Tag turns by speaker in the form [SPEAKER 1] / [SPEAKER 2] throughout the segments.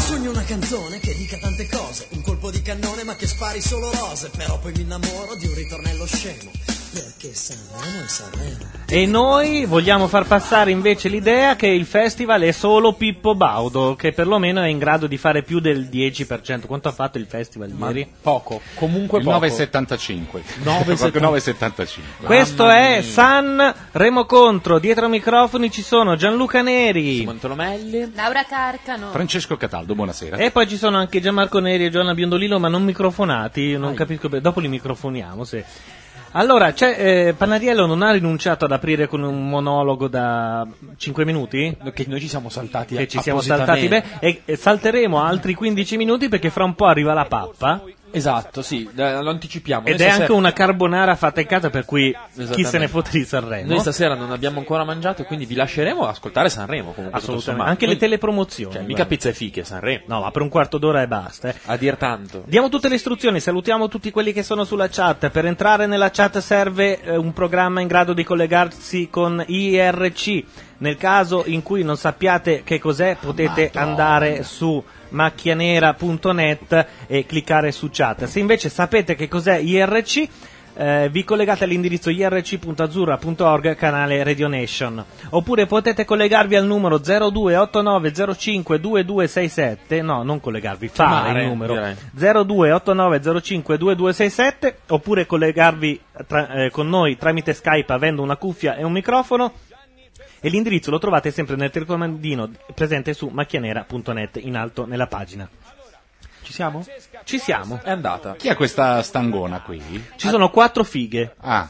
[SPEAKER 1] sogno una canzone che dica tante cose, un colpo di cannone ma che spari solo rose, però poi mi innamoro di un ritornello scemo, perché Sanremo è Sanremo.
[SPEAKER 2] E noi vogliamo far passare invece l'idea che il festival è solo Pippo Baudo, che perlomeno è in grado di fare più del 10%. Quanto ha fatto il festival ieri?
[SPEAKER 3] Poco, comunque
[SPEAKER 2] Il
[SPEAKER 3] poco.
[SPEAKER 2] 9,75.
[SPEAKER 3] 9,75.
[SPEAKER 4] 9,75.
[SPEAKER 2] Questo è San Remo Contro, dietro ai microfoni ci sono Gianluca Neri,
[SPEAKER 5] Laura
[SPEAKER 3] Ah.
[SPEAKER 5] Carcano.
[SPEAKER 4] Francesco Cataldo, buonasera.
[SPEAKER 2] e poi ci sono anche Gianmarco Neri e Giovanna Biondolino, ma non microfonati, non capisco bene, dopo li microfoniamo se... Allora, c'è, eh, Panariello non ha rinunciato ad aprire con un monologo da 5 minuti?
[SPEAKER 3] Che noi ci siamo saltati
[SPEAKER 2] Che ci siamo saltati bene e e salteremo altri 15 minuti perché fra un po' arriva la pappa.
[SPEAKER 3] Esatto, sì, da- lo anticipiamo.
[SPEAKER 2] Ed
[SPEAKER 3] Noi
[SPEAKER 2] è
[SPEAKER 3] stasera-
[SPEAKER 2] anche una carbonara fatta in casa per cui chi
[SPEAKER 3] Esattamente.
[SPEAKER 2] se ne fotte di Sanremo.
[SPEAKER 3] Noi stasera non abbiamo ancora mangiato, quindi vi lasceremo ascoltare Sanremo. Comunque, tutto
[SPEAKER 2] Assolutamente.
[SPEAKER 3] sommato.
[SPEAKER 2] Anche le
[SPEAKER 3] Noi-
[SPEAKER 2] telepromozioni.
[SPEAKER 3] Cioè, mica
[SPEAKER 2] guarda.
[SPEAKER 3] pizza e fiche, Sanremo.
[SPEAKER 2] No, ma per un quarto d'ora e basta. eh.
[SPEAKER 3] A dir tanto.
[SPEAKER 2] Diamo tutte le istruzioni, salutiamo tutti quelli che sono sulla chat. Per entrare nella chat serve eh, un programma in grado di collegarsi con IRC. Nel caso in cui non sappiate che cos'è, potete andare su macchianera.net e cliccare su chat. Se invece sapete che cos'è IRC, eh, vi collegate all'indirizzo irc.azzurra.org canale Radio Nation oppure potete collegarvi al numero 0289052267 no non collegarvi fare
[SPEAKER 3] Chiamare,
[SPEAKER 2] il numero
[SPEAKER 3] direi.
[SPEAKER 2] 0289052267 oppure collegarvi tra- eh, con noi tramite Skype avendo una cuffia e un microfono e l'indirizzo lo trovate sempre nel telecomandino presente su macchianera.net in alto nella pagina
[SPEAKER 3] Ci siamo?
[SPEAKER 2] ci siamo
[SPEAKER 3] È andata. Ah.
[SPEAKER 4] Chi è questa stangona qui?
[SPEAKER 2] ci sono quattro fighe
[SPEAKER 4] Ah,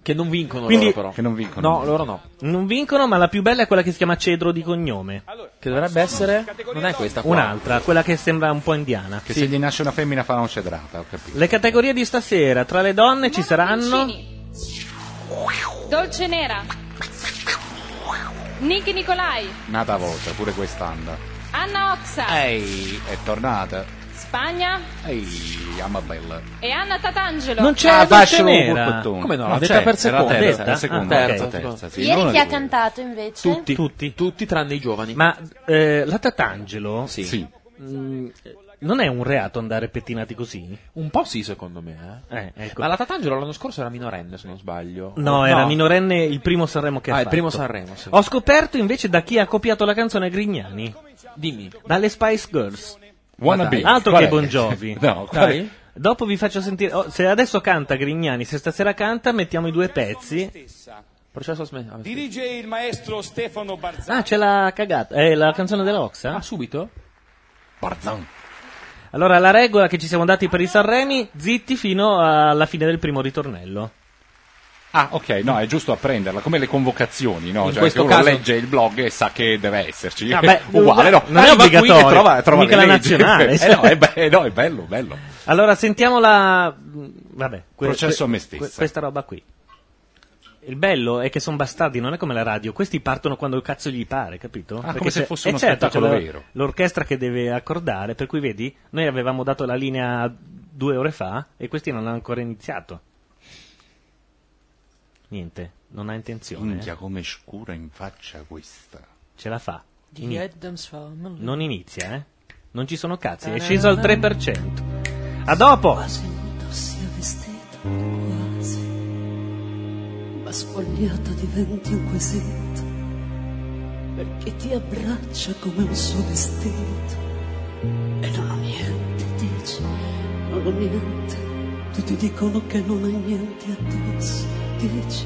[SPEAKER 3] Che non vincono
[SPEAKER 2] Quindi-
[SPEAKER 3] loro, però.
[SPEAKER 4] che non vincono.
[SPEAKER 3] No, loro no.
[SPEAKER 2] Non vincono, ma la più bella è quella che si chiama Cedro di cognome.
[SPEAKER 3] Che dovrebbe essere. Non è questa qua.
[SPEAKER 2] Un'altra, quella che sembra un po' indiana.
[SPEAKER 4] Che se gli nasce una femmina farà un cedrata, ho capito.
[SPEAKER 2] Le categorie di stasera, tra le donne ci saranno.
[SPEAKER 5] Mancini. Dolce Nera. Nicky Nicolai.
[SPEAKER 4] Nata a volta, pure quest'anda.
[SPEAKER 5] Anna Oxa.
[SPEAKER 4] Eh. Ehi, è tornata.
[SPEAKER 5] Spagna.
[SPEAKER 4] Ehi, Amabella.
[SPEAKER 5] E Anna Tatangelo.
[SPEAKER 2] Non c'è
[SPEAKER 4] Ah,
[SPEAKER 2] la dolce
[SPEAKER 4] Bascio
[SPEAKER 2] nera.
[SPEAKER 4] Cottone.
[SPEAKER 3] Come no?
[SPEAKER 4] Non
[SPEAKER 3] L'ha detta
[SPEAKER 4] c'è,
[SPEAKER 3] per
[SPEAKER 4] era la
[SPEAKER 3] seconda.
[SPEAKER 4] terza,
[SPEAKER 2] Detta?
[SPEAKER 4] la seconda,
[SPEAKER 2] Ah,
[SPEAKER 4] la
[SPEAKER 3] terza,
[SPEAKER 4] terza,
[SPEAKER 3] seconda.
[SPEAKER 4] sì.
[SPEAKER 6] Ieri
[SPEAKER 4] Uno
[SPEAKER 6] chi ha
[SPEAKER 4] dei due.
[SPEAKER 6] cantato invece?
[SPEAKER 3] Tutti.
[SPEAKER 2] Tutti.
[SPEAKER 3] Tutti tranne i giovani.
[SPEAKER 2] Ma eh, la Tatangelo
[SPEAKER 3] Sì.
[SPEAKER 4] Sì.
[SPEAKER 2] mh, non è un reato andare pettinati così?
[SPEAKER 3] Un po' sì, secondo me. eh.
[SPEAKER 2] Eh, ecco.
[SPEAKER 3] Ma la Tatangelo l'anno scorso era minorenne, se non sbaglio.
[SPEAKER 2] No, era minorenne il primo Sanremo che ha
[SPEAKER 3] Ah, il
[SPEAKER 2] fatto.
[SPEAKER 3] primo Sanremo, sì.
[SPEAKER 2] Ho scoperto invece da chi ha copiato la canzone Grignani.
[SPEAKER 3] Dimmi.
[SPEAKER 2] Dalle Spice Girls.
[SPEAKER 4] Wannabe.
[SPEAKER 2] Altro
[SPEAKER 4] Qual
[SPEAKER 2] che
[SPEAKER 4] è?
[SPEAKER 2] Bon Jovi.
[SPEAKER 4] no, qual è?
[SPEAKER 3] Dai.
[SPEAKER 2] Dopo vi faccio sentire. oh, se adesso canta Grignani, se stasera canta, mettiamo i due pezzi.
[SPEAKER 3] Processo smesso.
[SPEAKER 4] Ah,
[SPEAKER 7] Dirige il maestro Stefano Barzani.
[SPEAKER 2] Ah, c'è la cagata. È la canzone della eh? Oxa?
[SPEAKER 3] Ah, subito?
[SPEAKER 4] Barzan.
[SPEAKER 2] Allora, la regola che ci siamo dati per i Sanremi, zitti fino alla fine del primo ritornello.
[SPEAKER 4] Ah, ok, no, è giusto apprenderla, come le convocazioni, no?
[SPEAKER 3] In
[SPEAKER 4] cioè,
[SPEAKER 3] questo
[SPEAKER 4] che uno
[SPEAKER 3] caso-
[SPEAKER 4] legge il blog e sa che deve esserci.
[SPEAKER 2] Ah, beh,
[SPEAKER 4] Uguale, no?
[SPEAKER 2] non è
[SPEAKER 4] Arriva qui e
[SPEAKER 2] obbligatorio,
[SPEAKER 4] trova, trova
[SPEAKER 2] mica
[SPEAKER 4] le
[SPEAKER 2] la
[SPEAKER 4] leggi.
[SPEAKER 2] nazionale,
[SPEAKER 4] Eh,
[SPEAKER 2] cioè.
[SPEAKER 4] no, è be- no, è bello, bello.
[SPEAKER 2] Allora, sentiamo la. mm, Vabbè, que-
[SPEAKER 4] Processo a me
[SPEAKER 2] que-
[SPEAKER 4] stessa.
[SPEAKER 2] que- questa roba qui. Il bello è che sono bastardi, non è come la radio. Questi partono quando cazzo gli pare, capito?
[SPEAKER 4] Ah, come se
[SPEAKER 2] c'è-
[SPEAKER 4] fosse
[SPEAKER 2] eh,
[SPEAKER 4] uno
[SPEAKER 2] certo,
[SPEAKER 4] spettacolo
[SPEAKER 2] c'è la-
[SPEAKER 4] vero.
[SPEAKER 2] L'orchestra che deve accordare, per cui vedi, noi avevamo dato la linea due ore fa e questi non hanno ancora iniziato. Niente, non ha intenzione. eh.
[SPEAKER 4] Minchia, come scura in faccia questa.
[SPEAKER 2] Ce la fa. Ini- non inizia, eh? Non ci sono cazzi, è sceso al 3%. A dopo!
[SPEAKER 8] sia vestito quasi, ma spogliato diventi un quesito, perché ti abbraccia come un suo vestito. E non ho niente, dici, non ho niente, tutti dicono che non hai niente addosso, dici,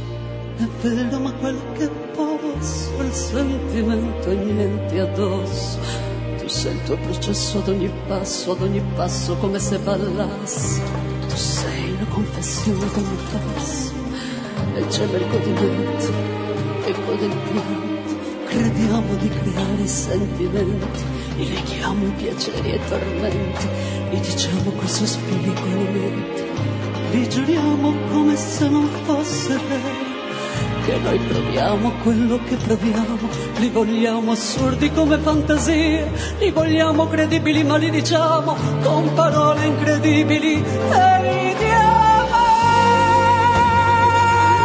[SPEAKER 8] è vero, ma quel che posso, il sentimento è niente addosso. Tu sei il tuo processo ad ogni passo, ad ogni passo come se ballassi. Tu sei la confessione ad ogni passo. E c'è il godimento, e gode il pianto. Crediamo di creare sentimenti, li leghiamo i piaceri e i tormenti, li diciamo coi sospiri e coi lamenti. Li giuriamo come se non fosse vero che noi proviamo quello che proviamo, li vogliamo assurdi come fantasie, li vogliamo credibili ma li diciamo con parole incredibili e ridiamo.
[SPEAKER 4] Che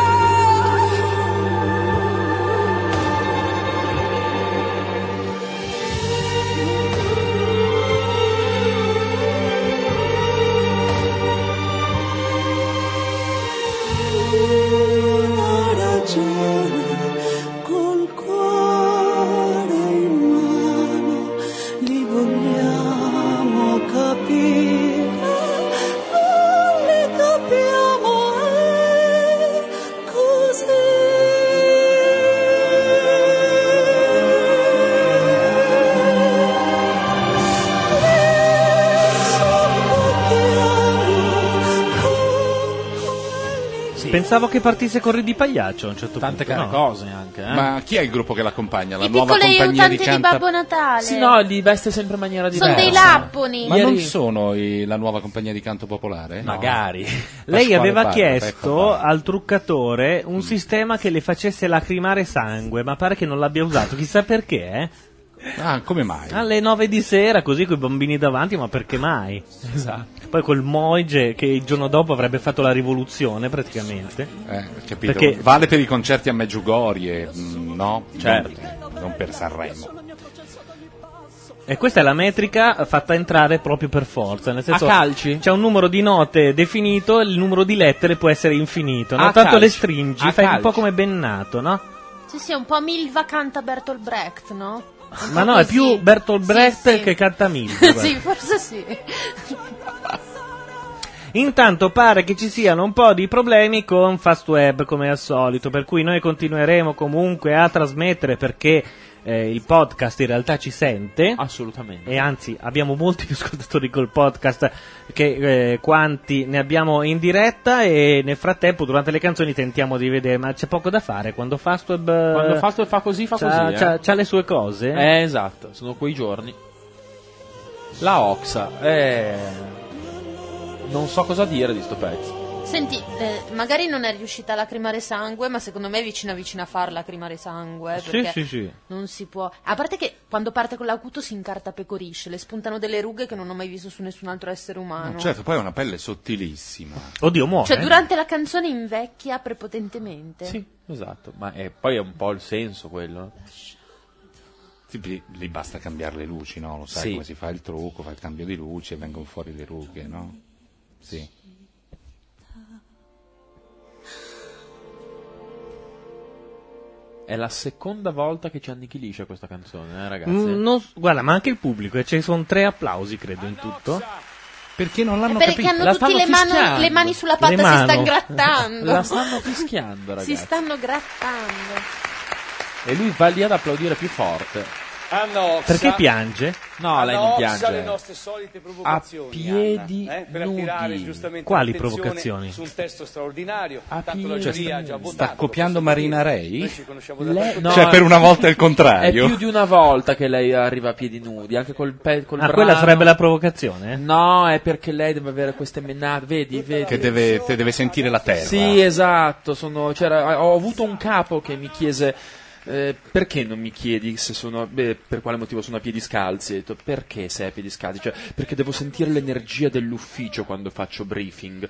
[SPEAKER 2] Pensavo che partisse con Ridi Pagliaccio a un certo
[SPEAKER 3] Tante
[SPEAKER 2] punto.
[SPEAKER 3] care
[SPEAKER 2] no.
[SPEAKER 3] cose anche. Eh?
[SPEAKER 4] Ma chi è il gruppo che l'accompagna? La
[SPEAKER 5] I
[SPEAKER 4] nuova
[SPEAKER 5] piccoli
[SPEAKER 4] compagnia di
[SPEAKER 5] aiutanti
[SPEAKER 4] canta?
[SPEAKER 5] di Babbo Natale.
[SPEAKER 3] Sì, no, li veste sempre in maniera
[SPEAKER 5] Sono
[SPEAKER 3] diversa.
[SPEAKER 5] dei lapponi.
[SPEAKER 4] Ma non
[SPEAKER 3] Ieri-
[SPEAKER 4] sono i- la nuova compagnia di canto popolare?
[SPEAKER 2] Magari. Lei aveva
[SPEAKER 4] Parra,
[SPEAKER 2] chiesto
[SPEAKER 4] Peppa Mm. Parra.
[SPEAKER 2] al truccatore un sistema che le facesse lacrimare sangue, ma pare che non l'abbia usato, chissà perché. eh.
[SPEAKER 4] Ah, come mai?
[SPEAKER 2] Alle 9 di sera, così coi bambini davanti, ma perché mai?
[SPEAKER 3] Esatto.
[SPEAKER 2] Poi quel Moige che il giorno dopo avrebbe fatto la rivoluzione praticamente.
[SPEAKER 4] Eh, capito.
[SPEAKER 2] Perché-
[SPEAKER 4] Vale per i concerti a Meggiugorie, mm, no?
[SPEAKER 2] Certo.
[SPEAKER 4] Non, non per Sanremo.
[SPEAKER 2] E questa è la metrica fatta entrare proprio per forza. Nel senso,
[SPEAKER 3] A calci?
[SPEAKER 2] C'è un numero di note definito, il numero di lettere può essere infinito. No?
[SPEAKER 3] A
[SPEAKER 2] Tanto
[SPEAKER 3] calci.
[SPEAKER 2] le stringi,
[SPEAKER 3] A
[SPEAKER 2] fai un
[SPEAKER 3] calci.
[SPEAKER 2] po' come Bennato, no?
[SPEAKER 5] Sì, sì, un po' Milva canta Bertolt Brecht, no? Un
[SPEAKER 2] Ma
[SPEAKER 5] po'
[SPEAKER 2] no, è
[SPEAKER 5] così.
[SPEAKER 2] più Bertolt
[SPEAKER 5] Sì,
[SPEAKER 2] Brecht
[SPEAKER 5] sì.
[SPEAKER 2] che canta Milva.
[SPEAKER 5] sì, forse sì.
[SPEAKER 2] Intanto pare che ci siano un po' di problemi con Fast Web come al solito, per cui noi continueremo comunque a trasmettere perché eh, il podcast in realtà ci sente.
[SPEAKER 3] Assolutamente.
[SPEAKER 2] E anzi, abbiamo molti più ascoltatori col podcast che eh, quanti ne abbiamo in diretta. E nel frattempo, durante le canzoni, tentiamo di vedere. Ma c'è poco da fare quando Fastweb. eh,
[SPEAKER 3] Quando Fastweb fa così, fa
[SPEAKER 2] c'ha,
[SPEAKER 3] così. eh.
[SPEAKER 2] c'ha- c'ha le sue cose.
[SPEAKER 3] Eh, esatto, sono quei giorni. La Oxa, eh, non so cosa dire di sto pezzo.
[SPEAKER 5] Senti, eh, magari non è riuscita a lacrimare sangue, ma secondo me è vicina vicina a far lacrimare sangue. eh,
[SPEAKER 2] Sì,
[SPEAKER 5] perché
[SPEAKER 2] sì, sì.
[SPEAKER 5] Non si può. A parte che quando parte con l'acuto si incartapecorisce, le spuntano delle rughe che non ho mai visto su nessun altro essere umano.
[SPEAKER 4] Certo, eh. poi è una pelle sottilissima.
[SPEAKER 2] Oddio, muore.
[SPEAKER 5] Ah,
[SPEAKER 3] eh?
[SPEAKER 5] Cioè, durante la canzone invecchia prepotentemente.
[SPEAKER 3] Sì, esatto, ma eh, poi è un po' il senso quello. eh?
[SPEAKER 4] Tipo, lì basta cambiare le luci, no? Lo sai
[SPEAKER 3] Sì.
[SPEAKER 4] come si fa il trucco, fa il cambio di luci e vengono fuori le rughe, no? Sì.
[SPEAKER 3] È la seconda volta che ci annichilisce questa canzone, eh, ragazzi.
[SPEAKER 2] Mm, non s- guarda, ma anche il pubblico, eh, ci sono tre applausi, credo, in tutto.
[SPEAKER 4] Perché non l'hanno
[SPEAKER 5] Eh, Perché
[SPEAKER 4] capito?
[SPEAKER 5] hanno
[SPEAKER 3] la
[SPEAKER 5] tutti
[SPEAKER 3] stanno
[SPEAKER 5] le, mano-
[SPEAKER 3] fischiando.
[SPEAKER 5] le mani sulla
[SPEAKER 2] Le
[SPEAKER 5] patta, si
[SPEAKER 2] mano.
[SPEAKER 5] stanno grattando.
[SPEAKER 3] La stanno fischiando, ragazzi.
[SPEAKER 5] si stanno grattando.
[SPEAKER 3] E lui va lì ad applaudire più forte.
[SPEAKER 7] Anna Oxa.
[SPEAKER 2] Perché piange?
[SPEAKER 3] No, lei
[SPEAKER 7] Anna
[SPEAKER 3] non
[SPEAKER 7] Oxa le
[SPEAKER 3] piange.
[SPEAKER 7] nostre solite provocazioni.
[SPEAKER 3] A piedi
[SPEAKER 7] Anna, eh, per
[SPEAKER 3] nudi.
[SPEAKER 7] attirare giustamente
[SPEAKER 2] Quali
[SPEAKER 7] l'attenzione
[SPEAKER 2] provocazioni?
[SPEAKER 7] Su un testo straordinario.
[SPEAKER 3] A
[SPEAKER 7] Tanto la
[SPEAKER 3] piedi Cioè,
[SPEAKER 7] giuria ha
[SPEAKER 3] nudi.
[SPEAKER 7] già votato.
[SPEAKER 4] Sta copiando
[SPEAKER 7] Cioè, questo
[SPEAKER 4] Marina
[SPEAKER 7] video.
[SPEAKER 4] Ray?
[SPEAKER 7] Noi ci conosciamo da
[SPEAKER 3] Lei-
[SPEAKER 7] tanto
[SPEAKER 3] no,
[SPEAKER 7] tempo.
[SPEAKER 4] Cioè, per una volta è il
[SPEAKER 3] È
[SPEAKER 4] contrario.
[SPEAKER 3] più di una volta che lei arriva a piedi nudi, anche col, pe- col
[SPEAKER 2] Ah,
[SPEAKER 3] brano.
[SPEAKER 2] quella sarebbe la provocazione? eh?
[SPEAKER 3] No, è perché lei deve avere queste menate, vedi, vedi.
[SPEAKER 4] Che deve, te deve sentire la terra.
[SPEAKER 3] Sì, esatto. sono- c'era- ho avuto un capo che mi chiese. eh, perché non mi chiedi se sono, beh, per quale motivo sono a piedi scalzi? Ho detto, perché sei a piedi scalzi? Cioè, perché devo sentire l'energia dell'ufficio quando faccio briefing.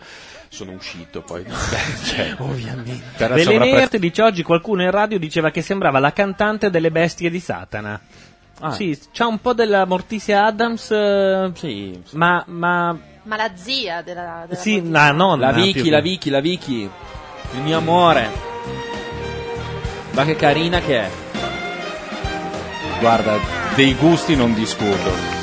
[SPEAKER 3] Sono uscito poi.
[SPEAKER 4] Cioè,
[SPEAKER 3] Ovviamente.
[SPEAKER 4] terra
[SPEAKER 2] Delle
[SPEAKER 4] sovrappres-
[SPEAKER 2] Nerte dice oggi qualcuno in radio diceva che sembrava la cantante delle bestie di Satana.
[SPEAKER 3] Ah.
[SPEAKER 2] Sì, c'ha un po' della Morticia Adams, eh,
[SPEAKER 3] Sì.
[SPEAKER 2] ma, ma
[SPEAKER 5] Ma la zia della. della
[SPEAKER 2] sì,
[SPEAKER 5] Monti-
[SPEAKER 2] la nonna.
[SPEAKER 3] La Vicky,
[SPEAKER 2] più-
[SPEAKER 3] la Vicky, la Vicky. Il mio amore. Ma che carina che è.
[SPEAKER 4] Guarda, dei gusti non discuto.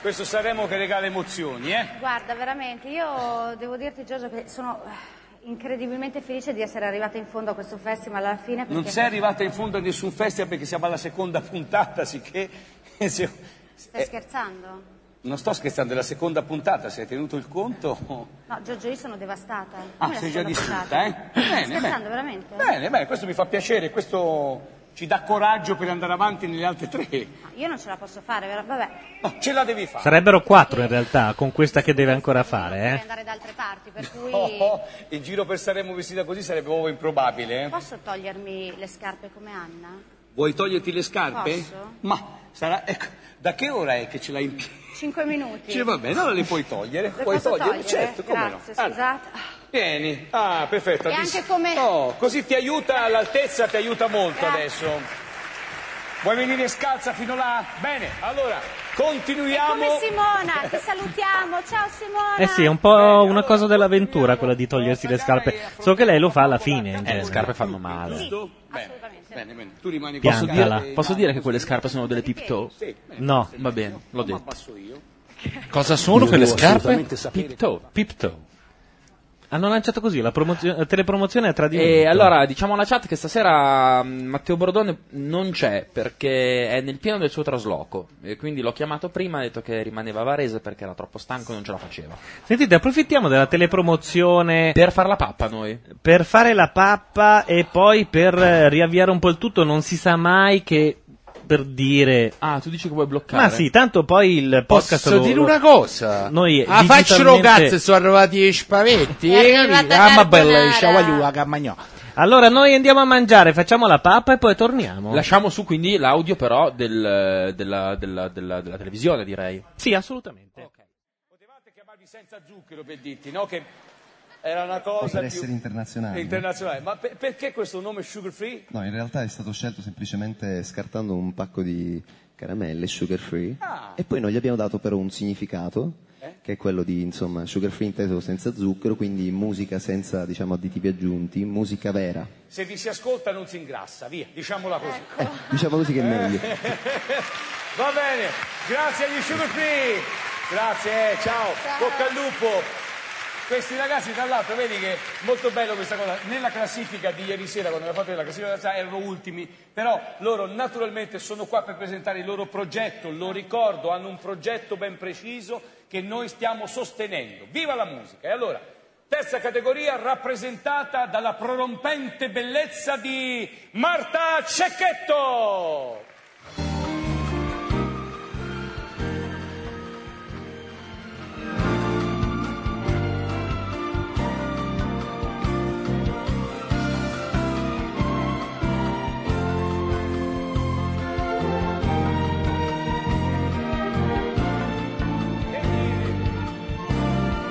[SPEAKER 7] Questo Sanremo che regala emozioni, eh?
[SPEAKER 9] Guarda, veramente, io devo dirti Giorgio che sono eh, incredibilmente felice di essere arrivata in fondo a questo festival alla fine perché
[SPEAKER 7] Non sei arrivata in fondo a nessun festival perché siamo alla seconda puntata, sicché... se-
[SPEAKER 9] stai
[SPEAKER 7] eh,
[SPEAKER 9] scherzando?
[SPEAKER 7] non sto scherzando, è la seconda puntata, se hai tenuto il conto...
[SPEAKER 9] No, Giorgio, io sono devastata. Come
[SPEAKER 7] Ah,
[SPEAKER 9] la
[SPEAKER 7] sei già
[SPEAKER 9] seconda
[SPEAKER 7] distrutta,
[SPEAKER 9] puntata?
[SPEAKER 7] eh?
[SPEAKER 9] Stai
[SPEAKER 7] Bene,
[SPEAKER 9] scherzando,
[SPEAKER 7] bene.
[SPEAKER 9] veramente?
[SPEAKER 7] Bene, bene, questo mi fa piacere, questo ci dà coraggio per andare avanti nelle altre tre.
[SPEAKER 9] No, Ah, io non ce la posso fare, vero? vabbè.
[SPEAKER 7] No, ce la devi fare.
[SPEAKER 2] Sarebbero quattro in realtà, con questa che deve ancora
[SPEAKER 9] Dovrei
[SPEAKER 2] fare. Eh.
[SPEAKER 9] andare da altre parti, per cui...
[SPEAKER 7] Oh, oh, il giro per Sanremo vestita così sarebbe proprio improbabile, eh?
[SPEAKER 9] Posso togliermi le scarpe come Anna?
[SPEAKER 7] Vuoi toglierti le scarpe?
[SPEAKER 9] Posso?
[SPEAKER 7] Ma sarà... Ecco, da che ora è che ce l'hai in piedi?
[SPEAKER 9] Cinque minuti.
[SPEAKER 7] Cioè, vabbè, allora le puoi togliere.
[SPEAKER 9] Le
[SPEAKER 7] puoi
[SPEAKER 9] posso
[SPEAKER 7] togliere,
[SPEAKER 9] togliere?
[SPEAKER 7] certo, come no.
[SPEAKER 9] Grazie,
[SPEAKER 7] Allora,
[SPEAKER 9] scusate.
[SPEAKER 7] Vieni. Ah, perfetto.
[SPEAKER 9] E
[SPEAKER 7] Dis-
[SPEAKER 9] anche come-
[SPEAKER 7] Oh, così ti aiuta all'altezza, ti aiuta molto
[SPEAKER 9] Grazie.
[SPEAKER 7] adesso. Vuoi venire scalza fino là? Bene, allora, continuiamo.
[SPEAKER 9] Come Simona, ti salutiamo. Ciao Simona.
[SPEAKER 2] Eh sì, è un po' una cosa dell'avventura quella di togliersi le scarpe. Solo che lei lo fa alla fine. in
[SPEAKER 7] Eh,
[SPEAKER 2] genere.
[SPEAKER 3] Le scarpe fanno male.
[SPEAKER 7] Giusto? Bene,
[SPEAKER 9] assolutamente.
[SPEAKER 7] Bene, bene. Tu rimani
[SPEAKER 2] Posso
[SPEAKER 7] con
[SPEAKER 2] dirla?
[SPEAKER 7] le-
[SPEAKER 3] Posso dire che quelle scarpe sono delle pip toe?
[SPEAKER 7] Sì, bene.
[SPEAKER 2] No.
[SPEAKER 3] Va bene, l'ho
[SPEAKER 7] Ma
[SPEAKER 3] detto.
[SPEAKER 7] passo io.
[SPEAKER 4] Cosa sono quelle scarpe?
[SPEAKER 7] sapere
[SPEAKER 3] Pip toe.
[SPEAKER 4] Pipto.
[SPEAKER 2] Hanno lanciato così la, promozio- la telepromozione a tradimento.
[SPEAKER 3] E allora diciamo alla chat che stasera mh, Matteo Bordone non c'è perché è nel pieno del suo trasloco. E quindi l'ho chiamato prima, ha detto che rimaneva a Varese perché era troppo stanco e non ce la faceva.
[SPEAKER 2] Sentite, approfittiamo della telepromozione.
[SPEAKER 3] Per fare la pappa noi.
[SPEAKER 2] Per fare la pappa e poi per eh, riavviare un po' il tutto, non si sa mai che per dire.
[SPEAKER 3] Ah, tu dici che vuoi bloccare?
[SPEAKER 2] Ma sì, tanto poi il podcast.
[SPEAKER 4] Posso
[SPEAKER 2] lo-
[SPEAKER 4] dire
[SPEAKER 2] lo-
[SPEAKER 4] una cosa?
[SPEAKER 2] Noi
[SPEAKER 4] ah, faccio lo
[SPEAKER 2] digitalmente-
[SPEAKER 4] cazzo, sono arrivati gli spavetti.
[SPEAKER 10] È
[SPEAKER 4] eh,
[SPEAKER 10] arrivata
[SPEAKER 4] capito? Ah, ma bella,
[SPEAKER 10] carbonara.
[SPEAKER 11] Eh.
[SPEAKER 4] sciavagliù, la cammagno.
[SPEAKER 2] Allora, noi andiamo a mangiare, facciamo la pappa e poi torniamo.
[SPEAKER 3] Lasciamo su quindi l'audio però del- della, della- della- della televisione direi.
[SPEAKER 2] Sì, assolutamente.
[SPEAKER 7] Potevate chiamarvi senza zucchero per dirti, no? Che era una cosa
[SPEAKER 12] Per
[SPEAKER 7] più
[SPEAKER 12] essere internazionale.
[SPEAKER 7] internazionale. Ma per- perché questo nome sugar free?
[SPEAKER 12] No, in realtà è stato scelto semplicemente scartando un pacco di caramelle sugar free
[SPEAKER 7] Ah.
[SPEAKER 12] e poi noi gli abbiamo dato però un significato che è quello di insomma sugar free inteso senza zucchero, quindi musica senza diciamo additivi aggiunti, musica vera.
[SPEAKER 7] Se vi si ascolta non si ingrassa, via, diciamola così.
[SPEAKER 13] Ecco.
[SPEAKER 12] Diciamo così che è meglio.
[SPEAKER 7] Va bene, grazie agli Sugar Free. Grazie, eh, ciao. Bocca al lupo. Questi ragazzi, tra l'altro, vedi che è molto bello questa cosa. Nella classifica di ieri sera, quando abbiamo fatto la classifica, di ieri sera, erano ultimi, però loro naturalmente sono qua per presentare il loro progetto. Lo ricordo, hanno un progetto ben preciso che noi stiamo sostenendo. Viva la musica! E allora, terza categoria rappresentata dalla prorompente bellezza di Marta Cecchetto.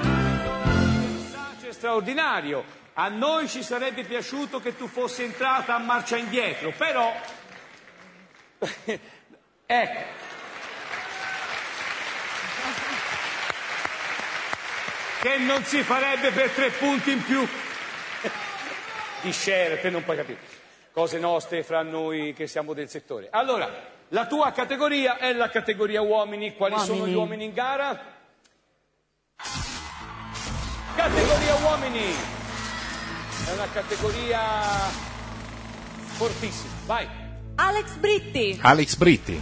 [SPEAKER 7] messaggio è straordinario. A noi ci sarebbe piaciuto che tu fossi entrata a marcia indietro, però. ecco. Che non si farebbe per tre punti in più di share, te non puoi capire. Cose nostre fra noi che siamo del settore. Allora, la tua categoria è la categoria uomini. Quali sono gli uomini in gara? Categoria uomini! È una categoria fortissima. Vai!
[SPEAKER 14] Alex Britti,
[SPEAKER 4] Alex Britti.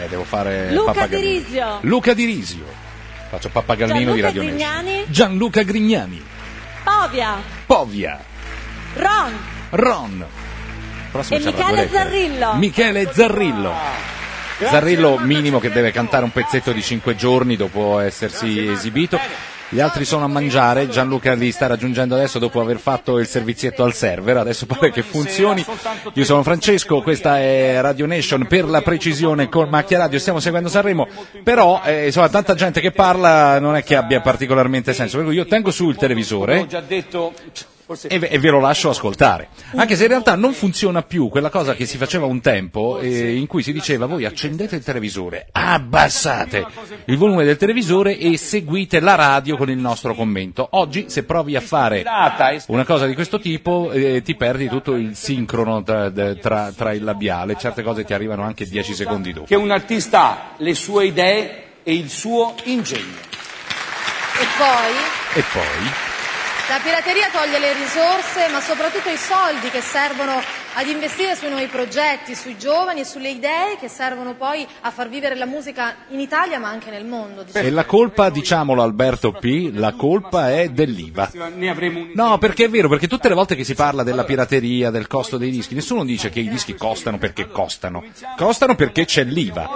[SPEAKER 4] Eh, devo fare
[SPEAKER 14] Luca
[SPEAKER 4] Pappagallino.
[SPEAKER 14] Di Risio.
[SPEAKER 4] Luca Di Risio. Faccio pappagallino di
[SPEAKER 14] Gianluca
[SPEAKER 4] Radio Nation.
[SPEAKER 14] Grignani,
[SPEAKER 4] Gianluca Grignani.
[SPEAKER 14] Povia,
[SPEAKER 4] Povia.
[SPEAKER 14] Ron,
[SPEAKER 4] Ron. Prossimo
[SPEAKER 14] E
[SPEAKER 4] c'è
[SPEAKER 14] Michele
[SPEAKER 4] Ragoletta.
[SPEAKER 14] Zarrillo.
[SPEAKER 4] Michele Zarrillo. Zarrillo minimo che deve cantare un pezzetto di 5 giorni dopo essersi esibito. Gli altri sono a mangiare, Gianluca li sta raggiungendo adesso dopo aver fatto il servizietto al server, adesso pare che funzioni. Io sono Francesco, questa è Radio Nation per la precisione con Macchia Radio, stiamo seguendo Sanremo, però eh, insomma tanta gente che parla non è che abbia particolarmente senso, per cui io tengo sul televisore
[SPEAKER 7] Ho già detto. Forse Mm.
[SPEAKER 4] e ve, e ve lo lascio ascoltare. Anche se in realtà non funziona più quella cosa che si faceva un tempo eh, in cui si diceva voi accendete il televisore, abbassate il volume del televisore e seguite la radio con il nostro commento. Oggi se provi a fare una cosa di questo tipo eh, ti perdi tutto il sincrono tra, tra- tra il labiale, certe cose ti arrivano anche 10 secondi dopo.
[SPEAKER 7] che un artista ha le sue idee e il suo ingegno.
[SPEAKER 10] E poi
[SPEAKER 4] E poi
[SPEAKER 14] la pirateria toglie le risorse ma soprattutto i soldi che servono ad investire sui nuovi progetti, sui giovani e sulle idee che servono poi a far vivere la musica in Italia ma anche nel mondo. diciamo.
[SPEAKER 4] e la colpa, diciamolo Alberto P, la colpa è dell'IVA.
[SPEAKER 7] Ne avremo un
[SPEAKER 4] No, perché è vero, perché tutte le volte che si parla della pirateria, del costo dei dischi, nessuno dice che i dischi costano perché costano. Costano perché c'è l'IVA.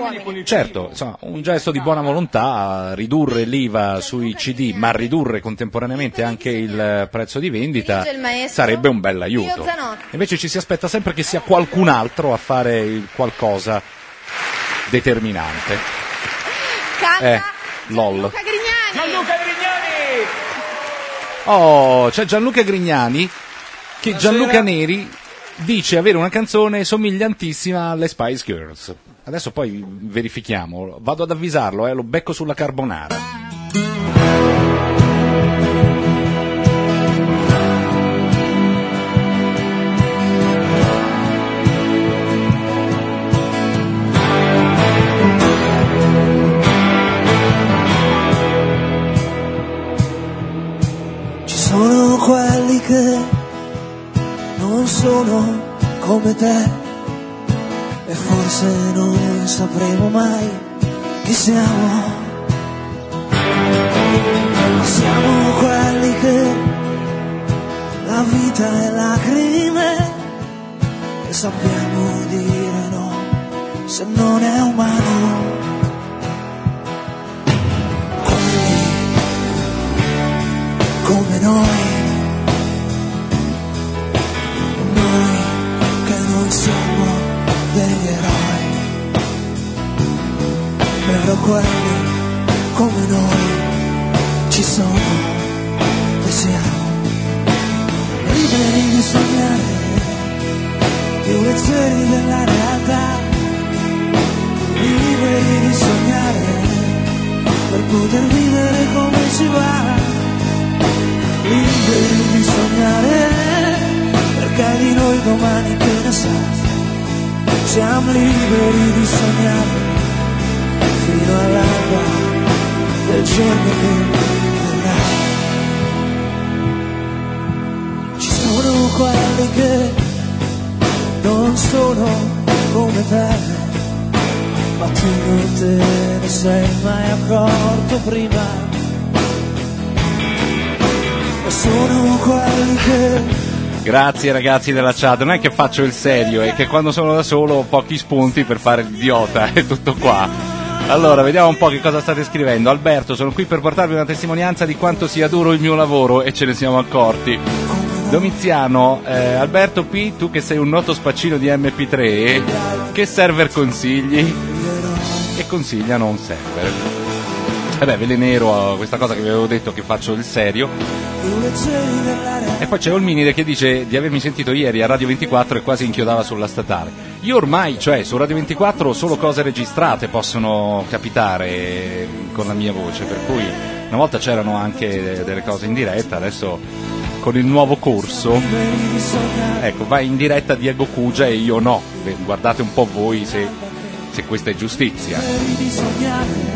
[SPEAKER 4] Certo, insomma, un gesto di buona volontà, ridurre l'IVA sui CD, ma ridurre contemporaneamente anche il prezzo di vendita sarebbe un bel aiuto. Invece ci si aspetta sempre che sia qualcun altro a fare il qualcosa determinante. Eh,
[SPEAKER 1] Ecco.
[SPEAKER 4] lol.
[SPEAKER 7] Gianluca Grignani!
[SPEAKER 4] Oh, c'è Gianluca Grignani che Gianluca Neri dice avere una canzone somigliantissima alle Spice Girls. Adesso poi verifichiamo, vado ad avvisarlo, eh, lo becco sulla carbonara.
[SPEAKER 1] uno come te e forse non sapremo mai chi siamo. Ma siamo quelli che la vita è lacrime e sappiamo dire no se non è umano. Quelli come noi, noi che non siamo degli eroi, però quelli come noi ci sono e siamo liberi di sognare, più leggeri della realtà, liberi di sognare per poter vivere come ci va liberi di sognare, perché di noi domani che ne sa, siamo liberi di sognare, fino all'alba del giorno che verrà. Ci sono quelli che non sono come te, ma tu non te ne sei mai accorto prima e sono quelli che
[SPEAKER 4] Grazie ragazzi della chat, non è che faccio il serio, è che quando sono da solo ho pochi spunti per fare l'idiota, è tutto qua. Allora, vediamo un po' che cosa state scrivendo. Alberto, sono qui per portarvi una testimonianza di quanto sia duro il mio lavoro e ce ne siamo accorti. Domiziano, eh, Alberto P, tu che sei un noto spaccino di MP3, che server consigli? E consigliano un server. Vabbè, vele nero, eh, questa cosa che vi avevo detto che faccio il serio.
[SPEAKER 1] più leggeri della
[SPEAKER 4] E poi c'è Olminide che dice di avermi sentito ieri a Radio 24 e quasi inchiodava sulla statale. Io ormai, cioè, su Radio 24 solo cose registrate possono capitare eh, con la mia voce, per cui una volta c'erano anche delle cose in diretta, adesso con il nuovo corso, ecco, vai in diretta Diego Cugia e io no. Beh, Guardate un po' voi se, se questa è giustizia.
[SPEAKER 1] liberi di sognare,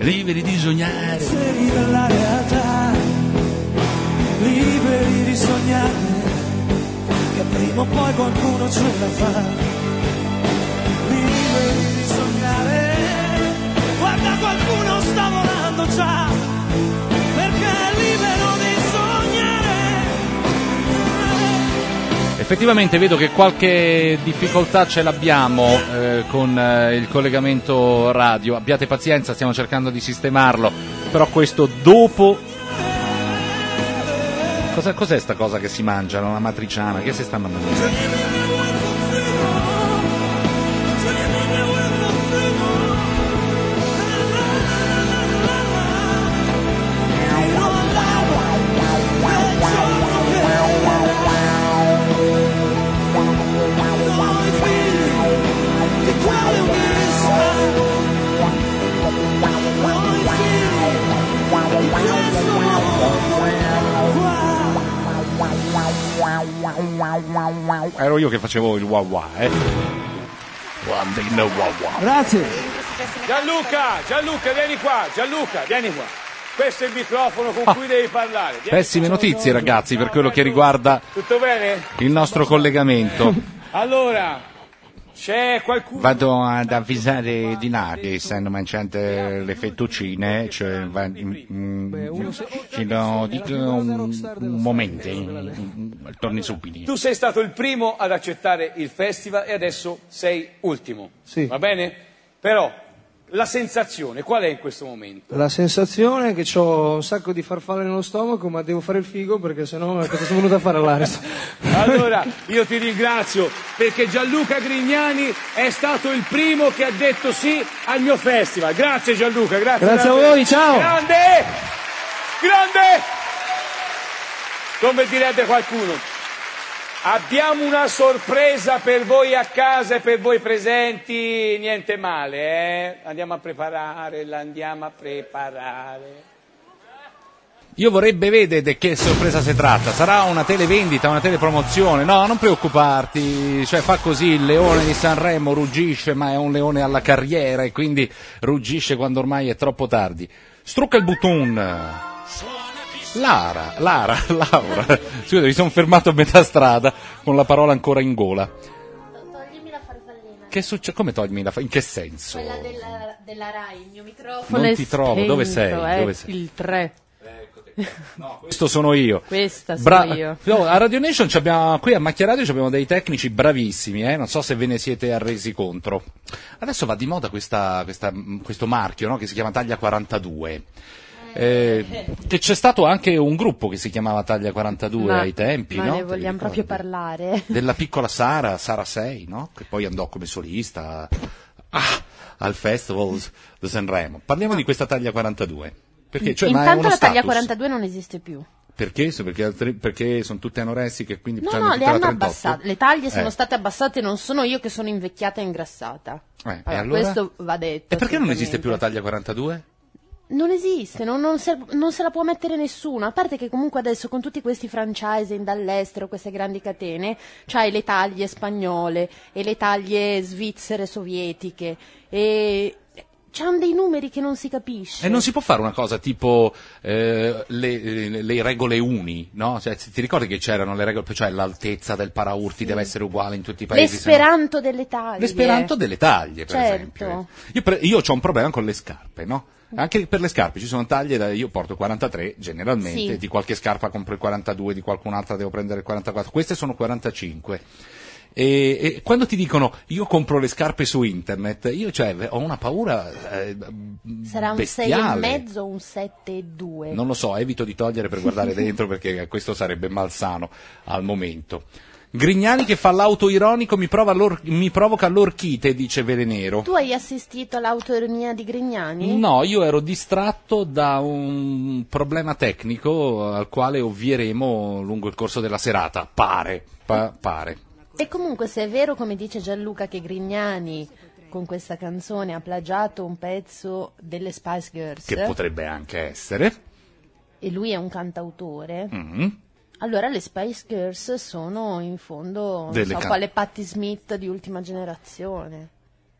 [SPEAKER 4] Liberi di sognare,
[SPEAKER 1] liberi dalla realtà, liberi di sognare, che prima o poi qualcuno ce la fa. Liberi di sognare, guarda qualcuno sta volando già, perché è libero di sognare.
[SPEAKER 4] Effettivamente vedo che qualche difficoltà ce l'abbiamo eh, con eh, il collegamento radio. Abbiate pazienza, stiamo cercando di sistemarlo. Però questo dopo. Cosa, cos'è sta cosa che si mangiano? Una matriciana? Che si stanno mangiando? Ero io che facevo il wah wah, eh. One thing, no wah wah.
[SPEAKER 1] Grazie.
[SPEAKER 7] Gianluca, Gianluca, vieni qua, Gianluca, vieni qua. Questo è il microfono con cui devi parlare. Vieni.
[SPEAKER 4] Ah. Pessime notizie, ragazzi, per quello che riguarda
[SPEAKER 7] Tutto bene?
[SPEAKER 4] il nostro collegamento.
[SPEAKER 7] Allora, c'è qualcuno...
[SPEAKER 4] Vado ad avvisare di là che stanno mangiando le fettuccine, cioè va- mm, mm, ce lo dico un, un momento, mm, mm, torni subito.
[SPEAKER 7] Tu sei stato il primo ad accettare il festival e adesso sei ultimo.
[SPEAKER 1] Sì.
[SPEAKER 7] Va bene? Però la sensazione qual è in questo momento?
[SPEAKER 1] La sensazione è che ho un sacco di farfalle nello stomaco, ma devo fare il figo perché sennò cosa sono venuto a fare all'Aris?
[SPEAKER 7] Allora, io ti ringrazio perché Gianluca Grignani è stato il primo che ha detto sì al mio festival. Grazie Gianluca, grazie.
[SPEAKER 1] Grazie a
[SPEAKER 7] davvero.
[SPEAKER 1] voi, ciao.
[SPEAKER 7] Grande! Grande! Come direbbe qualcuno. Abbiamo una sorpresa per voi a casa e per voi presenti, niente male, eh? Andiamo a preparare, la andiamo a preparare.
[SPEAKER 4] Io vorrebbe vedere di che sorpresa si tratta, sarà una televendita, una telepromozione, no, non preoccuparti, cioè fa così, il leone di Sanremo ruggisce, ma è un leone alla carriera e quindi ruggisce quando ormai è troppo tardi. Strucca il button! Lara, Lara, Laura. Scusa, mi sono fermato a metà strada con la parola ancora in gola.
[SPEAKER 15] Toglimi la farfallina.
[SPEAKER 4] Che succede? Come togli la fa- In che senso?
[SPEAKER 15] Quella della, della Rai, il mio microfono.
[SPEAKER 4] Non
[SPEAKER 15] è
[SPEAKER 4] ti trovo, dove
[SPEAKER 15] spento,
[SPEAKER 4] sei?
[SPEAKER 15] eh,
[SPEAKER 4] Dove sei?
[SPEAKER 15] Il 3.
[SPEAKER 4] Questo sono io.
[SPEAKER 15] Questa sono
[SPEAKER 4] Bra-
[SPEAKER 15] io.
[SPEAKER 4] No, a Radio Nation ci abbiamo- qui a Macchia Radio ci abbiamo dei tecnici bravissimi, eh? non so se ve ne siete arresi contro. Adesso va di moda questa- questa- mh, questo marchio no? che si chiama Taglia 42. Eh, che c'è stato anche un gruppo che si chiamava Taglia 42
[SPEAKER 5] Ma-
[SPEAKER 4] ai tempi,
[SPEAKER 5] ma
[SPEAKER 4] no? Te
[SPEAKER 5] ne
[SPEAKER 4] li
[SPEAKER 5] vogliamo
[SPEAKER 4] ricordi?
[SPEAKER 5] proprio parlare.
[SPEAKER 4] della piccola Sara, Sara 6, no? che poi andò come solista ah, al Festival di Sanremo. Parliamo di questa Taglia 42. Perché, cioè, ma è
[SPEAKER 5] Intanto
[SPEAKER 4] uno
[SPEAKER 5] la taglia
[SPEAKER 4] status.
[SPEAKER 5] 42 non esiste più.
[SPEAKER 4] Perché? So Perché, altri- perché sono tutte anoressiche e quindi
[SPEAKER 5] No,
[SPEAKER 4] hanno
[SPEAKER 5] no,
[SPEAKER 4] tutta
[SPEAKER 5] le
[SPEAKER 4] la
[SPEAKER 5] hanno
[SPEAKER 4] 38?
[SPEAKER 5] abbassate. Le taglie sono
[SPEAKER 4] Eh.
[SPEAKER 5] state abbassate, non sono io che sono invecchiata e ingrassata.
[SPEAKER 4] Eh, e
[SPEAKER 5] Allora,
[SPEAKER 4] allora?
[SPEAKER 5] Questo va detto.
[SPEAKER 4] E perché non esiste più la taglia 42?
[SPEAKER 5] Non esiste, non, non se, non se la può mettere nessuno, a parte che comunque adesso con tutti questi franchising dall'estero, queste grandi catene, c'hai le taglie spagnole e le taglie svizzere sovietiche e c'hanno dei numeri che non si capisce.
[SPEAKER 4] E non si può fare una cosa tipo eh, le, le- le regole uni, no? Cioè, ti ricordi che c'erano le regole, cioè l'altezza del paraurti deve essere uguale in tutti i paesi? se no-
[SPEAKER 5] L'esperanto delle taglie.
[SPEAKER 4] L'esperanto delle taglie, per
[SPEAKER 5] Certo.
[SPEAKER 4] esempio. Io, pre- io ho un problema con le scarpe, no? Anche per le scarpe ci sono taglie, da- io porto 43 generalmente,
[SPEAKER 5] Sì.
[SPEAKER 4] di qualche scarpa compro il 42, di qualcun'altra devo prendere il 44, queste sono 45. E, e quando ti dicono io compro le scarpe su internet, io cioè, ho una paura eh,
[SPEAKER 5] Sarà un 6 e
[SPEAKER 4] bestiale.
[SPEAKER 5] mezzo o un 7 e 2?
[SPEAKER 4] Non lo so, evito di togliere per guardare dentro perché questo sarebbe malsano al momento. Grignani che fa l'autoironico mi, prova l'or- mi provoca l'orchite, dice Velenero.
[SPEAKER 5] Tu hai assistito all'autoironia di Grignani?
[SPEAKER 4] No, io ero distratto da un problema tecnico al quale ovvieremo lungo il corso della serata, pare, pa- pare.
[SPEAKER 5] E comunque se è vero come dice Gianluca che Grignani con questa canzone ha plagiato un pezzo delle Spice Girls
[SPEAKER 4] che potrebbe anche essere.
[SPEAKER 5] e lui è un cantautore,
[SPEAKER 4] Mhm.
[SPEAKER 5] allora le Spice Girls sono in fondo non
[SPEAKER 4] Delle
[SPEAKER 5] so,
[SPEAKER 4] can-
[SPEAKER 5] quale Patti Smith di ultima generazione.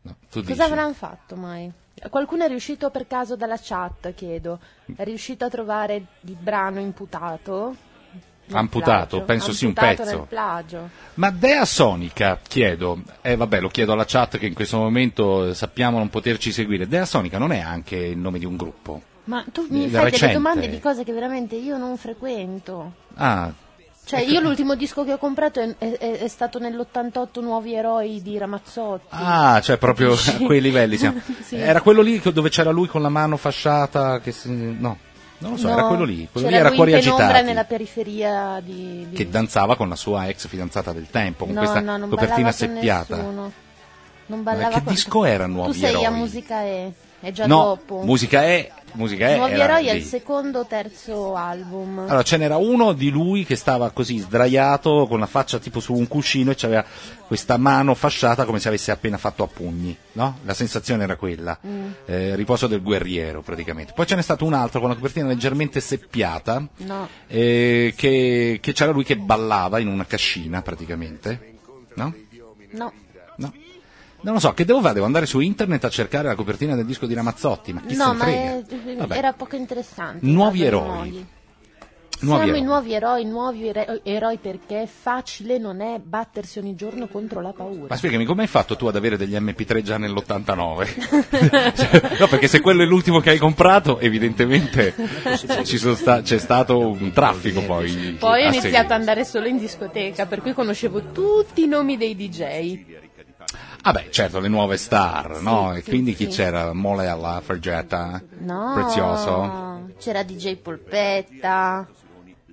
[SPEAKER 4] Tu
[SPEAKER 5] Cosa
[SPEAKER 4] dici?
[SPEAKER 5] avranno fatto mai? Qualcuno è riuscito per caso dalla chat, chiedo, è riuscito a trovare il brano imputato? Nel
[SPEAKER 4] Amputato,
[SPEAKER 5] plagio?
[SPEAKER 4] penso sì, un
[SPEAKER 5] Amputato
[SPEAKER 4] pezzo.
[SPEAKER 5] Nel plagio.
[SPEAKER 4] Ma Dea Sonica, chiedo, eh vabbè lo chiedo alla chat che in questo momento eh, sappiamo non poterci seguire, Dea Sonica non è anche il nome di un gruppo?
[SPEAKER 5] Ma tu mi
[SPEAKER 4] Del
[SPEAKER 5] fai
[SPEAKER 4] recente.
[SPEAKER 5] delle domande di cose che veramente io non frequento.
[SPEAKER 4] Ah,
[SPEAKER 5] Cioè, io l'ultimo disco che ho comprato è, è- è- è stato nell'88 Nuovi Eroi di Ramazzotti.
[SPEAKER 4] ah, cioè proprio a quei livelli siamo.
[SPEAKER 5] Sì.
[SPEAKER 4] Era quello lì che- dove c'era lui con la mano fasciata, che si- no, non lo so,
[SPEAKER 5] No,
[SPEAKER 4] era quello lì, quello
[SPEAKER 5] c'era
[SPEAKER 4] lì era
[SPEAKER 5] lui
[SPEAKER 4] cuori
[SPEAKER 5] in penombra
[SPEAKER 4] agitati.
[SPEAKER 5] nella periferia di... di-
[SPEAKER 4] che danzava con la sua ex fidanzata del tempo, con
[SPEAKER 5] No,
[SPEAKER 4] questa
[SPEAKER 5] no, non
[SPEAKER 4] copertina
[SPEAKER 5] ballava con
[SPEAKER 4] seppiata.
[SPEAKER 5] nessuno. Non
[SPEAKER 4] Ma
[SPEAKER 5] ballava
[SPEAKER 4] che
[SPEAKER 5] con...
[SPEAKER 4] disco era
[SPEAKER 5] Tu
[SPEAKER 4] Nuovi
[SPEAKER 5] sei
[SPEAKER 4] Eroi?
[SPEAKER 5] a Musica E, è già
[SPEAKER 4] no,
[SPEAKER 5] dopo.
[SPEAKER 4] Musica E, Musica E
[SPEAKER 5] Nuovi
[SPEAKER 4] era
[SPEAKER 5] Eroi è
[SPEAKER 4] lì.
[SPEAKER 5] il secondo o terzo album.
[SPEAKER 4] Allora ce n'era uno di lui che stava così sdraiato con la faccia tipo su un cuscino e c'aveva questa mano fasciata come se avesse appena fatto a pugni, no? La sensazione era quella.
[SPEAKER 5] Mm.
[SPEAKER 4] Eh, riposo del guerriero praticamente. Poi ce n'è stato un altro con una copertina leggermente seppiata
[SPEAKER 5] No.
[SPEAKER 4] eh, che, che c'era lui che ballava in una cascina praticamente. No?
[SPEAKER 5] No.
[SPEAKER 4] Non lo so, che devo fare? Devo andare su internet a cercare la copertina del disco di Ramazzotti, ma chi se
[SPEAKER 5] No,
[SPEAKER 4] ne
[SPEAKER 5] ma
[SPEAKER 4] frega?
[SPEAKER 5] è-
[SPEAKER 4] Vabbè.
[SPEAKER 5] era poco interessante.
[SPEAKER 4] Nuovi
[SPEAKER 5] Guarda,
[SPEAKER 4] eroi.
[SPEAKER 5] nuovi.
[SPEAKER 4] Nuovi
[SPEAKER 5] Siamo
[SPEAKER 4] eroi.
[SPEAKER 5] i nuovi eroi, nuovi ere- eroi perché facile non è battersi ogni giorno contro la paura.
[SPEAKER 4] Ma spiegami, come hai fatto tu ad avere degli MP3 già nell'89? Cioè, no, perché se quello è l'ultimo che hai comprato, evidentemente ci sono Ah, sta- c'è stato un traffico poi.
[SPEAKER 5] Poi ho
[SPEAKER 4] a
[SPEAKER 5] iniziato ad
[SPEAKER 4] seguito.
[SPEAKER 5] andare solo in discoteca, per cui conoscevo tutti i nomi dei DJ.
[SPEAKER 4] Ah beh, certo, le nuove star, no? E
[SPEAKER 5] sì,
[SPEAKER 4] quindi chi
[SPEAKER 5] sì.
[SPEAKER 4] c'era? Mole alla eh? Fergetta?
[SPEAKER 5] No,
[SPEAKER 4] Prezioso?
[SPEAKER 5] c'era DJ Polpetta,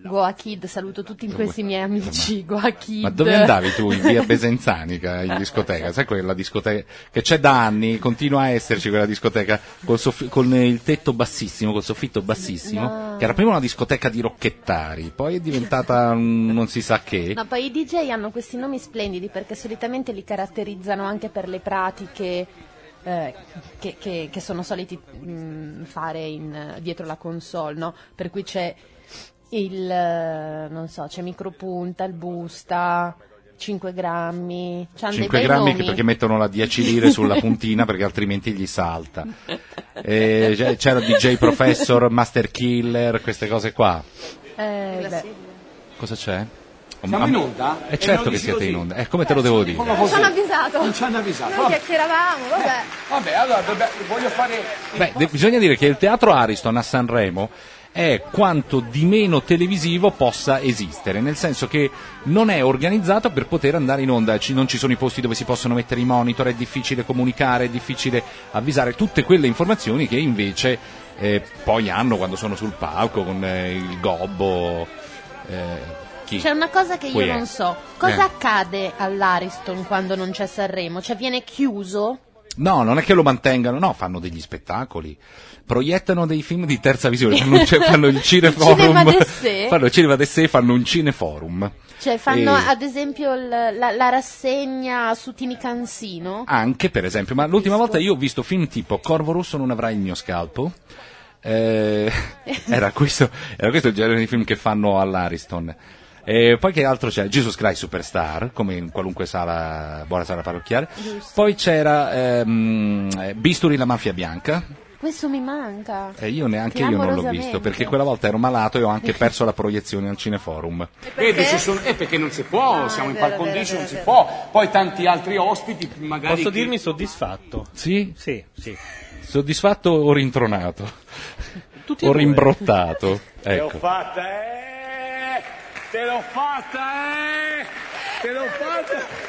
[SPEAKER 5] Goa Kid, saluto tutti questi miei amici, Goa Kid.
[SPEAKER 4] Ma dove andavi tu in via Besenzanica in discoteca? Sai quella discoteca che c'è da anni, continua a esserci quella discoteca col soffi- con il tetto bassissimo, col soffitto bassissimo,
[SPEAKER 5] No.
[SPEAKER 4] che era prima una discoteca di rocchettari, poi è diventata un non si sa che.
[SPEAKER 5] No, poi i DJ hanno questi nomi splendidi perché solitamente li caratterizzano anche per le pratiche eh, che, che- che sono soliti mm, fare in- dietro la console, no? Per cui c'è il, eh, non so, c'è micropunta, il busta, 5 grammi. C'hanno dei
[SPEAKER 4] 5
[SPEAKER 5] bei
[SPEAKER 4] grammi che-
[SPEAKER 5] nomi.
[SPEAKER 4] perché mettono la 10 lire sulla puntina perché altrimenti gli salta. Eh, c'è- c'era DJ Professor, Master Killer, queste cose qua.
[SPEAKER 5] Eh, beh.
[SPEAKER 4] Cosa c'è?
[SPEAKER 16] Siamo in onda?
[SPEAKER 4] È
[SPEAKER 16] E
[SPEAKER 4] certo
[SPEAKER 16] non
[SPEAKER 4] che
[SPEAKER 16] dici
[SPEAKER 4] siete
[SPEAKER 16] così.
[SPEAKER 4] in onda. Eh, come te lo devo dire?
[SPEAKER 16] Con la
[SPEAKER 17] Non ci hanno
[SPEAKER 16] voce-
[SPEAKER 17] avvisato.
[SPEAKER 16] Non ci hanno avvisato. Eh,
[SPEAKER 17] Noi chiacchieravamo, vabbè.
[SPEAKER 7] Vabbè, allora dobbiamo- voglio fare.
[SPEAKER 4] Beh, de- bisogna dire che il teatro Ariston a Sanremo è quanto di meno televisivo possa esistere, nel senso che non è organizzato per poter andare in onda, ci- non ci sono i posti dove si possono mettere i monitor, è difficile comunicare, è difficile avvisare tutte quelle informazioni che invece eh, poi hanno quando sono sul palco con eh, il gobbo. eh, chi?
[SPEAKER 5] C'è una cosa che io
[SPEAKER 4] Qui è.
[SPEAKER 5] non so. Cosa
[SPEAKER 4] Eh.
[SPEAKER 5] accade all'Ariston quando non c'è Sanremo? Cioè viene chiuso?
[SPEAKER 4] No, non è che lo mantengano, no, fanno degli spettacoli, proiettano dei film di terza visione, fanno, cioè, fanno il cineforum,
[SPEAKER 5] Cinema d'essè?
[SPEAKER 4] fanno il cinema d'essè, fanno un cineforum.
[SPEAKER 5] Cioè fanno
[SPEAKER 4] E
[SPEAKER 5] ad esempio il- la, la rassegna su Tini Cansino?
[SPEAKER 4] anche, per esempio, ma l'ultima volta io ho visto film tipo Corvo Rosso non avrai il mio scalpo. eh, era, questo, era questo il genere di film che fanno all'Ariston. E poi che altro c'è? Jesus Christ Superstar, come in qualunque sala, buona sala parrocchiale. Poi c'era ehm, eh, Bisturi la mafia bianca,
[SPEAKER 5] Questo mi manca.
[SPEAKER 4] Eh, io neanche io non l'ho
[SPEAKER 5] Clamorosamente.
[SPEAKER 4] visto perché quella volta ero malato e ho anche perso la proiezione al Cineforum.
[SPEAKER 16] Vedi, ci sono- eh, perché non si può, siamo
[SPEAKER 7] è
[SPEAKER 16] in
[SPEAKER 7] vero,
[SPEAKER 16] par
[SPEAKER 7] è vero,
[SPEAKER 16] condition,
[SPEAKER 7] è
[SPEAKER 16] non si
[SPEAKER 7] vero.
[SPEAKER 16] può. Poi tanti altri ospiti, magari.
[SPEAKER 2] Posso
[SPEAKER 16] chi-
[SPEAKER 2] dirmi soddisfatto?
[SPEAKER 4] Sì?
[SPEAKER 2] Sì, sì.
[SPEAKER 4] Soddisfatto o rintronato?
[SPEAKER 2] Tutti e
[SPEAKER 4] o
[SPEAKER 2] due.
[SPEAKER 4] rimbrottato?
[SPEAKER 7] Te l'ho
[SPEAKER 4] Ecco.
[SPEAKER 7] fatta, eh! Te l'ho fatta, eh! Te l'ho fatta!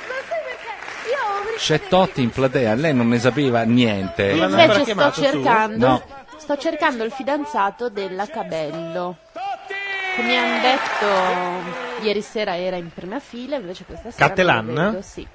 [SPEAKER 4] C'è Totti in platea, lei non ne sapeva niente.
[SPEAKER 5] Io invece sto cercando,
[SPEAKER 4] No.
[SPEAKER 5] sto cercando il fidanzato della Cabello. Che mi hanno detto ieri sera era in prima fila, invece questa sera
[SPEAKER 4] Cattelan?
[SPEAKER 5] non lo vedo, sì.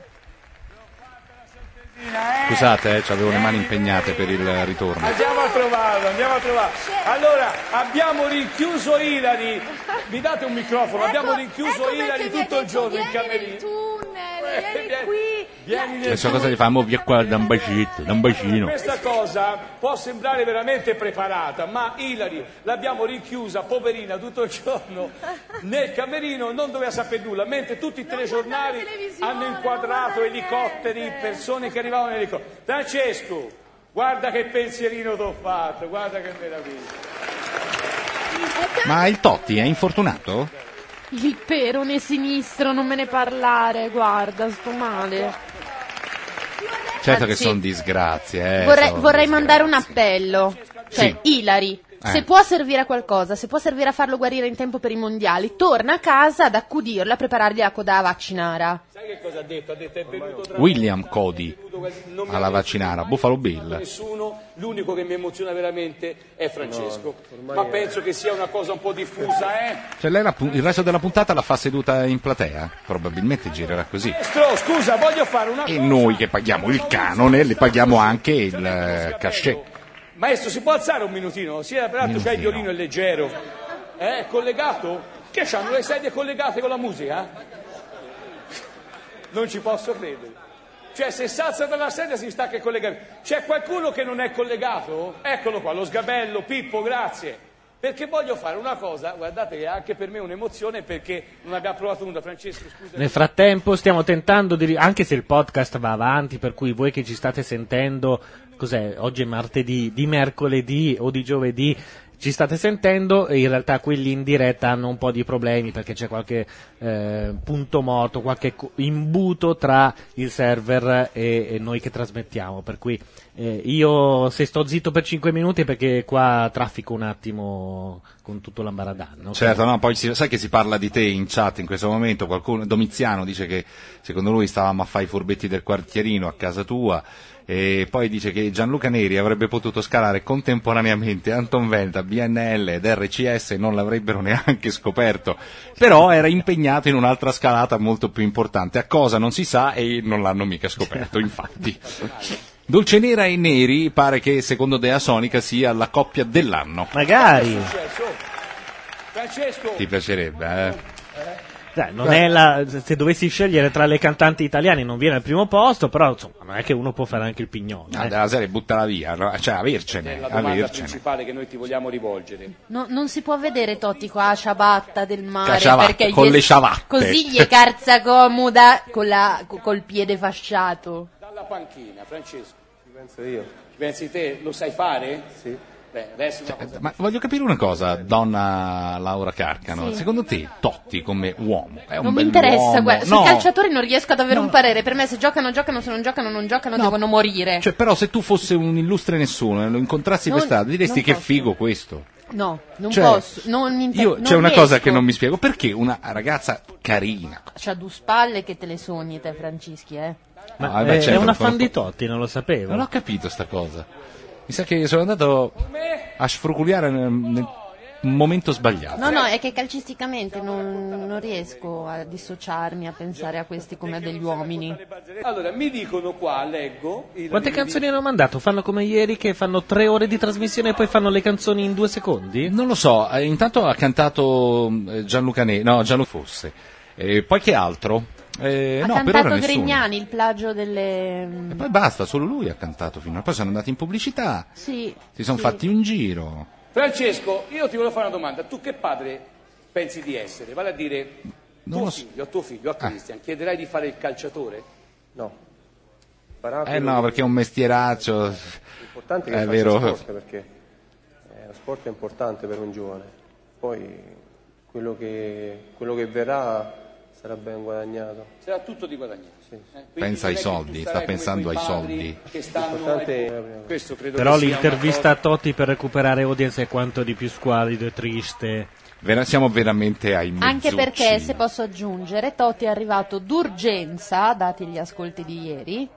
[SPEAKER 4] Scusate, eh, avevo le mani impegnate per il ritorno.
[SPEAKER 7] Andiamo a trovarlo, andiamo a trovarlo. Allora, abbiamo rinchiuso Ilari. Mi date un microfono, abbiamo rinchiuso Ilari tutto il giorno in camerino. vieni qui. Vieni nel
[SPEAKER 4] Adesso cosa gli fanno? Via qua, da un bacino, da un bacino.
[SPEAKER 7] Questa cosa può sembrare veramente preparata, ma Ilari l'abbiamo rinchiusa, poverina, tutto il giorno nel camerino, non doveva sapere nulla, mentre tutti i telegiornali hanno inquadrato elicotteri, persone che arrivavano in elicottero. Francesco, guarda che pensierino ti ho fatto, guarda che meraviglia.
[SPEAKER 4] Ma il Totti è infortunato?
[SPEAKER 5] Il perone sinistro, non me ne parlare, guarda, sto male.
[SPEAKER 4] Certo
[SPEAKER 5] Ah,
[SPEAKER 4] che
[SPEAKER 5] sì.
[SPEAKER 4] sono disgrazie. eh,
[SPEAKER 5] vorrei
[SPEAKER 4] sono
[SPEAKER 5] vorrei
[SPEAKER 4] disgrazie.
[SPEAKER 5] mandare un appello. Cioè, Ilari,
[SPEAKER 4] Eh.
[SPEAKER 5] se può servire a qualcosa, se può servire a farlo guarire in tempo per i mondiali, torna a casa ad accudirlo, a preparargli la coda a vaccinara.
[SPEAKER 7] Sai che cosa ha detto? Ha detto è venuto tra
[SPEAKER 4] William Cody alla vaccinara, Buffalo
[SPEAKER 7] Eh.
[SPEAKER 4] Bill.
[SPEAKER 7] nessuno, l'unico che mi emoziona veramente è Francesco. Ma penso che sia una cosa un po' diffusa, eh?
[SPEAKER 4] Cioè lei la pu- il resto della puntata la fa seduta in platea? Probabilmente girerà così.
[SPEAKER 7] Maestro, scusa, voglio fare una
[SPEAKER 4] E
[SPEAKER 7] cosa.
[SPEAKER 4] noi che paghiamo il canone, le paghiamo anche il eh, cachet.
[SPEAKER 7] Maestro, si può alzare un minutino? Sì, eh, peraltro c'è il violino è leggero. Eh, è collegato? Che c'hanno le sedie collegate con la musica? Non ci posso credere. Cioè, se salza dalla sedia si sta che collegando. C'è qualcuno che non è collegato? Eccolo qua, lo sgabello, Pippo, grazie. Perché voglio fare una cosa, guardate che è anche per me un'emozione perché non abbiamo provato nulla. Francesco, scusa.
[SPEAKER 2] Nel frattempo stiamo tentando di... ri- anche se il podcast va avanti, per cui voi che ci state sentendo, cos'è, oggi è martedì, di mercoledì o di giovedì, ci state sentendo e in realtà quelli in diretta hanno un po' di problemi perché c'è qualche eh, punto morto, qualche co- imbuto tra il server e, e noi che trasmettiamo, per cui eh, io se sto zitto per 5 minuti è perché qua traffico un attimo con tutto l'ambaradan. ok?
[SPEAKER 4] Certo, no, poi si- sai che si parla di te in chat in questo momento, qualcuno, Domiziano dice che secondo lui stavamo a fare i furbetti del quartierino a casa tua e poi dice che Gianluca Neri avrebbe potuto scalare contemporaneamente Anton Velta, BNL ed RCS e non l'avrebbero neanche scoperto, però era impegnato in un'altra scalata molto più importante, a cosa non si sa e non l'hanno mica scoperto, infatti. Dolce Nera e Neri pare che secondo Dea Sonica sia la coppia dell'anno.
[SPEAKER 2] Magari!
[SPEAKER 7] Francesco,
[SPEAKER 4] Ti piacerebbe, eh?
[SPEAKER 2] Cioè, non è la- se dovessi scegliere tra le cantanti italiane non viene al primo posto, però insomma, non è che uno può fare anche il pignone. eh.
[SPEAKER 4] Ah, della serie buttala via, no? cioè avercene,
[SPEAKER 7] È la domanda
[SPEAKER 4] avercene.
[SPEAKER 7] principale che noi ti vogliamo rivolgere.
[SPEAKER 5] No, non si può vedere Totti qua a ciabatta del mare
[SPEAKER 4] Cacciavatte,
[SPEAKER 5] perché
[SPEAKER 4] con
[SPEAKER 5] gli-
[SPEAKER 4] le ciabatte.
[SPEAKER 5] così gli carza comoda con la- co- col piede fasciato.
[SPEAKER 7] Dalla panchina, Francesco. Ci penso io. Ci pensi te? Lo sai fare? Sì. Beh, adesso una cosa...
[SPEAKER 4] Ma voglio capire una cosa, donna Laura Carcano,
[SPEAKER 5] Sì.
[SPEAKER 4] secondo te Totti come uomo è un
[SPEAKER 5] Non mi
[SPEAKER 4] bell'uomo?
[SPEAKER 5] interessa, guarda, sui
[SPEAKER 4] No.
[SPEAKER 5] calciatori non riesco ad avere un parere. Per me se giocano, giocano, se non giocano, non giocano, devono morire.
[SPEAKER 4] Cioè, però se tu fossi un illustre nessuno e lo incontrassi
[SPEAKER 5] Non-
[SPEAKER 4] per strada, diresti
[SPEAKER 5] non
[SPEAKER 4] che
[SPEAKER 5] posso.
[SPEAKER 4] figo questo.
[SPEAKER 5] No, non
[SPEAKER 4] Cioè,
[SPEAKER 5] posso. Non mi inter-
[SPEAKER 4] Io,
[SPEAKER 5] non
[SPEAKER 4] c'è una cosa
[SPEAKER 5] riesco.
[SPEAKER 4] che non mi spiego, perché una ragazza carina,
[SPEAKER 5] C'ha due spalle che te le sogni te, Francischi, eh.
[SPEAKER 2] Ma
[SPEAKER 4] Ah, beh,
[SPEAKER 2] è,
[SPEAKER 4] certo,
[SPEAKER 2] è una
[SPEAKER 4] sono-
[SPEAKER 2] fan di Totti, non lo sapevo.
[SPEAKER 4] non ho capito sta cosa. Mi sa che sono andato a sfruculiare nel, nel momento sbagliato.
[SPEAKER 5] No, no, è che calcisticamente non, non riesco a dissociarmi, a pensare a questi come a degli uomini.
[SPEAKER 4] Eh
[SPEAKER 7] Allora, mi dicono qua, leggo... il-
[SPEAKER 2] Quante canzoni hanno mandato? Fanno come ieri che fanno tre ore di trasmissione e poi fanno le canzoni in due secondi?
[SPEAKER 4] Non lo so, eh, intanto ha cantato eh, Gianluca Ne, no, Gianluca Fosse. E poi che altro? Eh,
[SPEAKER 5] ha
[SPEAKER 4] no, per ora
[SPEAKER 5] cantato
[SPEAKER 4] nessuno.
[SPEAKER 5] Grignani, il plagio delle...
[SPEAKER 4] Poi basta, solo lui ha cantato finora. Poi sono andati in pubblicità,
[SPEAKER 5] Sì,
[SPEAKER 4] si sono
[SPEAKER 5] sì.
[SPEAKER 4] fatti un giro.
[SPEAKER 7] Francesco, io ti voglio fare una domanda. Tu che padre pensi di essere? Vale a dire, tuo figlio, a tuo figlio,
[SPEAKER 4] Ah.
[SPEAKER 7] a Cristian, chiederai di fare il calciatore? No.
[SPEAKER 4] Eh no, perché è un mestieraccio.
[SPEAKER 11] L'importante è che
[SPEAKER 4] È
[SPEAKER 11] faccia
[SPEAKER 4] vero.
[SPEAKER 11] sport perché eh, lo sport è importante per un giovane. Poi quello che, quello che verrà sarà ben guadagnato.
[SPEAKER 7] Sarà tutto di guadagnato. Eh, quindi
[SPEAKER 4] Pensa
[SPEAKER 7] non
[SPEAKER 4] ai
[SPEAKER 7] è che tu
[SPEAKER 4] soldi, sta
[SPEAKER 7] sarai come
[SPEAKER 4] pensando
[SPEAKER 7] quei
[SPEAKER 4] ai
[SPEAKER 7] padri
[SPEAKER 4] soldi.
[SPEAKER 7] Che stanno...
[SPEAKER 11] L'importante
[SPEAKER 7] Questo credo
[SPEAKER 2] Però
[SPEAKER 7] che sia una
[SPEAKER 2] l'intervista a Totti per recuperare audience è quanto di più squallido e triste.
[SPEAKER 4] Vera- siamo veramente ai
[SPEAKER 5] Anche
[SPEAKER 4] mezzucci.
[SPEAKER 5] perché, se posso aggiungere, Totti è arrivato d'urgenza, dati gli ascolti di ieri,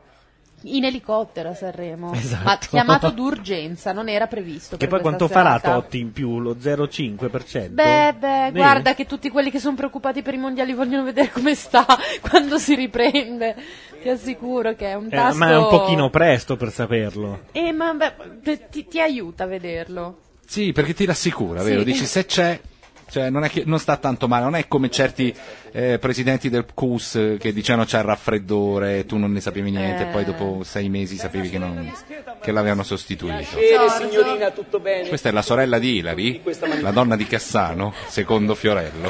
[SPEAKER 5] in elicottero a Sanremo.
[SPEAKER 2] Esatto.
[SPEAKER 5] Ma chiamato d'urgenza, non era previsto.
[SPEAKER 2] Che
[SPEAKER 5] per
[SPEAKER 2] poi
[SPEAKER 5] questa
[SPEAKER 2] quanto farà
[SPEAKER 5] serata.
[SPEAKER 2] Totti in più? Lo 0,5%?
[SPEAKER 5] Beh, beh,
[SPEAKER 2] Eh?
[SPEAKER 5] guarda che tutti quelli che sono preoccupati per i mondiali vogliono vedere come sta quando si riprende. Ti assicuro che è un
[SPEAKER 2] Eh,
[SPEAKER 5] tasto...
[SPEAKER 2] ma è un pochino presto per saperlo.
[SPEAKER 5] Eh, ma beh, ti, ti aiuta a vederlo.
[SPEAKER 4] Sì, perché ti rassicura, vero?
[SPEAKER 5] Sì.
[SPEAKER 4] Dici se c'è. Cioè, non, è che, non sta tanto male, non è come certi eh, presidenti del CUS eh, che dicevano c'è il raffreddore, tu non ne sapevi niente,
[SPEAKER 7] Eh.
[SPEAKER 4] e poi dopo sei mesi sapevi che, non- che l'avevano sostituito.
[SPEAKER 7] Piacere, Eh, signorina, tutto bene?
[SPEAKER 4] Questa è la sorella di Ilari, la donna di Cassano, secondo Fiorello.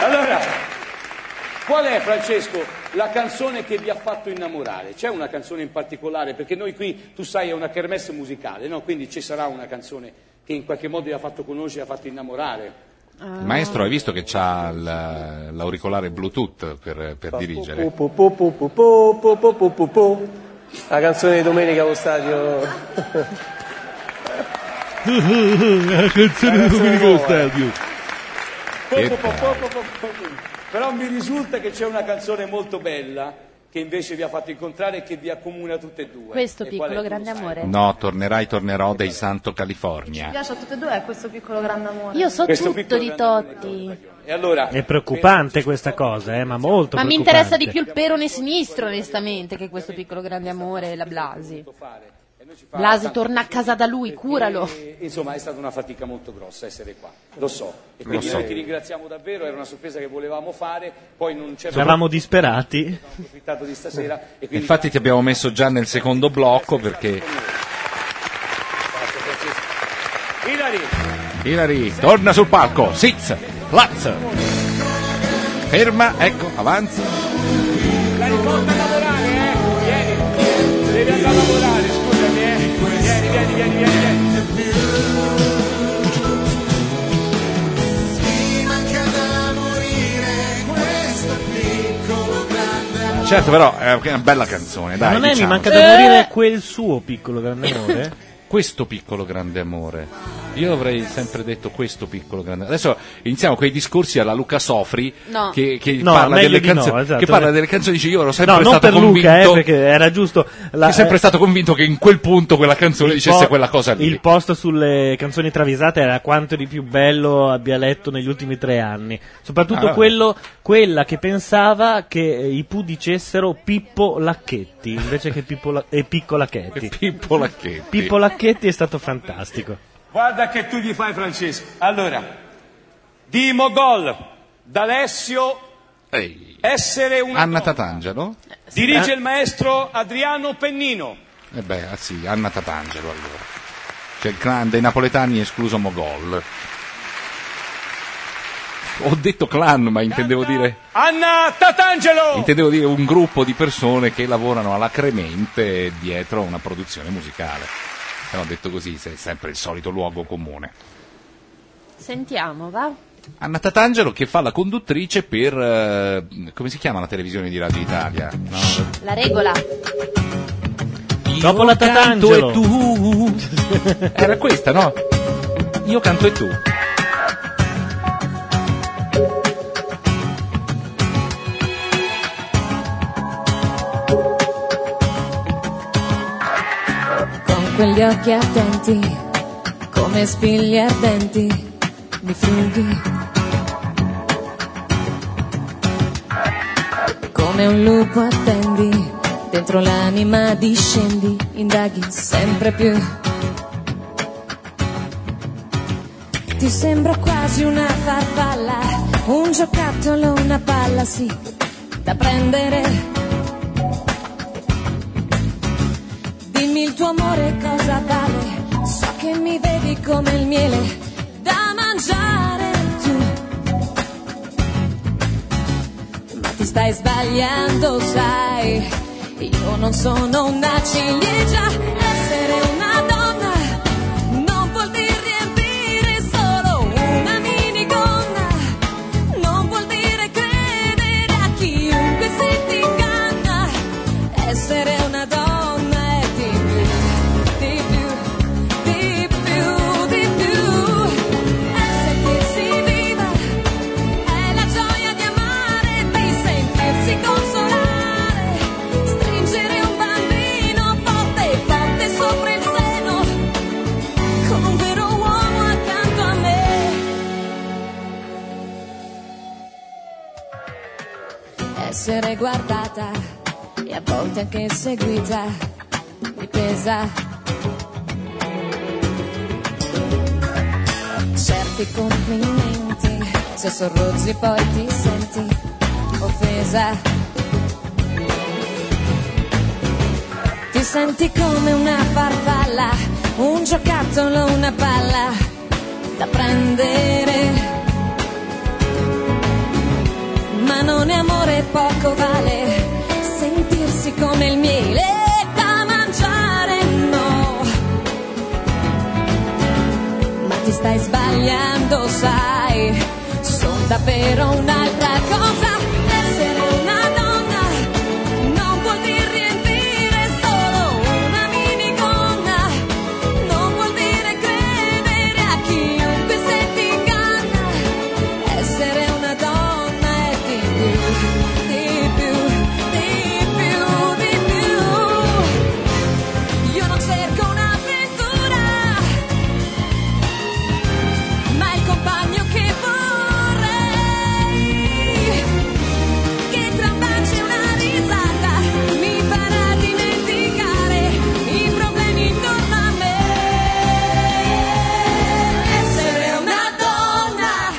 [SPEAKER 7] Allora, qual è, Francesco, la canzone che vi ha fatto innamorare? C'è una canzone in particolare? Perché noi qui, tu sai, è una kermesse musicale, no? Quindi ci sarà una canzone che in qualche modo vi ha fatto conoscere, vi ha fatto innamorare.
[SPEAKER 4] Il maestro hai visto che ha l'auricolare Bluetooth per, per dirigere?
[SPEAKER 11] Po, po, po, po, po, po, po, po, po, po. La canzone di domenica allo stadio.
[SPEAKER 1] La canzone di Domenico
[SPEAKER 12] eh,
[SPEAKER 1] allo stadio.
[SPEAKER 7] Po, po, po, po, po, po, po. Però mi risulta che c'è una canzone molto bella che invece vi ha fatto incontrare e che vi accomuna tutte e due.
[SPEAKER 14] Questo
[SPEAKER 7] E qual è?
[SPEAKER 14] piccolo grande amore.
[SPEAKER 4] No, tornerai, tornerò dei Santo California.
[SPEAKER 14] piace a tutte e due eh, questo piccolo grande amore.
[SPEAKER 5] Io so
[SPEAKER 4] Questo
[SPEAKER 5] tutto di Totti.
[SPEAKER 7] E allora,
[SPEAKER 2] È preoccupante questa cosa, eh, ma molto
[SPEAKER 5] Ma mi
[SPEAKER 2] preoccupante.
[SPEAKER 5] interessa di più il perone sinistro, onestamente, che questo piccolo grande amore, la Blasi. Blasi torna a casa da lui, curalo.
[SPEAKER 7] E, Insomma, è stata una fatica molto grossa essere qua, lo so. E
[SPEAKER 2] Lo
[SPEAKER 7] quindi
[SPEAKER 2] so.
[SPEAKER 7] noi ti ringraziamo davvero, era una sorpresa che volevamo fare, poi non c'era
[SPEAKER 2] Eravamo disperati.
[SPEAKER 7] approfittato di stasera. E quindi
[SPEAKER 4] Infatti ti abbiamo messo già nel secondo blocco perché
[SPEAKER 7] Ilari,
[SPEAKER 4] Ilari torna sul palco, Sitz, Platz, ferma, ecco, avanza.
[SPEAKER 7] la riporta a lavorare, eh? Vieni, devi andare a lavorare, scusami, eh? Vieni, vieni, vieni, vieni.
[SPEAKER 8] Ti manca da morire questo piccolo grande amore.
[SPEAKER 4] Certo però è una bella canzone,
[SPEAKER 2] Ma
[SPEAKER 4] dai.
[SPEAKER 2] non è mi
[SPEAKER 4] diciamo. Eh.
[SPEAKER 2] manca da
[SPEAKER 5] Eh.
[SPEAKER 2] morire quel suo piccolo grande amore?
[SPEAKER 4] Questo piccolo grande amore. Io avrei sempre detto questo piccolo grande amore. Adesso iniziamo quei discorsi alla Luca Sofri
[SPEAKER 2] No.
[SPEAKER 4] che, che
[SPEAKER 2] No,
[SPEAKER 4] parla
[SPEAKER 2] meglio
[SPEAKER 4] delle
[SPEAKER 2] di no,
[SPEAKER 4] canzoni.
[SPEAKER 2] esatto.
[SPEAKER 4] Che parla delle canzoni dice io ero sempre
[SPEAKER 2] no, non
[SPEAKER 4] stato
[SPEAKER 2] per
[SPEAKER 4] convinto.
[SPEAKER 2] Luca, eh, perché era giusto. La, eh,
[SPEAKER 4] che è sempre stato convinto che in quel punto quella canzone
[SPEAKER 2] il
[SPEAKER 4] dicesse
[SPEAKER 2] po-
[SPEAKER 4] quella cosa lì.
[SPEAKER 2] Il post sulle canzoni travisate era quanto di più bello abbia letto negli ultimi tre anni. Soprattutto
[SPEAKER 4] Ah.
[SPEAKER 2] quello, quella che pensava che eh, i Pooh dicessero Pippo Lacchetti invece che Pippo La- e Picco Lacchetti.
[SPEAKER 4] Pippo Lacchetti.
[SPEAKER 2] Pippo Lacchetti è stato fantastico.
[SPEAKER 7] Guarda che tu gli fai, Francesco. Allora, Dimo Gol, D'Alessio, essere una...
[SPEAKER 4] Anna Tatangelo?
[SPEAKER 7] Dirige
[SPEAKER 4] Eh?
[SPEAKER 7] il maestro Adriano Pennino.
[SPEAKER 4] Eh beh, ah sì, Anna Tatangelo allora. Cioè il clan dei napoletani escluso Mogol. Ho detto clan, ma intendevo dire,
[SPEAKER 7] Anna Tatangelo!
[SPEAKER 4] intendevo dire un gruppo di persone che lavorano alacremente dietro a una produzione musicale. Se no detto così, è sempre il solito luogo comune.
[SPEAKER 5] Sentiamo, va?
[SPEAKER 4] Anna Tatangelo che fa la conduttrice per... eh, come si chiama la televisione di Radio Italia? No?
[SPEAKER 5] La regola.
[SPEAKER 4] Dopo
[SPEAKER 2] la Tatangelo.
[SPEAKER 4] e tu. Era questa, no? Io canto e tu.
[SPEAKER 18] Con quegli occhi attenti, come spigli ardenti, mi fughi. Come un lupo attendi, dentro l'anima discendi, indaghi sempre più. Ti sembro quasi una farfalla, un giocattolo, una palla, sì, da prendere. Dimmi il tuo amore cosa vale, so che mi vedi come il miele da mangiare tu. Ma ti stai sbagliando, sai, io non sono una ciliegia, essere una donna non vuol dire riempire solo una minigonna, non vuol dire credere a chiunque si ti inganna. Essere una donna è di più, di più, di più, di più. È sentirsi viva, è la gioia di amare, di sentirsi consolare. Stringere un bambino forte, forte sopra il seno, con un vero uomo accanto a me. Essere guardata e a volte anche seguita mi pesa. Certi complimenti, se sorrozzi poi ti senti offesa. Ti senti come una farfalla, un giocattolo, una palla da prendere. Ma non è amore, poco vale sentirsi come il miele da mangiare, no. Ma ti stai sbagliando, sai, sono davvero un'altra cosa. Essere una donna non vuol dire riempire solo una minigonna, non vuol dire credere a chiunque se ti inganna. Essere una donna è di più, di più, di più, di più. Io non cerco un'avventura, ma il compagno che vorrei. Che tra un bacio e una risata mi farà dimenticare i problemi intorno a me. Essere una donna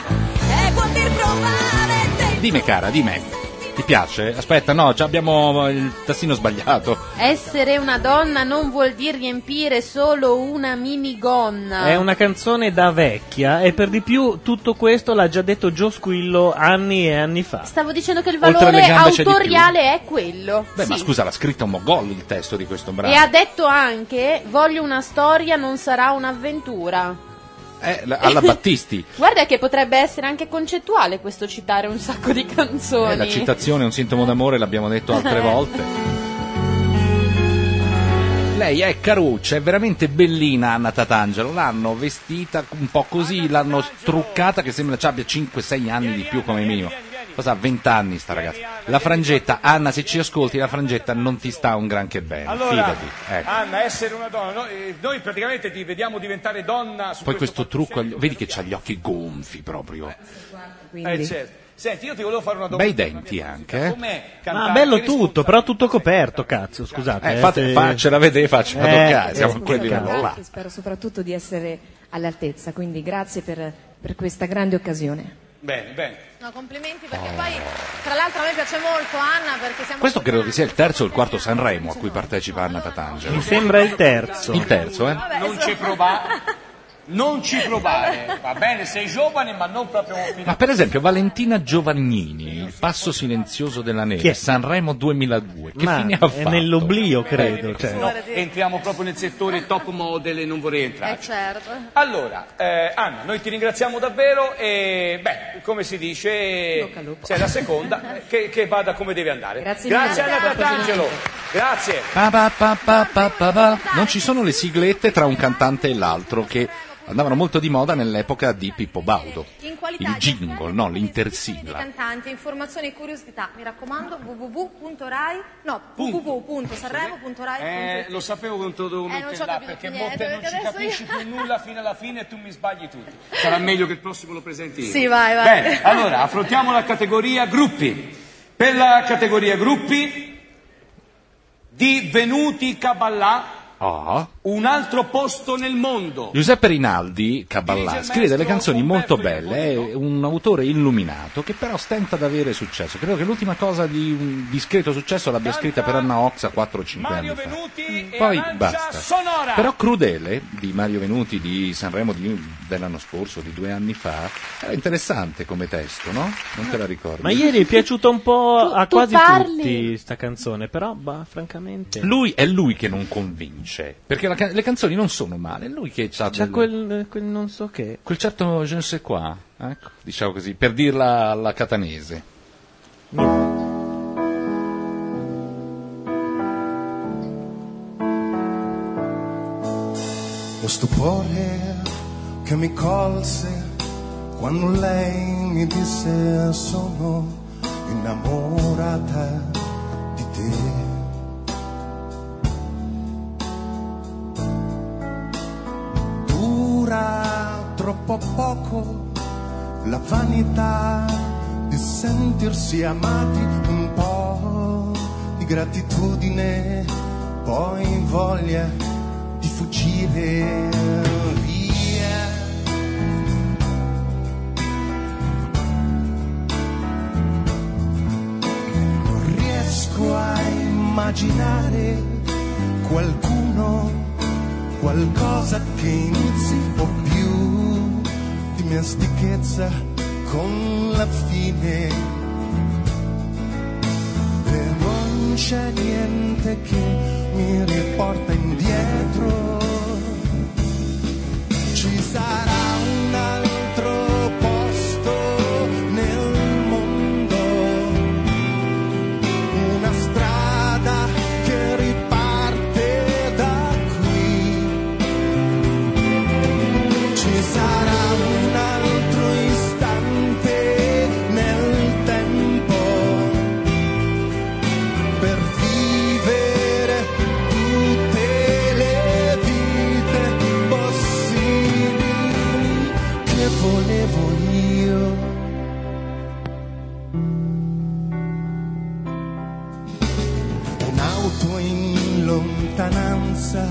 [SPEAKER 18] è poter provare te.
[SPEAKER 4] Dimmi cara, di me. Ti piace? Aspetta, no, ci abbiamo il tassino sbagliato.
[SPEAKER 5] Essere una donna non vuol dire riempire solo una minigonna.
[SPEAKER 2] È una canzone da vecchia e per di più tutto questo l'ha già detto Gio Squillo anni e anni fa.
[SPEAKER 5] Stavo dicendo che il
[SPEAKER 2] Oltre
[SPEAKER 5] valore
[SPEAKER 2] alle gambe c'è di
[SPEAKER 5] autoriale è quello.
[SPEAKER 4] Beh,
[SPEAKER 5] sì.
[SPEAKER 4] ma scusa, l'ha scritto Mogol il testo di questo brano.
[SPEAKER 5] E ha detto anche: Voglio una storia, non sarà un'avventura.
[SPEAKER 4] Eh, la- alla Battisti.
[SPEAKER 5] Guarda che potrebbe essere anche concettuale questo citare un sacco di canzoni.
[SPEAKER 4] Eh, la citazione è un sintomo d'amore, l'abbiamo detto altre
[SPEAKER 5] Eh.
[SPEAKER 4] volte. Lei è caruccia, è veramente bellina Anna Tatangelo. L'hanno vestita un po' così, l'hanno truccata che sembra ci abbia 5-6 anni di più come minimo. Cosa ha 20 anni sta ragazza? La frangetta, Anna, se ci ascolti, la frangetta non ti sta un granché bene.
[SPEAKER 7] Allora,
[SPEAKER 4] Fidati. Ecco.
[SPEAKER 7] Anna, essere una donna, no? Eh, noi praticamente ti vediamo diventare donna su
[SPEAKER 4] Poi
[SPEAKER 7] questo
[SPEAKER 4] questo trucco, agli- vedi che ha gli occhi gonfi proprio.
[SPEAKER 7] Eh, certo. Senti, io ti volevo fare una domanda.
[SPEAKER 4] Bei denti anche. eh.
[SPEAKER 7] Com'è
[SPEAKER 2] Ma
[SPEAKER 7] cantare?
[SPEAKER 2] bello tutto, però tutto coperto, cazzo, scusate.
[SPEAKER 4] Eh, fate- faccela vedere, faccela toccare, siamo a
[SPEAKER 2] eh,
[SPEAKER 4] quel livello
[SPEAKER 2] cazzo.
[SPEAKER 4] là.
[SPEAKER 19] Spero soprattutto di essere all'altezza. Quindi grazie per, per questa grande occasione.
[SPEAKER 7] Bene, bene.
[SPEAKER 14] No, complimenti perché poi, tra l'altro, a me piace molto Anna perché siamo
[SPEAKER 4] Questo credo che sia il terzo o il quarto Sanremo a cui partecipa Anna Tatangelo.
[SPEAKER 2] Mi sembra il terzo.
[SPEAKER 4] Il terzo, eh?
[SPEAKER 7] non ci provare. Non ci provare, va bene, sei giovane ma non proprio
[SPEAKER 4] Ma per esempio Valentina Giovannini, il passo silenzioso della
[SPEAKER 2] Chi è?
[SPEAKER 4] neve, Sanremo 2002, che
[SPEAKER 2] Ma
[SPEAKER 4] fine ha
[SPEAKER 2] è
[SPEAKER 4] fatto? Eh,
[SPEAKER 2] nell'oblio, credo,
[SPEAKER 4] cioè.
[SPEAKER 2] cioè.
[SPEAKER 7] No, entriamo proprio nel settore top model e non vorrei entrare.
[SPEAKER 14] certo.
[SPEAKER 7] Allora, eh, Anna, noi ti ringraziamo davvero e, beh, come si dice, sei la seconda eh, che, che vada come deve andare.
[SPEAKER 19] Grazie mille.
[SPEAKER 7] Anna Tatangelo, grazie.
[SPEAKER 4] Pa, pa, pa, pa, pa, pa, pa. Non ci sono le siglette tra un cantante e l'altro che andavano molto di moda nell'epoca di Pippo Baudo.
[SPEAKER 14] in qualità
[SPEAKER 4] Il
[SPEAKER 14] di
[SPEAKER 4] jingle, no,
[SPEAKER 14] di
[SPEAKER 4] l'intersigla.
[SPEAKER 14] cantanti, informazioni e curiosità. Mi raccomando, www.rai, no, www.sanremo.rai.
[SPEAKER 7] Eh, lo sapevo che non te lo dovevo
[SPEAKER 14] Eh, non ci ho
[SPEAKER 7] mettere là
[SPEAKER 14] capito
[SPEAKER 7] perché
[SPEAKER 14] niente,
[SPEAKER 7] molte non
[SPEAKER 14] perché
[SPEAKER 7] ci
[SPEAKER 14] adesso io-
[SPEAKER 7] capisci più nulla fino alla fine e tu mi sbagli tutti. Sarà meglio che il prossimo lo
[SPEAKER 2] Eh,
[SPEAKER 7] presenti io.
[SPEAKER 14] Sì, vai, vai.
[SPEAKER 7] Bene,
[SPEAKER 2] ah,
[SPEAKER 7] allora, affrontiamo la categoria gruppi. Per la categoria gruppi di Venuti Caballà,
[SPEAKER 4] Ah.
[SPEAKER 7] un altro posto nel mondo.
[SPEAKER 4] Giuseppe Rinaldi, Caballà, scrive delle canzoni molto belle, è un autore illuminato che però stenta ad avere successo. Credo che l'ultima cosa di un discreto successo l'abbia scritta per Anna Oxa 4 o 5 anni fa. Poi basta. Però Crudele, di Mario Venuti di Sanremo di- dell'anno scorso, di due anni fa, era interessante come testo, no? Non te la ricordi?
[SPEAKER 2] Ma ieri è piaciuto un po' a
[SPEAKER 4] tu
[SPEAKER 2] quasi
[SPEAKER 4] parli?
[SPEAKER 2] tutti sta canzone, però, bah, francamente...
[SPEAKER 4] Lui è lui che non convince, perché la ca- le canzoni non sono male, è lui che ha
[SPEAKER 2] C'ha quel, quel non so che...
[SPEAKER 4] quel certo je ne sais quoi, ecco, diciamo così, per dirla alla catanese.
[SPEAKER 12] Lo stupore che mi colse quando lei mi disse sono innamorata di te. Dura troppo poco la vanità di sentirsi amati un po' di gratitudine, poi voglia di fuggire via. Non riesco a immaginare qualcuno, qualcosa che inizi o più di mia sticchezza con la fine. E non c'è niente che mi riporta indietro. Ci sarà un altro posto nel mondo, una strada che riparte da qui. Ci sarà un altro istante nel tempo per vivere tutte le vite possibili che volevo io. Un'auto in lontananza,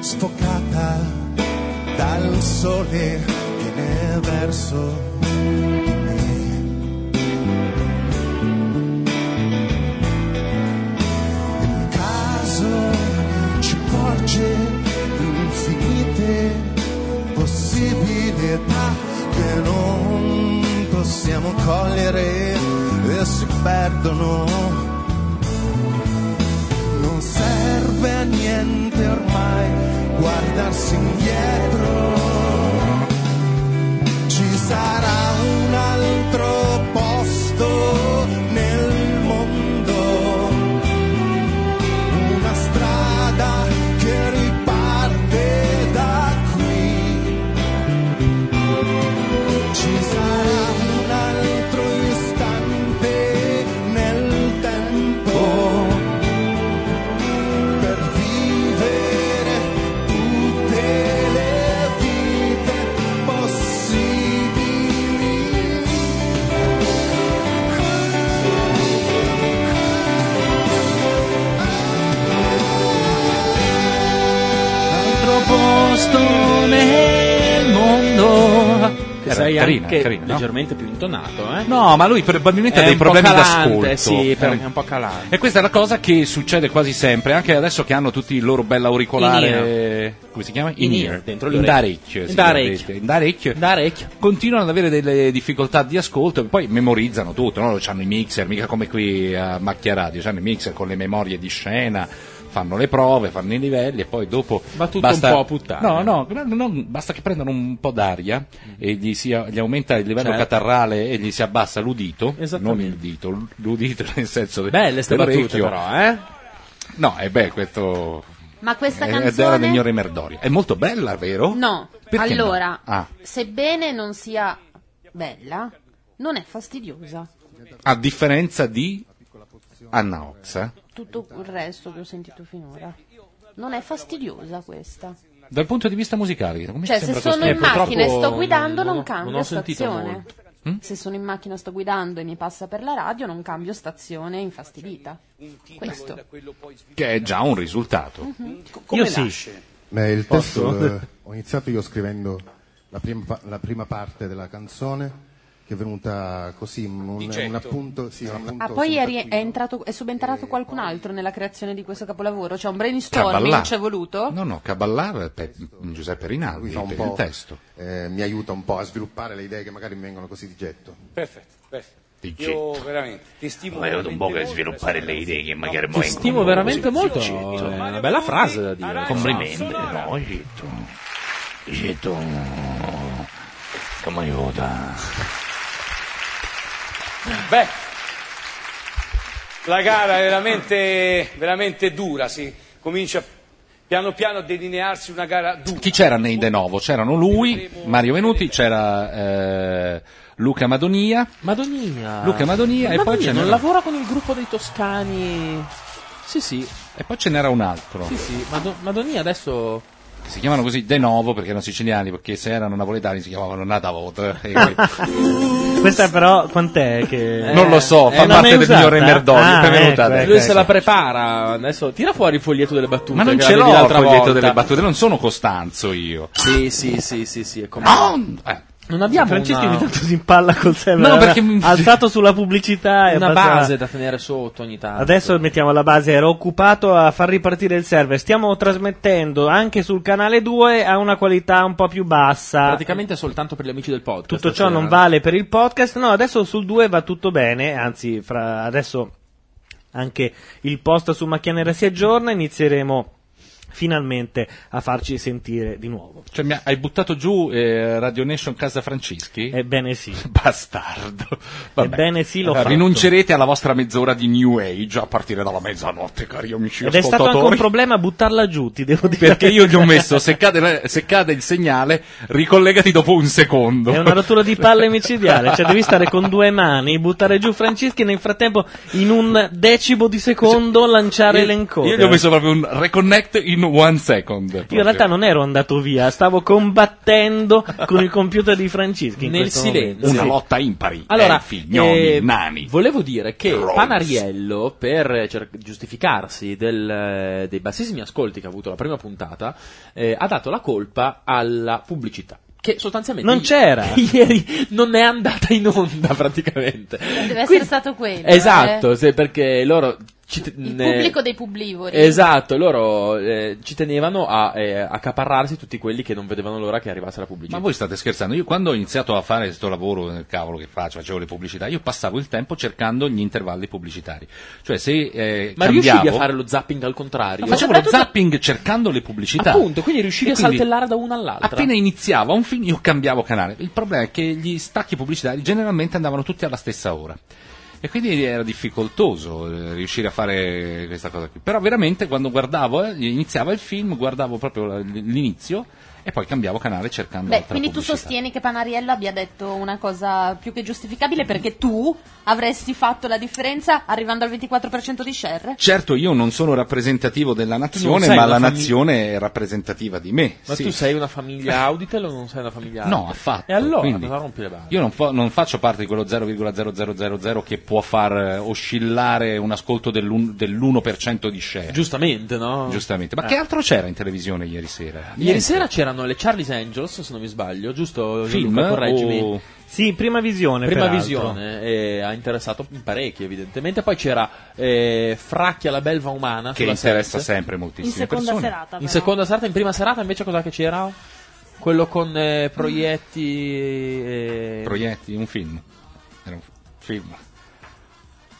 [SPEAKER 12] sfocata dal sole viene verso di me. caso ci porge infinite possibilità che non possiamo cogliere e si perdono. Non serve a niente ormai guardarsi indietro ci sarà un altro posto nel mondo, una strada che riparte da qui. Ci sarà un altro istante nel tempo per vivere tutte le vite possibili.
[SPEAKER 8] altro posto nel
[SPEAKER 3] Che
[SPEAKER 4] Era
[SPEAKER 3] sei
[SPEAKER 4] carina,
[SPEAKER 3] anche
[SPEAKER 4] carina, no?
[SPEAKER 3] leggermente più intonato, eh?
[SPEAKER 4] No, ma lui probabilmente
[SPEAKER 3] È
[SPEAKER 4] ha dei
[SPEAKER 3] un po'
[SPEAKER 4] problemi
[SPEAKER 3] calante,
[SPEAKER 4] d'ascolto. Eh.
[SPEAKER 3] Sì,
[SPEAKER 4] È
[SPEAKER 3] perché
[SPEAKER 4] un-
[SPEAKER 3] è un po' calante.
[SPEAKER 4] E questa è la cosa che succede quasi sempre, anche adesso che hanno tutti il loro bell'auricolare. Come si chiama?
[SPEAKER 3] In ear, dentro le orecchie.
[SPEAKER 4] Indarecchio.
[SPEAKER 3] In
[SPEAKER 4] si
[SPEAKER 3] d'arecchio.
[SPEAKER 4] chiama, Indarecchio. Continuano ad avere delle difficoltà di ascolto e poi memorizzano tutto. No? Hanno i mixer, mica come qui a Macchia Radio. Hanno i mixer con le memorie di scena. Fanno le prove, fanno i livelli e poi dopo.
[SPEAKER 3] Va tutto
[SPEAKER 4] basta...
[SPEAKER 3] un po' a puttane.
[SPEAKER 4] No, no, gra- non- basta che prendano un po' d'aria e gli, sia- gli aumenta il livello
[SPEAKER 3] Certo.
[SPEAKER 4] catarrale e gli si abbassa l'udito. Non il dito, l- l'udito nel senso.
[SPEAKER 3] Belle ste battute,
[SPEAKER 4] dell'orecchio.
[SPEAKER 3] però, eh?
[SPEAKER 4] No, e beh, questo.
[SPEAKER 5] Ma questa
[SPEAKER 4] è- Eh, ed era
[SPEAKER 5] canzone...
[SPEAKER 4] degli Merdoria. È molto bella, vero?
[SPEAKER 5] No,
[SPEAKER 4] Perché no?
[SPEAKER 5] allora,
[SPEAKER 4] Ah.
[SPEAKER 5] sebbene non sia bella, non è fastidiosa.
[SPEAKER 4] A differenza di Anna eh? Oxa,
[SPEAKER 5] Tutto il resto che ho sentito finora. Non è fastidiosa questa.
[SPEAKER 4] dal punto di vista musicale, come
[SPEAKER 5] Cioè,
[SPEAKER 4] ci
[SPEAKER 5] se
[SPEAKER 4] sembra Eh,
[SPEAKER 5] sono
[SPEAKER 4] questo?
[SPEAKER 5] in macchina e sto guidando, non, cambio stazione.
[SPEAKER 4] Mm?
[SPEAKER 5] Se sono in macchina e sto guidando e mi passa per la radio, non cambio stazione infastidita. Questo.
[SPEAKER 4] Che è già un risultato.
[SPEAKER 5] come
[SPEAKER 4] nasce?
[SPEAKER 12] Beh, il
[SPEAKER 4] Posso?
[SPEAKER 12] testo eh, ho iniziato io scrivendo la prima, pa- la prima parte della canzone che è venuta così, un,
[SPEAKER 7] getto.
[SPEAKER 12] un appunto, sì, un appunto
[SPEAKER 5] Ah, poi è,
[SPEAKER 12] super-
[SPEAKER 5] ri- è entrato, è subentrato qualcun altro nella creazione di questo capolavoro? Cioè, un brainstorming
[SPEAKER 4] Cavallà.
[SPEAKER 5] ci è voluto?
[SPEAKER 4] No, no, Caballà per Giuseppe Rinaldi,
[SPEAKER 12] Lui fa un
[SPEAKER 4] per il
[SPEAKER 12] po',
[SPEAKER 4] testo.
[SPEAKER 12] eh, mi aiuta un po' a sviluppare le idee che magari mi vengono così di getto.
[SPEAKER 7] Perfetto, perfetto.
[SPEAKER 4] Ti
[SPEAKER 7] Io veramente ti stimo.
[SPEAKER 12] Ma è un
[SPEAKER 7] veramente
[SPEAKER 12] po' che
[SPEAKER 7] molto. eh,
[SPEAKER 12] sviluppare le idee che magari
[SPEAKER 7] Ti
[SPEAKER 12] mo
[SPEAKER 3] Ti stimo veramente molto. eh, È una bella frase da dire.
[SPEAKER 14] Complimenti, no, Egitto. Egitto. Che mi aiuta.
[SPEAKER 7] Beh, la gara è veramente, veramente dura. Si comincia piano piano a delinearsi una gara dura.
[SPEAKER 4] Chi c'era nei De Novo? C'erano lui, Mario Venuti, c'era eh, Luca Madonia.
[SPEAKER 3] Madonia.
[SPEAKER 4] Luca Madonia, e poi ce
[SPEAKER 3] non
[SPEAKER 4] n'era-
[SPEAKER 3] lavora con il gruppo dei toscani. Sì, sì.
[SPEAKER 4] E poi ce n'era un altro.
[SPEAKER 3] Sì, sì. Mado- Madonia adesso
[SPEAKER 4] che Si chiamano così De Novo perché erano siciliani, perché se erano napoletani si chiamavano Natavot. E-
[SPEAKER 2] Questa però quant'è che...
[SPEAKER 4] Non lo so, Oh, fa
[SPEAKER 2] Eh, non
[SPEAKER 4] parte
[SPEAKER 2] è
[SPEAKER 4] del
[SPEAKER 2] usata?
[SPEAKER 4] migliore Merdogli,
[SPEAKER 2] Ah,
[SPEAKER 4] è venuta
[SPEAKER 2] ecco,
[SPEAKER 4] adesso.
[SPEAKER 2] ecco,
[SPEAKER 3] lui
[SPEAKER 2] ecco.
[SPEAKER 3] se la prepara. Adesso tira fuori il foglietto delle battute.
[SPEAKER 4] Ma non
[SPEAKER 3] che
[SPEAKER 4] ce
[SPEAKER 3] l'avevi
[SPEAKER 4] l'ho il
[SPEAKER 3] l'altra
[SPEAKER 4] foglietto
[SPEAKER 3] volta.
[SPEAKER 4] delle battute, non sono Costanzo io.
[SPEAKER 3] Sì, sì, sì, sì, sì, è come...
[SPEAKER 4] No! Eh.
[SPEAKER 3] Non abbiamo
[SPEAKER 2] Francesco
[SPEAKER 3] una-
[SPEAKER 2] ogni tanto si impalla col server.
[SPEAKER 3] No,
[SPEAKER 2] No,
[SPEAKER 3] perché
[SPEAKER 2] perché
[SPEAKER 3] mi-
[SPEAKER 2] alzato sulla pubblicità e
[SPEAKER 3] una
[SPEAKER 2] basta-
[SPEAKER 3] base da tenere sotto ogni tanto.
[SPEAKER 2] Adesso mettiamo la base, ero occupato a far ripartire il server. Stiamo trasmettendo anche sul canale 2 a una qualità un po' più bassa.
[SPEAKER 3] Praticamente soltanto per gli amici del podcast.
[SPEAKER 2] Tutto ciò non vale per il podcast. No, adesso sul 2 va tutto bene, anzi fra adesso anche il post su Macchia Nera si aggiorna, inizieremo finalmente a farci sentire di nuovo.
[SPEAKER 4] Cioè, mi ha- hai buttato giù eh, Radio Nation Casa Francischi?
[SPEAKER 2] Ebbene sì.
[SPEAKER 4] Bastardo. Vabbè.
[SPEAKER 2] Ebbene sì, l'ho
[SPEAKER 4] Allora,
[SPEAKER 2] fatto.
[SPEAKER 4] Rinuncerete alla vostra mezz'ora di New Age a partire dalla mezzanotte, cari amici
[SPEAKER 2] Ed è stato anche un
[SPEAKER 4] ascoltatori.
[SPEAKER 2] problema buttarla giù, ti devo dire.
[SPEAKER 4] Perché io gli ho messo, se cade, la- se cade il segnale, ricollegati dopo un secondo.
[SPEAKER 2] È una rottura di palle micidiale, cioè devi stare con due mani, buttare giù Francischi e nel frattempo in un decimo di secondo lanciare
[SPEAKER 4] Io-
[SPEAKER 2] l'encoder.
[SPEAKER 4] Io gli ho messo proprio un reconnect in one second. proprio.
[SPEAKER 2] Io in realtà non ero andato via, stavo combattendo con il computer di Francischi. in
[SPEAKER 3] Nel
[SPEAKER 2] questo
[SPEAKER 3] silenzio.
[SPEAKER 2] momento.
[SPEAKER 3] Sì.
[SPEAKER 4] impari. eh,
[SPEAKER 3] Allora,
[SPEAKER 4] Elfi, gnomi,
[SPEAKER 3] eh,
[SPEAKER 4] nani.
[SPEAKER 3] volevo dire che
[SPEAKER 4] Trolls.
[SPEAKER 3] Panariello, per cer- giustificarsi del, eh, dei bassissimi ascolti che ha avuto la prima puntata, eh, ha dato la colpa alla pubblicità. Che sostanzialmente
[SPEAKER 2] Non
[SPEAKER 3] i-
[SPEAKER 2] c'era.
[SPEAKER 3] ieri non è andata in onda praticamente.
[SPEAKER 5] Deve essere stato quello.
[SPEAKER 3] Esatto,
[SPEAKER 5] eh.
[SPEAKER 3] se- perché loro. Ci te-
[SPEAKER 5] Il
[SPEAKER 3] ne-
[SPEAKER 5] pubblico dei publivori.
[SPEAKER 3] Esatto, loro eh, ci tenevano a eh, accaparrarsi tutti quelli che non vedevano l'ora che arrivasse la pubblicità.
[SPEAKER 4] Ma voi state scherzando? Io quando ho iniziato a fare questo lavoro nel cavolo che faccio, facevo le pubblicità, io passavo il tempo cercando gli intervalli pubblicitari. Cioè se eh,
[SPEAKER 3] Ma
[SPEAKER 4] cambiavo,
[SPEAKER 3] riuscivi a fare lo zapping al contrario?
[SPEAKER 4] Ma facevo lo zapping cercando le pubblicità.
[SPEAKER 3] Appunto, quindi riuscivi
[SPEAKER 4] E
[SPEAKER 3] a
[SPEAKER 4] quindi
[SPEAKER 3] saltellare da una all'altra.
[SPEAKER 4] Appena iniziava un film io cambiavo canale. Il problema è che gli stacchi pubblicitari generalmente andavano tutti alla stessa ora. E quindi era difficoltoso eh, riuscire a fare questa cosa qui. Però veramente quando guardavo, eh, iniziava il film, guardavo proprio l- l'inizio e poi cambiavo canale cercando
[SPEAKER 5] Beh,
[SPEAKER 4] altra
[SPEAKER 5] quindi tu
[SPEAKER 4] pubblicità.
[SPEAKER 5] sostieni che Panariello abbia detto una cosa più che giustificabile perché tu avresti fatto la differenza arrivando al 24% di share?
[SPEAKER 4] Certo, io non sono rappresentativo della
[SPEAKER 3] Non
[SPEAKER 4] nazione,
[SPEAKER 3] sei una
[SPEAKER 4] ma la
[SPEAKER 3] famiglia-
[SPEAKER 4] nazione è rappresentativa di me.
[SPEAKER 3] Ma
[SPEAKER 4] sì.
[SPEAKER 3] tu sei una famiglia Auditel o non sei una famiglia
[SPEAKER 4] No,
[SPEAKER 3] Auditel?
[SPEAKER 4] affatto,
[SPEAKER 3] E allora
[SPEAKER 4] quindi-
[SPEAKER 3] cosa rompi le balle?
[SPEAKER 4] Io non, fa- non faccio parte di quello 0,0000 che può far eh, oscillare un ascolto dell'un- dell'1% di share.
[SPEAKER 3] Giustamente, no? Eh.
[SPEAKER 4] Giustamente. Ma che altro c'era in televisione ieri sera?
[SPEAKER 3] Ieri sera c'era erano le Charlie's Angels, se non mi sbaglio, giusto?
[SPEAKER 2] Film
[SPEAKER 3] Luca, correggimi.
[SPEAKER 2] o- Sì, prima visione.
[SPEAKER 3] Prima
[SPEAKER 2] peraltro.
[SPEAKER 3] visione eh, ha interessato parecchi, evidentemente. Poi c'era eh, Fracchia la belva umana.
[SPEAKER 4] Che
[SPEAKER 3] sulla
[SPEAKER 4] interessa
[SPEAKER 3] Sense.
[SPEAKER 4] sempre moltissime
[SPEAKER 20] In seconda persone. serata,
[SPEAKER 3] In
[SPEAKER 20] però.
[SPEAKER 3] seconda serata, in prima serata invece cosa che c'era? Quello con eh, proietti. eh,
[SPEAKER 4] Proietti, un film. Era un film.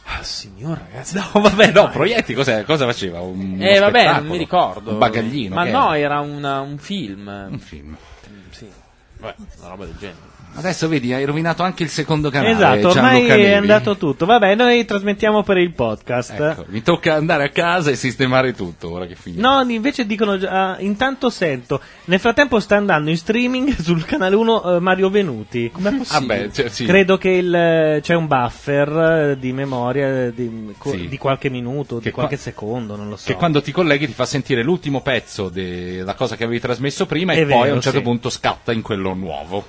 [SPEAKER 3] Ah, signor ragazzi.
[SPEAKER 4] No, vabbè, no, Proietti cos'è- cosa faceva? Un,
[SPEAKER 3] Eh, vabbè,
[SPEAKER 4] uno
[SPEAKER 3] non
[SPEAKER 4] spettacolo?
[SPEAKER 3] mi ricordo.
[SPEAKER 4] Un bagaglino.
[SPEAKER 3] Ma
[SPEAKER 4] che
[SPEAKER 3] no,
[SPEAKER 4] era?
[SPEAKER 3] era una- un film. Un
[SPEAKER 4] film.
[SPEAKER 3] sì. Vabbè, una roba del genere.
[SPEAKER 4] Adesso vedi, hai rovinato anche il secondo canale.
[SPEAKER 2] Esatto, ormai
[SPEAKER 4] Gianluca
[SPEAKER 2] è
[SPEAKER 4] Nevi.
[SPEAKER 2] andato tutto. Vabbè, noi trasmettiamo per il podcast.
[SPEAKER 4] Ecco, mi tocca andare a casa e sistemare tutto ora che finisce.
[SPEAKER 2] No, invece dicono già- ah, intanto sento. Nel frattempo sta andando in streaming sul canale 1 eh, Mario Venuti. Com'è
[SPEAKER 4] possibile? Vabbè, cioè, sì.
[SPEAKER 2] Credo che il, eh, c'è un buffer eh, di memoria eh, di, co-
[SPEAKER 4] Sì.
[SPEAKER 2] di qualche minuto, di
[SPEAKER 4] Che
[SPEAKER 2] qualche
[SPEAKER 4] qua-
[SPEAKER 2] secondo, non lo so.
[SPEAKER 4] Che quando ti colleghi ti fa sentire l'ultimo pezzo della cosa che avevi trasmesso prima
[SPEAKER 2] È
[SPEAKER 4] e poi
[SPEAKER 2] vero,
[SPEAKER 4] a un certo
[SPEAKER 2] sì.
[SPEAKER 4] punto scatta in quello nuovo.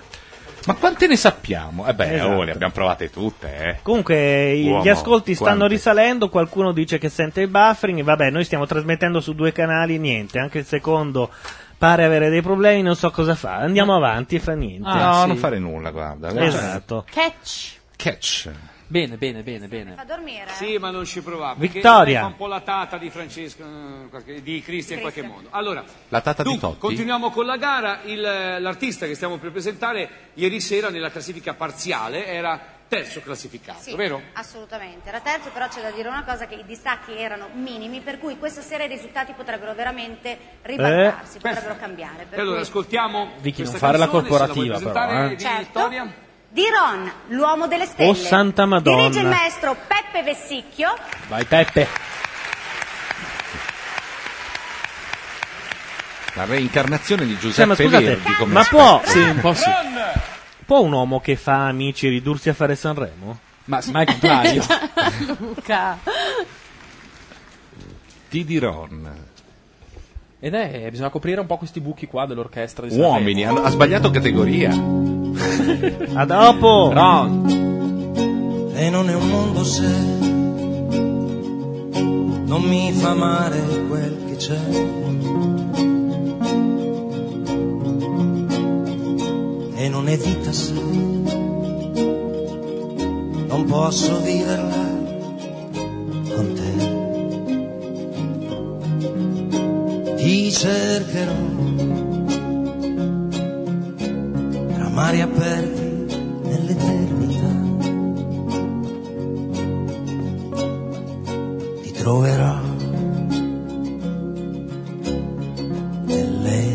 [SPEAKER 4] Ma quante ne sappiamo? Eh beh,
[SPEAKER 2] Esatto.
[SPEAKER 4] oh, le abbiamo provate tutte, eh.
[SPEAKER 2] Comunque i- gli
[SPEAKER 4] Uomo,
[SPEAKER 2] ascolti stanno
[SPEAKER 4] quante?
[SPEAKER 2] risalendo, qualcuno dice che sente il buffering, vabbè noi stiamo trasmettendo su due canali, niente, anche il secondo pare avere dei problemi, non so cosa fa, andiamo avanti e fa niente.
[SPEAKER 4] Ah, no, non fare nulla, guarda. guarda.
[SPEAKER 2] Esatto.
[SPEAKER 8] Catch.
[SPEAKER 4] Catch.
[SPEAKER 3] Bene, bene, bene, bene.
[SPEAKER 9] A dormire?
[SPEAKER 7] Sì, ma non ci provavo.
[SPEAKER 2] Vittoria.
[SPEAKER 7] Fa un po' la tata di Francesco, eh, qualche- di Cristian in qualche modo. Allora,
[SPEAKER 4] La tata di
[SPEAKER 7] Dunque,
[SPEAKER 4] Totti.
[SPEAKER 7] continuiamo con la gara. Il, eh, l'artista che stiamo per presentare ieri sera nella classifica parziale era terzo classificato,
[SPEAKER 9] Sì,
[SPEAKER 7] vero?
[SPEAKER 9] assolutamente. Era terzo, però c'è da dire una cosa che i distacchi erano minimi, per cui questa sera i risultati potrebbero veramente ribaltarsi,
[SPEAKER 7] Eh,
[SPEAKER 9] potrebbero cambiare. Per
[SPEAKER 7] E allora
[SPEAKER 9] cui-
[SPEAKER 7] ascoltiamo
[SPEAKER 3] Vicky, non
[SPEAKER 7] questa
[SPEAKER 3] fare la
[SPEAKER 7] canzone, se vuoi
[SPEAKER 3] corporativa, però,
[SPEAKER 7] presentare,
[SPEAKER 3] eh.
[SPEAKER 7] di
[SPEAKER 9] Certo.
[SPEAKER 7] Vittoria.
[SPEAKER 9] Di Ron, l'uomo delle stelle.
[SPEAKER 2] Oh, santa Madonna.
[SPEAKER 9] Dirige il maestro Peppe Vessicchio.
[SPEAKER 2] Vai Peppe.
[SPEAKER 4] La reincarnazione di Giuseppe
[SPEAKER 2] Cioè, ma scusate,
[SPEAKER 4] Verdi come
[SPEAKER 2] ma può,
[SPEAKER 4] aspetto.
[SPEAKER 2] può un uomo che fa amici ridursi a fare Sanremo?
[SPEAKER 4] Ma
[SPEAKER 2] Mike
[SPEAKER 8] Luca.
[SPEAKER 4] Ti dirò. Ron.
[SPEAKER 3] Ed è, bisogna coprire un po' questi buchi qua dell'orchestra di
[SPEAKER 4] Uomini, ha, ha sbagliato categoria.
[SPEAKER 2] A dopo.
[SPEAKER 1] E non è un mondo se non mi fa amare quel che c'è. E non è vita se non posso viverla con te. Ti cercherò tra mari aperti nell'eternità. ti troverò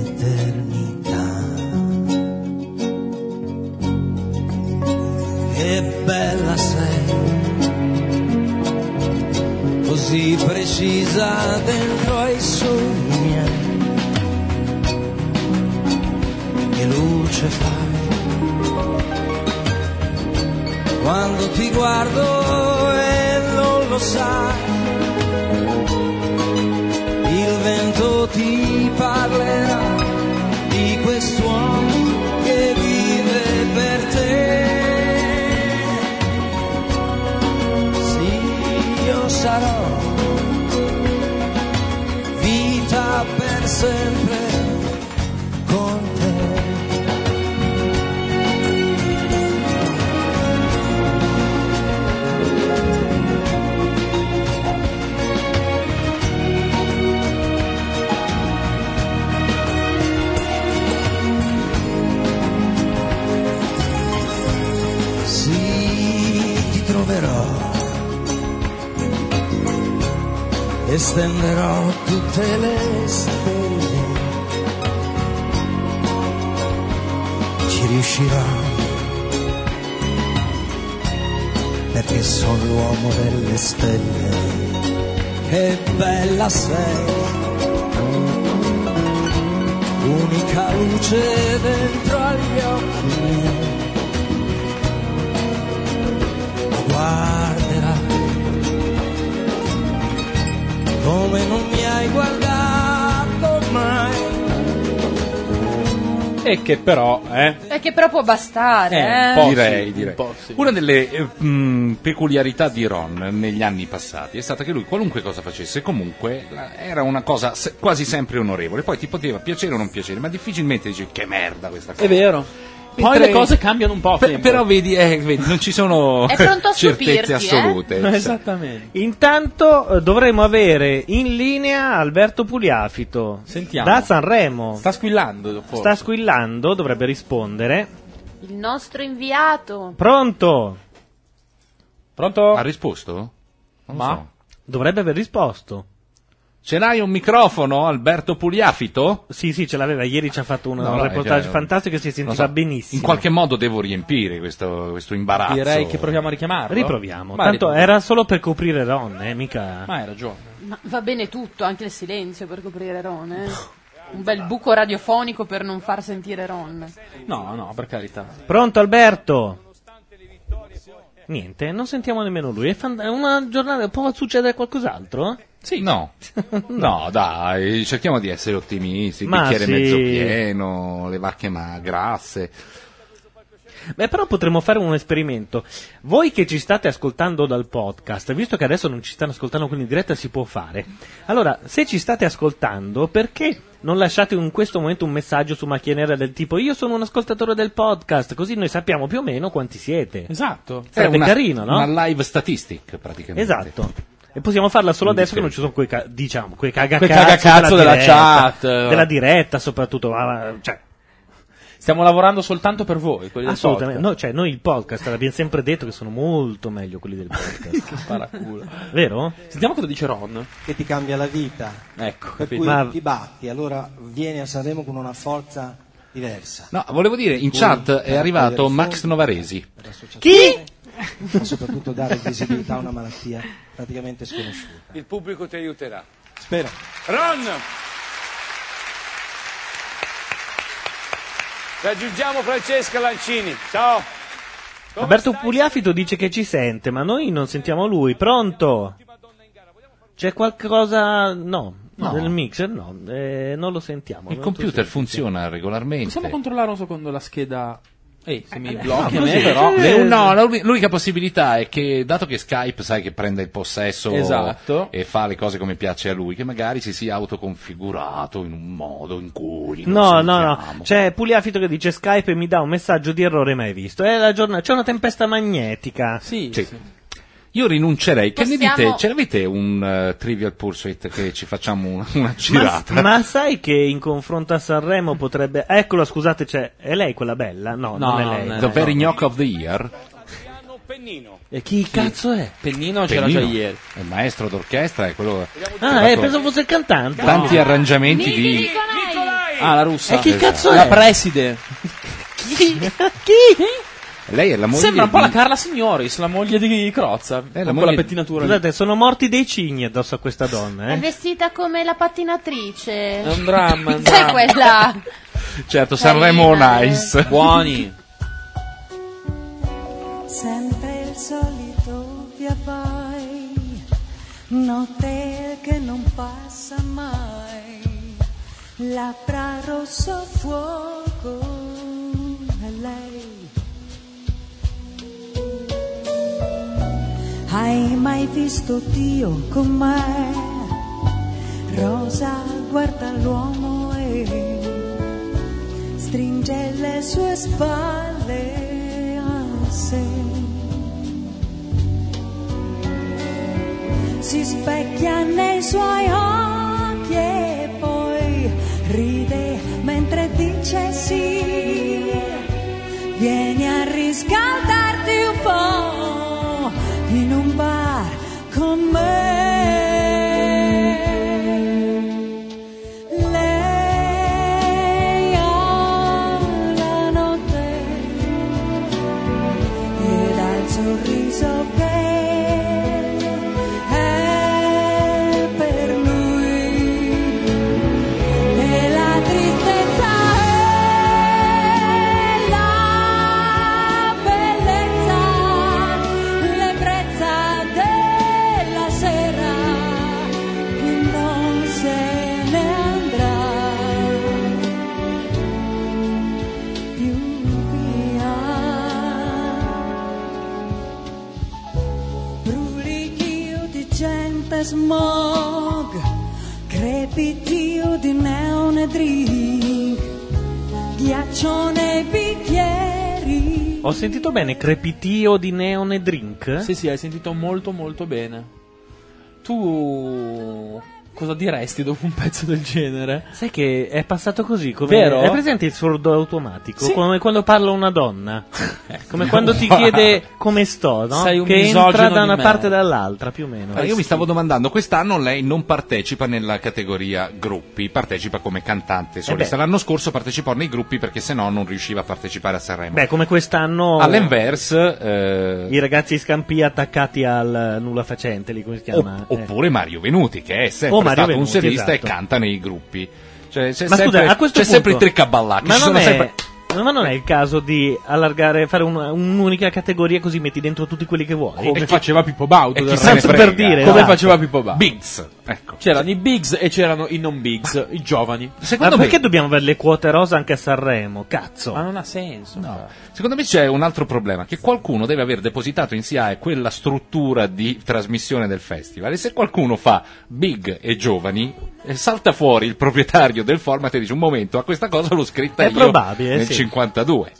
[SPEAKER 1] nell'eternità. Che bella sei, così precisa dentro ai sogni miei. Che luce fai quando ti guardo e non lo sai. Il vento ti parlerà di quest'uomo che vive per te. Sì, io sarò vita per sempre con te. Sì, ti troverò e stenderò tutte le stelle. Ci riuscirò perché sono l'uomo delle stelle. Che bella sei, unica luce dentro agli occhi miei. guarderà come non mi hai guardato mai.
[SPEAKER 4] E che però, eh,
[SPEAKER 8] E che però può bastare, eh.
[SPEAKER 4] eh, direi, direi. Una delle eh, mh, peculiarità di Ron negli anni passati è stata che lui qualunque cosa facesse comunque la- era una cosa se- quasi sempre onorevole, poi ti poteva piacere o non piacere, ma difficilmente dici che merda questa cosa.
[SPEAKER 19] È vero. Poi
[SPEAKER 4] Mentre-
[SPEAKER 19] le cose cambiano un po'. a tempo.
[SPEAKER 4] Però vedi, eh, vedi, non ci sono
[SPEAKER 19] È
[SPEAKER 2] Oh.
[SPEAKER 19] pronto a
[SPEAKER 4] certezze
[SPEAKER 19] stupirti, eh?
[SPEAKER 4] assolute.
[SPEAKER 19] Esattamente.
[SPEAKER 2] esatto. Intanto eh, dovremo avere in linea Alberto Pugliafito
[SPEAKER 3] Sentiamo.
[SPEAKER 2] da Sanremo.
[SPEAKER 3] Sta squillando. forse.
[SPEAKER 2] Sta squillando, dovrebbe rispondere.
[SPEAKER 5] Il nostro inviato.
[SPEAKER 2] Pronto?
[SPEAKER 4] Pronto? Ha risposto? Non
[SPEAKER 2] Ma? Dovrebbe aver risposto.
[SPEAKER 4] Ce l'hai un microfono, Alberto Pugliafito?
[SPEAKER 2] Sì, sì, ce l'aveva. Ieri ci ha fatto un,
[SPEAKER 4] No,
[SPEAKER 2] un
[SPEAKER 4] no,
[SPEAKER 2] reportage
[SPEAKER 4] cioè,
[SPEAKER 2] fantastico e si
[SPEAKER 4] non
[SPEAKER 2] sentiva
[SPEAKER 4] so,
[SPEAKER 2] benissimo.
[SPEAKER 4] In qualche modo devo riempire questo, questo imbarazzo.
[SPEAKER 3] Direi che proviamo a richiamarlo.
[SPEAKER 2] Riproviamo.
[SPEAKER 3] Ma
[SPEAKER 2] Tanto
[SPEAKER 3] riproviamo.
[SPEAKER 2] era solo per coprire Ron, eh, mica.
[SPEAKER 3] Ma hai ragione.
[SPEAKER 5] Ma va bene tutto, anche il silenzio per coprire Ron. eh. Un bel buco radiofonico per non far sentire Ron.
[SPEAKER 3] No, no, per carità.
[SPEAKER 2] Pronto Alberto? Niente, non sentiamo nemmeno lui. È fan- è una giornata, può succedere qualcos'altro?
[SPEAKER 4] Sì. No. No, dai, cerchiamo di essere ottimisti. Il
[SPEAKER 2] Ma
[SPEAKER 4] bicchiere
[SPEAKER 2] sì.
[SPEAKER 4] mezzo pieno, le vacche ma grasse.
[SPEAKER 2] Beh, però potremmo fare un esperimento. Voi che ci state ascoltando dal podcast, visto che adesso non ci stanno ascoltando quindi in diretta si può fare. Allora, se ci state ascoltando, perché non lasciate in questo momento un messaggio su macchia nera del tipo io sono un ascoltatore del podcast, così noi sappiamo più o meno quanti siete.
[SPEAKER 3] Esatto.
[SPEAKER 2] Sarebbe
[SPEAKER 4] È una-
[SPEAKER 2] carino, no?
[SPEAKER 4] Una live statistic, praticamente.
[SPEAKER 2] Esatto. E possiamo farla solo adesso che non ci sono quei, ca- diciamo, quei cagacazzo,
[SPEAKER 3] Quei cagacazzo della
[SPEAKER 2] diretta,
[SPEAKER 3] chat.
[SPEAKER 2] Della diretta soprattutto. ma- ma- Cioè,
[SPEAKER 3] Stiamo lavorando soltanto per voi. Quelli del
[SPEAKER 2] assolutamente.
[SPEAKER 3] podcast.
[SPEAKER 2] No, cioè, noi il podcast l'abbiamo sempre detto che sono molto meglio quelli del podcast.
[SPEAKER 3] Paraculo.
[SPEAKER 2] Vero?
[SPEAKER 3] Sentiamo cosa dice Ron.
[SPEAKER 1] Che ti cambia la vita.
[SPEAKER 3] Ecco,
[SPEAKER 1] Per
[SPEAKER 3] capito.
[SPEAKER 1] cui
[SPEAKER 3] Ma-
[SPEAKER 1] ti batti, allora vieni a Sanremo con una forza diversa.
[SPEAKER 4] No, Ah, volevo dire, in
[SPEAKER 1] Cui
[SPEAKER 4] chat
[SPEAKER 21] eh,
[SPEAKER 4] è arrivato
[SPEAKER 1] raccogliere
[SPEAKER 4] Max Novaresi.
[SPEAKER 1] Chi? Ma soprattutto dare visibilità a una malattia praticamente sconosciuta.
[SPEAKER 7] Il pubblico ti aiuterà.
[SPEAKER 1] Spero.
[SPEAKER 7] Ron! Raggiungiamo Francesca Lancini. Ciao.
[SPEAKER 2] Alberto Pugliafito dice che ci sente, ma noi non sentiamo lui. Pronto? C'è qualcosa? No.
[SPEAKER 4] No.
[SPEAKER 2] Del mixer? No, Eh, non lo sentiamo.
[SPEAKER 4] Il
[SPEAKER 2] Non
[SPEAKER 4] computer
[SPEAKER 2] so
[SPEAKER 4] funziona regolarmente.
[SPEAKER 3] Possiamo controllare un secondo la scheda. Ehi, se mi
[SPEAKER 4] Eh, No,
[SPEAKER 2] Ah,
[SPEAKER 3] blocchi a
[SPEAKER 4] così.
[SPEAKER 3] me, però.
[SPEAKER 4] Le- no, la- l'unica possibilità è che, dato che Skype sai che prende il possesso
[SPEAKER 3] Esatto.
[SPEAKER 4] e fa le cose come piace a lui, che magari si sia autoconfigurato in un modo in cui.
[SPEAKER 2] se-
[SPEAKER 4] non
[SPEAKER 2] No,
[SPEAKER 4] si
[SPEAKER 2] no,
[SPEAKER 4] chiama.
[SPEAKER 2] no. C'è Pugliafito che dice Skype e mi dà un messaggio di errore mai visto. È la giornata. C'è una tempesta magnetica.
[SPEAKER 3] Sì.
[SPEAKER 4] Io rinuncerei. Che ne
[SPEAKER 2] Possiamo-
[SPEAKER 4] dite? Ce l'avete un eh, Trivial Pursuit che ci facciamo una, una
[SPEAKER 2] Ma,
[SPEAKER 4] girata?
[SPEAKER 2] ma sai che in confronto a Sanremo potrebbe. Eccola, scusate, c'è. È lei quella bella? No,
[SPEAKER 4] No,
[SPEAKER 2] non è lei.
[SPEAKER 4] The Very Gnocco of the Year?
[SPEAKER 2] E chi cazzo è?
[SPEAKER 3] Pennino
[SPEAKER 2] c'era già
[SPEAKER 4] ieri. È il maestro d'orchestra, è quello.
[SPEAKER 2] Ah, eh, pensavo fosse il cantante.
[SPEAKER 4] Tanti arrangiamenti di.
[SPEAKER 3] Ah, la russa.
[SPEAKER 4] E Eh, chi cazzo
[SPEAKER 3] La
[SPEAKER 4] è?
[SPEAKER 3] preside.
[SPEAKER 2] Chi?
[SPEAKER 4] Lei è la moglie.
[SPEAKER 3] Sembra un po'
[SPEAKER 4] di-
[SPEAKER 3] la Carla Signoris, la moglie di Crozza.
[SPEAKER 4] la
[SPEAKER 3] con
[SPEAKER 4] moglie-
[SPEAKER 3] la pettinatura. lì.
[SPEAKER 2] Scusate, sono morti dei cigni addosso a questa donna,
[SPEAKER 5] È
[SPEAKER 2] eh.
[SPEAKER 5] vestita come la pattinatrice.
[SPEAKER 3] È un dramma, è un
[SPEAKER 5] C'è
[SPEAKER 3] dramma.
[SPEAKER 5] quella.
[SPEAKER 4] Certo, Sanremo Nice.
[SPEAKER 3] Buoni.
[SPEAKER 22] Sempre il solito via vai, notte che non passa mai, labbra rosso fuoco, è lei. Hai mai visto Dio com'è? Rosa guarda l'uomo e stringe le sue spalle a sé. Si specchia nei suoi occhi e poi ride mentre dice sì. Vieni a riscaldarti un po' in un bar con me. Lei alla notte ed ha il sorriso che è per lui e la tristezza è smog, crepitio di neon e drink, ghiaccio nei bicchieri.
[SPEAKER 2] Ho sentito bene crepitio di neon e drink?
[SPEAKER 3] Sì, sì, hai sentito molto molto bene. Tu cosa diresti dopo un pezzo del genere?
[SPEAKER 2] Sai che è passato così, come
[SPEAKER 3] Vero?
[SPEAKER 2] È presente il sordo automatico?
[SPEAKER 3] Sì. Ecco.
[SPEAKER 2] Come quando parla una donna. Come quando ti chiede come sto, no?
[SPEAKER 4] Sei un
[SPEAKER 2] che entra
[SPEAKER 4] misogino
[SPEAKER 2] da
[SPEAKER 4] di
[SPEAKER 2] una
[SPEAKER 4] merda.
[SPEAKER 2] parte e dall'altra, più o meno.
[SPEAKER 4] Ma io mi stavo domandando, quest'anno lei non partecipa nella categoria gruppi, partecipa come cantante solista.
[SPEAKER 2] beh.
[SPEAKER 4] L'anno scorso partecipò nei gruppi perché sennò non riusciva a partecipare a Sanremo.
[SPEAKER 2] Beh, come quest'anno
[SPEAKER 4] All'inverse, eh,
[SPEAKER 2] i ragazzi scampi attaccati al eh, nulla facente, lì come si chiama? eh.
[SPEAKER 4] opp- oppure Mario Venuti, che è sempre
[SPEAKER 2] Oh, Mario
[SPEAKER 4] stato
[SPEAKER 2] Venuti,
[SPEAKER 4] un solista
[SPEAKER 2] esatto.
[SPEAKER 4] e canta nei gruppi. Cioè, c'è
[SPEAKER 2] Ma
[SPEAKER 4] sempre,
[SPEAKER 2] scusa, a questo
[SPEAKER 4] c'è
[SPEAKER 2] punto,
[SPEAKER 4] sempre il triccaballaccio.
[SPEAKER 2] Ma
[SPEAKER 4] ci
[SPEAKER 2] non,
[SPEAKER 4] sono
[SPEAKER 2] è,
[SPEAKER 4] sempre-
[SPEAKER 2] ma non è il caso di allargare, fare un- un'unica categoria così metti dentro tutti quelli che vuoi.
[SPEAKER 3] Come faceva Pippo Baudo,
[SPEAKER 2] E
[SPEAKER 3] del
[SPEAKER 2] chi
[SPEAKER 3] resto.
[SPEAKER 2] Eh, se ne frega. per dire,
[SPEAKER 3] come
[SPEAKER 2] esatto.
[SPEAKER 3] faceva Pippo Baudo. Ecco.
[SPEAKER 4] Bigs,
[SPEAKER 3] C'erano i bigs e c'erano i non bigs, i giovani.
[SPEAKER 2] Ma perché dobbiamo avere le quote rosa anche a Sanremo? Cazzo. Ma
[SPEAKER 3] non ha senso.
[SPEAKER 4] Secondo me c'è un altro problema, che qualcuno deve aver depositato in SIAE quella struttura di trasmissione del festival e se qualcuno fa big e giovani, eh, salta fuori il proprietario del format e dice un momento, a questa cosa l'ho scritta
[SPEAKER 2] È
[SPEAKER 4] io
[SPEAKER 2] probabile,
[SPEAKER 4] nel
[SPEAKER 2] sì.
[SPEAKER 4] 52.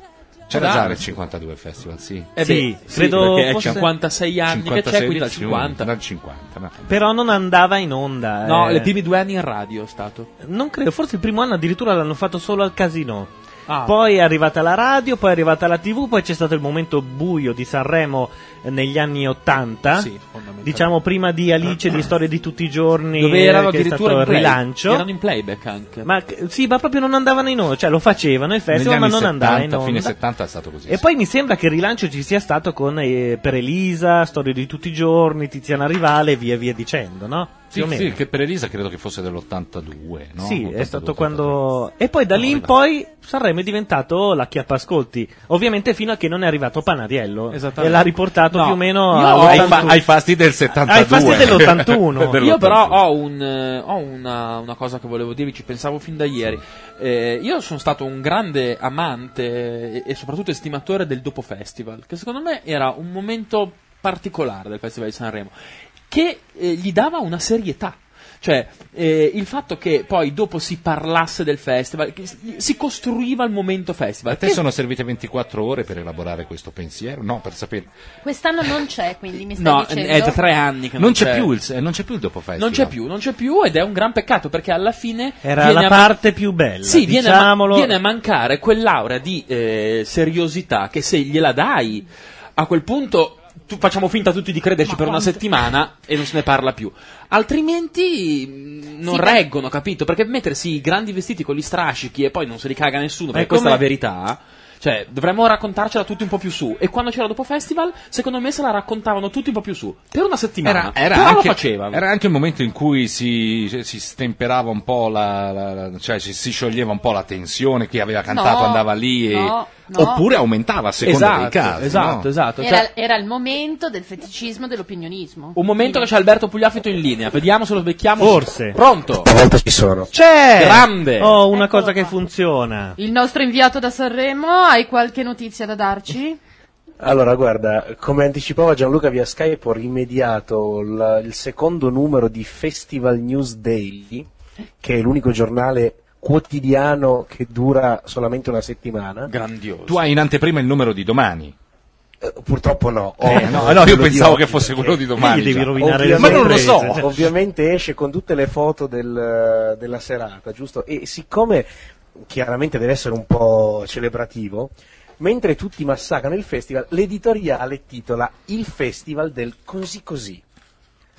[SPEAKER 4] C'era
[SPEAKER 3] Ah,
[SPEAKER 4] già
[SPEAKER 3] sì.
[SPEAKER 4] nel 52 il festival, sì.
[SPEAKER 3] Eh beh, Sì, sì, credo perché è fosse- 56 anni che c'è, quindi dal 50.
[SPEAKER 4] Dal 50, no.
[SPEAKER 2] Però non andava in onda.
[SPEAKER 3] No,
[SPEAKER 2] eh.
[SPEAKER 3] le primi due anni in radio è stato.
[SPEAKER 2] Non credo, forse il primo anno addirittura l'hanno fatto solo al casino.
[SPEAKER 3] Ah.
[SPEAKER 2] Poi è arrivata la radio, poi è arrivata la tv, poi c'è stato il momento buio di Sanremo eh, negli anni 80.
[SPEAKER 3] Sì, fondamentalmente.
[SPEAKER 2] diciamo prima di Alice, di Storie di tutti i giorni,
[SPEAKER 3] Dove erano
[SPEAKER 2] eh, che è
[SPEAKER 3] addirittura
[SPEAKER 2] stato
[SPEAKER 3] in
[SPEAKER 2] il
[SPEAKER 3] play-
[SPEAKER 2] rilancio.
[SPEAKER 3] Erano in playback anche.
[SPEAKER 2] Ma c- sì, ma proprio non andavano in onda, cioè lo facevano il
[SPEAKER 4] Negli
[SPEAKER 2] festival, ma
[SPEAKER 4] anni
[SPEAKER 2] non
[SPEAKER 4] 70,
[SPEAKER 2] andava in onda.
[SPEAKER 4] fine 70 è stato così.
[SPEAKER 2] E poi mi sembra che il rilancio ci sia stato con eh, per Elisa, Storie di tutti i giorni, Tiziana Rivale e via via dicendo, no?
[SPEAKER 4] Sì,
[SPEAKER 2] Più o
[SPEAKER 4] sì,
[SPEAKER 2] meno.
[SPEAKER 4] che per Elisa credo che fosse dell'82, no?
[SPEAKER 2] Sì,
[SPEAKER 4] 82,
[SPEAKER 2] è stato quando. E poi da lì in poi Sanremo è diventato la chiappa ascolti. Ovviamente fino a che non è arrivato Panariello. E l'ha riportato
[SPEAKER 3] No,
[SPEAKER 2] più o meno
[SPEAKER 3] io
[SPEAKER 2] all'
[SPEAKER 3] ho-
[SPEAKER 4] ai,
[SPEAKER 2] 81.
[SPEAKER 4] fa- ai fasti del 72.
[SPEAKER 2] Ai fasti dell'81.
[SPEAKER 3] Io però ho, un, eh, ho una, una cosa che volevo dirvi, ci pensavo fin da ieri. Eh, io sono stato un grande amante e, e soprattutto estimatore del dopo festival, che secondo me era un momento particolare del Festival di Sanremo, che eh, gli dava una serietà. Cioè, eh, il fatto che poi dopo si parlasse del festival, che si si costruiva il momento festival.
[SPEAKER 4] A te
[SPEAKER 3] che-
[SPEAKER 4] sono servite 24 ore per elaborare questo pensiero? No, per sapere.
[SPEAKER 5] Quest'anno non c'è, quindi mi stai
[SPEAKER 3] No,
[SPEAKER 5] dicendo.
[SPEAKER 3] è da tre anni che
[SPEAKER 4] Non c'è, più il, eh, non c'è più il dopo festival.
[SPEAKER 3] Non c'è più, non c'è più ed è un gran peccato perché alla fine
[SPEAKER 2] Era
[SPEAKER 3] viene
[SPEAKER 2] Eh, la
[SPEAKER 3] a-
[SPEAKER 2] parte più bella. diciamo,
[SPEAKER 3] Sì, viene a, ma-
[SPEAKER 2] diciamolo.
[SPEAKER 3] viene a mancare quell'aura di eh, seriosità che se gliela dai a quel punto tu- facciamo finta tutti di crederci per una settimana e non se ne parla più. Altrimenti mh, non
[SPEAKER 2] Sì, ma-
[SPEAKER 3] reggono, capito? Perché mettersi i grandi vestiti con gli strascichi e poi non se li caga nessuno,
[SPEAKER 2] Ma è
[SPEAKER 3] perché questa è la
[SPEAKER 2] come-
[SPEAKER 3] verità. Cioè, dovremmo raccontarcela tutti un po' più su. E quando c'era dopo festival, secondo me se la raccontavano tutti un po' più su. Per una settimana.
[SPEAKER 4] Era, Ah, era
[SPEAKER 3] Però
[SPEAKER 4] anche,
[SPEAKER 3] lo facevano.
[SPEAKER 4] era anche il momento in cui si, si stemperava un po' la, la- la- cioè si, si scioglieva un po' la tensione, chi aveva cantato
[SPEAKER 5] No,
[SPEAKER 4] andava lì e-
[SPEAKER 5] no, no.
[SPEAKER 4] oppure aumentava a seconda dei
[SPEAKER 3] Esatto,
[SPEAKER 4] casi.
[SPEAKER 3] esatto,
[SPEAKER 4] no?
[SPEAKER 3] esatto.
[SPEAKER 5] Era,
[SPEAKER 3] Cioè-
[SPEAKER 5] era il momento del feticismo e dell'opinionismo.
[SPEAKER 3] Un momento che c'è Alberto Pugliafito in linea, vediamo se lo becchiamo. Forse. Pronto?
[SPEAKER 2] Stavolta ci sono. C'è!
[SPEAKER 3] Grande!
[SPEAKER 2] Oh, una cosa che funziona.
[SPEAKER 5] Il nostro inviato da Sanremo, hai qualche notizia da darci?
[SPEAKER 11] Allora, guarda, come anticipava Gianluca via Skype, ho rimediato il- il secondo numero di Festival News Daily, che è l'unico giornale quotidiano che dura solamente una settimana.
[SPEAKER 3] Grandioso.
[SPEAKER 4] Tu hai in anteprima il numero di domani.
[SPEAKER 11] purtroppo no.
[SPEAKER 4] Eh, no, no, io pensavo che fosse quello di domani.
[SPEAKER 11] Ah,
[SPEAKER 4] già. Ma non lo so.
[SPEAKER 11] Ovviamente esce con tutte le foto del- della serata, giusto? E siccome chiaramente deve essere un po' celebrativo, mentre tutti massacrano il festival, l'editoriale titola Il festival del così così.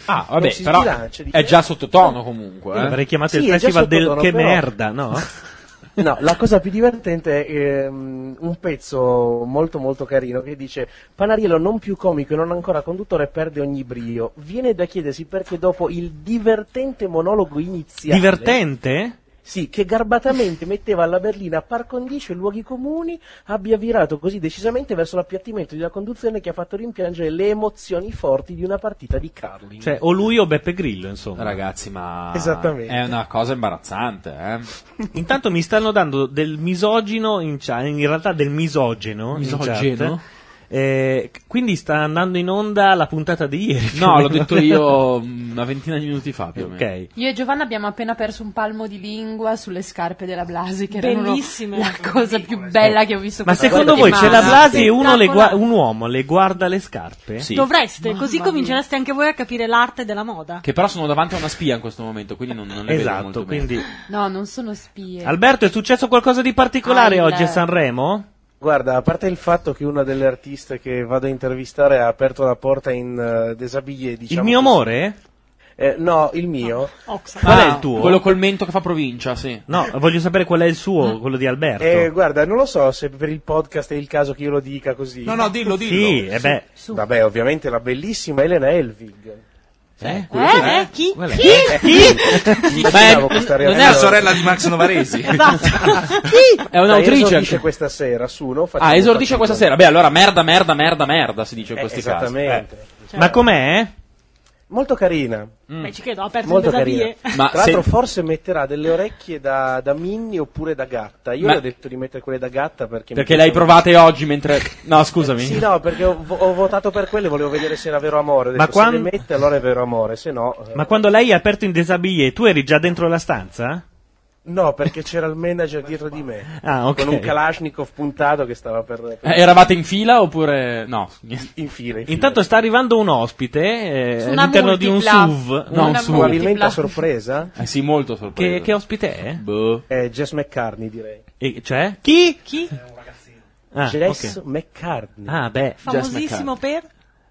[SPEAKER 3] Ah,
[SPEAKER 11] Non
[SPEAKER 3] vabbè,
[SPEAKER 11] si
[SPEAKER 3] però
[SPEAKER 11] sbilancia di-
[SPEAKER 3] è già sottotono comunque.
[SPEAKER 11] Io
[SPEAKER 3] eh.
[SPEAKER 11] l'avrei chiamato il Sì, è già festival del sottotono, che però- merda,
[SPEAKER 2] no?
[SPEAKER 11] No, la cosa più divertente è ehm, un pezzo molto molto carino che dice Panariello non più comico e non ancora conduttore perde ogni brio. Viene da chiedersi perché dopo il divertente monologo iniziale
[SPEAKER 2] Divertente?
[SPEAKER 11] Sì, che garbatamente metteva alla berlina par condicio e luoghi comuni, abbia virato così decisamente verso l'appiattimento di una conduzione che ha fatto rimpiangere le emozioni forti di una partita di curling.
[SPEAKER 2] Cioè, o lui o Beppe Grillo, insomma.
[SPEAKER 3] Ragazzi, ma.
[SPEAKER 11] Esattamente.
[SPEAKER 3] È una cosa imbarazzante, eh.
[SPEAKER 2] Intanto cioè, mi stanno dando del misogino in chat, in realtà del misogeno. in
[SPEAKER 3] Misogeno?
[SPEAKER 2] chat. Eh, quindi sta andando in onda la puntata di ieri.
[SPEAKER 3] No, l'ho detto io mm, una ventina di minuti fa più o meno.
[SPEAKER 2] Ok.
[SPEAKER 5] Io e Giovanna abbiamo appena perso un palmo di lingua sulle scarpe della Blasi, che
[SPEAKER 21] Bellissime.
[SPEAKER 5] erano la cosa più bella che ho visto
[SPEAKER 2] Ma
[SPEAKER 5] questa
[SPEAKER 2] secondo voi c'è la
[SPEAKER 5] settimana.
[SPEAKER 2] Blasi e uno le gua-
[SPEAKER 5] Spettacolare.
[SPEAKER 2] un uomo le guarda le scarpe?
[SPEAKER 21] Dovreste,
[SPEAKER 5] Mamma
[SPEAKER 21] così
[SPEAKER 5] mia.
[SPEAKER 21] comincereste anche voi a capire l'arte della moda.
[SPEAKER 3] Che però sono davanti a una spia in questo momento, quindi non, non le
[SPEAKER 2] Esatto,
[SPEAKER 3] vedo molto
[SPEAKER 2] quindi-
[SPEAKER 3] bene.
[SPEAKER 5] No, non sono spie.
[SPEAKER 2] Alberto, è successo qualcosa di particolare
[SPEAKER 5] Ah, il-
[SPEAKER 2] oggi a Sanremo?
[SPEAKER 11] Guarda, a parte il fatto che una delle artiste che vado a intervistare ha aperto la porta in eh, desabillé, diciamo.
[SPEAKER 2] il mio
[SPEAKER 11] così.
[SPEAKER 2] amore?
[SPEAKER 11] Eh, no, il mio.
[SPEAKER 2] Qual è il tuo?
[SPEAKER 3] Quello col mento che fa provincia, sì.
[SPEAKER 2] No, voglio sapere qual è il suo, quello di Alberto.
[SPEAKER 11] Eh, guarda, non lo so se per il podcast è il caso che io lo dica così.
[SPEAKER 2] No, no, dillo, dillo. Sì, eh beh.
[SPEAKER 11] Vabbè, ovviamente la bellissima Elena Elvig.
[SPEAKER 3] Eh?
[SPEAKER 21] Eh? Eh? Chi?
[SPEAKER 11] Quella-
[SPEAKER 21] Chi?
[SPEAKER 11] Eh, chi?
[SPEAKER 3] Beh,
[SPEAKER 11] Bravo, questa
[SPEAKER 3] non è la
[SPEAKER 11] reazione.
[SPEAKER 3] sorella di Max Novaresi. Esatto.
[SPEAKER 8] Ah,
[SPEAKER 3] È
[SPEAKER 11] Dai,
[SPEAKER 3] un'autrice
[SPEAKER 11] Cioè, esordisce
[SPEAKER 3] anche.
[SPEAKER 11] questa sera su, no? Facciamo
[SPEAKER 3] Ah, esordisce
[SPEAKER 11] un
[SPEAKER 3] questa
[SPEAKER 11] partito.
[SPEAKER 3] sera. Beh, allora merda, merda, merda, merda, si dice in
[SPEAKER 11] Eh,
[SPEAKER 3] questi
[SPEAKER 11] esattamente.
[SPEAKER 3] casi. Eh.
[SPEAKER 2] Ma com'è?
[SPEAKER 11] Molto carina.
[SPEAKER 21] Beh, ci credo, ho aperto
[SPEAKER 11] Molto
[SPEAKER 21] il
[SPEAKER 11] carina.
[SPEAKER 21] desabie.
[SPEAKER 3] Mm. Ma
[SPEAKER 11] Tra l'altro
[SPEAKER 3] se-
[SPEAKER 11] forse metterà delle orecchie da, da Minnie oppure da gatta. Io
[SPEAKER 3] Ma-
[SPEAKER 11] le ho detto di mettere quelle da gatta perché... mi
[SPEAKER 3] Perché le hai
[SPEAKER 11] piacciono.
[SPEAKER 3] provate oggi mentre... No, scusami.
[SPEAKER 11] Sì, no, perché ho, vo- ho votato per quelle, volevo vedere se era vero amore. Ho
[SPEAKER 2] Ma
[SPEAKER 11] detto,
[SPEAKER 2] quan-
[SPEAKER 11] Se le mette allora è vero amore, se no... eh,
[SPEAKER 2] Ma quando lei ha aperto in desabillé, tu eri già dentro la stanza?
[SPEAKER 11] No, perché c'era il manager dietro di me.
[SPEAKER 2] Ah, ok.
[SPEAKER 11] Con un Kalashnikov puntato che stava per... per-
[SPEAKER 3] Eh, eravate in fila oppure... No.
[SPEAKER 11] In fila.
[SPEAKER 2] Intanto sta arrivando un ospite eh,
[SPEAKER 11] Su una
[SPEAKER 2] all'interno di un
[SPEAKER 11] multipla.
[SPEAKER 2] SUV.
[SPEAKER 11] No, un SUV. Probabilmente a sorpresa.
[SPEAKER 3] Eh sì, molto sorpresa.
[SPEAKER 2] Che, che ospite è?
[SPEAKER 3] Boh.
[SPEAKER 11] Eh, Jess McCartney, direi.
[SPEAKER 2] E cioè? Chi?
[SPEAKER 21] Chi?
[SPEAKER 2] Ah,
[SPEAKER 11] Jess
[SPEAKER 2] ok.
[SPEAKER 11] McCartney.
[SPEAKER 2] Ah, beh.
[SPEAKER 21] Famosissimo per...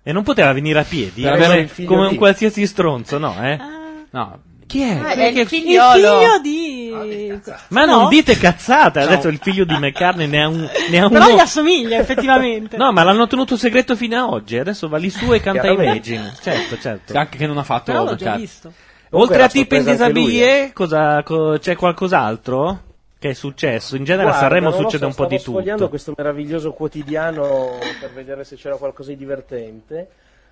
[SPEAKER 2] E non poteva venire a piedi?
[SPEAKER 3] Per
[SPEAKER 2] eh,
[SPEAKER 3] avere
[SPEAKER 2] come-
[SPEAKER 3] il figlio
[SPEAKER 2] come
[SPEAKER 3] di-
[SPEAKER 2] un qualsiasi stronzo, no? Eh?
[SPEAKER 3] No.
[SPEAKER 2] Chi è?
[SPEAKER 21] Ah,
[SPEAKER 2] Chi è
[SPEAKER 21] il
[SPEAKER 2] che-
[SPEAKER 21] figliolo. Il figlio
[SPEAKER 8] Ah,
[SPEAKER 21] di...
[SPEAKER 2] Ma
[SPEAKER 21] No?
[SPEAKER 2] non dite cazzate, adesso il figlio di McCartney ne ha, un, ne ha
[SPEAKER 21] Però
[SPEAKER 2] uno...
[SPEAKER 21] gli assomiglia effettivamente.
[SPEAKER 2] No, ma l'hanno tenuto segreto fino a oggi, adesso va lì su e canta
[SPEAKER 3] Chiaramente.
[SPEAKER 2] Imagine. Certo, certo.
[SPEAKER 3] Anche che non ha fatto...
[SPEAKER 21] Però l'ho già
[SPEAKER 3] McCartney.
[SPEAKER 21] visto.
[SPEAKER 11] Comunque
[SPEAKER 2] Oltre
[SPEAKER 11] era
[SPEAKER 2] a tipi in
[SPEAKER 11] sorpresa anche lui, eh.
[SPEAKER 2] disabille, cosa- co- c'è qualcos'altro che è successo? In genere a
[SPEAKER 11] Guarda,
[SPEAKER 2] Sanremo
[SPEAKER 11] non lo
[SPEAKER 2] succede
[SPEAKER 11] so,
[SPEAKER 2] un po' di
[SPEAKER 11] Stavo sfogliando
[SPEAKER 2] tutto.
[SPEAKER 11] questo meraviglioso quotidiano per vedere se c'era qualcosa di divertente.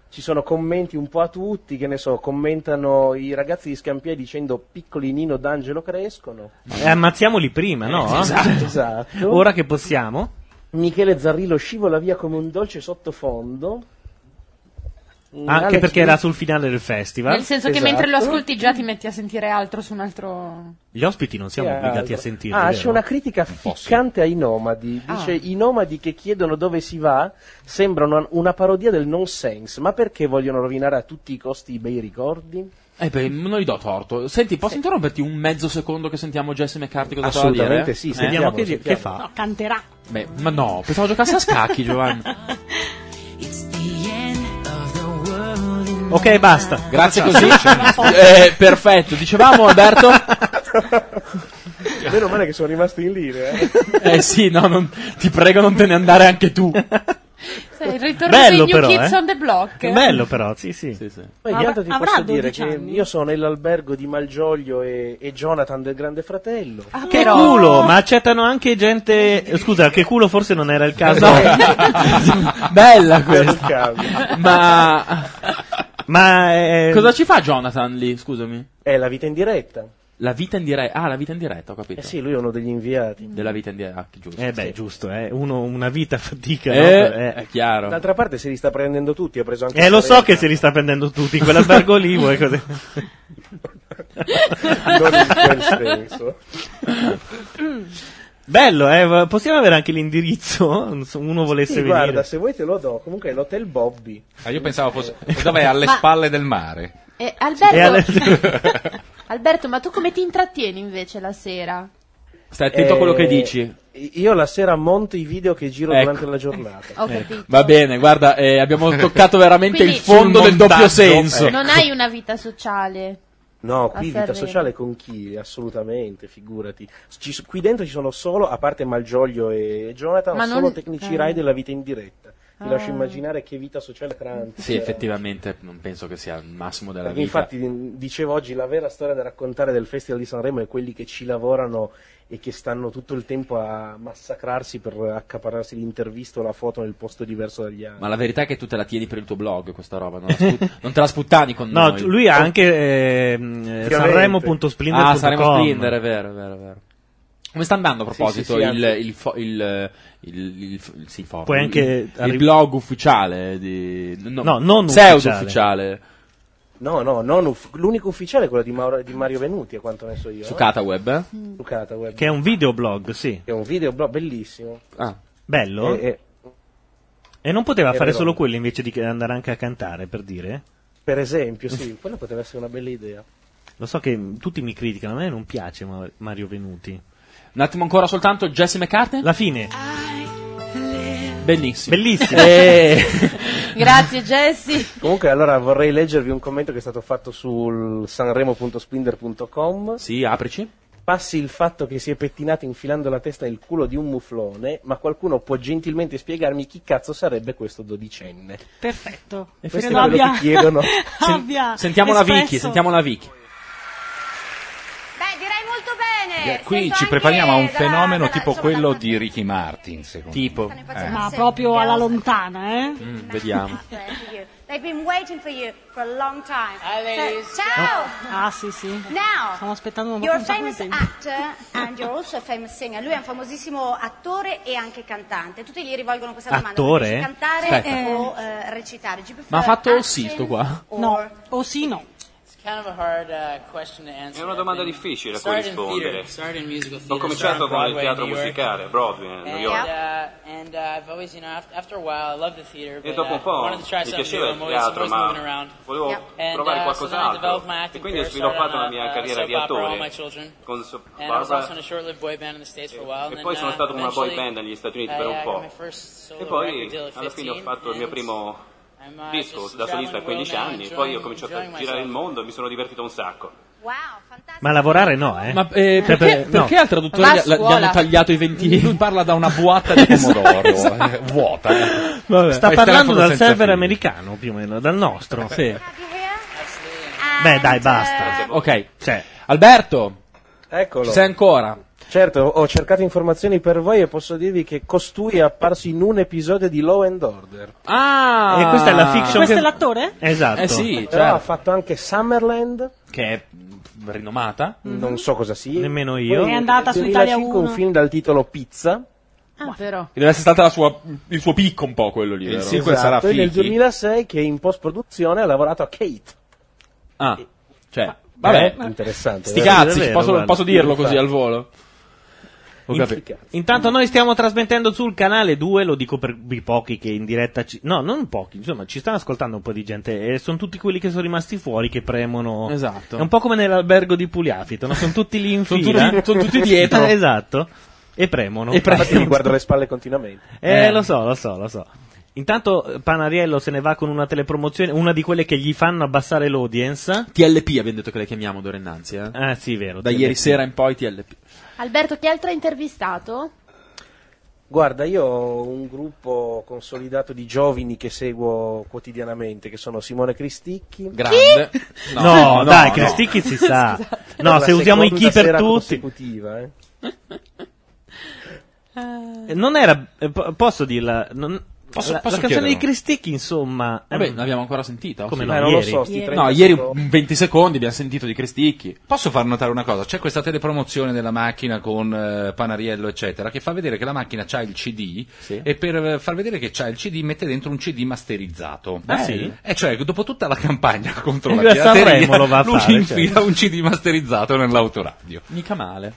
[SPEAKER 11] Ci sono commenti un po' a tutti, che ne so, commentano i ragazzi di Scampia dicendo piccoli Nino d'Angelo crescono.
[SPEAKER 2] Eh, ammazziamoli prima, no?
[SPEAKER 11] Esatto, esatto.
[SPEAKER 2] Ora che possiamo.
[SPEAKER 11] Michele Zarrillo scivola via come un dolce sottofondo. Mm,
[SPEAKER 2] Anche
[SPEAKER 11] Alex Esatto.
[SPEAKER 2] perché
[SPEAKER 11] Di-
[SPEAKER 2] era sul finale del festival.
[SPEAKER 5] Nel senso che mentre
[SPEAKER 2] Esatto.
[SPEAKER 5] lo ascolti già ti metti a sentire altro su un altro...
[SPEAKER 2] Gli ospiti non siamo
[SPEAKER 11] Chi è
[SPEAKER 2] obbligati
[SPEAKER 11] altro?
[SPEAKER 2] a sentirli.
[SPEAKER 11] Ah,
[SPEAKER 2] vero?
[SPEAKER 11] c'è una critica ficcante ai nomadi. Dice:
[SPEAKER 5] Ah.
[SPEAKER 11] I nomadi che chiedono dove si va sembrano una parodia del nonsense. Ma perché vogliono rovinare a tutti i costi i bei ricordi?
[SPEAKER 3] Eh beh, non gli do torto. Senti, posso interromperti un mezzo secondo che sentiamo Jesse McCarthy cosa c'ha da dire?
[SPEAKER 11] Assolutamente sì,
[SPEAKER 3] Eh?
[SPEAKER 11] sentiamolo, Vediamo che-
[SPEAKER 21] sentiamolo. No, canterà.
[SPEAKER 3] Beh, ma no, pensavo giocasse a scacchi, Giovanni.
[SPEAKER 2] Ok, basta.
[SPEAKER 3] Grazie
[SPEAKER 2] Cosa
[SPEAKER 3] così.
[SPEAKER 2] facciamo?
[SPEAKER 3] Eh, perfetto. Dicevamo Alberto?
[SPEAKER 11] Meno male che sono rimasto in linea. eh.
[SPEAKER 3] Eh sì, no, non- ti prego non te ne andare anche tu.
[SPEAKER 5] Sai, Il Eh, ritorno
[SPEAKER 3] Bello
[SPEAKER 5] dei New
[SPEAKER 3] però,
[SPEAKER 5] Kids
[SPEAKER 3] eh.
[SPEAKER 5] on the Block.
[SPEAKER 2] Bello però, sì, sì.
[SPEAKER 11] Poi
[SPEAKER 5] Ma
[SPEAKER 11] intanto ti
[SPEAKER 5] avrà
[SPEAKER 11] posso dire
[SPEAKER 5] 12
[SPEAKER 11] che
[SPEAKER 5] anni?
[SPEAKER 11] io sono nell'albergo di Malgioglio e, e Jonathan del Grande Fratello.
[SPEAKER 5] Ah,
[SPEAKER 2] Che culo, ma accettano anche gente... eh, Scusa, che culo forse non era il caso.
[SPEAKER 3] Bella
[SPEAKER 11] questa.
[SPEAKER 3] Ma
[SPEAKER 2] Ma ehm,
[SPEAKER 3] cosa ci fa Jonathan lì, scusami?
[SPEAKER 11] È la vita in diretta.
[SPEAKER 3] La vita in diretta. Ah, la vita in diretta, ho capito.
[SPEAKER 11] Eh sì, lui è uno degli inviati.
[SPEAKER 3] Della vita in diretta, giusto.
[SPEAKER 2] Eh beh, giusto, eh. Uno, una vita fatica. no?
[SPEAKER 3] Eh,
[SPEAKER 2] Eh.
[SPEAKER 3] è chiaro.
[SPEAKER 11] D'altra parte se li sta prendendo tutti, ha preso anche...
[SPEAKER 2] Eh, lo so
[SPEAKER 11] Serena.
[SPEAKER 2] che se li sta prendendo tutti, quell'albergo lì vuoi così.
[SPEAKER 11] Non in quel senso.
[SPEAKER 5] Mm.
[SPEAKER 2] Bello, eh, possiamo avere anche l'indirizzo? Non so, Uno volesse
[SPEAKER 11] Sì,
[SPEAKER 2] venire.
[SPEAKER 11] guarda, se vuoi te lo do. Comunque è l'Hotel Bobby.
[SPEAKER 4] Ah, io pensavo fosse... Dov'è? Alle
[SPEAKER 5] Ma-
[SPEAKER 4] spalle del mare.
[SPEAKER 5] Eh, Alberto,
[SPEAKER 4] E alle-
[SPEAKER 5] Alberto, ma tu come ti intrattieni invece la sera?
[SPEAKER 3] Stai attento a quello che
[SPEAKER 11] Eh,
[SPEAKER 3] dici.
[SPEAKER 11] Io la sera monto i video che giro
[SPEAKER 3] Ecco.
[SPEAKER 11] durante la giornata.
[SPEAKER 5] Ho capito.
[SPEAKER 3] Va bene, guarda, eh, abbiamo toccato veramente
[SPEAKER 5] Quindi- Eh,
[SPEAKER 3] il fondo
[SPEAKER 11] Sul
[SPEAKER 3] del doppio
[SPEAKER 11] montaggio,
[SPEAKER 3] senso.
[SPEAKER 5] Non hai una vita sociale.
[SPEAKER 11] No, qui
[SPEAKER 5] A
[SPEAKER 11] vita
[SPEAKER 5] Sanremo.
[SPEAKER 11] sociale con chi? Assolutamente, figurati. Ci s- qui dentro ci sono solo, a parte Malgioglio e Jonathan,
[SPEAKER 5] Ma
[SPEAKER 11] solo
[SPEAKER 5] non-
[SPEAKER 11] tecnici
[SPEAKER 5] eh.
[SPEAKER 11] Rai della vita in diretta. Ti
[SPEAKER 5] Ah.
[SPEAKER 11] lascio immaginare che vita sociale tranti.
[SPEAKER 3] Sì, effettivamente non penso che sia il massimo della
[SPEAKER 11] Perché
[SPEAKER 3] vita.
[SPEAKER 11] Eh, infatti mh, dicevo oggi la vera storia da raccontare del Festival di Sanremo è quelli che ci lavorano e che stanno tutto il tempo a massacrarsi per accaparrarsi l'intervista o la foto nel posto diverso dagli altri.
[SPEAKER 3] Ma la verità è che tu te la tieni per il tuo blog questa roba, non, la spu- non te la sputtani con
[SPEAKER 2] No,
[SPEAKER 3] noi.
[SPEAKER 2] lui ha anche ehm, eh,
[SPEAKER 3] Ovviamente.
[SPEAKER 2] sanremo.splendor.com.
[SPEAKER 3] Ah, Sanremo Splendor, è vero, è vero, è vero. Come sta andando a
[SPEAKER 7] Sì,
[SPEAKER 3] proposito
[SPEAKER 7] sì, sì,
[SPEAKER 3] il,
[SPEAKER 7] anzi.
[SPEAKER 3] il fo- il- il- il- il- sì, forum,
[SPEAKER 2] Puoi anche
[SPEAKER 3] il- il
[SPEAKER 2] arri-
[SPEAKER 3] blog ufficiale di, no,
[SPEAKER 2] No, non
[SPEAKER 3] pseudo
[SPEAKER 2] ufficiale.
[SPEAKER 3] ufficiale
[SPEAKER 11] No, no, non uff- l'unico ufficiale è quello di, Mauro- di Mario Venuti, a quanto ne so io.
[SPEAKER 3] su
[SPEAKER 11] eh?
[SPEAKER 3] Cataweb eh?
[SPEAKER 11] Su Cataweb.
[SPEAKER 2] Che è un videoblog, sì.
[SPEAKER 11] È un video blog bellissimo.
[SPEAKER 3] Ah.
[SPEAKER 2] Bello.
[SPEAKER 11] E-
[SPEAKER 3] Eh,
[SPEAKER 11] e-
[SPEAKER 2] E non poteva
[SPEAKER 11] e
[SPEAKER 2] fare
[SPEAKER 11] Verona.
[SPEAKER 2] solo quello invece di andare anche a cantare, per dire?
[SPEAKER 11] per esempio, sì, quella poteva essere una bella idea.
[SPEAKER 2] Lo so che tutti mi criticano, a me non piace Ma- Mario Venuti.
[SPEAKER 3] Un attimo ancora soltanto Jesse McCartney.
[SPEAKER 2] La fine.
[SPEAKER 3] Bellissimo.
[SPEAKER 2] Bellissimo. Eh.
[SPEAKER 5] Grazie Jesse.
[SPEAKER 11] Comunque, allora vorrei leggervi un commento che è stato fatto sul sanremo.spinder.com.
[SPEAKER 3] Sì, aprici.
[SPEAKER 11] Passi il fatto che si è pettinato infilando la testa nel culo di un muflone, ma qualcuno può gentilmente spiegarmi chi cazzo sarebbe questo dodicenne.
[SPEAKER 21] Perfetto.
[SPEAKER 11] Questo è
[SPEAKER 21] Credo
[SPEAKER 11] quello
[SPEAKER 21] abbia-
[SPEAKER 11] che chiedono.
[SPEAKER 21] abbia
[SPEAKER 3] Sentiamo la
[SPEAKER 21] espresso-
[SPEAKER 3] Vicky, sentiamo la Vicky.
[SPEAKER 4] Eh, Qui ci prepariamo a un fenomeno tipo quello di Ricky Martin, secondo
[SPEAKER 3] tipo.
[SPEAKER 23] Eh.
[SPEAKER 4] me.
[SPEAKER 2] Eh.
[SPEAKER 21] Ma proprio alla lontana, eh?
[SPEAKER 23] Mm,
[SPEAKER 3] vediamo.
[SPEAKER 9] They've been waiting for you for a long time. So, ciao!
[SPEAKER 21] Ah, sì, sì.
[SPEAKER 9] Now,
[SPEAKER 21] Stiamo aspettando un
[SPEAKER 9] You're
[SPEAKER 21] po'
[SPEAKER 9] a famous actor and you're also a famous singer. Lui è un famosissimo attore e anche cantante. Tutti gli rivolgono questa domanda.
[SPEAKER 3] Attore?
[SPEAKER 9] Preferisci cantare
[SPEAKER 3] Aspetta.
[SPEAKER 9] o eh, recitare? Do you prefer
[SPEAKER 3] Ma ha fatto o
[SPEAKER 9] action
[SPEAKER 3] sì sto qua?
[SPEAKER 9] or-
[SPEAKER 21] No, o sì, no.
[SPEAKER 13] È una domanda difficile a cui
[SPEAKER 23] Started in
[SPEAKER 13] rispondere.
[SPEAKER 23] theater, started in musical
[SPEAKER 13] Ho
[SPEAKER 23] theater,
[SPEAKER 13] cominciato
[SPEAKER 23] started
[SPEAKER 13] con
[SPEAKER 23] on
[SPEAKER 13] il
[SPEAKER 23] Broadway
[SPEAKER 13] teatro
[SPEAKER 23] in New York.
[SPEAKER 13] musicale, Broadway, a
[SPEAKER 24] Eh,
[SPEAKER 13] New
[SPEAKER 23] And,
[SPEAKER 13] York.
[SPEAKER 23] uh, and uh, I've always, you know, af- after a while, I love the theater, but uh,
[SPEAKER 13] E dopo
[SPEAKER 23] I
[SPEAKER 13] un po'
[SPEAKER 23] wanted
[SPEAKER 13] mi
[SPEAKER 23] to try something new.
[SPEAKER 13] piaceva
[SPEAKER 23] I'm
[SPEAKER 13] il
[SPEAKER 23] always, I'm
[SPEAKER 13] teatro,
[SPEAKER 23] always
[SPEAKER 13] ma
[SPEAKER 23] moving around.
[SPEAKER 13] volevo
[SPEAKER 23] And
[SPEAKER 13] provare
[SPEAKER 23] uh, so then I developed my
[SPEAKER 13] qualcos'altro. E
[SPEAKER 23] acting
[SPEAKER 13] quindi ho
[SPEAKER 23] career, started
[SPEAKER 13] sviluppato
[SPEAKER 23] on
[SPEAKER 13] la
[SPEAKER 23] a,
[SPEAKER 13] mia
[SPEAKER 23] a
[SPEAKER 13] carriera
[SPEAKER 23] soap
[SPEAKER 13] di
[SPEAKER 23] opera, All My
[SPEAKER 13] attore
[SPEAKER 23] Children.
[SPEAKER 13] con so-
[SPEAKER 23] And I was also in
[SPEAKER 13] Barbara
[SPEAKER 23] a short-lived boy band in the States for a while.
[SPEAKER 13] e
[SPEAKER 23] and
[SPEAKER 13] poi
[SPEAKER 23] then,
[SPEAKER 13] sono
[SPEAKER 23] uh,
[SPEAKER 13] stato con una boy
[SPEAKER 23] eventually,
[SPEAKER 13] band negli Stati
[SPEAKER 23] I,
[SPEAKER 13] Uniti per
[SPEAKER 23] uh,
[SPEAKER 13] un
[SPEAKER 23] got my
[SPEAKER 13] po'.
[SPEAKER 23] first solo
[SPEAKER 13] E
[SPEAKER 23] record deal at
[SPEAKER 13] poi alla fine
[SPEAKER 23] 15,
[SPEAKER 13] ho fatto il mio
[SPEAKER 23] and
[SPEAKER 13] primo
[SPEAKER 23] I'm, uh,
[SPEAKER 13] disco
[SPEAKER 23] just
[SPEAKER 13] da solista a
[SPEAKER 23] traveling the world
[SPEAKER 13] 15
[SPEAKER 23] now,
[SPEAKER 13] anni, poi ho
[SPEAKER 23] enjoying-
[SPEAKER 13] cominciato a
[SPEAKER 23] enjoying
[SPEAKER 13] girare il
[SPEAKER 23] myself.
[SPEAKER 13] mondo e mi sono divertito un sacco.
[SPEAKER 2] Ma lavorare no, eh?
[SPEAKER 3] Ma eh,
[SPEAKER 2] Cioè,
[SPEAKER 3] perché,
[SPEAKER 2] no.
[SPEAKER 3] perché al traduttore gli, la- gli hanno tagliato i 20 Lui
[SPEAKER 4] parla da una buatta di pomodoro eh, vuota.
[SPEAKER 2] Esatto. Vabbè, Sta
[SPEAKER 4] È
[SPEAKER 2] parlando
[SPEAKER 4] telefono
[SPEAKER 2] dal
[SPEAKER 4] senza
[SPEAKER 2] server
[SPEAKER 4] fili.
[SPEAKER 2] americano più o meno, dal nostro.
[SPEAKER 3] Sì.
[SPEAKER 2] Beh, dai, basta.
[SPEAKER 3] Ok. Alberto,
[SPEAKER 23] Ecco,
[SPEAKER 11] Eccolo.
[SPEAKER 3] ci sei ancora?
[SPEAKER 11] Certo, ho cercato informazioni per voi e posso dirvi che costui è apparso in un episodio di Law and Order.
[SPEAKER 3] Ah!
[SPEAKER 2] E questa è la fiction
[SPEAKER 21] Questo
[SPEAKER 2] che-
[SPEAKER 21] è l'attore?
[SPEAKER 2] Esatto.
[SPEAKER 3] Eh sì,
[SPEAKER 11] Però
[SPEAKER 3] certo.
[SPEAKER 11] ha fatto anche Summerland,
[SPEAKER 3] Che è rinomata?
[SPEAKER 11] non so cosa sia.
[SPEAKER 2] Nemmeno
[SPEAKER 11] Poi
[SPEAKER 2] io.
[SPEAKER 11] nel
[SPEAKER 21] È andata su Italia
[SPEAKER 11] 2005 un
[SPEAKER 21] uno.
[SPEAKER 11] film dal titolo Pizza.
[SPEAKER 5] Ah, però.
[SPEAKER 3] Deve essere stata la sua- il suo picco un po' quello lì.
[SPEAKER 4] Il
[SPEAKER 3] vero?
[SPEAKER 4] sequel sarà
[SPEAKER 11] Poi Esatto, nel 2006 che in post-produzione ha lavorato a Kate.
[SPEAKER 3] Ah, cioè, vabbè.
[SPEAKER 11] Eh, interessante.
[SPEAKER 3] Sti
[SPEAKER 11] vero?
[SPEAKER 3] cazzi,
[SPEAKER 11] Davvero,
[SPEAKER 3] posso,
[SPEAKER 11] guarda.
[SPEAKER 3] posso dirlo così
[SPEAKER 11] Infatti.
[SPEAKER 3] al volo? Ho
[SPEAKER 2] In-
[SPEAKER 3] capito.
[SPEAKER 2] Intanto noi stiamo trasmettendo sul canale 2, lo dico per i pochi che in diretta ci... No, non pochi, insomma, ci stanno ascoltando un po' di gente e sono tutti quelli che sono rimasti fuori che premono...
[SPEAKER 3] Esatto.
[SPEAKER 2] È un po' come nell'albergo di Pugliafito, no? Sono tutti lì in
[SPEAKER 3] Sono
[SPEAKER 2] fila.
[SPEAKER 3] tutti- sono tutti dietro.
[SPEAKER 2] Eh, esatto. E premono.
[SPEAKER 11] E Infatti mi guardo le spalle continuamente.
[SPEAKER 2] Eh, lo so, lo so, lo so. Intanto eh, Panariello se ne va con una telepromozione, una di quelle che gli fanno abbassare l'audience.
[SPEAKER 3] TLP abbiamo detto che le chiamiamo d'ora innanzi, eh?
[SPEAKER 2] Ah, sì, vero.
[SPEAKER 3] Da
[SPEAKER 2] TLP.
[SPEAKER 3] ieri sera in poi TLP.
[SPEAKER 6] Alberto, chi altro ha intervistato?
[SPEAKER 11] Guarda, io ho un gruppo consolidato di giovani che seguo quotidianamente, che sono Simone Cristicchi.
[SPEAKER 3] Grande.
[SPEAKER 2] No, No, no, dai, no. Esatto. Cristicchi si sa. Scusate. No,
[SPEAKER 11] Per la
[SPEAKER 2] se usiamo i chi
[SPEAKER 11] seconda
[SPEAKER 2] per
[SPEAKER 11] sera
[SPEAKER 2] tutti.
[SPEAKER 11] consecutiva, eh.
[SPEAKER 2] Eh, Non era. eh, po- posso dirla? Non-
[SPEAKER 3] Posso-
[SPEAKER 2] la,
[SPEAKER 3] posso
[SPEAKER 2] la canzone di
[SPEAKER 3] chiederlo?
[SPEAKER 2] Cristicchi, insomma.
[SPEAKER 3] Vabbè,
[SPEAKER 2] ehm,
[SPEAKER 3] l'abbiamo ancora sentita?
[SPEAKER 2] Come
[SPEAKER 3] Sì.
[SPEAKER 2] no, Eh, non lo ieri. so,
[SPEAKER 4] sti
[SPEAKER 3] no,
[SPEAKER 4] 30
[SPEAKER 3] ieri
[SPEAKER 4] secondi.
[SPEAKER 3] un 20 secondi abbiamo sentito di Cristicchi.
[SPEAKER 4] Posso far notare una cosa? C'è questa telepromozione della macchina con eh, Panariello, eccetera, che fa vedere che la macchina c'ha il CD e per eh, far vedere che c'ha il CD mette dentro un CD masterizzato.
[SPEAKER 2] Ah, sì?
[SPEAKER 4] E cioè, dopo tutta la campagna contro
[SPEAKER 2] Eh,
[SPEAKER 4] la
[SPEAKER 2] a
[SPEAKER 4] pirateria,
[SPEAKER 2] Sanremo lo va a
[SPEAKER 4] lui
[SPEAKER 2] fare,
[SPEAKER 4] infila
[SPEAKER 2] certo.
[SPEAKER 4] un CD masterizzato nell'autoradio.
[SPEAKER 3] Mica male.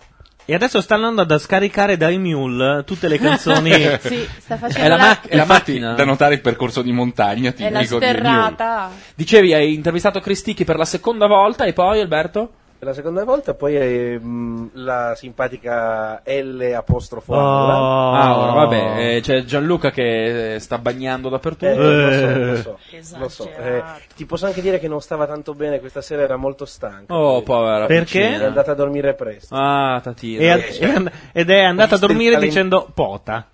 [SPEAKER 2] E adesso stanno andando a scaricare dai Mule eh, tutte le canzoni.
[SPEAKER 4] Sì,
[SPEAKER 6] sta
[SPEAKER 4] È
[SPEAKER 6] facendo
[SPEAKER 4] la,
[SPEAKER 6] la,
[SPEAKER 4] mac- è la
[SPEAKER 3] Infatti-
[SPEAKER 4] macchina. Da notare il percorso di montagna
[SPEAKER 6] è la
[SPEAKER 4] tipico di New
[SPEAKER 6] sterrata.
[SPEAKER 3] Dicevi, hai intervistato Cristicchi per la seconda volta e poi, Alberto?
[SPEAKER 11] Per la seconda volta poi ehm, la simpatica L apostrofo
[SPEAKER 3] Oh. Ah, ora, vabbè, eh, c'è Gianluca che eh, sta bagnando dappertutto.
[SPEAKER 11] Eh, lo so, lo so, lo so. Eh, ti posso anche dire che non stava tanto bene questa sera, era molto stanca.
[SPEAKER 3] Oh, povera.
[SPEAKER 2] Perché?
[SPEAKER 11] È andata a dormire presto.
[SPEAKER 3] Ah, Tatina.
[SPEAKER 2] E al- e and- ed è andata a
[SPEAKER 11] Ho visto il
[SPEAKER 2] dormire
[SPEAKER 11] calen-
[SPEAKER 2] dicendo pota.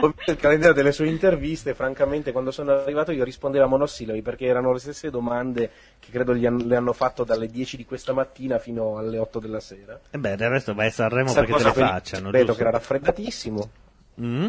[SPEAKER 11] Ho visto il calendario delle sue interviste, francamente quando sono arrivato io rispondevo a monosillabi perché erano le stesse domande che credo gli han- le hanno fatto dalle 10 di questa mattina fino alle 8 della sera.
[SPEAKER 2] E beh, del resto vai a Sanremo
[SPEAKER 11] Sa
[SPEAKER 2] perché te
[SPEAKER 11] cosa
[SPEAKER 2] lo
[SPEAKER 11] quel-
[SPEAKER 2] facciano.
[SPEAKER 11] Credo
[SPEAKER 2] giusto?
[SPEAKER 11] che era raffreddatissimo.
[SPEAKER 2] Mm?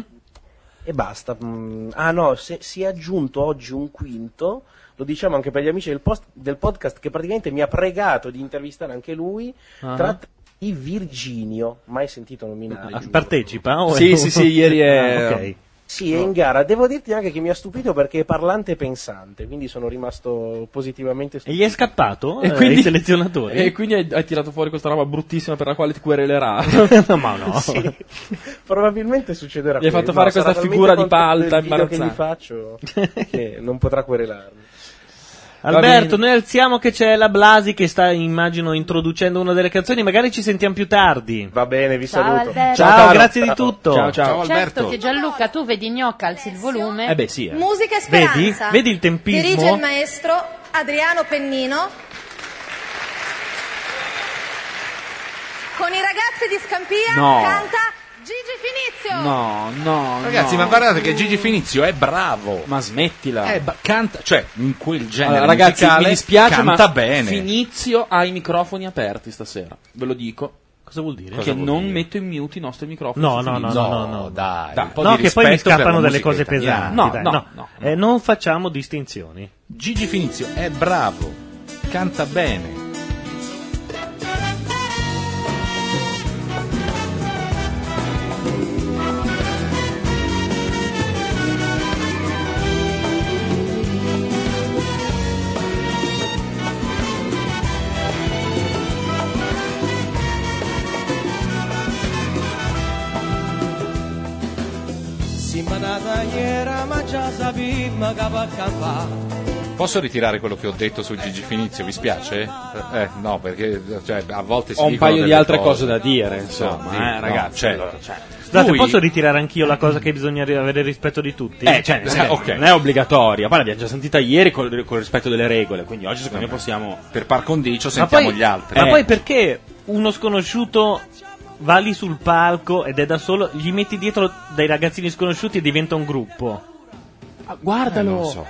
[SPEAKER 11] E basta. mm. Ah no, se- si è aggiunto oggi un quinto, lo diciamo anche per gli amici del, post- del podcast, che praticamente mi ha pregato di intervistare anche lui.
[SPEAKER 3] Ah.
[SPEAKER 11] Tra di Virginio, mai sentito
[SPEAKER 2] Ah,
[SPEAKER 11] nominare. giuro.
[SPEAKER 2] Partecipa? o è
[SPEAKER 3] Sì,
[SPEAKER 2] un-
[SPEAKER 3] sì, sì, ieri è...
[SPEAKER 2] Ah, ok.
[SPEAKER 11] Sì, è in gara. Devo dirti anche che mi ha stupito perché è parlante e pensante, quindi sono rimasto positivamente
[SPEAKER 2] E gli è scappato
[SPEAKER 3] E
[SPEAKER 2] eh,
[SPEAKER 3] quindi-
[SPEAKER 2] il selezionatore?
[SPEAKER 3] E quindi hai, hai tirato fuori questa roba bruttissima per la quale ti querelerà.
[SPEAKER 2] ma no.
[SPEAKER 11] Sì. Probabilmente succederà.
[SPEAKER 3] Gli hai fatto
[SPEAKER 11] quello.
[SPEAKER 3] fare
[SPEAKER 11] No, sarà
[SPEAKER 3] questa
[SPEAKER 11] talmente
[SPEAKER 3] figura di
[SPEAKER 11] contento del
[SPEAKER 3] palta
[SPEAKER 11] video
[SPEAKER 3] imbarazzante.
[SPEAKER 11] Che gli faccio che non potrà querelarmi.
[SPEAKER 2] Alberto, noi alziamo che c'è la Blasi che sta, immagino, introducendo una delle canzoni. Magari ci sentiamo più tardi.
[SPEAKER 11] Va bene, vi
[SPEAKER 6] Ciao, saluto. Alberto.
[SPEAKER 2] Ciao,
[SPEAKER 6] Ciao,
[SPEAKER 2] grazie
[SPEAKER 6] ciao.
[SPEAKER 2] di tutto.
[SPEAKER 6] Ciao, Certo che Gianluca, tu vedi gnocca, alzi il volume.
[SPEAKER 2] Eh beh, sì, eh.
[SPEAKER 8] Musica e
[SPEAKER 2] Vedi?
[SPEAKER 8] speranza.
[SPEAKER 2] Vedi il tempismo?
[SPEAKER 8] Dirige il maestro Adriano Pennino. Con i ragazzi di Scampia
[SPEAKER 4] No.
[SPEAKER 8] canta Gigi Finizio.
[SPEAKER 4] No, no. Ragazzi,
[SPEAKER 3] no.
[SPEAKER 4] ma guardate che Gigi Finizio è bravo. Ma
[SPEAKER 3] smettila.
[SPEAKER 4] Eh, ba- canta, cioè, in quel genere
[SPEAKER 3] Allora, ragazzi,
[SPEAKER 4] musicale
[SPEAKER 3] mi dispiace,
[SPEAKER 4] canta
[SPEAKER 3] ma
[SPEAKER 4] bene.
[SPEAKER 3] Finizio ha i microfoni aperti stasera. Ve lo dico.
[SPEAKER 2] Cosa vuol dire?
[SPEAKER 3] Che
[SPEAKER 2] Cosa vuol
[SPEAKER 3] non metto in mute i nostri microfoni.
[SPEAKER 2] No,
[SPEAKER 3] su
[SPEAKER 2] no, no, no,
[SPEAKER 3] Finizio.
[SPEAKER 2] no, no.
[SPEAKER 4] dai.
[SPEAKER 3] Dai,
[SPEAKER 2] No,
[SPEAKER 3] un po' di
[SPEAKER 2] che poi mi
[SPEAKER 3] rispetto per la
[SPEAKER 2] scappano delle
[SPEAKER 3] musica
[SPEAKER 2] cose
[SPEAKER 3] italiana.
[SPEAKER 2] pesanti.
[SPEAKER 3] No,
[SPEAKER 2] dai,
[SPEAKER 3] no,
[SPEAKER 2] no.
[SPEAKER 3] no.
[SPEAKER 2] Eh, non facciamo distinzioni.
[SPEAKER 4] Gigi Finizio è bravo, canta bene.
[SPEAKER 1] Si manata iera, ma già sapimmo che va a campare.
[SPEAKER 4] Posso ritirare quello che ho detto su Gigi Finizio? Vi spiace? Eh, no, perché cioè, a volte si
[SPEAKER 3] Ho un
[SPEAKER 4] dicono
[SPEAKER 3] paio di
[SPEAKER 4] delle
[SPEAKER 3] altre cose da dire,
[SPEAKER 4] No,
[SPEAKER 3] insomma,
[SPEAKER 4] sì,
[SPEAKER 3] eh,
[SPEAKER 4] no,
[SPEAKER 3] ragazzi,
[SPEAKER 4] cioè,
[SPEAKER 3] allora, cioè.
[SPEAKER 2] Scusate,
[SPEAKER 4] lui-
[SPEAKER 2] posso ritirare anch'io la cosa che bisogna ri- avere rispetto di tutti?
[SPEAKER 15] Eh,
[SPEAKER 3] certo,
[SPEAKER 15] cioè, nel senso, non è obbligatoria. Poi l'abbiamo già sentita ieri col, col rispetto delle regole. Quindi oggi, secondo me, possiamo.
[SPEAKER 4] Per par condicio,
[SPEAKER 2] ma poi, Ma
[SPEAKER 4] Eh.
[SPEAKER 2] poi perché uno sconosciuto va lì sul palco ed è da solo, gli metti dietro dei ragazzini sconosciuti e diventa un gruppo?
[SPEAKER 3] guardalo.
[SPEAKER 4] Eh, non lo so.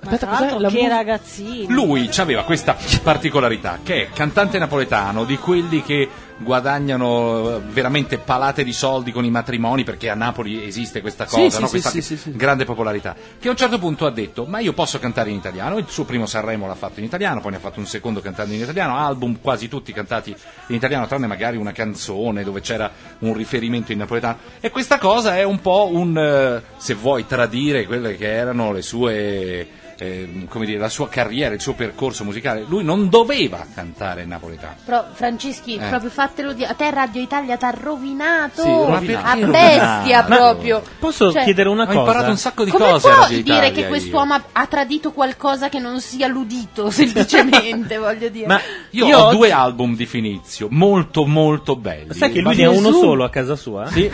[SPEAKER 21] Ma tra l'altro che ragazzini.
[SPEAKER 4] Lui aveva questa particolarità che è cantante napoletano, di quelli che guadagnano eh, veramente palate di soldi con i matrimoni, perché a Napoli esiste questa
[SPEAKER 3] Sì,
[SPEAKER 4] cosa,
[SPEAKER 3] sì,
[SPEAKER 4] no?
[SPEAKER 3] sì,
[SPEAKER 4] questa
[SPEAKER 3] sì, sì, sì.
[SPEAKER 4] grande popolarità, che a un certo punto ha detto ma io posso cantare in italiano, il suo primo Sanremo l'ha fatto in italiano, poi ne ha fatto un secondo cantando in italiano, album quasi tutti cantati in italiano, tranne magari una canzone dove c'era un riferimento in napoletano e questa cosa è un po' un, eh, se vuoi, tradire quelle che erano le sue... eh, come dire, la sua carriera, il suo percorso musicale, lui non doveva cantare in napoletano.
[SPEAKER 6] Però, Franceschi,
[SPEAKER 4] Eh.
[SPEAKER 6] proprio fatelo dire. A te Radio Italia ti ha rovinato.
[SPEAKER 4] Sì, rovinato.
[SPEAKER 6] a
[SPEAKER 4] Ma
[SPEAKER 6] bestia
[SPEAKER 4] perché?
[SPEAKER 6] proprio.
[SPEAKER 2] Posso
[SPEAKER 6] Cioè,
[SPEAKER 2] chiedere una
[SPEAKER 4] ho
[SPEAKER 2] cosa?
[SPEAKER 4] imparato un sacco di
[SPEAKER 6] Come
[SPEAKER 4] cose a
[SPEAKER 6] può
[SPEAKER 4] Radio
[SPEAKER 6] dire
[SPEAKER 4] Italia
[SPEAKER 6] che
[SPEAKER 4] io.
[SPEAKER 6] quest'uomo ha- ha tradito qualcosa che non sia l'udito, semplicemente, voglio dire.
[SPEAKER 4] Ma io,
[SPEAKER 6] Io
[SPEAKER 4] ho
[SPEAKER 6] oggi-
[SPEAKER 4] due album di Finizio, molto molto belli.
[SPEAKER 2] Sai che lui
[SPEAKER 4] Ma-
[SPEAKER 2] ne ha uno solo a casa sua?
[SPEAKER 4] Sì.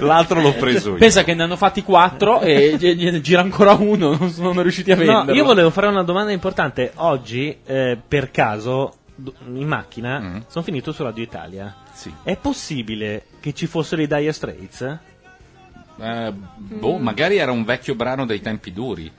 [SPEAKER 4] L'altro l'ho preso io.
[SPEAKER 3] Pensa che ne hanno fatti quattro e gi- gliene gira ancora uno. Non sono riusciti a
[SPEAKER 2] No,
[SPEAKER 3] venderlo.
[SPEAKER 2] io volevo fare una domanda importante. Oggi, eh, per caso, d- in macchina,
[SPEAKER 4] Mm.
[SPEAKER 2] sono finito su Radio Italia. È possibile che ci fossero i Dire Straits?
[SPEAKER 4] Eh,
[SPEAKER 6] Mm.
[SPEAKER 2] Mm.
[SPEAKER 4] boh, magari era un vecchio brano dei tempi duri.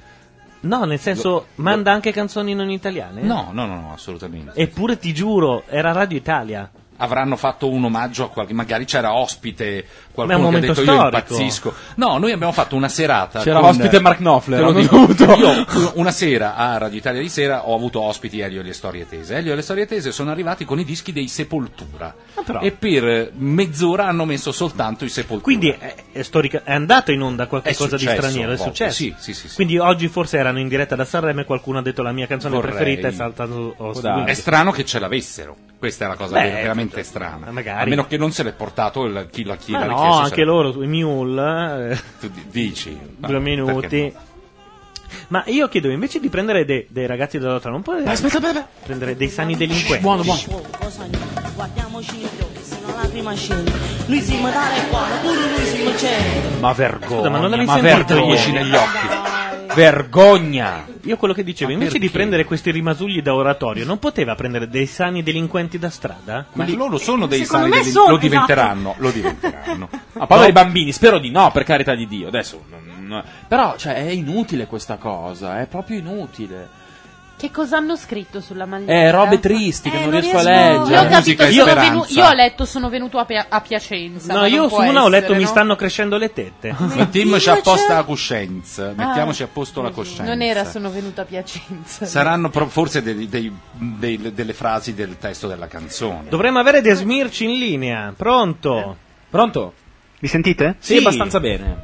[SPEAKER 2] No, nel senso,
[SPEAKER 4] Lo-
[SPEAKER 2] manda anche canzoni non italiane?
[SPEAKER 4] No, no, no, no, assolutamente.
[SPEAKER 2] Eh. Eppure ti giuro, era Radio Italia.
[SPEAKER 4] Avranno fatto un omaggio a qualche, magari c'era ospite,
[SPEAKER 2] Ma è un
[SPEAKER 4] qualcuno che ha detto
[SPEAKER 2] momento
[SPEAKER 4] io
[SPEAKER 2] storico."
[SPEAKER 4] impazzisco. No, noi abbiamo fatto una serata.
[SPEAKER 3] C'era
[SPEAKER 4] con-
[SPEAKER 3] ospite Mark Knopfler,
[SPEAKER 4] Te lo
[SPEAKER 3] hanno
[SPEAKER 4] dico.
[SPEAKER 3] dovuto.
[SPEAKER 4] Io u- una sera a Radio Italia di sera ho avuto ospiti Elio e le storie tese. Elio e le storie tese sono arrivati con i dischi dei Sepoltura.
[SPEAKER 2] Ah, però.
[SPEAKER 4] E per mezz'ora hanno messo soltanto i Sepoltura.
[SPEAKER 2] Quindi è, è storica- è andato in onda qualche
[SPEAKER 4] È
[SPEAKER 2] cosa di
[SPEAKER 4] successo,
[SPEAKER 2] straniero, è
[SPEAKER 4] volte.
[SPEAKER 2] successo.
[SPEAKER 4] Sì, sì, sì, sì.
[SPEAKER 2] Quindi oggi forse erano in diretta da Sanremo e qualcuno ha detto la mia canzone
[SPEAKER 4] Vorrei.
[SPEAKER 2] preferita è saltato o
[SPEAKER 4] Può darsi. È strano che ce l'avessero. Questa è la cosa
[SPEAKER 2] Beh,
[SPEAKER 4] ver- veramente strana.
[SPEAKER 2] magari.
[SPEAKER 4] A meno che non se l'è portato il, chi l'ha chi cioè.
[SPEAKER 2] Ma
[SPEAKER 4] l'ha
[SPEAKER 2] no,
[SPEAKER 4] richiesto,
[SPEAKER 2] anche
[SPEAKER 4] se-
[SPEAKER 2] loro, i Mule, eh,
[SPEAKER 4] Tu di- dici. ma
[SPEAKER 2] due
[SPEAKER 4] perché
[SPEAKER 2] minuti. Ma io chiedo invece di prendere de- dei ragazzi della lotta, non puoi prendere dei sani delinquenti.
[SPEAKER 24] Buono, buono.
[SPEAKER 8] Oh,
[SPEAKER 16] Cosa no? Guardiamoci negli occhi, se non lacrima scende. Lui si mi dà le quadre, pure lui si mi cede.
[SPEAKER 2] Ma vergogna,
[SPEAKER 15] ma non l'avevi
[SPEAKER 2] ma
[SPEAKER 15] sentito?
[SPEAKER 2] vergogna.
[SPEAKER 15] negli occhi. Vergogna.
[SPEAKER 2] Io quello che dicevo, invece di prendere questi rimasugli da oratorio, non poteva prendere dei sani delinquenti da strada?
[SPEAKER 4] Ma loro sono dei
[SPEAKER 2] Secondo
[SPEAKER 4] sani
[SPEAKER 2] me
[SPEAKER 4] delin-
[SPEAKER 2] sono,
[SPEAKER 4] lo
[SPEAKER 2] esatto.
[SPEAKER 4] diventeranno, lo diventeranno.
[SPEAKER 3] A poveri bambini, spero di no, per carità di Dio. Adesso. non- non- Però, cioè, è inutile questa cosa. È proprio inutile.
[SPEAKER 5] Che cosa hanno scritto sulla maglietta?
[SPEAKER 8] Eh, robe tristi che non, riesco, a leggere.
[SPEAKER 5] Io ho capito, sono venu- io ho letto sono venuto a, Pia- a Piacenza.
[SPEAKER 2] No,
[SPEAKER 5] ma
[SPEAKER 2] io
[SPEAKER 5] non
[SPEAKER 2] su
[SPEAKER 5] può
[SPEAKER 2] una ho
[SPEAKER 5] essere,
[SPEAKER 2] letto mi
[SPEAKER 5] no?
[SPEAKER 2] stanno crescendo le tette.
[SPEAKER 4] Ma Tim c'ha apposta la coscienza. Mettiamoci a posto la coscienza.
[SPEAKER 5] Ah. Non era sono venuto a Piacenza.
[SPEAKER 4] Saranno pro- forse dei- dei- dei- delle frasi del testo della canzone.
[SPEAKER 2] Dovremmo avere De Smirci in linea. Pronto? Pronto?
[SPEAKER 25] Mi sentite?
[SPEAKER 2] Sì, abbastanza
[SPEAKER 25] bene.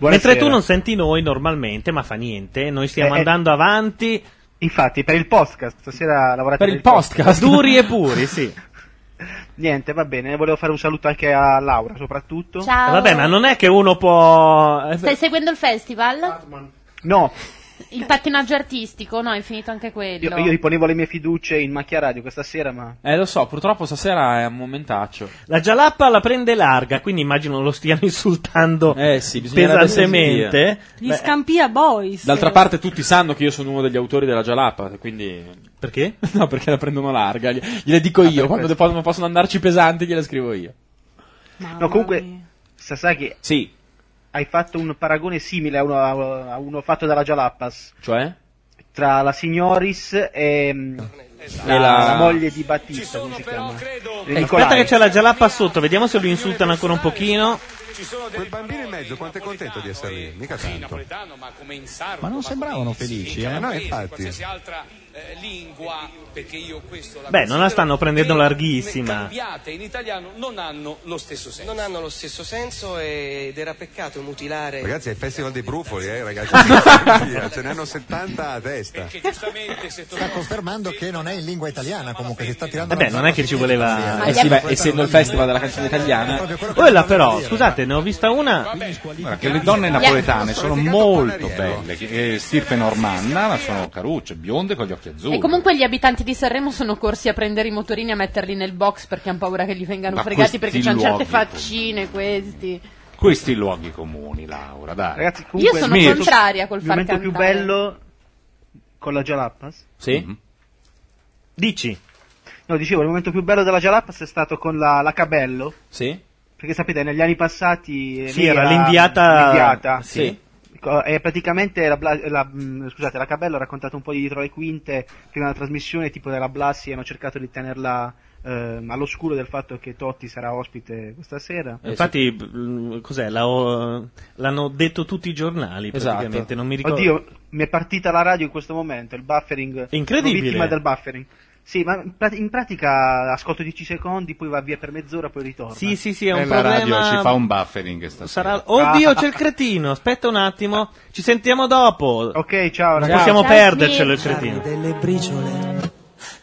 [SPEAKER 2] Mentre tu non senti noi normalmente, ma fa niente, noi stiamo
[SPEAKER 25] Eh, eh.
[SPEAKER 2] andando avanti.
[SPEAKER 25] Infatti, per il podcast, stasera lavorate
[SPEAKER 2] Per il podcast. Duri e puri, sì.
[SPEAKER 25] Niente, va bene, volevo fare un saluto anche a Laura, soprattutto.
[SPEAKER 5] Ciao.
[SPEAKER 2] Eh, Vabbè, ma non è che uno può. eh,
[SPEAKER 5] Stai seguendo il festival?
[SPEAKER 25] No,
[SPEAKER 5] Il pattinaggio artistico? No, è finito anche quello.
[SPEAKER 25] io, io riponevo le mie fiducie in macchia radio questa sera, ma...
[SPEAKER 3] Eh, lo so, purtroppo stasera è un momentaccio.
[SPEAKER 2] La gialappa la prende larga, quindi immagino lo stiano insultando
[SPEAKER 3] Eh, bisognerebbe
[SPEAKER 2] pesantemente.
[SPEAKER 22] Gli Scampia Boys.
[SPEAKER 3] D'altra parte tutti sanno che io sono uno degli autori della Jalapa, quindi...
[SPEAKER 2] Perché?
[SPEAKER 3] No, perché la prendono larga, gli- gliele dico io, quando de- possono, possono andarci pesanti gliele scrivo io.
[SPEAKER 25] no, comunque, Sasaki...
[SPEAKER 3] Sì.
[SPEAKER 25] Hai fatto un paragone simile a uno, a uno fatto dalla Jalapas,
[SPEAKER 3] Cioè?
[SPEAKER 25] tra la Signoris e, mm, la,
[SPEAKER 2] E la-
[SPEAKER 25] la moglie di Battista, come si chiama?
[SPEAKER 2] Eh,
[SPEAKER 25] Nicolai.
[SPEAKER 2] aspetta che c'è la gialappa sotto, vediamo se lo insultano ancora un pochino.
[SPEAKER 12] Quel bambino in mezzo quanto è contento di essere lì, mica tanto.
[SPEAKER 7] ma come in sardo,
[SPEAKER 12] Ma non sembravano felici,
[SPEAKER 4] Cioè,
[SPEAKER 12] eh?
[SPEAKER 7] in
[SPEAKER 12] No,
[SPEAKER 7] calabrese,
[SPEAKER 12] infatti.
[SPEAKER 7] qualsiasi altra eh, lingua, perché io questo la
[SPEAKER 2] Beh, non la stanno prendendo
[SPEAKER 7] considero-
[SPEAKER 2] larghissima.
[SPEAKER 7] cambiate in italiano non hanno lo stesso senso.
[SPEAKER 11] Non hanno lo stesso senso ed era peccato mutilare.
[SPEAKER 12] Ragazzi, è il festival dei brufoli, eh, ragazzi. Via, Ce ne hanno 70 a testa.
[SPEAKER 26] Sta confermando che non è in lingua italiana comunque, si sta tirando
[SPEAKER 2] Vabbè,
[SPEAKER 26] la-
[SPEAKER 2] non è che ci voleva.
[SPEAKER 12] Eh sì,
[SPEAKER 2] beh,
[SPEAKER 12] essendo
[SPEAKER 2] il festival della canzone italiana. Quella però, scusate, ne ho vista una.
[SPEAKER 4] Guarda che le donne napoletane sono molto belle. che- eh, Stirpe normanna, ma sono carucce, bionde con gli occhi azzurri.
[SPEAKER 5] E comunque gli abitanti di Sanremo sono corsi a prendere i motorini e a metterli nel box perché hanno paura che gli vengano
[SPEAKER 4] Ma questi
[SPEAKER 5] fregati perché c'hanno certe
[SPEAKER 4] luoghi,
[SPEAKER 5] faccine questi.
[SPEAKER 4] Questi luoghi comuni, Laura, dai.
[SPEAKER 25] Ragazzi, comunque,
[SPEAKER 5] Io sono
[SPEAKER 25] Smirci.
[SPEAKER 5] contraria col
[SPEAKER 25] il
[SPEAKER 5] far
[SPEAKER 25] momento
[SPEAKER 5] cantare.
[SPEAKER 25] più bello con la Jalapas?
[SPEAKER 2] Sì. Dici?
[SPEAKER 25] No, dicevo, il momento più bello della Jalapas è stato con la, la Cabello.
[SPEAKER 3] Sì.
[SPEAKER 25] Perché sapete, negli anni passati... eh,
[SPEAKER 2] Sì,
[SPEAKER 25] lei
[SPEAKER 2] era l'inviata-
[SPEAKER 25] l'inviata.
[SPEAKER 2] Sì.
[SPEAKER 25] Co- E praticamente la, Bla- la- mh, scusate, la Cabello ha raccontato un po' di dietro le quinte prima della trasmissione, tipo della Blasi, hanno cercato di tenerla ehm, all'oscuro del fatto che Totti sarà ospite questa sera.
[SPEAKER 2] Infatti, mh, cos'è? La ho- l'hanno detto tutti i giornali praticamente, non mi ricordo.
[SPEAKER 25] Esatto. Oddio, mi è partita la radio in questo momento, il buffering.
[SPEAKER 2] Incredibile.
[SPEAKER 25] Sono vittima del buffering. Sì, ma in prat- in pratica ascolto 10 secondi, poi va via per mezz'ora, poi ritorna.
[SPEAKER 2] Sì, sì, sì, è un
[SPEAKER 4] Eh, la
[SPEAKER 2] problema.
[SPEAKER 4] radio ci fa un buffering stasera.
[SPEAKER 2] Sarà... Oddio, c'è il cretino. Aspetta un attimo, ci sentiamo dopo.
[SPEAKER 25] Ok, ciao
[SPEAKER 2] Non
[SPEAKER 25] ragazzi.
[SPEAKER 2] possiamo
[SPEAKER 25] Ciao,
[SPEAKER 2] perdercelo il
[SPEAKER 25] Smith.
[SPEAKER 2] cretino.
[SPEAKER 1] delle briciole,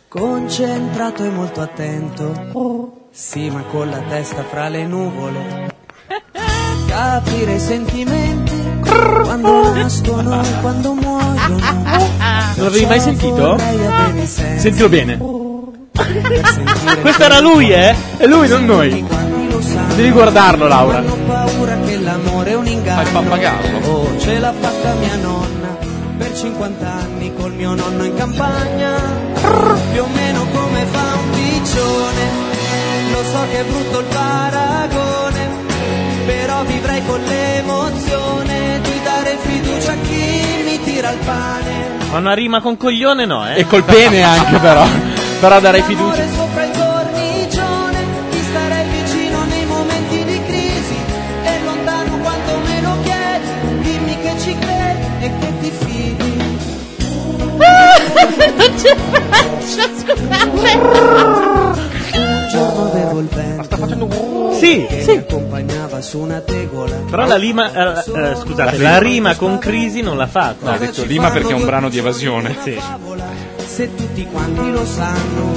[SPEAKER 1] concentrato e molto attento. Sì, ma con la testa fra le nuvole. Capire i sentimenti quando nascono e quando muoiono.
[SPEAKER 18] Non l'avevi mai sentito?
[SPEAKER 8] Sentilo bene.
[SPEAKER 2] Questo era lui, eh?
[SPEAKER 8] E lui, non noi. Devi guardarlo, Laura.
[SPEAKER 1] Ho paura che l'amore è un inganno.
[SPEAKER 8] Fai il pappagallo.
[SPEAKER 1] Oh, ce l'ha fatta mia nonna per 50 anni col mio nonno in campagna. Più o meno come fa un piccione. Lo so che è brutto il paragone, però vivrei con l'emozione di dare fiducia a chi mi tira il pane.
[SPEAKER 2] Ma una rima con coglione no, eh?
[SPEAKER 8] E col pene anche, però. Però darei
[SPEAKER 1] L'amore
[SPEAKER 8] fiducia.
[SPEAKER 1] sopra il cornicione, ti starei vicino nei momenti di crisi e lontano quanto me lo chiedi, dimmi che ci credi e che ti fidi.
[SPEAKER 18] Non c'è faccia, scusate.
[SPEAKER 1] Un giorno avevo il vento.
[SPEAKER 2] Sì,
[SPEAKER 1] che
[SPEAKER 2] sì.
[SPEAKER 1] mi accompagnava su una tegola.
[SPEAKER 2] Però la lima, eh, eh, scusate,
[SPEAKER 4] La
[SPEAKER 2] la,
[SPEAKER 4] rima.
[SPEAKER 2] rima con crisi non l'ha fatta.
[SPEAKER 4] No, ha detto Lima perché è un brano di evasione.
[SPEAKER 2] Sì.
[SPEAKER 1] Se tutti quanti lo sanno,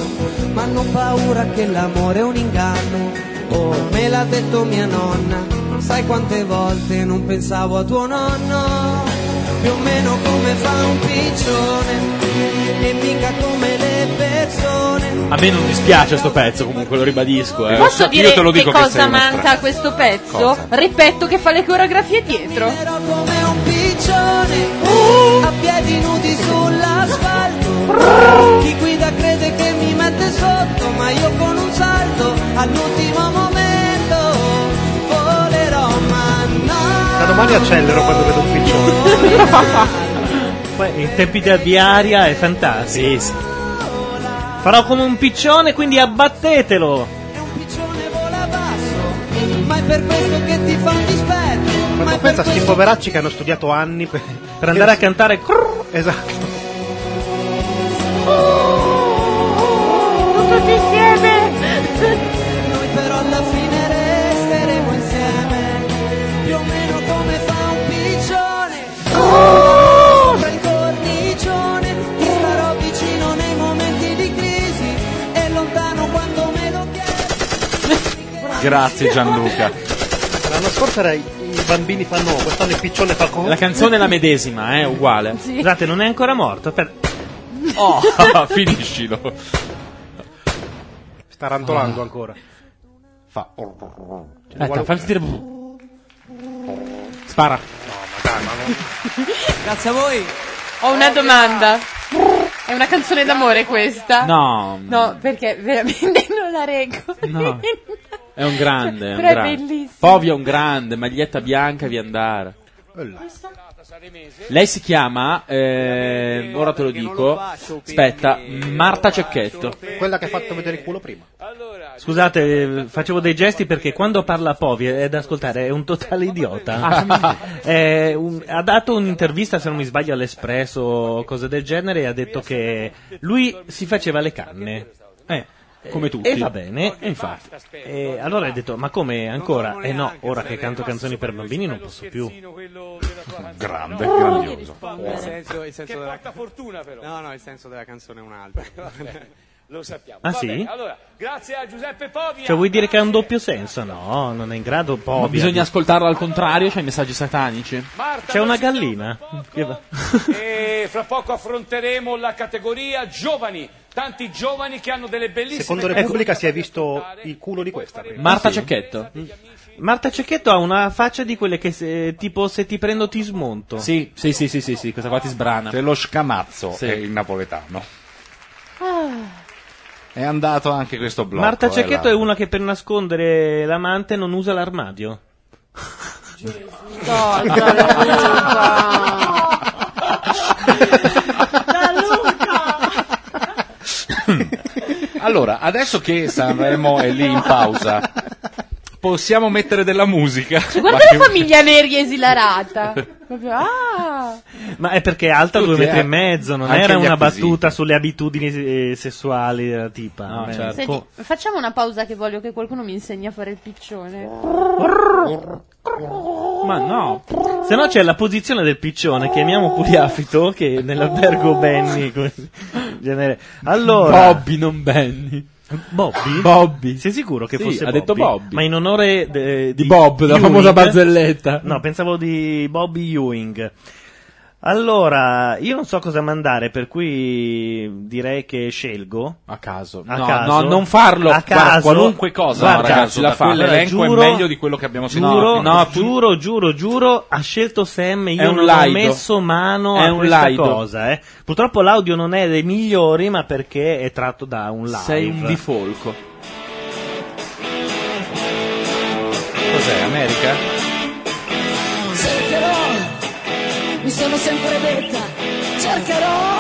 [SPEAKER 1] ma hanno paura che l'amore è un inganno. Oh, me l'ha detto mia nonna, sai quante volte non pensavo a tuo nonno. Più o meno come fa un piccione, e mica come le persone.
[SPEAKER 8] A me non dispiace sto pezzo, comunque lo ribadisco. Eh.
[SPEAKER 5] Posso
[SPEAKER 8] Io
[SPEAKER 5] dire
[SPEAKER 8] te lo dico
[SPEAKER 5] che cosa
[SPEAKER 8] sei uno
[SPEAKER 5] manca a questo pezzo?
[SPEAKER 8] Cosa?
[SPEAKER 5] Ripeto che fa le coreografie dietro.
[SPEAKER 1] come un piccione Uh, a piedi nudi sull'asfalto chi guida crede che mi mette sotto ma io con un salto all'ultimo momento volerò ma no
[SPEAKER 25] Da domani accelero quando vedo un piccione.
[SPEAKER 2] poi in tempi di di aria è fantastico. Farò come un piccione, quindi abbattetelo.
[SPEAKER 8] piccione vola basso, ma è per questo che ti fa un dispetto. Ma
[SPEAKER 26] Ma
[SPEAKER 8] è
[SPEAKER 26] tu
[SPEAKER 8] per
[SPEAKER 26] pensa a sti
[SPEAKER 8] questo
[SPEAKER 26] poveracci che hanno studiato anni per,
[SPEAKER 2] Per andare a cantare.
[SPEAKER 26] Esatto.
[SPEAKER 8] tutti insieme. Noi però alla fine resteremo insieme, più o meno come fa un piccione. Sopra il cornicione, ti starò vicino nei momenti di crisi e lontano quando me lo
[SPEAKER 4] Grazie Gianluca.
[SPEAKER 26] L'anno scorso era i i bambini fanno, quest'anno il piccione fa come.
[SPEAKER 3] La canzone è la medesima, eh, uguale.
[SPEAKER 2] Scusate, non è ancora morto. Per...
[SPEAKER 3] Oh,
[SPEAKER 4] finiscilo.
[SPEAKER 26] Sta rantolando ancora.
[SPEAKER 4] Fa.
[SPEAKER 3] Aspetta, fammi sentire. Spara.
[SPEAKER 5] Grazie a voi. Ho una domanda. È una canzone d'amore questa?
[SPEAKER 3] No,
[SPEAKER 5] No, perché veramente non la reggo.
[SPEAKER 3] No. è un grande. È un
[SPEAKER 5] Però è
[SPEAKER 3] grande.
[SPEAKER 5] bellissimo.
[SPEAKER 3] Povia è un grande, maglietta bianca, vi andare. Lei si chiama, eh, ora te lo dico, aspetta, Marta Cecchetto.
[SPEAKER 26] Quella che ha fatto vedere il culo prima.
[SPEAKER 2] Scusate, eh, facevo dei gesti perché quando parla Povi è da ascoltare, è un totale
[SPEAKER 3] Eh,
[SPEAKER 2] idiota. È un- ha dato un'intervista, se non mi sbaglio, all'Espresso o cose del genere e ha detto che lui si faceva le canne. Eh,
[SPEAKER 3] come
[SPEAKER 2] eh,
[SPEAKER 3] tutti.
[SPEAKER 2] E va bene, infatti. E allora ha detto, ma come ancora? E no, ora che canto canzoni per bambini non posso più.
[SPEAKER 4] Grande,
[SPEAKER 7] Il senso, il senso della... fortuna però.
[SPEAKER 27] No, no, il senso della canzone è un altro.
[SPEAKER 7] Lo sappiamo.
[SPEAKER 2] Ah,
[SPEAKER 7] Va
[SPEAKER 2] sì?
[SPEAKER 7] bene, allora, grazie a Giuseppe Povia.
[SPEAKER 2] Cioè vuoi dire che ha un doppio senso? No, non è in grado Povi.
[SPEAKER 3] Ma bisogna ascoltarla al contrario, c'è i messaggi satanici.
[SPEAKER 2] C'è una gallina.
[SPEAKER 7] e fra poco affronteremo la categoria giovani. Tanti giovani che hanno delle bellissime
[SPEAKER 26] Secondo Repubblica si è visto il culo di questa. prima.
[SPEAKER 2] Marta Cecchetto. Mm. Marta Cecchetto ha una faccia di quelle che se- tipo se ti prendo ti smonto.
[SPEAKER 3] Sì, sì, sì, sì, sì, sì, questa qua ti sbrana.
[SPEAKER 4] Te lo scamazzo
[SPEAKER 3] Sì.
[SPEAKER 4] è il napoletano. È andato anche questo blocco.
[SPEAKER 2] Marta
[SPEAKER 4] eh,
[SPEAKER 2] Cecchetto
[SPEAKER 4] là.
[SPEAKER 2] è una che per nascondere l'amante non usa l'armadio.
[SPEAKER 5] No, no,
[SPEAKER 4] Allora, adesso che Sanremo è lì in pausa, possiamo mettere della musica.
[SPEAKER 5] Cioè, guarda
[SPEAKER 4] Ma
[SPEAKER 5] la
[SPEAKER 4] che-
[SPEAKER 5] famiglia Neri esilarata. Proprio, ah.
[SPEAKER 2] Ma è perché è alta
[SPEAKER 4] Tutti,
[SPEAKER 2] due metri
[SPEAKER 4] eh,
[SPEAKER 2] e mezzo, non
[SPEAKER 4] anche
[SPEAKER 2] era
[SPEAKER 4] gli
[SPEAKER 2] una
[SPEAKER 4] acquisiti.
[SPEAKER 2] battuta sulle abitudini eh, sessuali della tipa. Eh,
[SPEAKER 8] certo.
[SPEAKER 5] Senti,
[SPEAKER 2] co-
[SPEAKER 5] facciamo una pausa che voglio che qualcuno mi insegni a fare il piccione.
[SPEAKER 2] Ma no. Se no c'è la posizione del piccione, chiamiamo Puliafito, che nell'albergo Benny. come- in genere. Allora...
[SPEAKER 3] Bobby, non Benny.
[SPEAKER 2] Bobby?
[SPEAKER 3] Bobby.
[SPEAKER 2] Sei sicuro che
[SPEAKER 3] Sì,
[SPEAKER 2] fosse
[SPEAKER 3] ha detto Bobby.
[SPEAKER 2] Ma in onore de-
[SPEAKER 3] Di Bob, la famosa barzelletta.
[SPEAKER 2] No, pensavo di Bobby Ewing. Allora, io non so cosa mandare, per cui direi che scelgo.
[SPEAKER 3] A caso.
[SPEAKER 2] A
[SPEAKER 3] no,
[SPEAKER 2] caso.
[SPEAKER 3] no, non farlo.
[SPEAKER 2] A
[SPEAKER 3] Guarda,
[SPEAKER 2] caso.
[SPEAKER 3] qualunque cosa,
[SPEAKER 2] Guarda,
[SPEAKER 3] ragazzi, la
[SPEAKER 2] da
[SPEAKER 3] fa.
[SPEAKER 4] Quell'elenco
[SPEAKER 2] Giuro-
[SPEAKER 4] è meglio di quello che abbiamo sentito.
[SPEAKER 2] Giuro,
[SPEAKER 4] No, no,
[SPEAKER 2] giuro, giuro, giuro, ha scelto Sam. Io
[SPEAKER 4] È un
[SPEAKER 2] non ho
[SPEAKER 4] laido.
[SPEAKER 2] messo mano
[SPEAKER 4] È
[SPEAKER 2] Ah, a
[SPEAKER 4] un
[SPEAKER 2] questa
[SPEAKER 4] laido.
[SPEAKER 2] cosa. eh. Purtroppo l'audio non è dei migliori, ma perché è tratto da un live.
[SPEAKER 3] Sei un bifolco.
[SPEAKER 4] Cos'è, America?
[SPEAKER 18] Cercherò, mi sono sempre detta, cercherò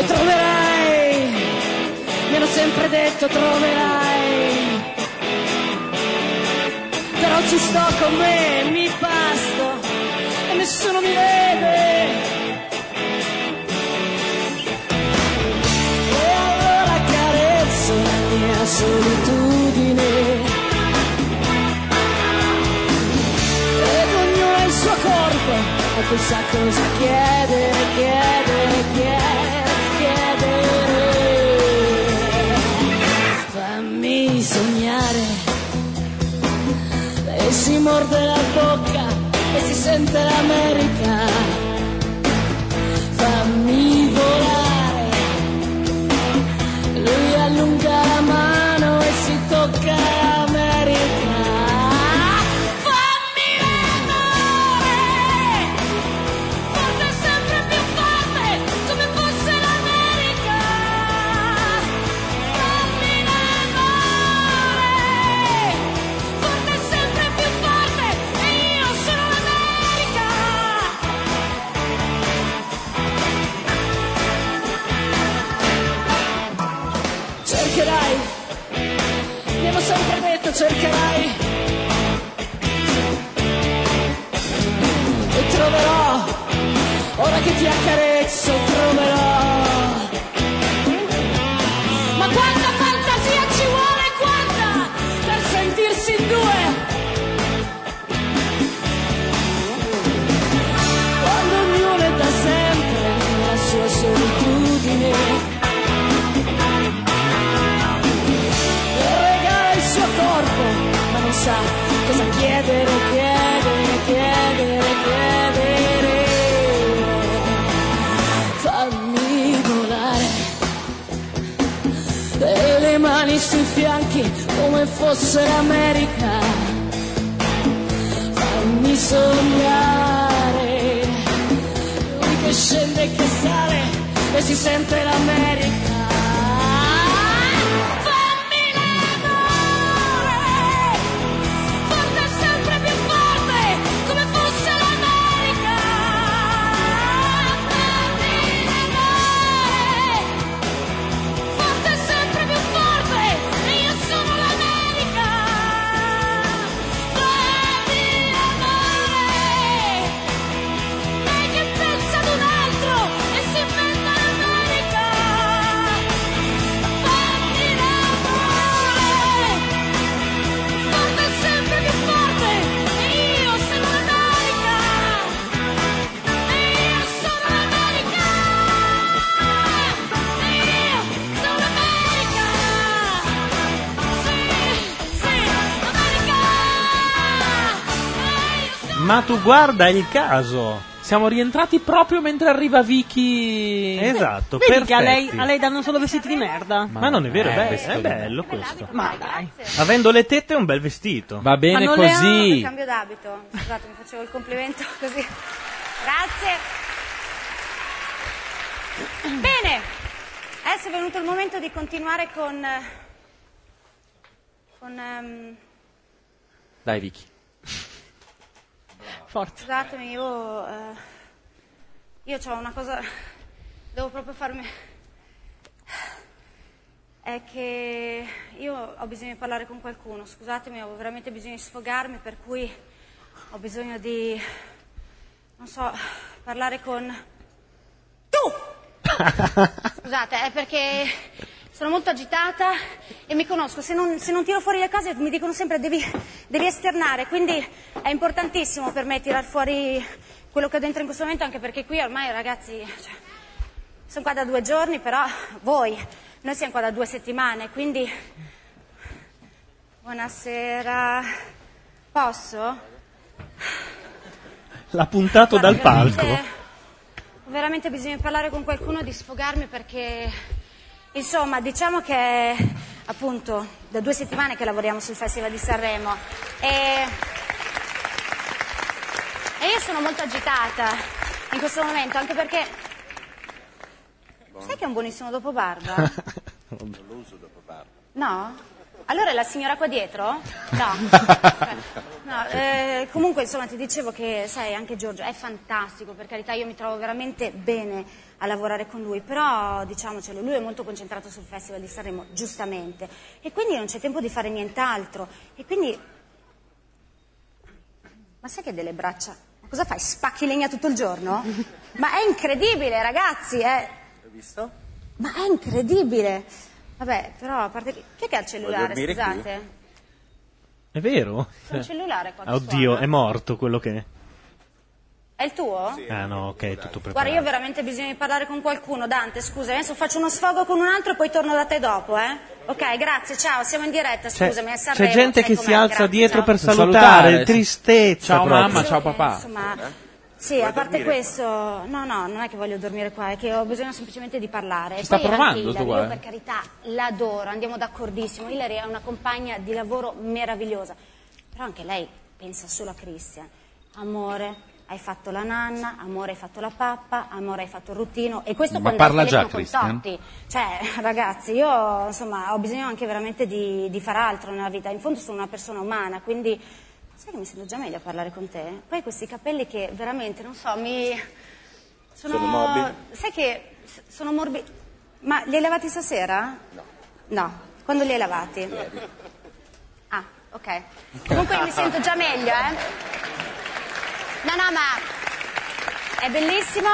[SPEAKER 18] e troverai, mi hanno sempre detto troverai, però ci sto con me, mi pasto e nessuno mi vede. E allora carezzo la mia solitudine. ed ognuno ha il suo corpo e tu sa cosa chiedere, chiedere, chiedere, chiedere. Fammi sognare e si morde la bocca e si sente l'America. Fammi volare, lui allunga la mano e si tocca l'America. Forte sempre più forte, come fosse l'America. Fammi l'amore. Forte sempre più forte, e io sono l'America. cercherai, abbiamo sempre detto cercherai. E troverò, ora che ti accarezzo, troverò. Ma quanta fantasia ci vuole, quanta, per sentirsi in due. Quando ognuno è da sempre la sua solitudine. E regala il suo corpo, ma non sa cosa chiedere, chiedere, chiedere, chiedere. Fammi volare e le mani sui fianchi come fosse l'America. Fammi sognare, lui che scende e che sale e si sente l'America. Fammi l'amore, forte sempre più forte come fosse l'America. Fammi l'amore, forte è sempre più forte e io sono l'America fammi amore lei che pensa ad un altro e si inventa l'America fammi amore forte è sempre più forte e io sono l'America e io sono l'America
[SPEAKER 2] Ma tu guarda il caso.
[SPEAKER 3] Siamo rientrati proprio mentre arriva Vicky.
[SPEAKER 2] Esatto,
[SPEAKER 28] Vedi che a lei,
[SPEAKER 2] perfetti.
[SPEAKER 28] a lei danno solo vestiti di merda.
[SPEAKER 2] Ma non è vero, è,
[SPEAKER 3] Eh,
[SPEAKER 2] bello,
[SPEAKER 3] questo
[SPEAKER 2] è
[SPEAKER 3] è
[SPEAKER 2] bello questo.
[SPEAKER 28] Ma dai.
[SPEAKER 2] Avendo le tette è un bel vestito.
[SPEAKER 3] Va bene
[SPEAKER 9] Ma non le amo il
[SPEAKER 3] così.
[SPEAKER 9] cambio d'abito. Scusate, mi facevo il complimento così. Grazie. Bene, adesso è venuto il momento di continuare con... eh, con ehm,
[SPEAKER 29] Dai, Vicky.
[SPEAKER 9] Scusatemi, io... eh, io ho una cosa... Devo proprio farmi... È che io ho bisogno di parlare con qualcuno, scusatemi, ho veramente bisogno di sfogarmi, per cui ho bisogno di... non so, parlare con... Tu! Scusate, è perché sono molto agitata e mi conosco, se non, se non tiro fuori le cose mi dicono sempre devi, devi esternare, quindi è importantissimo per me tirar fuori quello che ho dentro in questo momento, anche perché qui ormai ragazzi, cioè, sono qua da due giorni, però voi, noi siamo qua da due settimane, quindi buonasera, posso?
[SPEAKER 2] L'ha puntato
[SPEAKER 9] Guarda,
[SPEAKER 2] dal palco.
[SPEAKER 9] veramente- Veramente bisogna parlare con qualcuno di sfogarmi perché, insomma, diciamo che è appunto da due settimane che lavoriamo sul Festival di Sanremo e, e io sono molto agitata in questo momento, anche perché... Sai che è un buonissimo dopo barba?
[SPEAKER 8] Non lo uso dopo barba.
[SPEAKER 9] No? Allora è la signora qua dietro? No. No, eh, comunque insomma ti dicevo che sai anche Giorgio è fantastico, per carità io mi trovo veramente bene a lavorare con lui, però diciamocelo, lui è molto concentrato sul Festival di Sanremo, giustamente, e quindi non c'è tempo di fare nient'altro. E quindi... Ma sai che delle braccia? Ma cosa fai? Spacchi legna tutto il giorno? Ma è incredibile ragazzi, eh.
[SPEAKER 8] Hai visto?
[SPEAKER 9] Ma è incredibile! Vabbè, però a parte che. Chi è che ha il cellulare?
[SPEAKER 8] dormire qui?
[SPEAKER 9] Scusate.
[SPEAKER 2] È vero?
[SPEAKER 9] C'è un cellulare qua. che
[SPEAKER 2] Ah, Oddio,
[SPEAKER 9] suona.
[SPEAKER 2] è morto quello che.
[SPEAKER 9] È il tuo?
[SPEAKER 2] Ah no, ok, è tutto preparato.
[SPEAKER 9] Guarda, io ho veramente bisogno di parlare con qualcuno, Dante, scusa, adesso faccio uno sfogo con un altro e poi torno da te dopo, eh? Ok, grazie, ciao, siamo in diretta,
[SPEAKER 2] C'è,
[SPEAKER 9] scusami, è
[SPEAKER 2] c'è
[SPEAKER 9] Sanremo,
[SPEAKER 2] gente
[SPEAKER 9] sai
[SPEAKER 2] che
[SPEAKER 9] com'è,
[SPEAKER 2] si alza
[SPEAKER 9] grazie,
[SPEAKER 2] dietro
[SPEAKER 9] ciao.
[SPEAKER 2] per
[SPEAKER 3] Per
[SPEAKER 2] salutare,
[SPEAKER 3] salutare, sì.
[SPEAKER 2] tristezza.
[SPEAKER 3] Ciao,
[SPEAKER 2] proprio.
[SPEAKER 3] mamma, ciao, papà.
[SPEAKER 9] Insomma, sì, a parte questo, no, no, non è che voglio dormire qua, è che ho bisogno semplicemente di parlare.
[SPEAKER 3] Ci sta
[SPEAKER 9] Poi
[SPEAKER 3] provando,
[SPEAKER 9] anche
[SPEAKER 3] sto
[SPEAKER 9] Ilari,
[SPEAKER 3] qua,
[SPEAKER 9] io
[SPEAKER 3] eh.
[SPEAKER 9] per carità l'adoro, andiamo d'accordissimo. Ilari è una compagna di lavoro meravigliosa, però anche lei pensa solo a Christian. Amore, hai fatto la nanna, amore hai fatto la pappa, amore hai fatto il ruttino e questo
[SPEAKER 30] Ma
[SPEAKER 9] quando è al
[SPEAKER 30] parla già,
[SPEAKER 9] telefono
[SPEAKER 30] Christian?
[SPEAKER 9] con Totti. Cioè, ragazzi, io insomma ho bisogno anche veramente di, di far altro nella vita. In fondo sono una persona umana, quindi sai che mi sento già meglio a parlare con te. Poi questi capelli che veramente, non so, mi. Sono,
[SPEAKER 8] Sono morbidi?
[SPEAKER 9] Sai che s- sono morbidi. Ma li hai lavati stasera? No. No, quando li hai lavati? Ah, ok. Comunque mi sento già meglio, eh? No, no, ma è bellissimo,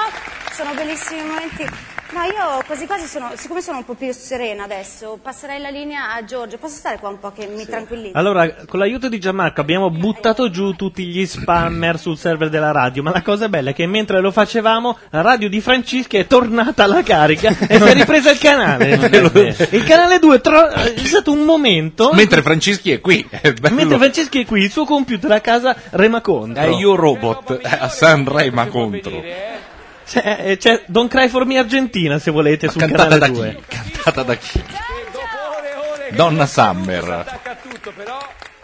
[SPEAKER 9] sono bellissimi i momenti. No, io quasi quasi sono, siccome sono un po' più serena adesso, passerei la linea a Giorgio. Posso stare qua un po' che mi tranquillizzo?
[SPEAKER 2] Allora, con l'aiuto di Gianmarco abbiamo buttato giù tutti gli spammer sul server della radio, ma la cosa bella è che mentre lo facevamo, la radio di Francischi è tornata alla carica e si è ripresa il canale. il canale 2 tro- è stato un momento.
[SPEAKER 4] Mentre Francischi è qui. È bello.
[SPEAKER 2] Mentre Franceschi è qui, il suo computer a casa rema contro.
[SPEAKER 4] è io robot a Sanremo contro.
[SPEAKER 2] C'è, eh, c'è Don't Cry for Me Argentina, se volete, sul
[SPEAKER 4] Cantata
[SPEAKER 2] canale
[SPEAKER 4] da
[SPEAKER 2] 2.
[SPEAKER 4] chi? Cantata da chi? Donna Summer.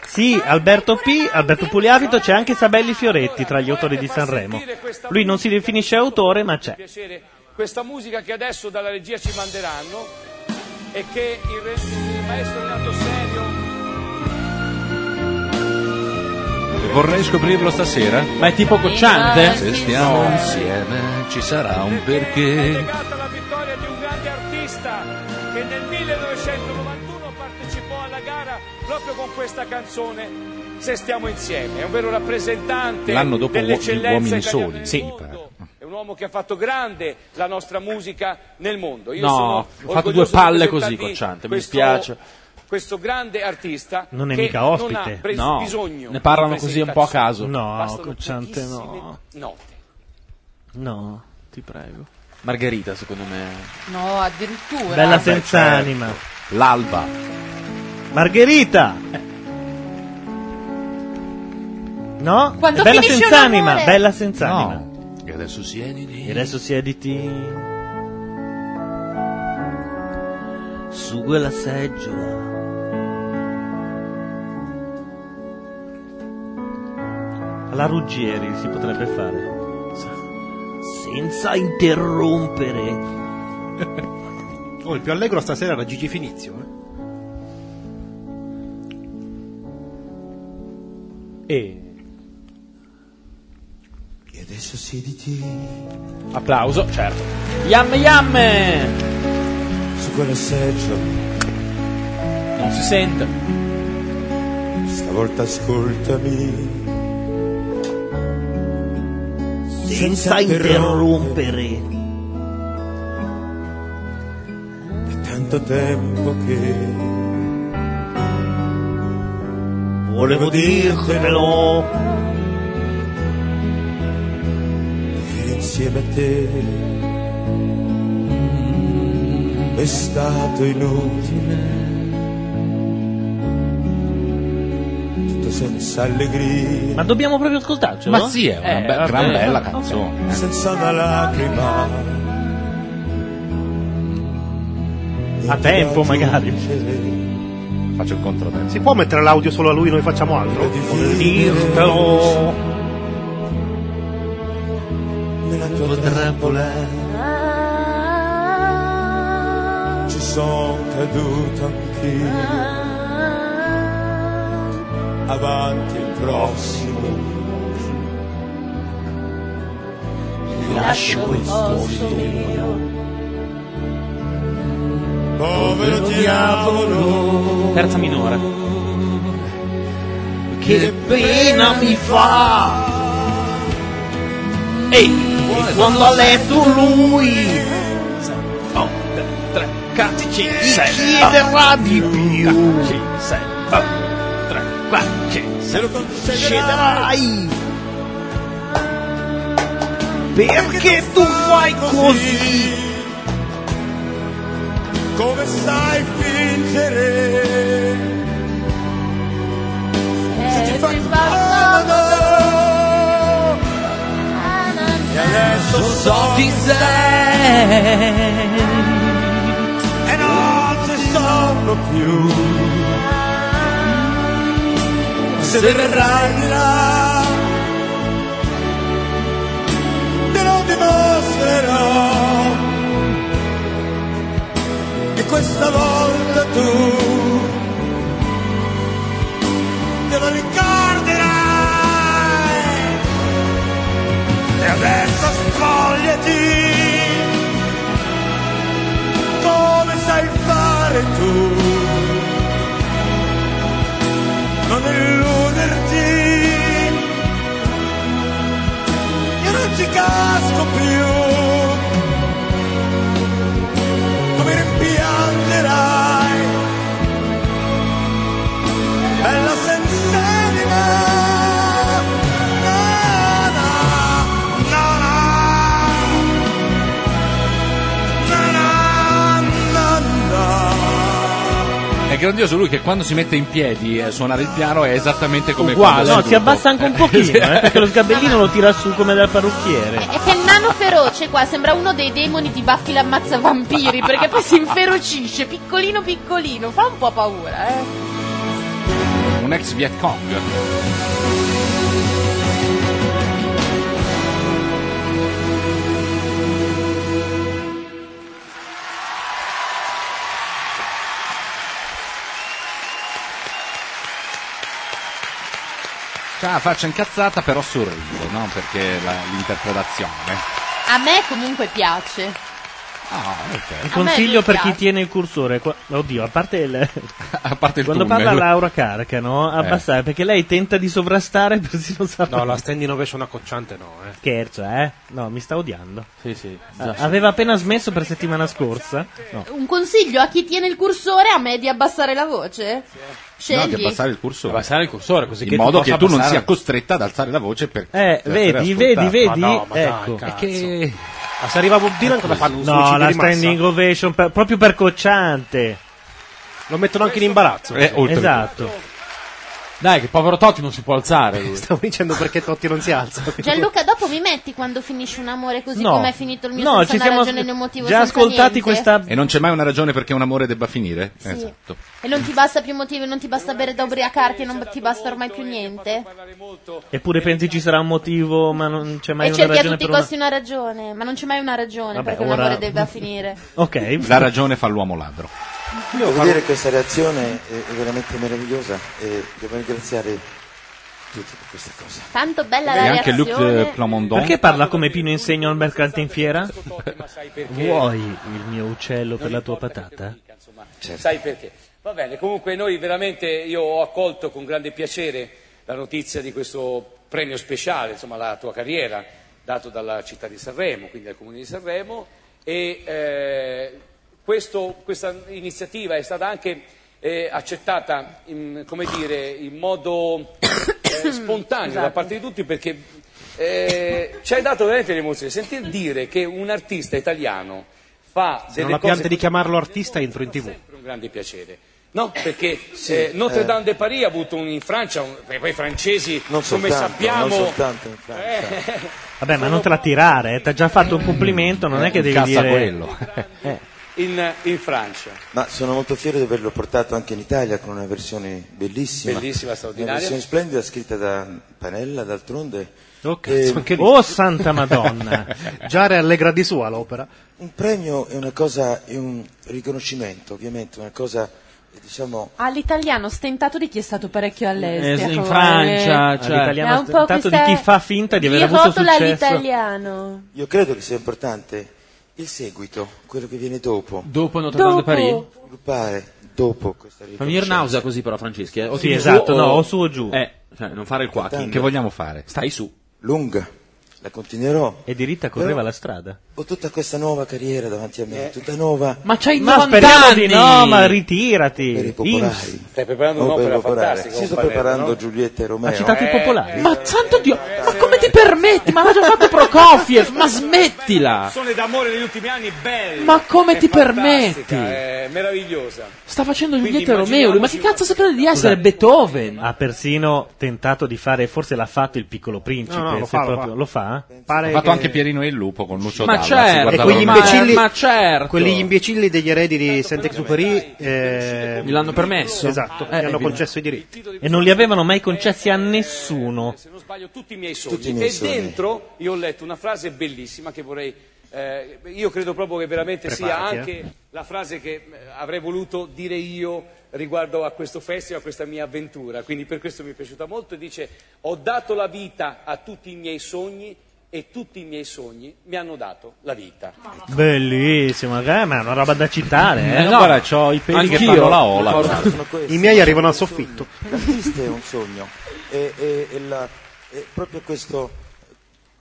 [SPEAKER 2] Sì, Alberto P, Alberto Pugliavito, c'è anche Sabelli Fioretti tra gli
[SPEAKER 7] Eh,
[SPEAKER 2] autori di Sanremo. Lui non si definisce autore, ma c'è.
[SPEAKER 7] piacere questa musica che adesso dalla regia ci manderanno e che il, re- il maestro Renato Serio
[SPEAKER 4] Vorrei scoprirlo stasera.
[SPEAKER 3] Ma è tipo
[SPEAKER 5] Ah,
[SPEAKER 3] cocciante?
[SPEAKER 4] Se stiamo
[SPEAKER 3] No.
[SPEAKER 4] insieme ci sarà un perché.
[SPEAKER 7] alla vittoria di un grande artista che nel 1991 partecipò alla gara proprio con questa canzone Se stiamo insieme, è un vero rappresentante
[SPEAKER 4] L'anno dopo uo- gli
[SPEAKER 7] dell'eccellenza
[SPEAKER 4] uomini
[SPEAKER 7] italiana
[SPEAKER 4] soli.
[SPEAKER 7] nel
[SPEAKER 4] Sì.
[SPEAKER 7] mondo. È un uomo che ha fatto grande la nostra musica nel mondo. Io sono
[SPEAKER 3] No, ho fatto due
[SPEAKER 7] orgoglioso di
[SPEAKER 3] palle
[SPEAKER 7] presentarvi
[SPEAKER 3] così cocciante, mi
[SPEAKER 7] questo-
[SPEAKER 3] dispiace.
[SPEAKER 7] Questo grande artista
[SPEAKER 3] Non è
[SPEAKER 7] che
[SPEAKER 3] mica
[SPEAKER 7] non ha
[SPEAKER 3] ospite.
[SPEAKER 7] pres-
[SPEAKER 3] No,
[SPEAKER 7] bisogno
[SPEAKER 3] ne parlano
[SPEAKER 7] di
[SPEAKER 3] così un po' a caso.
[SPEAKER 7] presentazioni.
[SPEAKER 3] No,
[SPEAKER 7] Bastano
[SPEAKER 3] cocciante no.
[SPEAKER 7] pochissime note.
[SPEAKER 2] No,
[SPEAKER 3] ti prego. Margherita, secondo me.
[SPEAKER 5] No, addirittura.
[SPEAKER 2] Bella senza anima.
[SPEAKER 4] L'alba.
[SPEAKER 2] Margherita! No?
[SPEAKER 5] Quando
[SPEAKER 2] bella
[SPEAKER 5] finisce
[SPEAKER 2] senza
[SPEAKER 5] un
[SPEAKER 2] anima,
[SPEAKER 5] amore?
[SPEAKER 2] bella senza anima.
[SPEAKER 4] E adesso siediti.
[SPEAKER 2] E adesso siediti su quella seggiola. Alla Ruggieri si potrebbe fare. Senza interrompere.
[SPEAKER 8] Oh, il più allegro stasera era Gigi Finizio. eh.
[SPEAKER 3] E
[SPEAKER 8] E adesso siediti
[SPEAKER 3] applauso, certo. Yam yam!
[SPEAKER 8] su quella seggiola.
[SPEAKER 3] Non si sente.
[SPEAKER 8] Stavolta ascoltami.
[SPEAKER 2] Senza interrompere.
[SPEAKER 8] È tanto tempo che
[SPEAKER 2] Volevo dirtelo.
[SPEAKER 8] vivere insieme a te è stato inutile. Tutto senza allegria.
[SPEAKER 2] Ma dobbiamo proprio ascoltarcelo?
[SPEAKER 8] Ma sì, è una
[SPEAKER 2] Eh,
[SPEAKER 8] be-
[SPEAKER 2] vabbè.
[SPEAKER 8] gran bella
[SPEAKER 4] canzone.
[SPEAKER 8] senza una lacrima.
[SPEAKER 2] A tempo magari.
[SPEAKER 4] Faccio il controtempo.
[SPEAKER 8] Si può mettere l'audio solo a lui, noi facciamo altro.
[SPEAKER 2] Dirtelo.
[SPEAKER 8] Nella tua trappola ci sono caduto anch'io. Avanti il prossimo.
[SPEAKER 1] Lascio quel posto
[SPEAKER 8] Povero diavolo.
[SPEAKER 3] Terza minore.
[SPEAKER 1] Che pena mi fa
[SPEAKER 3] Ehi!
[SPEAKER 1] E quando ha letto lui Chiederà di più Se lo concederai Perché tu fai così
[SPEAKER 8] Come sai fingere? Eh, Se ti fa comodo.
[SPEAKER 18] Ah,
[SPEAKER 8] E adesso so chi sei. E non ci sono più. Se verrai di là. Te lo dimostrerò. E questa volta tu te lo ricorderai. E adesso spogliati come sai fare tu.
[SPEAKER 4] È grandioso lui che quando si mette in piedi a suonare il piano è esattamente come
[SPEAKER 2] Uguale,
[SPEAKER 4] quando
[SPEAKER 2] no,
[SPEAKER 4] seduto.
[SPEAKER 2] si abbassa anche un
[SPEAKER 4] Sì.
[SPEAKER 2] pochino, eh, perché lo sgabellino lo tira su come dal parrucchiere.
[SPEAKER 5] È che il nano feroce qua sembra uno dei demoni di Buffy l'ammazza vampiri, perché poi si inferocisce, piccolino piccolino, fa un po' paura, eh.
[SPEAKER 4] Un ex Viet Cong. Ha la faccia incazzata però sorride, no? Perché la- l'interpretazione.
[SPEAKER 5] A me comunque piace.
[SPEAKER 4] Ah, ok.
[SPEAKER 2] Un consiglio per chi
[SPEAKER 5] piace.
[SPEAKER 2] tiene il cursore. qua- Oddio, a parte il.
[SPEAKER 4] parte il
[SPEAKER 2] Quando
[SPEAKER 26] tunnel. Eh.
[SPEAKER 2] parla Laura Carcano, abbassare, perché lei tenta di sovrastare persino Sapone.
[SPEAKER 26] No, la standing ovation accocciante no, eh.
[SPEAKER 2] Scherzo, eh? No, mi sta odiando.
[SPEAKER 26] Sì, sì.
[SPEAKER 2] Ah, Aveva appena smesso per settimana scorsa. No.
[SPEAKER 5] Un consiglio a chi tiene il cursore a me di abbassare la voce?
[SPEAKER 4] No,
[SPEAKER 5] Scegli.
[SPEAKER 4] di abbassare il cursore.
[SPEAKER 15] Abbassare il cursore, così
[SPEAKER 4] In
[SPEAKER 15] che tu
[SPEAKER 4] modo
[SPEAKER 15] possa
[SPEAKER 4] che tu non
[SPEAKER 15] abbassare-
[SPEAKER 4] sia costretta ad alzare la voce per
[SPEAKER 2] Eh,
[SPEAKER 4] per essere
[SPEAKER 2] vedi, vedi,
[SPEAKER 4] ascoltata.
[SPEAKER 2] vedi.
[SPEAKER 26] Ah, dai,
[SPEAKER 2] ecco.
[SPEAKER 26] cazzo. Ma se arriva Bob Dylan cosa fanno? Un
[SPEAKER 2] No,
[SPEAKER 26] suicidio
[SPEAKER 2] la
[SPEAKER 26] di massa?
[SPEAKER 2] standing ovation per- proprio per cocciante.
[SPEAKER 26] Lo mettono anche in imbarazzo.
[SPEAKER 2] Eh, oltre. Esatto.
[SPEAKER 15] Dai, che povero Totti non si può alzare. Lui.
[SPEAKER 26] Stavo dicendo perché Totti non si alza.
[SPEAKER 5] Gianluca, dopo mi metti quando finisce un amore così
[SPEAKER 4] No.
[SPEAKER 5] come è finito il mio
[SPEAKER 2] No,
[SPEAKER 5] senza
[SPEAKER 2] ci
[SPEAKER 5] una
[SPEAKER 2] siamo
[SPEAKER 5] ragione né un motivo
[SPEAKER 2] già
[SPEAKER 5] senza
[SPEAKER 2] ascoltati
[SPEAKER 5] niente?
[SPEAKER 2] questa-
[SPEAKER 4] E non c'è mai una ragione perché un amore debba finire?
[SPEAKER 5] Sì.
[SPEAKER 4] Esatto.
[SPEAKER 5] E non ti basta più motivo, non ti basta bere da ubriacarti e non ti basta ormai più niente?
[SPEAKER 2] Eppure pensi ci sarà un motivo, ma non c'è mai
[SPEAKER 5] e
[SPEAKER 2] una
[SPEAKER 5] cerchi a
[SPEAKER 2] ragione
[SPEAKER 5] tutti i
[SPEAKER 2] per una...
[SPEAKER 5] costi una ragione, ma non c'è mai una ragione
[SPEAKER 2] Vabbè,
[SPEAKER 5] perché un
[SPEAKER 2] ora-
[SPEAKER 5] amore debba finire.
[SPEAKER 2] Ok.
[SPEAKER 4] La ragione fa l'uomo ladro.
[SPEAKER 13] Devo dire questa reazione è è veramente meravigliosa e devo ringraziare tutti per questa cosa.
[SPEAKER 5] Tanto bella la
[SPEAKER 2] eh,
[SPEAKER 5] reazione.
[SPEAKER 2] Perché parla come Pino Insegno al mercante in fiera? Vuoi il mio uccello per la tua patata?
[SPEAKER 7] Sai perché? Va bene, comunque noi veramente io ho accolto con grande piacere la notizia di questo premio speciale, insomma la tua carriera, dato dalla città di Sanremo, quindi dal comune di Sanremo e eh, questo- questa iniziativa è stata anche eh, accettata in, come dire, in modo eh, spontaneo da parte di tutti perché eh, ci hai dato veramente l'emozione. Sentir dire che un artista italiano fa
[SPEAKER 26] Se non
[SPEAKER 7] delle
[SPEAKER 26] la
[SPEAKER 7] cose
[SPEAKER 26] piante di chiamarlo artista entro in tv.
[SPEAKER 7] sempre un grande piacere. No, perché eh, Notre
[SPEAKER 26] eh.
[SPEAKER 7] Dame de Paris ha avuto un, in Francia, un, e poi i francesi,
[SPEAKER 13] Non
[SPEAKER 7] come
[SPEAKER 13] soltanto,
[SPEAKER 7] sappiamo... eh,
[SPEAKER 13] non soltanto in Francia.
[SPEAKER 2] Vabbè, ma non te la tirare, eh, ti ha già fatto un complimento, non è che devi dire... Eh,
[SPEAKER 7] in, in Francia.
[SPEAKER 13] Ma sono molto fiero di averlo portato anche in Italia con una versione bellissima.
[SPEAKER 7] Bellissima, straordinaria.
[SPEAKER 13] Una versione splendida scritta da Panella, d'altronde.
[SPEAKER 2] Oh,
[SPEAKER 13] E-
[SPEAKER 2] Oh, santa madonna!
[SPEAKER 13] Già allegra di sua l'opera. Un premio è una cosa, è un riconoscimento, ovviamente, una cosa, eh, diciamo...
[SPEAKER 5] All'italiano stentato di chi è stato parecchio all'estero.
[SPEAKER 2] Eh, in Francia, cioè. All'italiano
[SPEAKER 5] Ha un po'
[SPEAKER 2] stentato di
[SPEAKER 5] questa-
[SPEAKER 2] chi fa finta di aver
[SPEAKER 5] chi
[SPEAKER 2] avuto
[SPEAKER 5] rotola
[SPEAKER 2] successo.
[SPEAKER 5] l'italiano.
[SPEAKER 13] Io credo che sia importante il seguito, quello che viene dopo.
[SPEAKER 3] Dopo Notre Dame de Paris?
[SPEAKER 13] Sviluppare dopo questa
[SPEAKER 3] Fa venire nausea così però Franceschi. eh. O
[SPEAKER 13] Sì,
[SPEAKER 3] ti-
[SPEAKER 13] esatto, no, o su
[SPEAKER 2] o giù.
[SPEAKER 3] Eh, cioè, non fare il qua.
[SPEAKER 13] Che vogliamo
[SPEAKER 4] fare?
[SPEAKER 3] Stai su.
[SPEAKER 13] Lunga, la continuerò.
[SPEAKER 2] E diritta
[SPEAKER 13] correva
[SPEAKER 2] la strada.
[SPEAKER 13] Ho tutta questa nuova carriera davanti a
[SPEAKER 7] Eh.
[SPEAKER 13] me, tutta nuova.
[SPEAKER 3] Ma c'hai
[SPEAKER 2] Ma speriamo di no, ma ritirati. Ins-
[SPEAKER 13] Stai
[SPEAKER 7] preparando un'opera fantastica
[SPEAKER 13] Sì, sto
[SPEAKER 7] con Palermo,
[SPEAKER 13] preparando
[SPEAKER 7] no?
[SPEAKER 13] Giulietta e Romeo.
[SPEAKER 2] Ha citato i
[SPEAKER 13] Eh.
[SPEAKER 2] popolari.
[SPEAKER 3] Ma santo Dio, ma come ti permetti? Ma l'ha già fatto Prokofiev, ma smettila!
[SPEAKER 7] Canzone d'amore degli ultimi anni, bella.
[SPEAKER 3] Ma come
[SPEAKER 7] è
[SPEAKER 3] ti
[SPEAKER 7] fantastica,
[SPEAKER 3] permetti?
[SPEAKER 7] È eh, meravigliosa.
[SPEAKER 3] Sta facendo
[SPEAKER 7] Quindi
[SPEAKER 3] Giulietta e Romeo, lui, ma che cazzo si crede di essere?
[SPEAKER 2] Scusate.
[SPEAKER 3] Beethoven.
[SPEAKER 2] Ha persino tentato di fare, forse l'ha fatto il piccolo principe.
[SPEAKER 3] No, no, lo
[SPEAKER 2] se
[SPEAKER 3] fa, lo
[SPEAKER 2] proprio-
[SPEAKER 3] fa.
[SPEAKER 2] lo fa?
[SPEAKER 4] Ha fatto anche Pierino e il lupo con Lucio
[SPEAKER 2] Ma
[SPEAKER 4] Dalla. si
[SPEAKER 2] certo,
[SPEAKER 4] guardava
[SPEAKER 2] e
[SPEAKER 26] quegli
[SPEAKER 4] la-
[SPEAKER 26] imbecilli,
[SPEAKER 4] Ma-
[SPEAKER 26] quegli imbecilli degli eredi di Saint-Exupéry eh,
[SPEAKER 3] l'hanno permesso?
[SPEAKER 26] Esatto,
[SPEAKER 2] Eh,
[SPEAKER 26] gli hanno
[SPEAKER 2] evidente.
[SPEAKER 26] concesso i diritti.
[SPEAKER 2] E non li avevano mai concessi a nessuno.
[SPEAKER 7] sbaglio tutti i miei sogni.
[SPEAKER 2] Tutti i miei
[SPEAKER 7] e
[SPEAKER 2] sogni.
[SPEAKER 7] dentro io ho letto una frase bellissima che vorrei. eh, io credo proprio che veramente sia
[SPEAKER 2] Preparati,
[SPEAKER 7] anche
[SPEAKER 2] eh.
[SPEAKER 7] la frase che eh, avrei voluto dire io riguardo a questo festival, a questa mia avventura. Quindi per questo mi è piaciuta molto. E dice: Ho dato la vita a tutti i miei sogni e tutti i miei sogni mi hanno dato la vita.
[SPEAKER 2] Bellissimo, eh, ma è una roba da citare. Eh.
[SPEAKER 26] Eh, no,
[SPEAKER 2] Guarda, c'ho i peli che
[SPEAKER 26] anch'io.
[SPEAKER 2] fanno la ola. guarda.
[SPEAKER 26] I miei arrivano al soffitto.
[SPEAKER 13] L'artista è un sogno. E, e- e la- è proprio questo,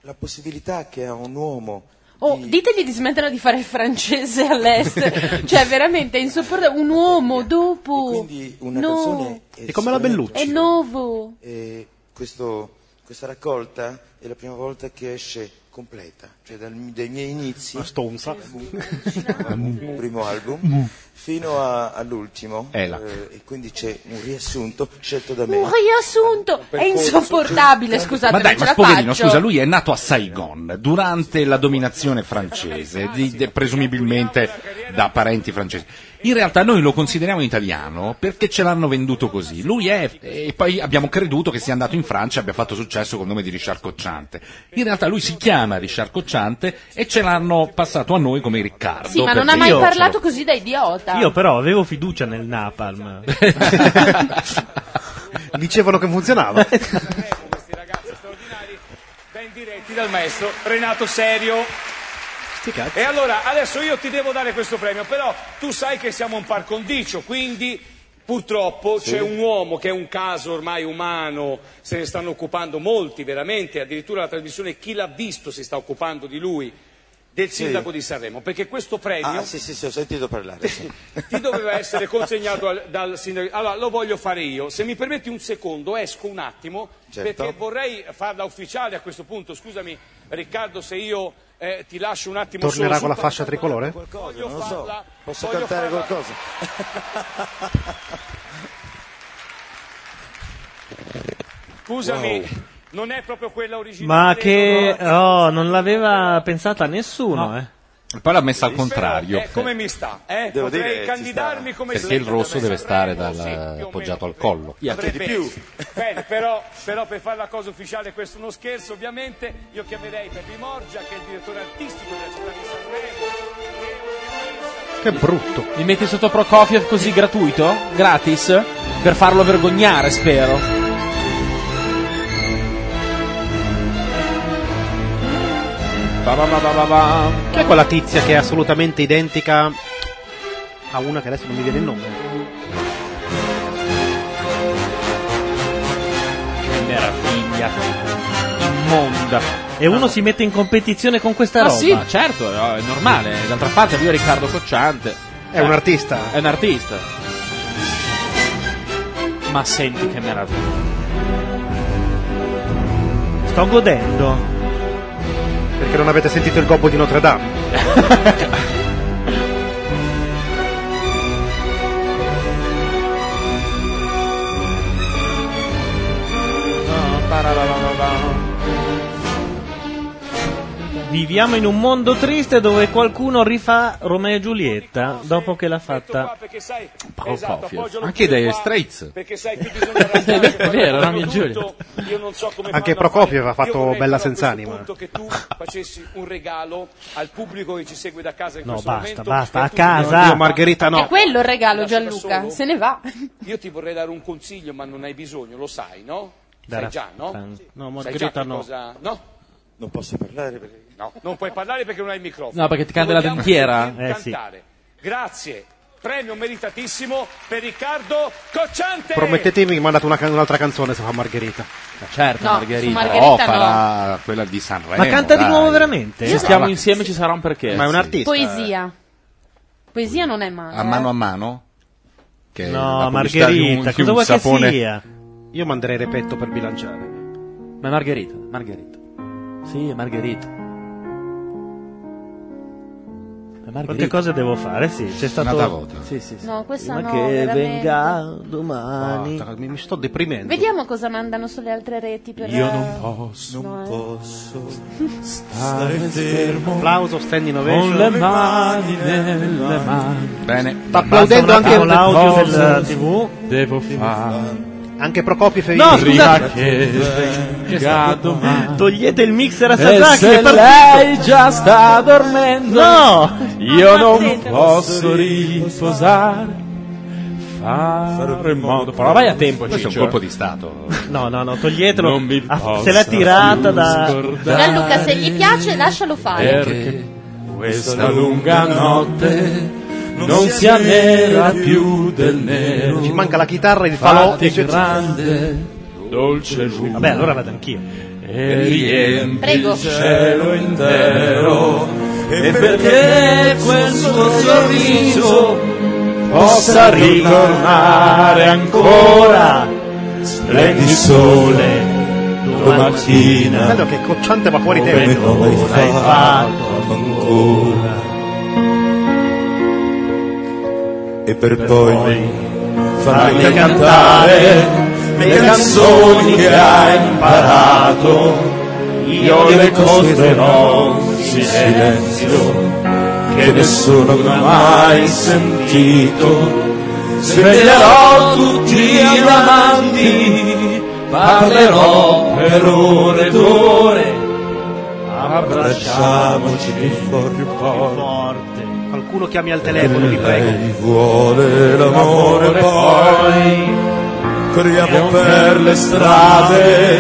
[SPEAKER 13] la possibilità che ha un uomo
[SPEAKER 5] Oh, ditegli di smetterla di fare il francese all'estero. cioè, veramente è insopportabile. Un uomo dopo.
[SPEAKER 13] quindi una
[SPEAKER 5] no.
[SPEAKER 13] canzone
[SPEAKER 5] È
[SPEAKER 13] è,
[SPEAKER 5] nuovo.
[SPEAKER 13] E questo questa raccolta è la prima volta che esce completa, cioè dal- dai miei inizi,
[SPEAKER 26] stonza.
[SPEAKER 13] album, primo album, fino a- all'ultimo,
[SPEAKER 4] Ela.
[SPEAKER 13] eh, e quindi c'è un riassunto scelto da me.
[SPEAKER 6] Un riassunto è
[SPEAKER 13] percorso-
[SPEAKER 6] insopportabile,
[SPEAKER 13] cioè,
[SPEAKER 6] scusate,
[SPEAKER 4] Ma dai,
[SPEAKER 6] non ce
[SPEAKER 4] ma
[SPEAKER 6] la
[SPEAKER 4] poverino,
[SPEAKER 6] faccio.
[SPEAKER 4] scusa, lui è nato a Saigon durante la dominazione francese, di- de- presumibilmente da parenti francesi. In realtà noi lo consideriamo italiano perché ce l'hanno venduto così. Lui è, e poi abbiamo creduto che sia andato in Francia e abbia fatto successo col nome di Richard Cocciante. In realtà lui si chiama Richard Cocciante e ce l'hanno passato a noi come Riccardo.
[SPEAKER 5] Sì, ma non
[SPEAKER 4] perché
[SPEAKER 5] ha mai
[SPEAKER 4] io-
[SPEAKER 5] parlato così da idiota.
[SPEAKER 2] Io però avevo fiducia nel Napalm.
[SPEAKER 26] Dicevano che funzionava.
[SPEAKER 7] ben diretti dal maestro Renato Serio. E allora, adesso io ti devo dare questo premio, però tu sai che siamo un par condicio, quindi purtroppo c'è un uomo che è un caso ormai umano, se ne stanno occupando molti veramente, addirittura la trasmissione Chi l'ha visto si sta occupando di lui, del sindaco di Sanremo, perché questo premio
[SPEAKER 13] Ah, sì, sì, sì, ho sentito parlare. sì.
[SPEAKER 7] ti doveva essere consegnato al- dal sindaco. Allora lo voglio fare io. Se mi permetti un secondo, esco un attimo
[SPEAKER 13] Certo.
[SPEAKER 7] perché vorrei farla ufficiale a questo punto. Scusami, Riccardo, se io eh, ti lascio un attimo
[SPEAKER 26] Tornerà
[SPEAKER 7] solo
[SPEAKER 26] con la
[SPEAKER 7] su-
[SPEAKER 26] fascia tricolore?
[SPEAKER 13] Cosa, non lo so, posso
[SPEAKER 7] voglio
[SPEAKER 13] cantare
[SPEAKER 7] farla-
[SPEAKER 13] qualcosa?
[SPEAKER 7] Scusami, non è proprio quella originale.
[SPEAKER 2] Ma che oh, non l'aveva pensata nessuno, eh.
[SPEAKER 4] Poi l'ha messa al contrario.
[SPEAKER 7] Eh, come mi sta? Eh?
[SPEAKER 4] Devo
[SPEAKER 7] Potrei
[SPEAKER 4] dire, ci
[SPEAKER 7] candidarmi come
[SPEAKER 4] Perché il rosso deve stare dal- appoggiato al collo.
[SPEAKER 7] Avrebbe- Bene, però, però per fare la cosa ufficiale, questo è uno scherzo ovviamente, io chiamerei Pepi Morgia, che è il direttore artistico della città di Sanremo.
[SPEAKER 26] Che brutto.
[SPEAKER 3] Mi metti sotto Prokofiev così gratuito? Gratis? Per farlo vergognare, spero. Ba ba ba ba ba ba.
[SPEAKER 26] Chi è quella tizia che è assolutamente identica a una che adesso non mi viene il nome?
[SPEAKER 2] Che meraviglia. Immonda. E uno si mette in competizione con questa
[SPEAKER 3] Ma
[SPEAKER 2] roba.
[SPEAKER 3] sì, certo, no, è normale. D'altra parte lui è Riccardo Cocciante.
[SPEAKER 26] È un artista.
[SPEAKER 3] È un artista. Ma senti che meraviglia.
[SPEAKER 2] Sto godendo.
[SPEAKER 26] Perché non avete sentito il gobbo di Notre Dame?
[SPEAKER 2] Viviamo in un mondo triste dove qualcuno rifà Romeo e Giulietta dopo che l'ha fatta
[SPEAKER 7] Perché sai,
[SPEAKER 2] Paolo
[SPEAKER 3] Esatto,
[SPEAKER 7] Esatto,
[SPEAKER 2] Cofio.
[SPEAKER 4] Anche dai Straits.
[SPEAKER 7] perché sai che bisogna ragionare,
[SPEAKER 26] È vero, Romeo e
[SPEAKER 7] tutto, Io non so come
[SPEAKER 26] Anche
[SPEAKER 7] fanno a
[SPEAKER 26] Prokofiev
[SPEAKER 7] fare.
[SPEAKER 26] ha fatto
[SPEAKER 7] Io vorrei
[SPEAKER 26] Bella
[SPEAKER 7] però a questo
[SPEAKER 26] Senz'anima.
[SPEAKER 7] punto che tu facessi un regalo al pubblico che ci segue da casa in
[SPEAKER 26] No,
[SPEAKER 7] questo
[SPEAKER 26] basta,
[SPEAKER 7] momento.
[SPEAKER 26] basta,
[SPEAKER 7] e
[SPEAKER 26] a
[SPEAKER 7] tu-
[SPEAKER 26] casa. Io Margherita no.
[SPEAKER 5] È quello il regalo,
[SPEAKER 7] Lascia da
[SPEAKER 5] Gianluca.
[SPEAKER 7] solo?
[SPEAKER 5] Se ne va.
[SPEAKER 7] Io ti vorrei dare un consiglio, ma non hai bisogno, lo sai, no?
[SPEAKER 2] Da
[SPEAKER 7] sai già, no?
[SPEAKER 2] Raffan-
[SPEAKER 7] Sì.
[SPEAKER 2] No,
[SPEAKER 7] Sai
[SPEAKER 2] Margherita
[SPEAKER 7] già che
[SPEAKER 2] no.
[SPEAKER 7] cosa- no?
[SPEAKER 13] Non posso parlare perché...
[SPEAKER 7] No, non puoi parlare perché non hai il microfono.
[SPEAKER 3] No, perché ti cade la
[SPEAKER 7] Vogliamo
[SPEAKER 3] dentiera.
[SPEAKER 7] sentirti
[SPEAKER 3] Eh, sì.
[SPEAKER 7] cantare. Grazie. Premio meritatissimo per Riccardo Cocciante.
[SPEAKER 26] Promettetemi che mandate una can- un'altra canzone se fa Margherita.
[SPEAKER 3] certo,
[SPEAKER 7] No, Margherita. su Margherita
[SPEAKER 4] Oh,
[SPEAKER 7] no.
[SPEAKER 4] farà quella di Sanremo.
[SPEAKER 3] Ma canta di
[SPEAKER 4] dai.
[SPEAKER 3] nuovo veramente? Se stiamo insieme ci sarà un perché.
[SPEAKER 4] Ma è un artista.
[SPEAKER 5] Poesia.
[SPEAKER 2] eh.
[SPEAKER 5] Poesia non è male.
[SPEAKER 2] Ah,
[SPEAKER 5] eh.
[SPEAKER 4] A mano a mano? Che
[SPEAKER 26] No,
[SPEAKER 4] eh, la pubblicità di un-
[SPEAKER 26] Margherita,
[SPEAKER 4] di un
[SPEAKER 26] cosa vuoi che
[SPEAKER 4] sapone-
[SPEAKER 26] sia? Io manderei Repetto per bilanciare.
[SPEAKER 3] Ma Margherita, Margherita. Sì, è Margherita. È Margherita.
[SPEAKER 2] Quante cose devo fare? Sì, c'è stato
[SPEAKER 26] Un'altra volta.
[SPEAKER 3] Sì, sì,
[SPEAKER 5] No, questa
[SPEAKER 2] Prima
[SPEAKER 5] no,
[SPEAKER 2] che
[SPEAKER 5] veramente.
[SPEAKER 2] venga domani.
[SPEAKER 26] Guarda, mi, mi sto deprimendo.
[SPEAKER 5] Vediamo cosa mandano sulle altre reti per
[SPEAKER 26] Io
[SPEAKER 5] eh,
[SPEAKER 26] non posso,
[SPEAKER 5] no, eh.
[SPEAKER 26] posso
[SPEAKER 5] stare
[SPEAKER 4] fermo.
[SPEAKER 26] Applauso, standing ovation.
[SPEAKER 4] Con le mani nelle mani. Bene.
[SPEAKER 26] Sta applaudendo
[SPEAKER 4] Basta un
[SPEAKER 26] anche
[SPEAKER 4] attimo l'audio del
[SPEAKER 2] TV.
[SPEAKER 4] Devo fare.
[SPEAKER 26] Anche Prokopiev.
[SPEAKER 2] No, scusa. Togliete il mixer
[SPEAKER 4] Eh,
[SPEAKER 2] a Sasaki che è partito.
[SPEAKER 3] già sta dormendo,
[SPEAKER 2] No!
[SPEAKER 3] io non
[SPEAKER 2] Ammazzate.
[SPEAKER 3] posso riposare. Fare in modo. Però vai a tempo,
[SPEAKER 4] Questo è un
[SPEAKER 3] Ciccio,
[SPEAKER 4] colpo
[SPEAKER 3] eh.
[SPEAKER 4] di stato.
[SPEAKER 2] No, no, no, toglietelo.
[SPEAKER 3] Non mi
[SPEAKER 2] Ah,
[SPEAKER 3] posso
[SPEAKER 2] se l'ha tirata da.
[SPEAKER 3] scordare.
[SPEAKER 5] Gianluca, se gli piace, lascialo fare.
[SPEAKER 3] Perché questa lunga notte non sia nera più del nero.
[SPEAKER 26] Ci manca la chitarra, il falò.
[SPEAKER 3] Fatti
[SPEAKER 26] dice-
[SPEAKER 3] grande, dolce giù.
[SPEAKER 2] Vabbè, allora vado anch'io.
[SPEAKER 3] E riempi
[SPEAKER 24] Prego.
[SPEAKER 3] il cielo intero. E perché
[SPEAKER 24] perché
[SPEAKER 3] quel suo
[SPEAKER 24] sorriso
[SPEAKER 3] sorriso possa ritornare ancora. Splendi sole
[SPEAKER 26] Bello che è cocciante ma fuori
[SPEAKER 1] Come
[SPEAKER 26] tempo.
[SPEAKER 1] non l'hai
[SPEAKER 26] L'hai
[SPEAKER 1] fatto ancora.
[SPEAKER 8] e per poi farle cantare
[SPEAKER 1] Fammi cantare le canzoni che hai imparato. Io le costerò in silenzio che nessuno ha mai sentito. Sveglierò tutti gli amanti, parlerò per ore ed ore. Abbracciamoci più forte.
[SPEAKER 26] Qualcuno chiami al telefono, ti prego.
[SPEAKER 8] Lei vuole l'amore poi corriamo per le strade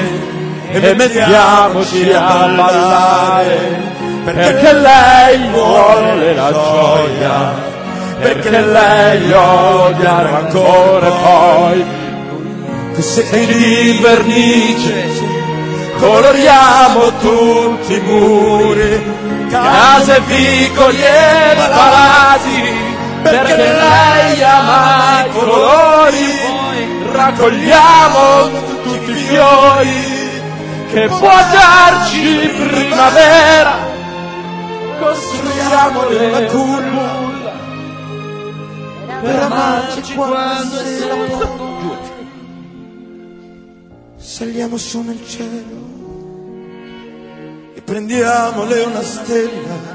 [SPEAKER 8] e mettiamoci a ballare perché lei vuole la gioia perché lei odia il rancore poi sei di vernice coloriamo tutti i muri case, vicoli e palazzi perché lei ama i colori raccogliamo tutti i fiori che può darci primavera costruiamo la culla per amarci quando siamo saliamo su nel cielo e prendiamole una stella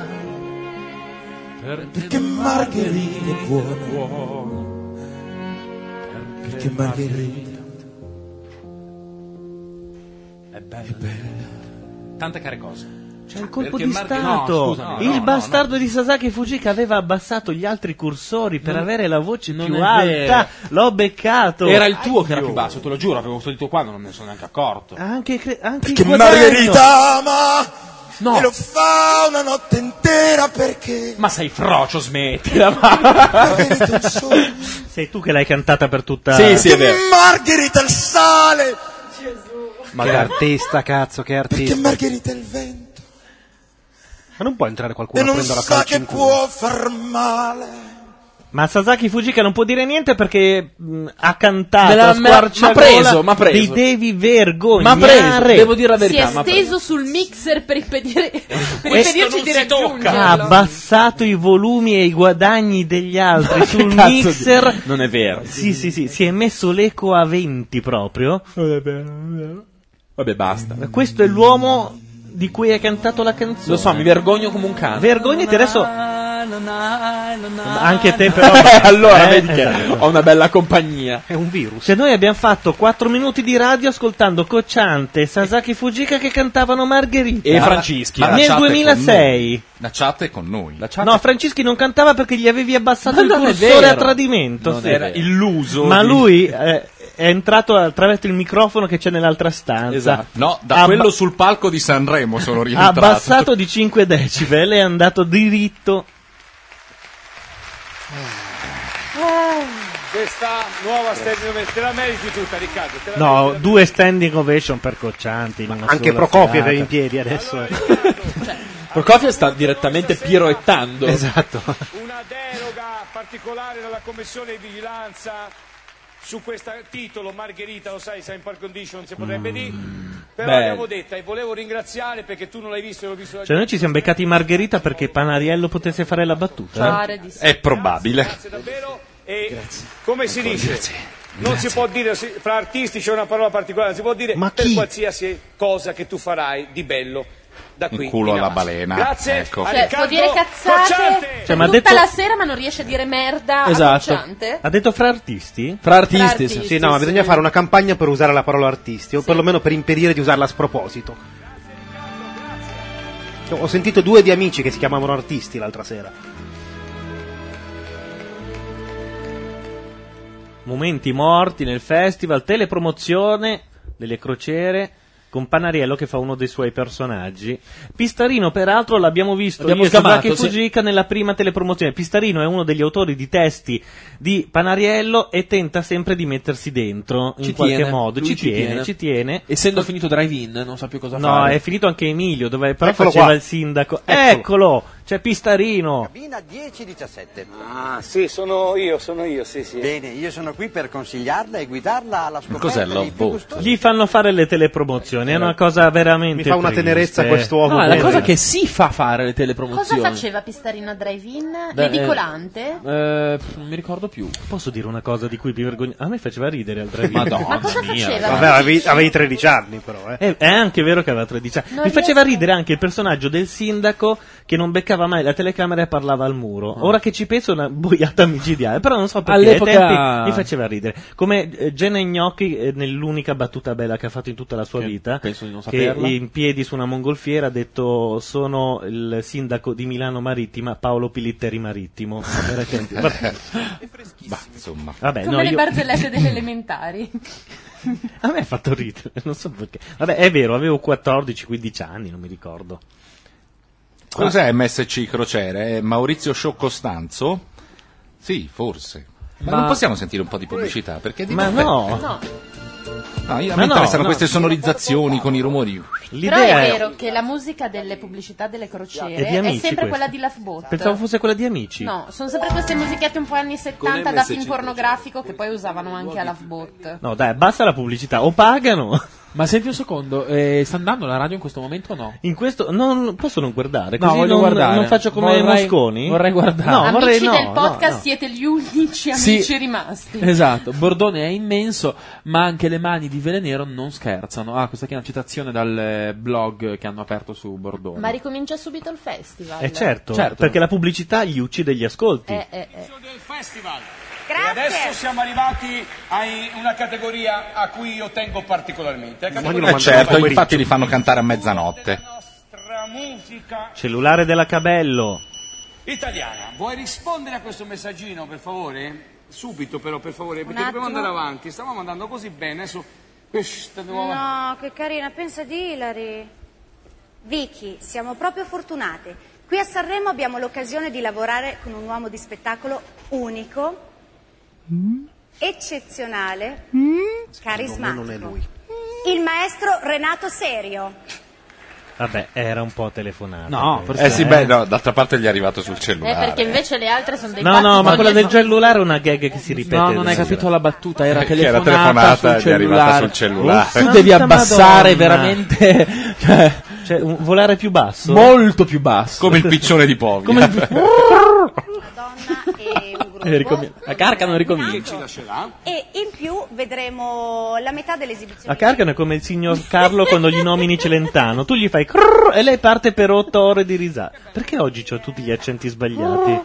[SPEAKER 8] perché Margherita è buona perché Margherita
[SPEAKER 26] È bella. Tante care cose.
[SPEAKER 2] C'è un colpo
[SPEAKER 26] Perché
[SPEAKER 2] di
[SPEAKER 26] Marche-
[SPEAKER 2] stato.
[SPEAKER 26] no, scusami,
[SPEAKER 2] il
[SPEAKER 26] no, no,
[SPEAKER 2] bastardo di Sasaki Fujika aveva abbassato gli altri cursori per
[SPEAKER 3] Non-
[SPEAKER 2] avere la voce più
[SPEAKER 3] è
[SPEAKER 2] alta. L'ho beccato.
[SPEAKER 3] Era il tuo che era
[SPEAKER 2] Aio.
[SPEAKER 3] più basso, te lo giuro, avevo questo dito qua, non me ne sono neanche accorto.
[SPEAKER 2] Anche, cre- anche
[SPEAKER 3] Perché
[SPEAKER 2] il quaderno.
[SPEAKER 3] Margherita
[SPEAKER 8] ama
[SPEAKER 3] No.
[SPEAKER 8] e lo fa una notte intera perché
[SPEAKER 3] Ma sei frocio, smettila.
[SPEAKER 2] Sei tu che l'hai cantata per tutta
[SPEAKER 8] Margherita il sale
[SPEAKER 26] Ma che artista, cazzo, che
[SPEAKER 8] perché
[SPEAKER 26] artista.
[SPEAKER 8] Margherita è il vento
[SPEAKER 26] Ma non può entrare qualcuno
[SPEAKER 8] e
[SPEAKER 26] a
[SPEAKER 8] non
[SPEAKER 26] prendere la
[SPEAKER 8] sa
[SPEAKER 26] calcio
[SPEAKER 8] che
[SPEAKER 26] in culo.
[SPEAKER 8] può far male
[SPEAKER 2] Ma Sasaki Fujika non può dire niente perché mh, ha cantato
[SPEAKER 3] Me l'ha-
[SPEAKER 2] a
[SPEAKER 3] me l'ha-
[SPEAKER 2] squarciagola
[SPEAKER 3] m'ha preso, m'ha preso.
[SPEAKER 2] Ti devi vergognare.
[SPEAKER 3] M'ha preso, devo dire la
[SPEAKER 5] Si è
[SPEAKER 3] verità, m'ha preso.
[SPEAKER 5] steso sul mixer per impedire per
[SPEAKER 3] Questo
[SPEAKER 5] impedirci
[SPEAKER 3] non
[SPEAKER 5] di
[SPEAKER 3] si
[SPEAKER 2] Ha
[SPEAKER 3] tocca.
[SPEAKER 5] raggiungerlo.
[SPEAKER 2] abbassato i volumi e i guadagni degli altri sul
[SPEAKER 3] cazzo di-
[SPEAKER 2] mixer.
[SPEAKER 3] Non è vero.
[SPEAKER 2] Sì, sì, sì, si è messo l'eco a 20 proprio.
[SPEAKER 3] Vabbè, basta.
[SPEAKER 2] Questo è l'uomo di cui hai cantato la canzone.
[SPEAKER 3] Lo so, mi vergogno come un cane.
[SPEAKER 2] Vergognati adesso.
[SPEAKER 5] Ah.
[SPEAKER 2] Anche te però.
[SPEAKER 3] allora,
[SPEAKER 2] Eh,
[SPEAKER 3] vedi che
[SPEAKER 2] esatto.
[SPEAKER 3] ho una bella compagnia.
[SPEAKER 26] È un virus.
[SPEAKER 2] Se noi abbiamo fatto 4 minuti di radio ascoltando Cocciante e Sasaki Fujika che cantavano Margherita.
[SPEAKER 4] E Francischi. Ma la
[SPEAKER 2] Ah, Nel
[SPEAKER 4] chat è con
[SPEAKER 2] 2006.
[SPEAKER 4] La chat è con noi.
[SPEAKER 2] No, Francischi non cantava perché gli avevi abbassato
[SPEAKER 4] Ma
[SPEAKER 2] il
[SPEAKER 4] non è
[SPEAKER 2] cursore a
[SPEAKER 4] vero.
[SPEAKER 2] tradimento.
[SPEAKER 4] Non
[SPEAKER 2] sì.
[SPEAKER 4] era illuso
[SPEAKER 2] Ma
[SPEAKER 4] di-
[SPEAKER 2] lui eh, è entrato attraverso il microfono che c'è nell'altra stanza.
[SPEAKER 4] Esatto. No, da
[SPEAKER 2] Abba-
[SPEAKER 4] quello sul palco di Sanremo sono
[SPEAKER 2] Ha
[SPEAKER 4] rientrato.
[SPEAKER 2] abbassato di 5 decibel e è andato diritto.
[SPEAKER 7] Questa nuova standing ovation, te la meriti tutta Riccardo, te la
[SPEAKER 2] No, due standing ovation per Coccianti. in una
[SPEAKER 26] Anche
[SPEAKER 2] sola
[SPEAKER 26] Prokofiev è
[SPEAKER 2] serata.
[SPEAKER 26] in piedi adesso. eh.
[SPEAKER 3] Prokofiev Cioè, sta direttamente piroettando.
[SPEAKER 26] Esatto.
[SPEAKER 7] Una deroga particolare dalla commissione di vigilanza su questo titolo, Margherita, lo sai, sei in par condition, si potrebbe dire, però
[SPEAKER 2] Mm. Beh.
[SPEAKER 7] l'abbiamo detta e volevo ringraziare perché tu non l'hai visto, io l'ho visto da
[SPEAKER 2] Cioè, noi ci siamo beccati Margherita perché Panariello potesse fare la battuta. eh?
[SPEAKER 7] Pare di sì.
[SPEAKER 4] È probabile.
[SPEAKER 7] Eh? Grazie davvero e come si dice? Non si può dire, si- fra artisti c'è una parola particolare, non si può dire per qualsiasi cosa che tu farai di bello da qui.
[SPEAKER 4] Un culo
[SPEAKER 7] in
[SPEAKER 4] alla
[SPEAKER 7] avanti.
[SPEAKER 4] balena.
[SPEAKER 7] Grazie.
[SPEAKER 4] Ecco.
[SPEAKER 7] a
[SPEAKER 5] Cioè, può
[SPEAKER 7] Riccardo
[SPEAKER 5] dire
[SPEAKER 7] Cocciante.
[SPEAKER 5] cazzate
[SPEAKER 2] Cioè, ma ha
[SPEAKER 5] tutta
[SPEAKER 2] detto- Esatto.
[SPEAKER 5] la sera, ma non riesce a dire merda
[SPEAKER 9] Ah,
[SPEAKER 5] a Cocciante?
[SPEAKER 2] Ha detto fra artisti?
[SPEAKER 3] Fra
[SPEAKER 5] artisti, Fra artisti,
[SPEAKER 26] Sì, no, ma
[SPEAKER 5] sì.
[SPEAKER 26] bisogna fare una campagna per usare la parola artisti, o perlomeno per impedire di usarla a sproposito. Ho sentito due di amici che si chiamavano artisti l'altra sera.
[SPEAKER 2] Momenti morti nel festival, telepromozione delle crociere. Con Panariello che fa uno dei suoi personaggi. Pistarino, peraltro, l'abbiamo visto
[SPEAKER 3] L'abbiamo
[SPEAKER 2] io e
[SPEAKER 3] chiamato,
[SPEAKER 2] Sasaki
[SPEAKER 3] sì.
[SPEAKER 2] Fujika nella prima telepromozione. Pistarino è uno degli autori di testi di Panariello e tenta sempre di mettersi dentro in
[SPEAKER 3] Ci
[SPEAKER 2] qualche
[SPEAKER 3] tiene,
[SPEAKER 2] modo.
[SPEAKER 3] lui
[SPEAKER 2] Ci tiene, ci tiene.
[SPEAKER 3] Essendo finito drive-in, non sa più cosa
[SPEAKER 2] No,
[SPEAKER 3] fare.
[SPEAKER 2] è finito anche Emilio, dove però
[SPEAKER 3] Eccolo
[SPEAKER 2] faceva
[SPEAKER 3] qua. Ecco.
[SPEAKER 2] il sindaco.
[SPEAKER 3] Eccolo.
[SPEAKER 2] Eccolo! c'è Pistarino.
[SPEAKER 11] Cabina 1017.
[SPEAKER 7] Ah, sì, sono io, sono io, sì, sì.
[SPEAKER 11] Bene, io sono qui per consigliarla e guidarla alla scoperta
[SPEAKER 4] Cos'è
[SPEAKER 11] di
[SPEAKER 4] Love
[SPEAKER 11] più
[SPEAKER 4] Boat?
[SPEAKER 11] gustosi-
[SPEAKER 2] Gli fanno fare le telepromozioni, è una cosa veramente.
[SPEAKER 26] Eh, Mi fa una
[SPEAKER 2] triste.
[SPEAKER 26] tenerezza quest'uomo.
[SPEAKER 3] No, è la
[SPEAKER 26] Bene.
[SPEAKER 3] cosa che si fa fare le
[SPEAKER 6] Cosa
[SPEAKER 3] telepromozioni.
[SPEAKER 6] faceva Pistarino a drive-in?
[SPEAKER 3] Beh,
[SPEAKER 6] Ridicolante?
[SPEAKER 3] Eh, pff, non mi ricordo più.
[SPEAKER 2] Posso dire una cosa di cui mi vergogno? A me faceva ridere al drive-in.
[SPEAKER 26] Madonna Ma
[SPEAKER 6] cosa mia, faceva?
[SPEAKER 26] Vabbè, avevi, avevi 13 anni però, eh.
[SPEAKER 2] È, è anche vero che aveva 13 anni.
[SPEAKER 26] Non
[SPEAKER 2] Mi faceva ridere anche il personaggio del sindaco che non beccava mai la telecamera e parlava al muro. Ora che ci penso, è una boiata micidiale. Però non so perché
[SPEAKER 3] Ah. All'epoca-
[SPEAKER 2] ai tempi mi faceva ridere. Come eh, Gene Gnocchi eh, nell'unica battuta bella che ha fatto in tutta la sua vita,
[SPEAKER 3] penso di non
[SPEAKER 2] che
[SPEAKER 3] saperla.
[SPEAKER 2] in piedi su una mongolfiera ha detto: Sono il sindaco di Milano Marittima, Paolo Pilitteri Marittimo. Veramente- vabbè.
[SPEAKER 4] Bah, insomma.
[SPEAKER 2] eh. Vabbè,
[SPEAKER 5] Come
[SPEAKER 2] no,
[SPEAKER 5] le
[SPEAKER 2] io-
[SPEAKER 5] barzellette delle elementari.
[SPEAKER 2] a me ha fatto ridere, non so perché. Vabbè, è vero, avevo 14-15 anni, non mi ricordo.
[SPEAKER 4] Cos'è MSC Crociere? È Maurizio Show Costanzo? Sì, forse. Ma,
[SPEAKER 2] Ma-
[SPEAKER 4] non possiamo sentire un po' di pubblicità? Perché di
[SPEAKER 2] Ma
[SPEAKER 4] notte-
[SPEAKER 5] Eh,
[SPEAKER 2] no.
[SPEAKER 4] No, io- a
[SPEAKER 2] Ma
[SPEAKER 4] me
[SPEAKER 2] no,
[SPEAKER 4] interessano
[SPEAKER 2] no.
[SPEAKER 4] queste sonorizzazioni con i rumori.
[SPEAKER 5] Però è vero che la musica delle pubblicità delle crociere
[SPEAKER 4] È
[SPEAKER 5] è,
[SPEAKER 4] di amici
[SPEAKER 5] sempre
[SPEAKER 4] questa.
[SPEAKER 5] quella di Love Boat.
[SPEAKER 2] Pensavo fosse quella di Amici.
[SPEAKER 5] No, sono sempre queste musichette un po' anni 70 da
[SPEAKER 2] MSC
[SPEAKER 5] film pornografico che poi usavano anche a Love Boat.
[SPEAKER 2] No, dai, basta la pubblicità, o pagano.
[SPEAKER 3] Ma senti un secondo, eh, sta andando la radio in questo momento o no?
[SPEAKER 2] In questo non posso non guardare,
[SPEAKER 3] No,
[SPEAKER 2] così
[SPEAKER 3] voglio
[SPEAKER 2] non,
[SPEAKER 3] guardare.
[SPEAKER 2] non faccio come
[SPEAKER 3] Vorrei-
[SPEAKER 2] Mosconi.
[SPEAKER 3] vorrei guardare.
[SPEAKER 2] No,
[SPEAKER 5] amici
[SPEAKER 2] vorrei no.
[SPEAKER 5] del podcast
[SPEAKER 3] no.
[SPEAKER 5] siete gli unici
[SPEAKER 3] Sì.
[SPEAKER 5] amici rimasti.
[SPEAKER 3] Esatto, Bordone è immenso, ma anche le mani di Velenero non scherzano. Ah, questa qui è una citazione dal eh, blog che hanno aperto su Bordone.
[SPEAKER 6] Ma ricomincia subito il festival.
[SPEAKER 2] Eh certo,
[SPEAKER 3] Certo.
[SPEAKER 2] perché la pubblicità gli uccide gli ascolti.
[SPEAKER 6] Eh, eh, eh.
[SPEAKER 7] del festival. E adesso siamo arrivati a una categoria a cui io tengo particolarmente. La categoria
[SPEAKER 4] Eh certo, infatti li fanno cantare a mezzanotte.
[SPEAKER 7] della musica
[SPEAKER 2] Cellulare della Cabello.
[SPEAKER 7] italiana. Vuoi rispondere a questo messaggino, per favore? Subito però, per favore, perché
[SPEAKER 9] attimo.
[SPEAKER 7] dobbiamo andare avanti. Stavamo andando così bene su questa nuova...
[SPEAKER 9] No, che carina, pensa di Ilari. Vicky, siamo proprio fortunate. Qui a Sanremo abbiamo l'occasione di lavorare con un uomo di spettacolo unico, eccezionale,
[SPEAKER 2] Mm?
[SPEAKER 9] carismatico.
[SPEAKER 26] Non è lui.
[SPEAKER 9] Il maestro Renato Serio.
[SPEAKER 2] Vabbè, era un po' telefonata.
[SPEAKER 4] No,
[SPEAKER 2] forse
[SPEAKER 4] eh sì, beh, no, d'altra parte gli è arrivato sul
[SPEAKER 6] Eh,
[SPEAKER 4] cellulare.
[SPEAKER 6] perché invece le altre sono dei
[SPEAKER 2] No,
[SPEAKER 6] battiti
[SPEAKER 2] no, ma quella del
[SPEAKER 6] dietro.
[SPEAKER 2] cellulare è una gag che si ripete.
[SPEAKER 3] No, non hai
[SPEAKER 2] stasera.
[SPEAKER 3] capito la battuta, era
[SPEAKER 4] Perché era
[SPEAKER 3] telefonata,
[SPEAKER 4] telefonata
[SPEAKER 3] sul
[SPEAKER 4] e gli è arrivata sul
[SPEAKER 3] cellulare.
[SPEAKER 4] cellulare.
[SPEAKER 3] Tu devi
[SPEAKER 2] Santa
[SPEAKER 3] abbassare
[SPEAKER 2] Madonna.
[SPEAKER 3] veramente
[SPEAKER 2] Cioè, un- volare più basso.
[SPEAKER 3] molto più basso.
[SPEAKER 4] Come il piccione di Povia.
[SPEAKER 3] Come il pi-
[SPEAKER 2] eh,
[SPEAKER 7] E ricomin-
[SPEAKER 3] la carca non ricomincia.
[SPEAKER 7] Chi la ce
[SPEAKER 26] Ah?
[SPEAKER 7] l'ha?
[SPEAKER 9] E in più vedremo la metà dell'esibizione.
[SPEAKER 2] A Carcano è come il signor Carlo quando gli nomini Celentano. Tu gli fai crrr e lei parte per otto ore di risata. Perché oggi ho tutti gli accenti sbagliati?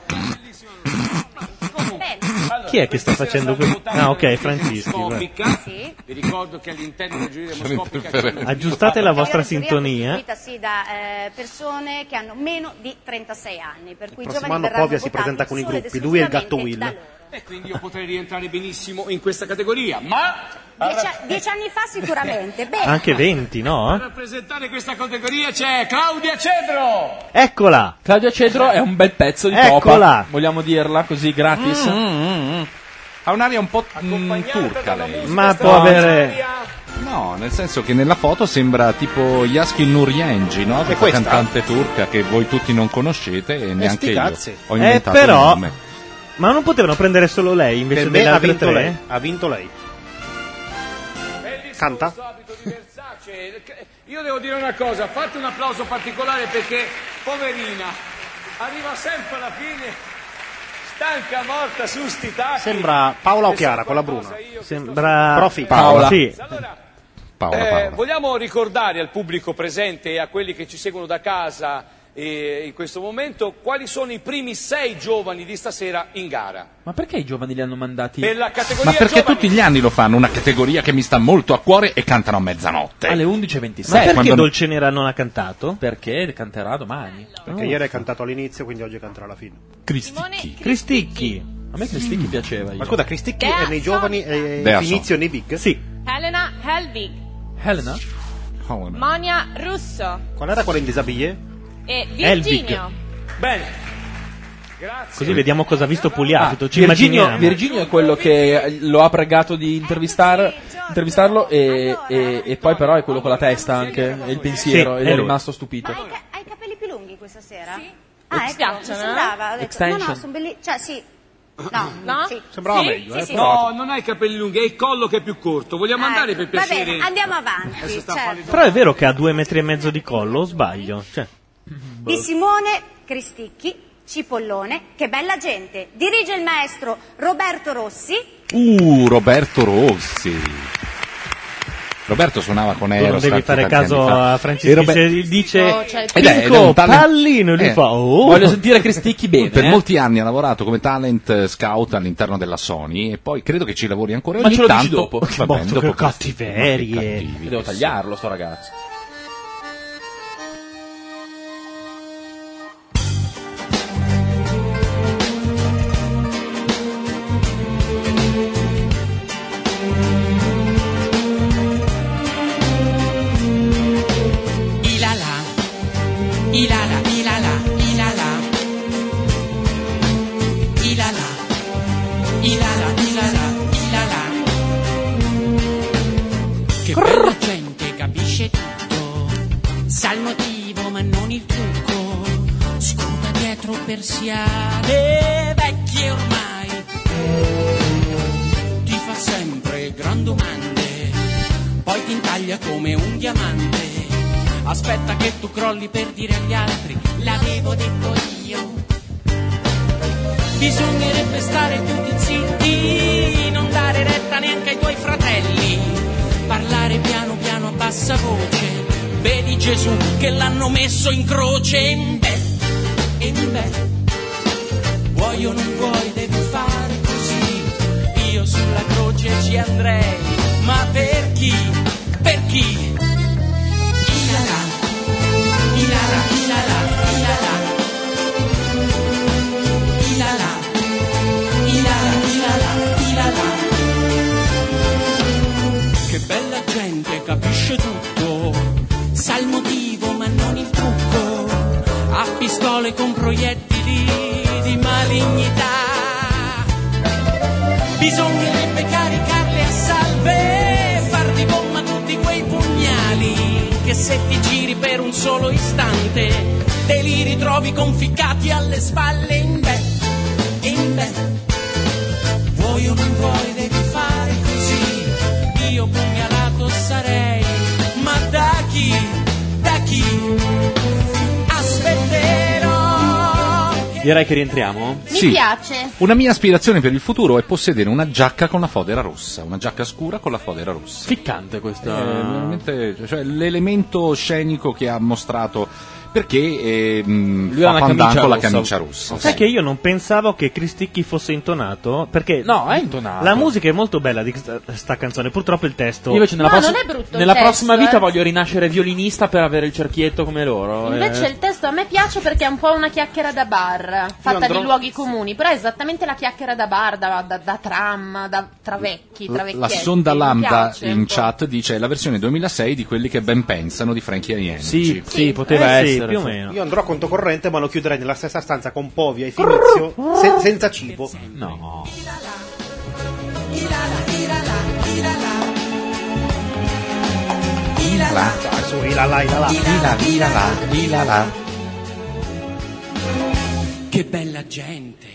[SPEAKER 2] Chi è che sta facendo questo? Ah, ok, Francischi. vai.
[SPEAKER 7] Moscopica. Vi ricordo che all'interno della giuria moscopica... c'è uno-
[SPEAKER 2] Aggiustate la vostra
[SPEAKER 9] Categoria
[SPEAKER 2] sintonia.
[SPEAKER 9] costituita, sì, da eh, persone che hanno meno di 36 anni, per cui i
[SPEAKER 26] prossimo
[SPEAKER 9] giovani
[SPEAKER 26] anno
[SPEAKER 9] verranno
[SPEAKER 26] Povia si
[SPEAKER 9] votati
[SPEAKER 26] presenta con i
[SPEAKER 9] solo ed
[SPEAKER 26] gruppi, lui e il gatto
[SPEAKER 9] esclusivamente da
[SPEAKER 26] Will.
[SPEAKER 9] loro.
[SPEAKER 7] E quindi io potrei rientrare benissimo in questa categoria, ma...
[SPEAKER 9] Dieci, dieci anni fa sicuramente. Beh,
[SPEAKER 2] Ah, Anche 20,
[SPEAKER 7] A
[SPEAKER 2] no?
[SPEAKER 7] rappresentare questa categoria c'è Claudia Cedro!
[SPEAKER 2] Eccola!
[SPEAKER 3] Claudia Cedro è un bel pezzo di
[SPEAKER 2] Eccola.
[SPEAKER 3] popa. Vogliamo dirla così gratis?
[SPEAKER 4] Mm, Ha un'aria un po' mm, turca lei.
[SPEAKER 2] Ma può avere.
[SPEAKER 4] No, nel senso che nella foto sembra tipo Yaskin Nuriengi, no? Questa
[SPEAKER 26] questa?
[SPEAKER 4] cantante turca che voi tutti non conoscete e neanche
[SPEAKER 26] sti
[SPEAKER 4] io.
[SPEAKER 26] cazzi.
[SPEAKER 4] Ho
[SPEAKER 2] Eh,
[SPEAKER 4] inventato
[SPEAKER 2] però-
[SPEAKER 4] il nome.
[SPEAKER 2] Ma non potevano prendere solo lei invece
[SPEAKER 26] Per me
[SPEAKER 2] delle
[SPEAKER 26] ha
[SPEAKER 2] altre
[SPEAKER 26] vinto
[SPEAKER 2] tre?
[SPEAKER 26] lei. Ha vinto lei. Canta.
[SPEAKER 7] Io devo dire una cosa, fate un applauso particolare perché, poverina, arriva sempre alla fine, stanca, morta, su sti tacchi.
[SPEAKER 26] Sembra Paola o Chiara con la Bruna.
[SPEAKER 2] Sembra
[SPEAKER 8] Eh,
[SPEAKER 26] Profi.
[SPEAKER 2] Paola. Sì.
[SPEAKER 4] Paola,
[SPEAKER 7] Eh,
[SPEAKER 4] Paola.
[SPEAKER 7] vogliamo ricordare al pubblico presente e a quelli che ci seguono da casa eh, in questo momento quali sono i primi sei giovani di stasera in gara.
[SPEAKER 3] Ma perché i giovani li hanno mandati?
[SPEAKER 7] Per la categoria
[SPEAKER 4] Ma perché
[SPEAKER 7] giovani.
[SPEAKER 4] tutti gli anni lo fanno, una categoria che mi sta molto a cuore e cantano a mezzanotte.
[SPEAKER 3] Alle 11.26.
[SPEAKER 2] Ma perché
[SPEAKER 4] quando-
[SPEAKER 2] Dolce Nera non ha cantato?
[SPEAKER 3] Perché canterà domani.
[SPEAKER 26] Perché ieri hai cantato all'inizio, quindi oggi canterà alla fine.
[SPEAKER 2] Cristicchi. Cristicchi.
[SPEAKER 3] A me Cristicchi
[SPEAKER 6] Mm.
[SPEAKER 3] piaceva.
[SPEAKER 26] Ma scusa, Cristicchi è nei giovani e
[SPEAKER 4] Dea
[SPEAKER 26] Finizio nei big?
[SPEAKER 2] Sì.
[SPEAKER 23] Helena Helvig,
[SPEAKER 3] Helena?
[SPEAKER 23] Monia Russo
[SPEAKER 26] Qual era quella in disabile?
[SPEAKER 23] e
[SPEAKER 2] Virginio.
[SPEAKER 7] Bene. Grazie.
[SPEAKER 2] Così vediamo cosa ha visto Pugliafito. Ci
[SPEAKER 3] Virginio,
[SPEAKER 2] immaginiamo.
[SPEAKER 3] Virginio è quello che lo ha pregato di intervistar- intervistarlo e, e- e poi però è quello con la testa anche e il pensiero
[SPEAKER 2] Sì,
[SPEAKER 3] ed
[SPEAKER 2] è
[SPEAKER 3] è
[SPEAKER 2] lui.
[SPEAKER 3] rimasto stupito.
[SPEAKER 9] Hai i capelli più lunghi questa sera? Sì. Ah, ecco,
[SPEAKER 23] Spiacciono,
[SPEAKER 9] mi sembrava.
[SPEAKER 23] eh?
[SPEAKER 9] ho detto, No, no,
[SPEAKER 3] Extension.
[SPEAKER 9] sono belli... Cioè, sì. No,
[SPEAKER 23] No?
[SPEAKER 9] Sì.
[SPEAKER 23] Sembrava
[SPEAKER 9] Sì?
[SPEAKER 23] meglio,
[SPEAKER 9] sì,
[SPEAKER 23] eh,
[SPEAKER 9] sì,
[SPEAKER 7] No, non hai i capelli lunghi, è il collo che è più corto. Vogliamo
[SPEAKER 9] Ah,
[SPEAKER 7] andare per
[SPEAKER 9] Va
[SPEAKER 7] piacere?
[SPEAKER 9] bene, andiamo avanti. certo.
[SPEAKER 2] Però è vero che ha due metri e mezzo di collo, o sbaglio? Cioè,
[SPEAKER 9] Di Simone Cristicchi, Cipollone, che bella gente. Dirige il maestro Roberto Rossi.
[SPEAKER 4] Uh, Roberto Rossi. Roberto suonava con
[SPEAKER 2] tu
[SPEAKER 4] Eros.
[SPEAKER 2] non devi
[SPEAKER 4] tanti,
[SPEAKER 2] fare
[SPEAKER 4] tanti
[SPEAKER 2] caso
[SPEAKER 4] anni fa.
[SPEAKER 2] a
[SPEAKER 4] E
[SPEAKER 2] Francisco,
[SPEAKER 4] Robe-
[SPEAKER 2] se gli dice
[SPEAKER 4] Ed è- ed è
[SPEAKER 2] "Picco,
[SPEAKER 4] un talent-
[SPEAKER 2] pallino, e lui
[SPEAKER 4] Eh.
[SPEAKER 2] fa "Oh".
[SPEAKER 4] Cristicchi bene. Per molti anni ha lavorato come talent eh, scout all'interno della Sony e poi credo che ci lavori ancora
[SPEAKER 3] Ma
[SPEAKER 4] ogni
[SPEAKER 3] ce lo dici
[SPEAKER 4] tanto.
[SPEAKER 3] dopo.
[SPEAKER 4] Va
[SPEAKER 3] Boh,
[SPEAKER 4] bene,
[SPEAKER 3] che
[SPEAKER 4] dopo
[SPEAKER 3] cattiverie.
[SPEAKER 4] Ma che cattivi.
[SPEAKER 3] Devo tagliarlo, sto ragazzo.
[SPEAKER 24] Ilala, ilala, ilala, ilala. Ilala, ilala, ilala, ilala. Che bella gente capisce tutto, sa il motivo ma non il trucco. Scuda dietro persiane vecchie ormai. Ti fa sempre gran domande, poi ti intaglia come un diamante. Aspetta che tu crolli per dire agli altri, l'avevo detto io. Bisognerebbe stare tutti zitti, non dare retta neanche ai tuoi fratelli. Parlare piano piano a bassa voce, vedi Gesù che l'hanno messo in croce. In beh, in beh, vuoi o non vuoi devi fare così. Io sulla croce ci andrei, ma per chi? Per chi? Ilala, ilala, ilala, ilala. Ilala, ilala, ilala, ilala. Che bella gente, capisce tutto. Sa il motivo ma non il trucco. Ha pistole con proiettili di malignità. Bisognerebbe caricarle a salve, far di gomma tutti quei pugnali che se ti giri per un solo istante te li ritrovi conficcati alle spalle in beh, in beh. Vuoi o non vuoi devi fare così, io pugnalato sarei, ma da chi, da chi aspetterò?
[SPEAKER 15] Direi che rientriamo.
[SPEAKER 5] Mi piace.
[SPEAKER 4] Una mia aspirazione per il futuro è possedere una giacca con la fodera rossa, una giacca scura con la fodera rossa. Eh,
[SPEAKER 15] Ficcante questa.
[SPEAKER 4] veramente, cioè, l'elemento scenico che ha mostrato perché ehm,
[SPEAKER 2] ha
[SPEAKER 4] fa
[SPEAKER 2] una
[SPEAKER 4] pandan
[SPEAKER 2] camicia
[SPEAKER 4] con la
[SPEAKER 2] rossa.
[SPEAKER 4] camicia rossa.
[SPEAKER 2] Sai che io non pensavo che Cristicchi fosse intonato? Perché
[SPEAKER 15] No, è intonato.
[SPEAKER 2] La musica è molto bella di sta, sta canzone, purtroppo il testo.
[SPEAKER 15] Io invece nella, prossima- nella prossima vita
[SPEAKER 5] eh.
[SPEAKER 15] voglio rinascere violinista per avere il cerchietto come loro.
[SPEAKER 5] Invece
[SPEAKER 15] eh.
[SPEAKER 5] il testo a me piace perché è un po' una chiacchiera da bar, fatta
[SPEAKER 15] andrò-
[SPEAKER 5] di luoghi comuni, però è esattamente la chiacchiera da bar, da, da- da tram, da tra vecchi, tra
[SPEAKER 4] La,
[SPEAKER 5] vecchietti.
[SPEAKER 4] la sonda
[SPEAKER 5] Mi
[SPEAKER 4] lambda
[SPEAKER 5] piace un
[SPEAKER 4] in
[SPEAKER 5] po'.
[SPEAKER 4] chat dice è la versione 2006 di quelli che ben pensano di Frankie Anienci.
[SPEAKER 15] Sì, sì, poteva Eh sì, essere, più o sì. meno.
[SPEAKER 26] Io andrò a conto corrente, ma lo chiuderei nella stessa stanza con Povia e Finizio, se- senza cibo.
[SPEAKER 15] No.
[SPEAKER 26] Ilala, dai, su, ilala, ilala.
[SPEAKER 24] Ilala, ilala,
[SPEAKER 26] ilala.
[SPEAKER 24] Che bella gente.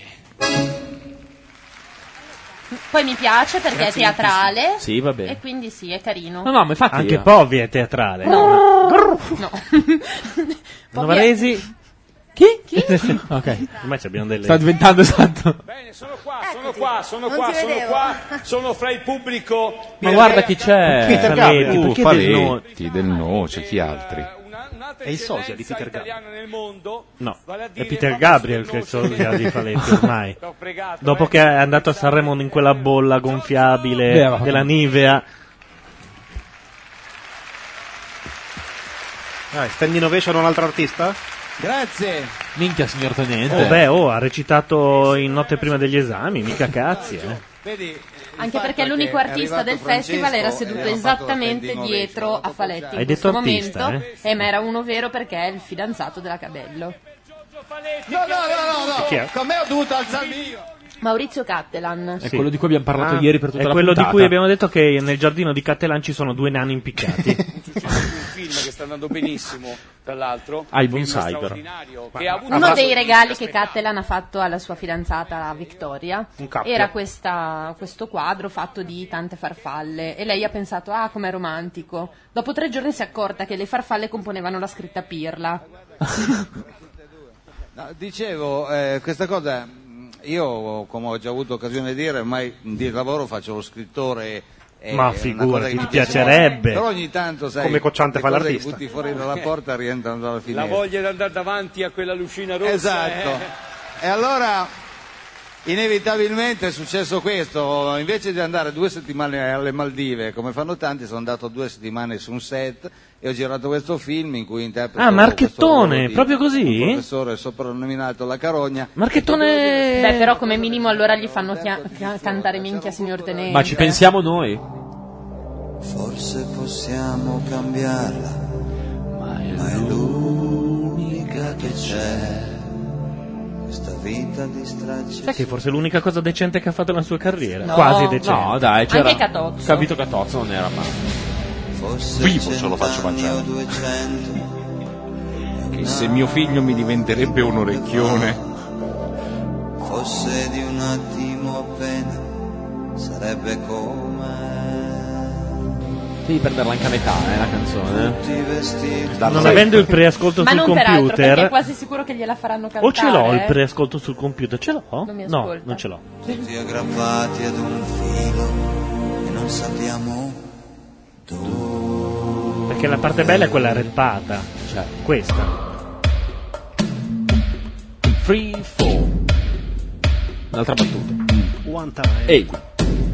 [SPEAKER 5] Poi mi piace perché
[SPEAKER 24] Grazie
[SPEAKER 5] è teatrale.
[SPEAKER 2] Sì, va bene.
[SPEAKER 5] E quindi sì, è carino.
[SPEAKER 2] No, no, ma infatti anche
[SPEAKER 15] io-
[SPEAKER 2] Povi è teatrale. Novaresi? Chi? ok. Ormai ci abbiamo delle
[SPEAKER 15] Sta diventando esatto.
[SPEAKER 7] Bene, sono qua,
[SPEAKER 9] Ecco,
[SPEAKER 7] sono qua, sono qua, sono qua, sono fra il pubblico.
[SPEAKER 4] Ma
[SPEAKER 7] Mi
[SPEAKER 4] guarda
[SPEAKER 7] rega-
[SPEAKER 4] chi
[SPEAKER 26] Eh,
[SPEAKER 4] c'è.
[SPEAKER 7] Peter Gabriel.
[SPEAKER 4] Uh,
[SPEAKER 7] perché
[SPEAKER 4] Paletti,
[SPEAKER 7] del
[SPEAKER 4] del
[SPEAKER 7] no?
[SPEAKER 4] no? c'è chi altri?
[SPEAKER 7] È il sosia di Peter Gabriel.
[SPEAKER 2] No, è Peter Gabriel che so già di Paletti ormai. Dopo che è andato a Sanremo in quella bolla gonfiabile
[SPEAKER 15] Beh, va-
[SPEAKER 2] della Nivea.
[SPEAKER 26] Ah, stand innovation a un altro artista?
[SPEAKER 15] Grazie. Minchia, signor Tenente.
[SPEAKER 2] Oh beh, oh, ha recitato in notte prima degli esami, mica cazzi, eh.
[SPEAKER 5] Anche perché l'unico
[SPEAKER 8] è
[SPEAKER 5] artista
[SPEAKER 8] arrivato
[SPEAKER 5] del
[SPEAKER 8] Francesco
[SPEAKER 5] festival era
[SPEAKER 8] e
[SPEAKER 5] seduto
[SPEAKER 8] abbiamo fatto
[SPEAKER 5] esattamente
[SPEAKER 8] l'open
[SPEAKER 5] dietro a Faletti
[SPEAKER 2] Hai
[SPEAKER 5] in questo
[SPEAKER 2] detto
[SPEAKER 5] momento.
[SPEAKER 2] artista,
[SPEAKER 5] Eh, ma era uno vero perché è il fidanzato della Cabello.
[SPEAKER 8] No, no, no, no, no.
[SPEAKER 2] Chi è?
[SPEAKER 8] Con me ho dovuto alzarmi io.
[SPEAKER 5] Maurizio Cattelan.
[SPEAKER 15] È quello di cui abbiamo parlato ieri per tutta
[SPEAKER 2] Ah, È
[SPEAKER 15] la
[SPEAKER 2] quello di
[SPEAKER 15] puntata.
[SPEAKER 2] cui abbiamo detto che nel giardino di Cattelan ci sono due nani impiccati.
[SPEAKER 7] film che sta andando benissimo, tra l'altro.
[SPEAKER 15] Ah, i
[SPEAKER 7] Film
[SPEAKER 15] bonsai, però.
[SPEAKER 7] straordinario, che ha avuto
[SPEAKER 5] Uno
[SPEAKER 7] una-
[SPEAKER 5] dei regali che Catalan ha fatto alla sua fidanzata Victoria
[SPEAKER 7] Un cappio.
[SPEAKER 5] era questa- questo quadro fatto di tante farfalle e lei ha pensato, ah com'è romantico. Dopo tre giorni si è accorta che le farfalle componevano la scritta Pirla.
[SPEAKER 16] No, dicevo, eh, questa cosa mh, io, come ho già avuto occasione di dire, ormai di lavoro faccio lo scrittore. eh,
[SPEAKER 26] Ma
[SPEAKER 16] è una
[SPEAKER 26] figurati,
[SPEAKER 16] cosa che
[SPEAKER 26] mi
[SPEAKER 16] piace
[SPEAKER 26] piacerebbe.
[SPEAKER 16] molto. Però ogni tanto, sai,
[SPEAKER 26] Come Cocciante
[SPEAKER 16] le
[SPEAKER 26] fa
[SPEAKER 16] cose
[SPEAKER 26] l'artista.
[SPEAKER 16] Che butti fuori dalla porta rientrano dalla
[SPEAKER 7] la
[SPEAKER 16] finestra.
[SPEAKER 7] voglia di andare davanti a quella lucina rossa. eh.
[SPEAKER 16] Esatto. E allora inevitabilmente è successo questo, invece di andare due settimane alle Maldive, come fanno tanti, sono andato due settimane su un set e ho girato questo film in cui interpreto
[SPEAKER 2] Ah, Marchettone,
[SPEAKER 16] questo ruolo di
[SPEAKER 2] proprio così?
[SPEAKER 16] un professore soprannominato La Carogna.
[SPEAKER 2] Marchettone...
[SPEAKER 5] Beh, però come minimo allora gli fanno chia- ca- cantare minchia signor Tenente.
[SPEAKER 15] Ma ci pensiamo noi?
[SPEAKER 16] Forse possiamo cambiarla,
[SPEAKER 15] ma
[SPEAKER 16] è l'unica che c'è. Questa vita distracce.
[SPEAKER 2] Sai che forse è l'unica cosa decente che ha fatto nella sua carriera.
[SPEAKER 16] No.
[SPEAKER 2] Quasi decente.
[SPEAKER 15] No, dai, c'era...
[SPEAKER 16] Anche Catozzo.
[SPEAKER 15] Capito Catozzo non era male.
[SPEAKER 16] Vivo se lo faccio mangiare.
[SPEAKER 4] Che se mio figlio mi diventerebbe un orecchione.
[SPEAKER 16] Fosse di un attimo appena, sarebbe come
[SPEAKER 15] Devi perderla anche a metà, eh, la canzone.
[SPEAKER 16] ti vestiti.
[SPEAKER 2] Non avendo il preascolto
[SPEAKER 5] Ma
[SPEAKER 2] sul
[SPEAKER 5] non peraltro, perché è
[SPEAKER 2] computer...
[SPEAKER 5] quasi sicuro che gliela faranno cantare.
[SPEAKER 2] O ce l'ho il
[SPEAKER 5] eh.
[SPEAKER 2] preascolto sul computer? Ce l'ho?
[SPEAKER 5] Non mi
[SPEAKER 2] no,
[SPEAKER 5] ascolta.
[SPEAKER 2] non ce l'ho.
[SPEAKER 16] Tutti aggrappati ad un filo e non sappiamo.
[SPEAKER 2] Perché la parte bella è quella rappata.
[SPEAKER 15] Cioè.
[SPEAKER 2] Questa.
[SPEAKER 15] Free fall. Un'altra battuta.
[SPEAKER 26] One time.
[SPEAKER 16] Ehi.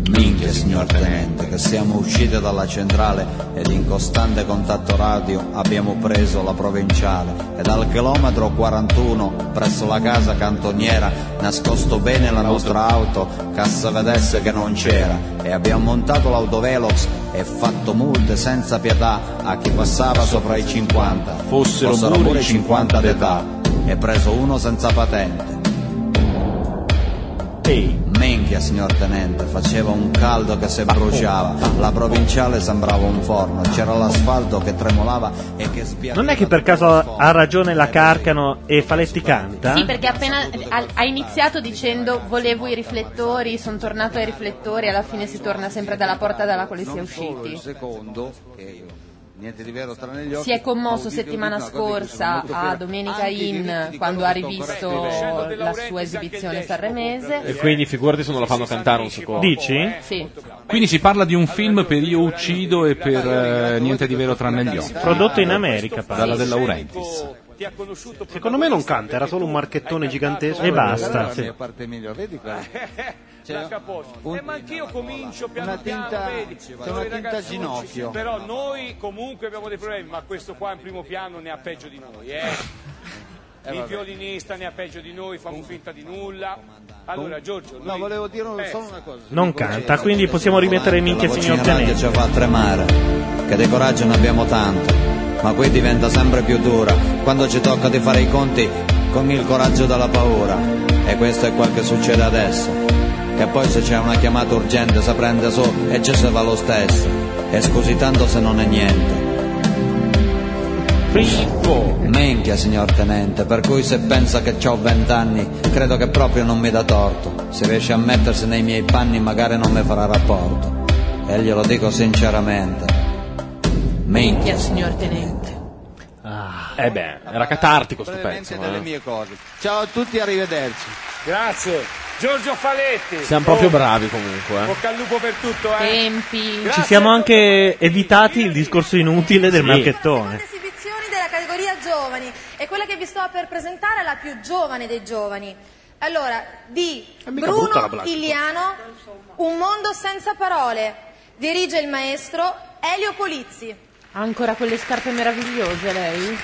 [SPEAKER 16] Minchia, signor Tenente, che siamo usciti dalla centrale ed in costante contatto radio abbiamo preso la provinciale. Ed al chilometro 41, presso la casa cantoniera, nascosto bene la nostra auto, cassa vedesse che non c'era. E abbiamo montato l'autovelox e fatto multe senza pietà a chi passava sopra i 50.
[SPEAKER 4] Fossero
[SPEAKER 16] Fossero
[SPEAKER 4] pure
[SPEAKER 16] pure
[SPEAKER 4] i
[SPEAKER 16] 50 d'età. E preso uno senza patente. Minchia, signor tenente, faceva un caldo che se bruciava. La provinciale sembrava un forno, c'era l'asfalto che tremolava e che sbiadava.
[SPEAKER 2] Non è che per caso ha ragione la Carcano e Faletti canta?
[SPEAKER 5] Sì, perché appena ha, ha iniziato dicendo volevo i riflettori, sono tornato ai riflettori, alla fine si torna sempre dalla porta dalla quale si è
[SPEAKER 16] Il
[SPEAKER 5] usciti.
[SPEAKER 16] secondo, che io, niente di vero tranne gli occhi.
[SPEAKER 5] Si è commosso
[SPEAKER 16] ho udito
[SPEAKER 5] settimana
[SPEAKER 16] una cosa di cui sono
[SPEAKER 5] scorsa
[SPEAKER 16] molto
[SPEAKER 5] a
[SPEAKER 16] fiero.
[SPEAKER 5] Domenica
[SPEAKER 16] Anche i
[SPEAKER 5] In
[SPEAKER 16] diritti di
[SPEAKER 5] quando
[SPEAKER 16] quello
[SPEAKER 5] ha
[SPEAKER 16] che sto
[SPEAKER 5] rivisto la sua esibizione
[SPEAKER 15] E
[SPEAKER 3] eh.
[SPEAKER 5] sanremese.
[SPEAKER 15] quindi figurati se non la fanno cantare un secondo.
[SPEAKER 4] Dici?
[SPEAKER 5] Sì.
[SPEAKER 4] Quindi si parla di un film per Io uccido e per eh, Niente di vero tranne gli occhi.
[SPEAKER 2] Prodotto in America, pare.
[SPEAKER 4] Dalla De Laurentiis.
[SPEAKER 26] Secondo me non canta, era solo un marchettone gigantesco. Eh,
[SPEAKER 4] E basta,
[SPEAKER 16] Allora,
[SPEAKER 4] sì.
[SPEAKER 16] mia parte migliore, vedi qua? Cioè,
[SPEAKER 7] La capoccia. Eh, ma anch'io comincio piano
[SPEAKER 16] Una
[SPEAKER 7] piano,
[SPEAKER 16] tinta-
[SPEAKER 7] vedi?
[SPEAKER 16] c'è una
[SPEAKER 7] Noi
[SPEAKER 16] tinta
[SPEAKER 7] ragazzucci,
[SPEAKER 16] ginocchio.
[SPEAKER 7] Però noi comunque abbiamo dei problemi, ma questo qua in primo piano ne ha peggio di noi, eh. Il
[SPEAKER 16] vabbè.
[SPEAKER 7] violinista ne ha peggio di noi, fa un finta di nulla. Allora, Giorgio, Eh,
[SPEAKER 16] No, volevo dire un- solo una cosa.
[SPEAKER 2] Non canta, quindi possiamo rimettere minchia signor
[SPEAKER 16] che
[SPEAKER 2] Tenente.
[SPEAKER 16] ci fa tremare, che di coraggio ne abbiamo tanto, ma qui diventa sempre più dura quando ci tocca di fare i conti con il coraggio della paura. E questo è quel che succede adesso, che poi se c'è una chiamata urgente si prende su e ci si va lo stesso, e scusi tanto se non è niente. Menchia, signor tenente, per cui se pensa che ho vent'anni, credo che proprio non mi dà torto. Se riesce a mettersi nei miei panni, magari non mi farà rapporto. E glielo dico sinceramente. Menchia,
[SPEAKER 5] signor tenente.
[SPEAKER 15] Eh beh, era catartico sto
[SPEAKER 16] Brevemente
[SPEAKER 15] pezzo.
[SPEAKER 16] delle
[SPEAKER 15] eh.
[SPEAKER 16] mie cose. Ciao a tutti, arrivederci.
[SPEAKER 7] Grazie. Giorgio Faletti.
[SPEAKER 15] Siamo proprio
[SPEAKER 7] Oh,
[SPEAKER 15] bravi comunque. eh.
[SPEAKER 7] Bocca al lupo per tutto, eh.
[SPEAKER 5] Tempi.
[SPEAKER 2] Ci siamo anche evitati il discorso inutile del
[SPEAKER 15] Sì.
[SPEAKER 2] marchettone.
[SPEAKER 14] esibizioni della categoria giovani e quella che vi sto per presentare è la più giovane dei giovani. Allora, di
[SPEAKER 26] mica brutta la
[SPEAKER 14] Bruno
[SPEAKER 26] Blasco.
[SPEAKER 14] Iliano, Un mondo senza parole, dirige il maestro Elio Polizzi.
[SPEAKER 5] Ha ancora quelle scarpe meravigliose lei.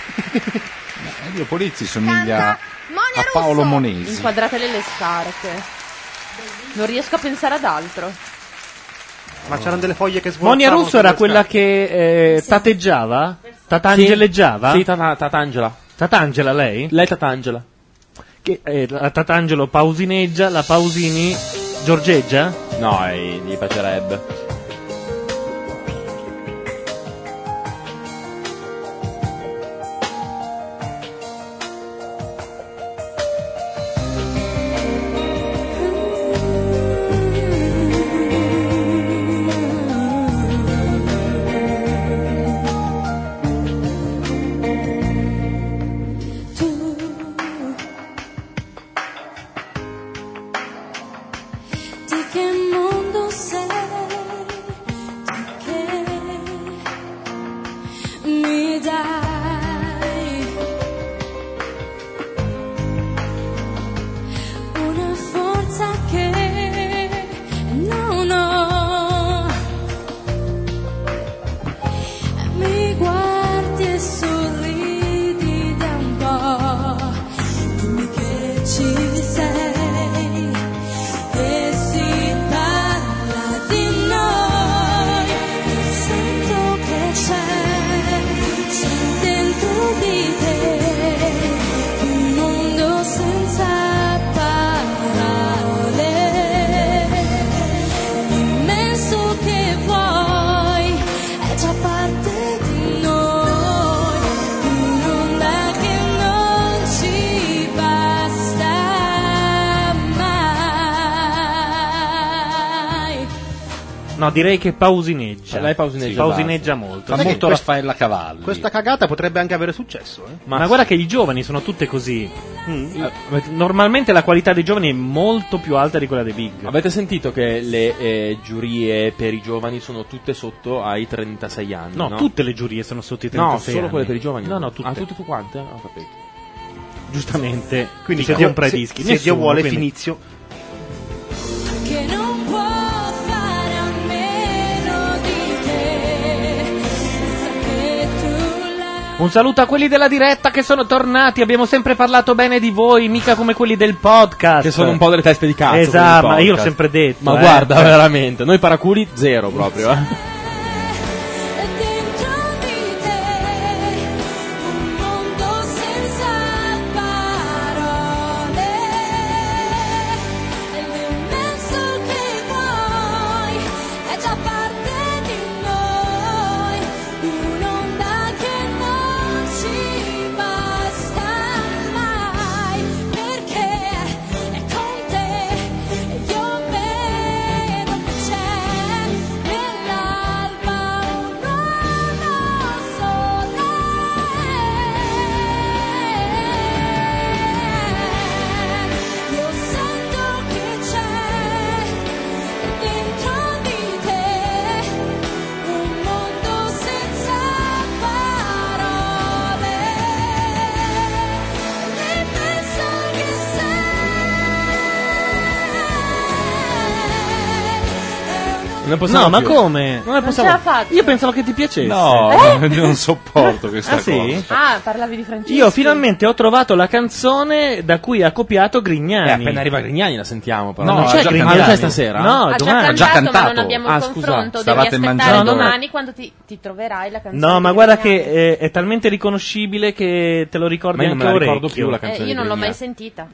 [SPEAKER 4] Elio Eh, Polizzi somiglia
[SPEAKER 14] Monia
[SPEAKER 4] a Paolo Monesi.
[SPEAKER 5] Inquadratele le scarpe. Non riesco a pensare ad altro.
[SPEAKER 26] Ma c'erano delle foglie che svolazzavano.
[SPEAKER 2] Monia Russo
[SPEAKER 26] sulle
[SPEAKER 2] era quella
[SPEAKER 26] scarpe.
[SPEAKER 2] che eh, tateggiava? Tatangeleggiava?
[SPEAKER 15] Sì, tata- Tatangela.
[SPEAKER 2] Tatangela lei?
[SPEAKER 15] Lei Tatangela.
[SPEAKER 2] Che, eh, la Tatangelo pausineggia, la Pausini giorgeggia?
[SPEAKER 15] No, eh, gli piacerebbe.
[SPEAKER 2] No, direi che pausineggia.
[SPEAKER 26] Lei pausineggia
[SPEAKER 2] Pausineggia
[SPEAKER 26] basta.
[SPEAKER 2] molto.
[SPEAKER 26] Fa
[SPEAKER 2] Sì.
[SPEAKER 26] molto Raffaella
[SPEAKER 4] Cavalli.
[SPEAKER 26] Questa cagata potrebbe anche avere successo, eh. Mm.
[SPEAKER 2] Ma, guarda che i giovani sono tutte così. Eh, Normalmente la qualità dei giovani è molto più alta di quella dei big.
[SPEAKER 3] Avete sentito che le eh, giurie per i giovani sono tutte sotto ai 36 anni?
[SPEAKER 2] No, tutte le giurie sono sotto i 36
[SPEAKER 3] No, solo
[SPEAKER 2] anni.
[SPEAKER 3] quelle per i giovani.
[SPEAKER 2] No, no, tutte.
[SPEAKER 3] Ah, tutte quante? Ho capito.
[SPEAKER 2] Giustamente.
[SPEAKER 26] Quindi
[SPEAKER 2] chi
[SPEAKER 26] se Dio-
[SPEAKER 2] compra
[SPEAKER 26] se-
[SPEAKER 2] i dischi.
[SPEAKER 26] se Dio vuole,
[SPEAKER 2] Finizio.
[SPEAKER 18] che non può fare a meno di te. Sa che tu la
[SPEAKER 2] Un saluto a quelli della diretta che sono tornati. Abbiamo sempre parlato bene di voi, mica come quelli del podcast.
[SPEAKER 15] Che sono un po' delle teste di cazzo.
[SPEAKER 2] Esatto,
[SPEAKER 15] quelli
[SPEAKER 2] ma
[SPEAKER 15] del
[SPEAKER 2] io l'ho
[SPEAKER 15] podcast.
[SPEAKER 2] sempre detto.
[SPEAKER 15] Ma
[SPEAKER 2] eh.
[SPEAKER 15] guarda, veramente, noi paraculi zero proprio. eh.
[SPEAKER 18] mondo senza parole e l'immenso che vuoi è già parte di noi un'onda che non ci basta mai perché è con te e io vedo che c'è nell'alba un'ora solare io sento che c'è dentro di te un mondo senza parole e penso che
[SPEAKER 2] Non
[SPEAKER 15] possiamo
[SPEAKER 2] no, ma
[SPEAKER 15] più.
[SPEAKER 2] come?
[SPEAKER 15] Non ne
[SPEAKER 6] Non possiamo- ce la faccio.
[SPEAKER 2] Io pensavo che ti piacesse.
[SPEAKER 4] No,
[SPEAKER 3] Eh?
[SPEAKER 4] non sopporto questa
[SPEAKER 2] Ah, sì?
[SPEAKER 4] cosa.
[SPEAKER 6] Ah, parlavi di Francesco.
[SPEAKER 2] Io finalmente ho trovato la canzone da cui ha copiato Grignani.
[SPEAKER 3] Eh, appena arriva Grignani la sentiamo, però.
[SPEAKER 2] No,
[SPEAKER 3] No,
[SPEAKER 2] non c'è
[SPEAKER 3] già
[SPEAKER 2] Grignani.
[SPEAKER 3] cantato. Non c'è stasera?
[SPEAKER 2] No,
[SPEAKER 3] Ha già
[SPEAKER 2] domani.
[SPEAKER 3] cantato, Già ma non cantato.
[SPEAKER 5] abbiamo
[SPEAKER 8] Ah,
[SPEAKER 5] il confronto, devi aspettare domani quando ti, ti troverai la canzone.
[SPEAKER 2] No, ma
[SPEAKER 5] di
[SPEAKER 2] guarda
[SPEAKER 5] Grignani.
[SPEAKER 2] che eh, è talmente riconoscibile che te lo ricordi
[SPEAKER 3] Ma io non
[SPEAKER 2] anche
[SPEAKER 3] me la ricordo
[SPEAKER 2] orecchio.
[SPEAKER 3] più la
[SPEAKER 5] Eh, io non l'ho mai sentita.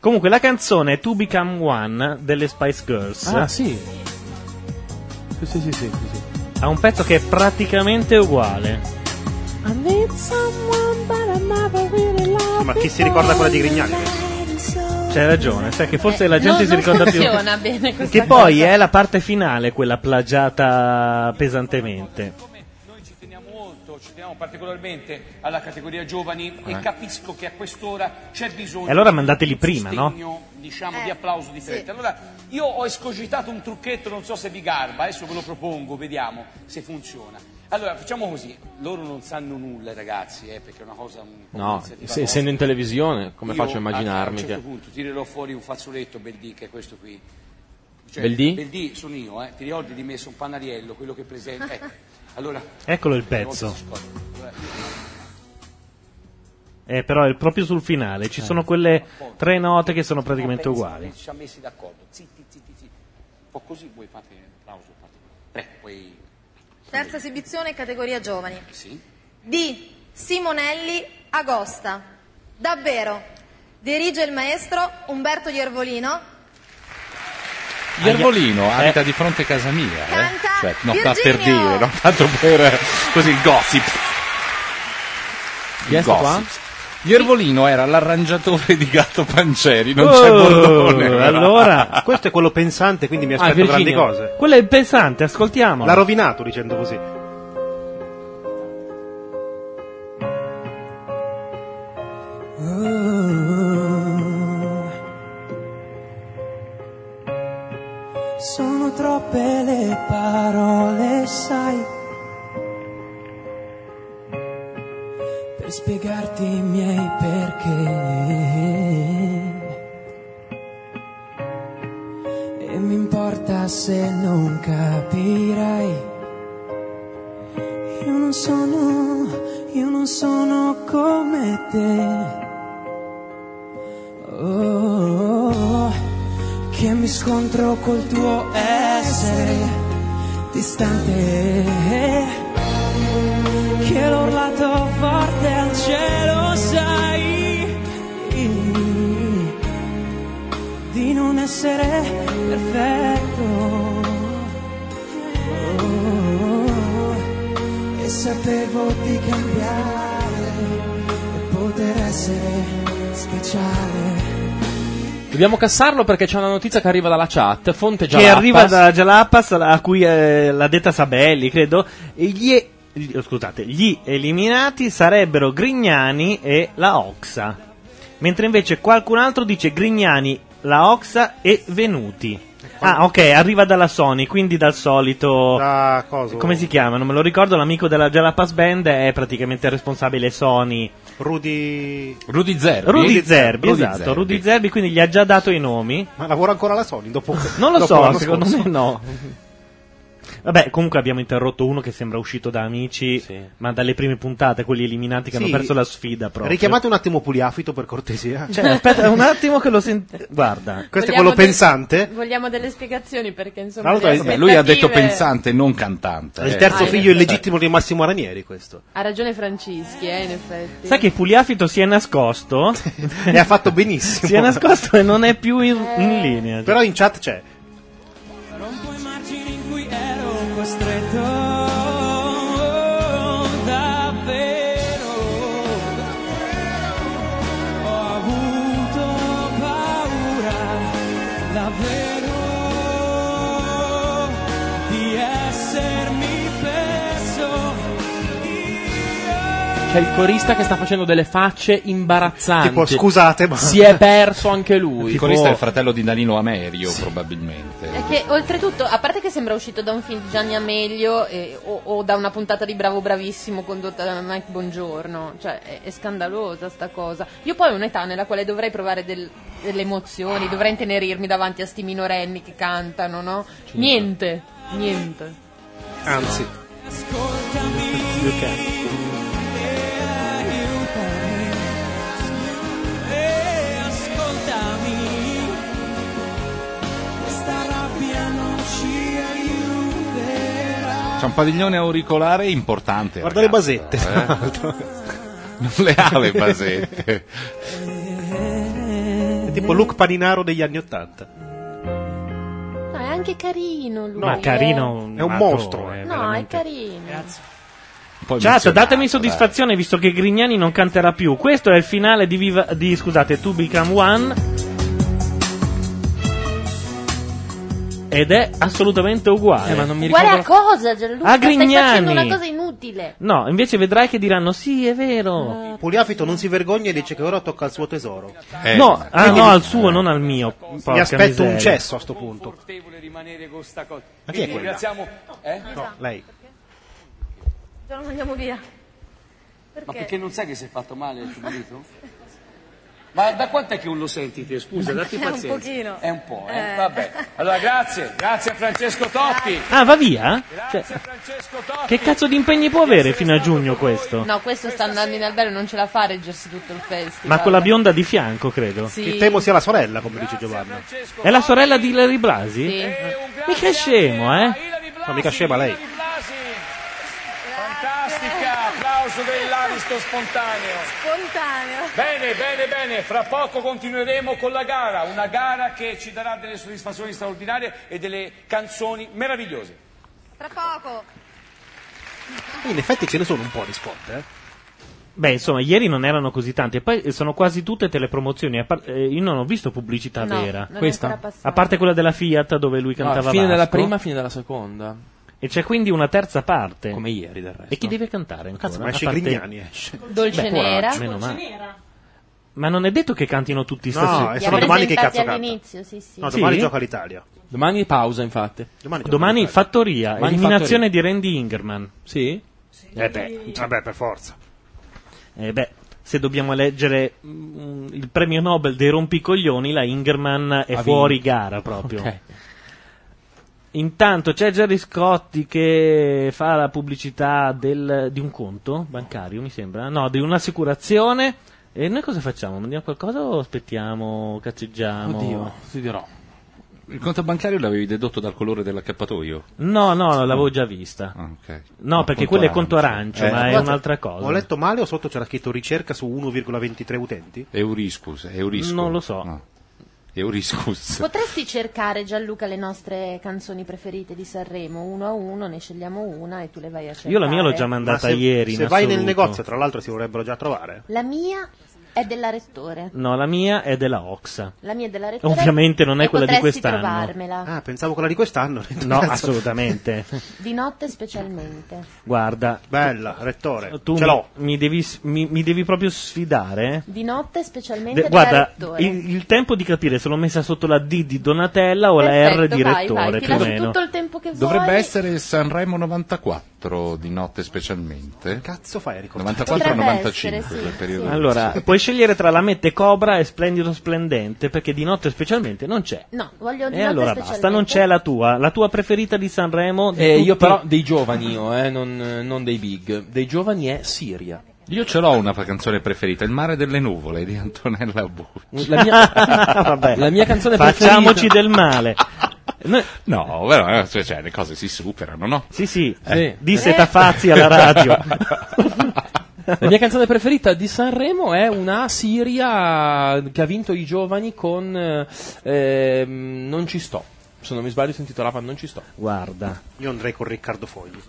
[SPEAKER 2] Comunque la canzone è To Become One delle Spice Girls.
[SPEAKER 3] Ah, sì. Sì, sì, sì, sì, sì.
[SPEAKER 2] Ha un pezzo che è praticamente uguale.
[SPEAKER 18] I need someone, but I'm never really loved
[SPEAKER 2] Ma chi si ricorda quella di Grignani? C'hai ragione, sai che forse la gente
[SPEAKER 5] Eh, No,
[SPEAKER 2] si ricorda
[SPEAKER 5] non
[SPEAKER 2] più.
[SPEAKER 5] funziona bene questa
[SPEAKER 2] Che poi
[SPEAKER 5] cosa.
[SPEAKER 2] è la parte finale, quella plagiata pesantemente.
[SPEAKER 7] teniamo molto, ci teniamo particolarmente alla categoria giovani
[SPEAKER 2] Eh.
[SPEAKER 7] e capisco che a quest'ora c'è bisogno
[SPEAKER 2] E allora mandateli prima,
[SPEAKER 7] di
[SPEAKER 2] no?
[SPEAKER 7] sostegno, diciamo, di applauso di fretta. Allora, io ho escogitato un trucchetto, non so se vi garba, adesso ve lo propongo, vediamo se funziona. Allora, facciamo così, loro non sanno nulla i ragazzi, eh, perché è una cosa un po'
[SPEAKER 3] No,
[SPEAKER 7] un'iniziativa
[SPEAKER 3] se-
[SPEAKER 7] nostra.
[SPEAKER 3] essendo in televisione, come
[SPEAKER 7] Io,
[SPEAKER 3] faccio a
[SPEAKER 7] A
[SPEAKER 3] immaginarmi
[SPEAKER 7] un
[SPEAKER 3] che...
[SPEAKER 7] certo punto tirerò fuori un fazzoletto, Beldì, che è questo qui.
[SPEAKER 3] Beldì?
[SPEAKER 7] Beldì sono io, eh. Ti ricordi di me, sono Panariello, quello che presenta... Ecco, allora...
[SPEAKER 2] Eccolo il
[SPEAKER 7] una volta
[SPEAKER 2] pezzo.
[SPEAKER 7] si scorda.
[SPEAKER 2] Eh, però è proprio sul finale, ci sono quelle Eh, tre note che sono praticamente
[SPEAKER 7] Pensi,
[SPEAKER 2] uguali.
[SPEAKER 7] Ci ha messi d'accordo. Zitti, zitti, zitti. Un po' così voi fate un applauso. fate- Prego, poi...
[SPEAKER 14] Terza esibizione, categoria giovani.
[SPEAKER 7] Sì.
[SPEAKER 14] Di Simonelli Agosta. Davvero. Dirige il maestro Umberto Iervolino.
[SPEAKER 4] Iervolino abita di fronte a casa mia. eh. Cioè, no, fa per
[SPEAKER 14] Virginio!
[SPEAKER 4] dire, no, tanto per eh, così il gossip.
[SPEAKER 3] Chi è sto qua?
[SPEAKER 4] Iervolino era l'arrangiatore di Gatto Panceri, non c'è
[SPEAKER 2] Oh,
[SPEAKER 4] Bordone. però.
[SPEAKER 2] allora,
[SPEAKER 26] questo è quello pensante, quindi mi
[SPEAKER 2] Ah,
[SPEAKER 26] aspetto grandi
[SPEAKER 2] Virginio.
[SPEAKER 26] cose.
[SPEAKER 2] Quello è il pesante, ascoltiamolo.
[SPEAKER 26] L'ha rovinato dicendo così.
[SPEAKER 1] Oh, Sono troppe le parole, sai, per spiegarti i miei perché. E mi importa se non capirai. Io non sono, io non sono come te. Oh, oh, oh che mi scontro col tuo essere distante. Che l'ho urlato forte al cielo, sai, di non essere perfetto. Oh, e sapevo di cambiare e poter essere speciale.
[SPEAKER 3] Dobbiamo cassarlo perché c'è una notizia che arriva dalla chat. Fonte
[SPEAKER 2] che
[SPEAKER 3] Jalappas.
[SPEAKER 2] arriva dalla Jalapas, a cui eh, l'ha detta Sabelli, credo. E gli, e- gli- oh, scusate, gli eliminati sarebbero Grignani e la Oxa. Mentre invece qualcun altro dice Grignani, la Oxa e Venuti. Ah, ok, arriva dalla Sony, quindi dal solito.
[SPEAKER 26] Da cosa?
[SPEAKER 2] Come si chiama? Non me lo ricordo. L'amico della Jalapas Band è praticamente il responsabile Sony.
[SPEAKER 26] Rudy.
[SPEAKER 4] Rudy Zerbi.
[SPEAKER 2] Rudy Zerbi, esatto.
[SPEAKER 26] Zerbi.
[SPEAKER 2] Rudy Zerbi, quindi gli ha già dato i nomi.
[SPEAKER 26] Ma lavora ancora la Sony dopo.
[SPEAKER 2] Non lo
[SPEAKER 26] dopo
[SPEAKER 2] so,
[SPEAKER 26] l'anno
[SPEAKER 2] secondo
[SPEAKER 26] scorso?
[SPEAKER 2] me no. Vabbè, comunque abbiamo interrotto uno che sembra uscito da Amici, ma dalle prime puntate, quelli eliminati che
[SPEAKER 26] Sì.
[SPEAKER 2] hanno perso la sfida proprio.
[SPEAKER 26] Richiamate un attimo Puliafito per cortesia.
[SPEAKER 2] Cioè, aspetta un attimo che lo sento. Guarda.
[SPEAKER 26] Questo è
[SPEAKER 23] Vogliamo
[SPEAKER 26] quello
[SPEAKER 23] del-
[SPEAKER 26] pensante.
[SPEAKER 23] Vogliamo delle spiegazioni perché insomma...
[SPEAKER 26] Tra l'altro,
[SPEAKER 23] le
[SPEAKER 26] vabbè,
[SPEAKER 4] Lui ha detto
[SPEAKER 23] aspettative-
[SPEAKER 4] pensante, non cantante.
[SPEAKER 26] È il terzo
[SPEAKER 23] Ah,
[SPEAKER 26] figlio
[SPEAKER 23] in effetti.
[SPEAKER 26] illegittimo di Massimo Ranieri, questo.
[SPEAKER 23] Ha ragione Francischi, eh, in effetti.
[SPEAKER 2] Sai che Puliafito si è nascosto?
[SPEAKER 26] E ha fatto benissimo.
[SPEAKER 2] si è nascosto e non è più in, in linea.
[SPEAKER 26] Però in chat c'è.
[SPEAKER 8] ero costretto oh, davvero. Ho avuto paura davvero di essermi perso.
[SPEAKER 3] C'è il corista che sta facendo delle facce imbarazzanti.
[SPEAKER 4] Tipo, scusate, ma-
[SPEAKER 3] Si è perso anche lui.
[SPEAKER 4] Il corista è il
[SPEAKER 3] Tipo-
[SPEAKER 4] fratello di Danilo Amerio, probabilmente.
[SPEAKER 5] È che oltretutto, a parte che sembra uscito da un film di Gianni Amelio eh, o, o da una puntata di Bravo Bravissimo condotta da Mike Bongiorno, cioè è, è scandalosa sta cosa. Io poi ho un'età nella quale dovrei provare del- delle emozioni, dovrei intenerirmi davanti a sti minorenni che cantano, no?
[SPEAKER 2] Certo.
[SPEAKER 5] Niente, niente.
[SPEAKER 26] Anzi.
[SPEAKER 8] E ascoltami, questa rabbia non ci aiuterà.
[SPEAKER 4] C'è un padiglione auricolare importante. Guarda le basette. non le ha le basette.
[SPEAKER 26] È tipo Luke Paninaro degli anni Ottanta.
[SPEAKER 5] No, è anche carino lui.
[SPEAKER 2] Ma
[SPEAKER 5] eh.
[SPEAKER 2] carino.
[SPEAKER 26] È un
[SPEAKER 2] altro,
[SPEAKER 26] mostro, eh,
[SPEAKER 2] eh,
[SPEAKER 5] No,
[SPEAKER 2] veramente.
[SPEAKER 5] è carino.
[SPEAKER 2] Chat,
[SPEAKER 4] emozionato,
[SPEAKER 2] datemi soddisfazione visto che Grignani non canterà più. Questo è il finale di, Viva- di scusate, To Become One. Ed è assolutamente uguale. Eh, ma non mi
[SPEAKER 5] Uguale a cosa, Gianluca?
[SPEAKER 2] A
[SPEAKER 5] Stai facendo
[SPEAKER 2] Grignani.
[SPEAKER 5] una cosa inutile.
[SPEAKER 2] No, invece vedrai che diranno sì, è vero.
[SPEAKER 26] Puliafito non si vergogna e dice che ora tocca al suo tesoro.
[SPEAKER 4] Eh,
[SPEAKER 2] no, ah,
[SPEAKER 26] Eh, Quindi
[SPEAKER 2] no,
[SPEAKER 26] mi-
[SPEAKER 2] al suo, non al mio. porca
[SPEAKER 26] Mi aspetto
[SPEAKER 2] miseria.
[SPEAKER 26] un cesso a sto punto.
[SPEAKER 7] Confortevole rimanere con sta cosa.
[SPEAKER 26] Ma chi è
[SPEAKER 7] Quindi
[SPEAKER 26] quella?
[SPEAKER 7] ringraziamo. Eh?
[SPEAKER 26] No, lei.
[SPEAKER 9] Già non andiamo via.
[SPEAKER 7] Ma
[SPEAKER 9] Perché?
[SPEAKER 7] perché non sai che si è fatto male il tuo marito? Ma da quant'è che non lo senti te? Scusa, datti
[SPEAKER 9] È un
[SPEAKER 7] pazienza.
[SPEAKER 9] pochino.
[SPEAKER 7] È un po', eh.
[SPEAKER 9] Eh.
[SPEAKER 7] Vabbè. Allora, grazie. Grazie a Francesco Totti.
[SPEAKER 2] Ah, va via? Cioè,
[SPEAKER 7] Grazie a Francesco Totti.
[SPEAKER 2] che cazzo di impegni può avere fino a giugno questo?
[SPEAKER 5] No, questo sta andando in albergo, non ce la fa a reggersi tutto il festival.
[SPEAKER 2] Ma con la bionda di fianco, credo.
[SPEAKER 5] Sì.
[SPEAKER 26] Che temo sia la sorella, come dice Giovanna.
[SPEAKER 2] È la sorella di Larry Blasi?
[SPEAKER 5] Sì.
[SPEAKER 2] Mica è scemo, eh?
[SPEAKER 26] No, mica scema lei.
[SPEAKER 7] Fantastica. Applauso dell'Aristo spontaneo.
[SPEAKER 9] Spontaneo.
[SPEAKER 7] Bene, bene, bene, fra poco continueremo con la gara, una gara che ci darà delle soddisfazioni straordinarie e delle canzoni meravigliose.
[SPEAKER 9] Tra poco.
[SPEAKER 26] In effetti ce ne sono un po' di spot, eh.
[SPEAKER 2] Beh, insomma, ieri non erano così tanti. E poi eh, sono quasi tutte telepromozioni. A par- eh, io non ho visto pubblicità
[SPEAKER 3] No,
[SPEAKER 2] vera.
[SPEAKER 3] non è Questa? ancora passata.
[SPEAKER 2] A parte quella della Fiat dove lui
[SPEAKER 3] No,
[SPEAKER 2] cantava
[SPEAKER 3] fine della
[SPEAKER 2] Vasco.
[SPEAKER 3] prima, fine della seconda.
[SPEAKER 2] E c'è quindi una terza parte.
[SPEAKER 3] Come ieri, del resto.
[SPEAKER 2] E chi deve cantare ancora?
[SPEAKER 26] Cazzo, ma esce
[SPEAKER 2] A parte-
[SPEAKER 26] Grignani, esce.
[SPEAKER 5] Dolce
[SPEAKER 2] Beh,
[SPEAKER 5] Nera.
[SPEAKER 2] coraggio, meno male. Ma non è detto che cantino tutti
[SPEAKER 26] No,
[SPEAKER 2] stasera.
[SPEAKER 26] è
[SPEAKER 5] Li ha
[SPEAKER 26] solo domani che
[SPEAKER 5] presentati
[SPEAKER 26] cazzo canta.
[SPEAKER 5] all'inizio, sì, sì.
[SPEAKER 26] No, domani
[SPEAKER 2] Sì?
[SPEAKER 26] gioca l'Italia.
[SPEAKER 3] Domani pausa, infatti.
[SPEAKER 26] Domani,
[SPEAKER 2] Domani Fattoria,
[SPEAKER 3] Domani
[SPEAKER 2] eliminazione di Randy Ingerman.
[SPEAKER 3] Sì?
[SPEAKER 2] Eh beh,
[SPEAKER 26] Vabbè, per forza.
[SPEAKER 2] eh beh, se dobbiamo eleggere mm, il premio Nobel dei rompicoglioni, la Ingerman è
[SPEAKER 3] Ha
[SPEAKER 2] fuori
[SPEAKER 3] vinto.
[SPEAKER 2] gara proprio.
[SPEAKER 3] Ok.
[SPEAKER 2] Intanto c'è Gerry Scotti che fa la pubblicità del- di un conto bancario, mi sembra. No, di un'assicurazione. E noi cosa facciamo? Mandiamo qualcosa o aspettiamo, cazzeggiamo?
[SPEAKER 4] Oddio,
[SPEAKER 3] ti dirò.
[SPEAKER 4] Il conto bancario l'avevi dedotto dal colore dell'accappatoio?
[SPEAKER 2] No, no, l'avevo già vista. No,
[SPEAKER 4] Ah, Ma
[SPEAKER 2] perché
[SPEAKER 4] conto
[SPEAKER 2] quello è conto
[SPEAKER 4] arancio. Eh.
[SPEAKER 2] arancio, ma è
[SPEAKER 26] Guarda,
[SPEAKER 2] un'altra cosa.
[SPEAKER 26] Ho letto male o sotto c'era scritto ricerca su 1,23 utenti?
[SPEAKER 4] Euriscus, Euriscus.
[SPEAKER 26] Non
[SPEAKER 4] lo so. Euriscus.
[SPEAKER 5] Potresti cercare, Gianluca, le nostre canzoni preferite di Sanremo, uno a uno, ne scegliamo una e tu le vai a cercare.
[SPEAKER 2] Io la mia l'ho già mandata
[SPEAKER 26] Ma se-
[SPEAKER 2] ieri. in
[SPEAKER 26] Se vai nel
[SPEAKER 2] assoluto.
[SPEAKER 26] negozio, tra l'altro, si vorrebbero già trovare.
[SPEAKER 5] La mia È della Rettore.
[SPEAKER 2] No, la mia è della Oxa.
[SPEAKER 5] La mia è della Rettore.
[SPEAKER 2] Ovviamente non è
[SPEAKER 5] e
[SPEAKER 2] quella di
[SPEAKER 5] potresti
[SPEAKER 2] quest'anno.
[SPEAKER 5] trovarmela.
[SPEAKER 26] Ah, pensavo quella di quest'anno.
[SPEAKER 2] No, assolutamente.
[SPEAKER 5] Di notte specialmente.
[SPEAKER 2] Guarda.
[SPEAKER 26] Bella, rettore.
[SPEAKER 2] Tu
[SPEAKER 26] Ce l'ho.
[SPEAKER 2] Mi, devi, s- mi- mi devi proprio sfidare.
[SPEAKER 5] Di notte specialmente
[SPEAKER 2] De-
[SPEAKER 5] della
[SPEAKER 2] guarda,
[SPEAKER 5] Rettore.
[SPEAKER 2] il, il tempo di capire se l'ho messa sotto la D di Donatella o la R
[SPEAKER 5] Perfetto,
[SPEAKER 2] di
[SPEAKER 5] vai,
[SPEAKER 2] Rettore,
[SPEAKER 5] vai, ti
[SPEAKER 2] più o
[SPEAKER 5] lascio
[SPEAKER 2] meno.
[SPEAKER 5] tutto il tempo che
[SPEAKER 4] Dovrebbe
[SPEAKER 5] vuoi.
[SPEAKER 4] essere Sanremo 94 di notte specialmente.
[SPEAKER 26] Cazzo fai a ricordare?
[SPEAKER 4] 94
[SPEAKER 5] Dovrebbe
[SPEAKER 4] 95
[SPEAKER 5] essere, sì,
[SPEAKER 4] quel periodo.
[SPEAKER 2] Allora, puoi scegliere tra la mette Cobra e Splendido Splendente, perché di notte specialmente non c'è.
[SPEAKER 5] No, voglio di
[SPEAKER 2] E
[SPEAKER 5] notte
[SPEAKER 2] allora
[SPEAKER 5] specialmente.
[SPEAKER 2] basta, non c'è la tua. La tua preferita di Sanremo? di
[SPEAKER 3] Eh, io
[SPEAKER 2] tutti-
[SPEAKER 3] però dei giovani, io, eh, non, eh, non dei big, dei giovani è Siria.
[SPEAKER 4] Io ce l'ho una canzone preferita, Il mare delle nuvole di Antonella Bucci.
[SPEAKER 3] La mia- Vabbè. la mia canzone
[SPEAKER 2] Facciamoci
[SPEAKER 3] preferita.
[SPEAKER 2] del male.
[SPEAKER 4] No, però eh, cioè, cioè, le cose si superano, no?
[SPEAKER 2] Sì, sì,
[SPEAKER 4] Eh.
[SPEAKER 2] disse Tafazzi alla radio.
[SPEAKER 3] La mia canzone preferita di Sanremo è una Siria che ha vinto i giovani con eh, ehm, Non ci sto. Se non mi sbaglio si intitolava Non ci sto.
[SPEAKER 2] Guarda.
[SPEAKER 26] Io andrei con Riccardo Fogli.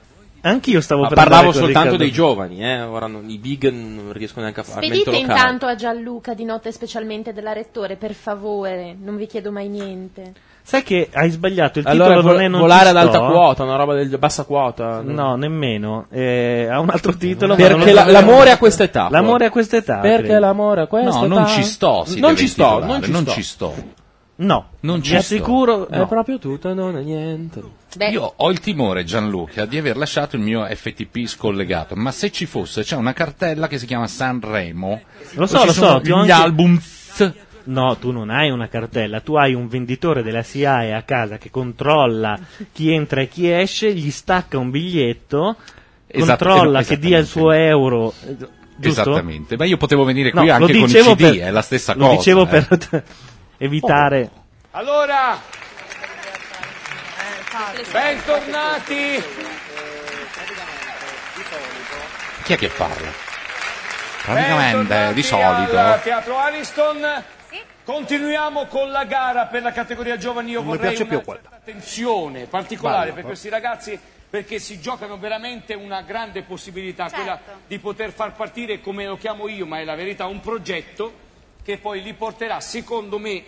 [SPEAKER 2] Anch'io stavo
[SPEAKER 3] Ma
[SPEAKER 2] per
[SPEAKER 3] parlavo
[SPEAKER 2] andare con
[SPEAKER 3] soltanto
[SPEAKER 2] Riccardo.
[SPEAKER 3] dei giovani, eh. Ora non- i big non riescono neanche a farmi
[SPEAKER 5] Spedite
[SPEAKER 3] mentolocare.
[SPEAKER 5] intanto a Gianluca di notte specialmente della Rettore, per favore, non vi chiedo mai niente.
[SPEAKER 2] Sai che hai sbagliato il
[SPEAKER 3] Allora,
[SPEAKER 2] titolo
[SPEAKER 3] vo-
[SPEAKER 2] non è non
[SPEAKER 3] volare
[SPEAKER 2] ci
[SPEAKER 3] ad alta
[SPEAKER 2] sto?
[SPEAKER 3] quota, una roba del bassa quota.
[SPEAKER 2] No, nemmeno. Eh, ha un altro titolo.
[SPEAKER 3] Perché
[SPEAKER 2] ma non lo
[SPEAKER 3] la-
[SPEAKER 2] so.
[SPEAKER 3] l'amore a questa età.
[SPEAKER 2] L'amore a questa età.
[SPEAKER 3] Perché
[SPEAKER 2] credo.
[SPEAKER 3] l'amore a questa
[SPEAKER 4] No,
[SPEAKER 3] età.
[SPEAKER 4] non ci sto, si
[SPEAKER 3] non
[SPEAKER 4] deve
[SPEAKER 3] ci sto,
[SPEAKER 4] intitolare,
[SPEAKER 3] non ci sto.
[SPEAKER 2] No,
[SPEAKER 4] non
[SPEAKER 3] Mi
[SPEAKER 4] ci sto.
[SPEAKER 3] assicuro,
[SPEAKER 4] No.
[SPEAKER 3] è proprio tutto, non è niente.
[SPEAKER 4] Io ho il timore, Gianluca, di aver lasciato il mio FTP scollegato, ma se ci fosse c'è una cartella che si chiama Sanremo.
[SPEAKER 2] Lo so,
[SPEAKER 4] Ci
[SPEAKER 2] lo
[SPEAKER 4] sono
[SPEAKER 2] so.
[SPEAKER 4] Gli
[SPEAKER 2] ti ho anche-
[SPEAKER 4] album.
[SPEAKER 2] No, tu non hai una cartella, tu hai un venditore della SIAE a casa che controlla chi entra e chi esce, gli stacca un biglietto,
[SPEAKER 4] Esatto,
[SPEAKER 2] controlla
[SPEAKER 4] es-
[SPEAKER 2] che dia il suo euro. eh, Giusto?
[SPEAKER 4] Esattamente. Ma io potevo venire qui
[SPEAKER 2] No, lo
[SPEAKER 4] anche con i
[SPEAKER 2] dicevo
[SPEAKER 4] CD,
[SPEAKER 2] per-
[SPEAKER 4] è la stessa
[SPEAKER 2] lo
[SPEAKER 4] cosa.
[SPEAKER 2] dicevo
[SPEAKER 4] eh.
[SPEAKER 2] per evitare.
[SPEAKER 9] Eh,
[SPEAKER 7] Allora,
[SPEAKER 9] Eh,
[SPEAKER 7] bentornati.
[SPEAKER 4] Chi è che parla? Praticamente, di solito. eh.
[SPEAKER 7] al Teatro Ariston. Continuiamo con la gara per la categoria giovani. Io
[SPEAKER 26] Non mi
[SPEAKER 7] vorrei
[SPEAKER 26] piace più
[SPEAKER 7] una
[SPEAKER 26] quella.
[SPEAKER 7] certa attenzione particolare
[SPEAKER 26] Balla,
[SPEAKER 7] per
[SPEAKER 26] va.
[SPEAKER 7] questi ragazzi perché si giocano veramente una grande possibilità, quella
[SPEAKER 9] Certo.
[SPEAKER 7] di poter far partire, come lo chiamo io, ma è la verità, un progetto che poi li porterà, secondo me,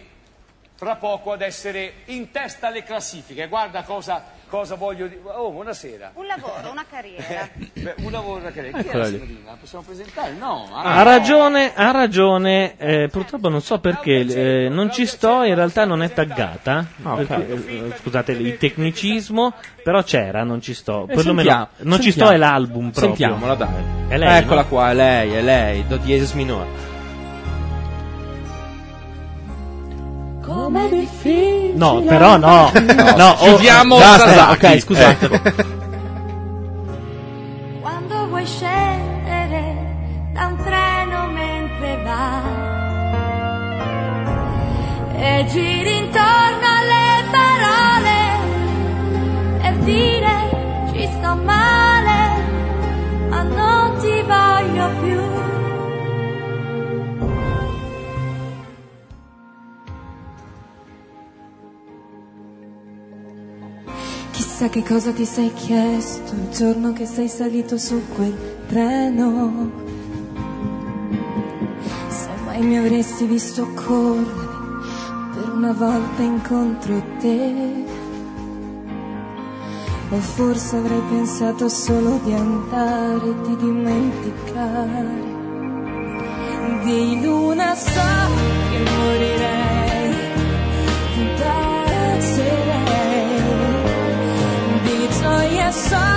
[SPEAKER 7] tra poco ad essere in testa alle classifiche. Guarda cosa, cosa voglio dire. Oh, buonasera.
[SPEAKER 9] Un lavoro, una carriera.
[SPEAKER 7] Beh, un lavoro da carriera. Chi è
[SPEAKER 2] Eccola
[SPEAKER 7] la
[SPEAKER 2] lì.
[SPEAKER 7] signorina? Possiamo presentare? No.
[SPEAKER 3] Ah.
[SPEAKER 2] Ha ragione, ha ragione, eh, purtroppo non so perché, eh, non ci sto, in realtà non è taggata,
[SPEAKER 3] Ah, ok.
[SPEAKER 2] perché, eh, eh, scusate il tecnicismo, però c'era, non ci sto,
[SPEAKER 3] Eh,
[SPEAKER 2] perlomeno
[SPEAKER 3] sentiamo,
[SPEAKER 2] non ci
[SPEAKER 3] sentiamo.
[SPEAKER 2] sto è l'album proprio.
[SPEAKER 3] Sentiamola, dai.
[SPEAKER 2] È lei,
[SPEAKER 3] Eccola
[SPEAKER 2] no?
[SPEAKER 3] qua, è lei, è lei, Do diesis minore.
[SPEAKER 8] Com'è difficile.
[SPEAKER 2] No, però no,
[SPEAKER 8] No,
[SPEAKER 2] no, oh,
[SPEAKER 4] chiudiamo
[SPEAKER 2] no, aspetta,
[SPEAKER 4] Sasaki.
[SPEAKER 2] ok, scusate.
[SPEAKER 8] Quando vuoi scendere da un treno mentre va e giri intorno alle parole e dire ci sto male ma non ti voglio più.
[SPEAKER 18] Chissà che cosa ti sei chiesto il giorno che sei salito su quel treno. Se mai mi avresti visto correre, per una volta incontro te. O forse avrei pensato solo di andare e di dimenticare. Di luna so che morirei, ti piacerei di gioia so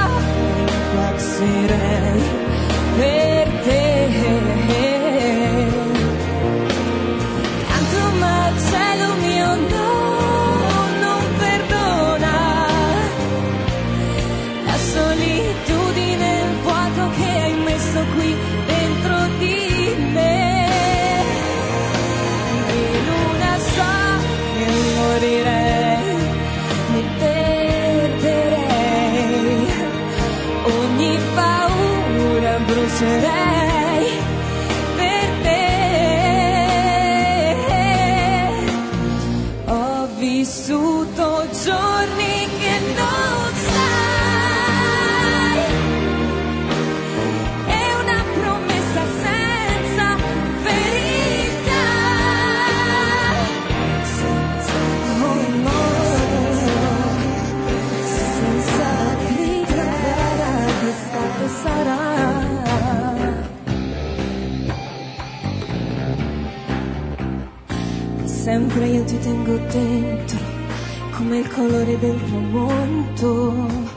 [SPEAKER 18] impazzirei per te tanto ma cielo mio no non perdona la solitudine il vuoto che hai messo qui dentro di me di luna so che morirei, mi perderei, ogni paura brucerei per te. Ho vissuto giorni che non sai, è una promessa senza ferire.
[SPEAKER 25] sempre io ti tengo dentro, come il colore del tramonto.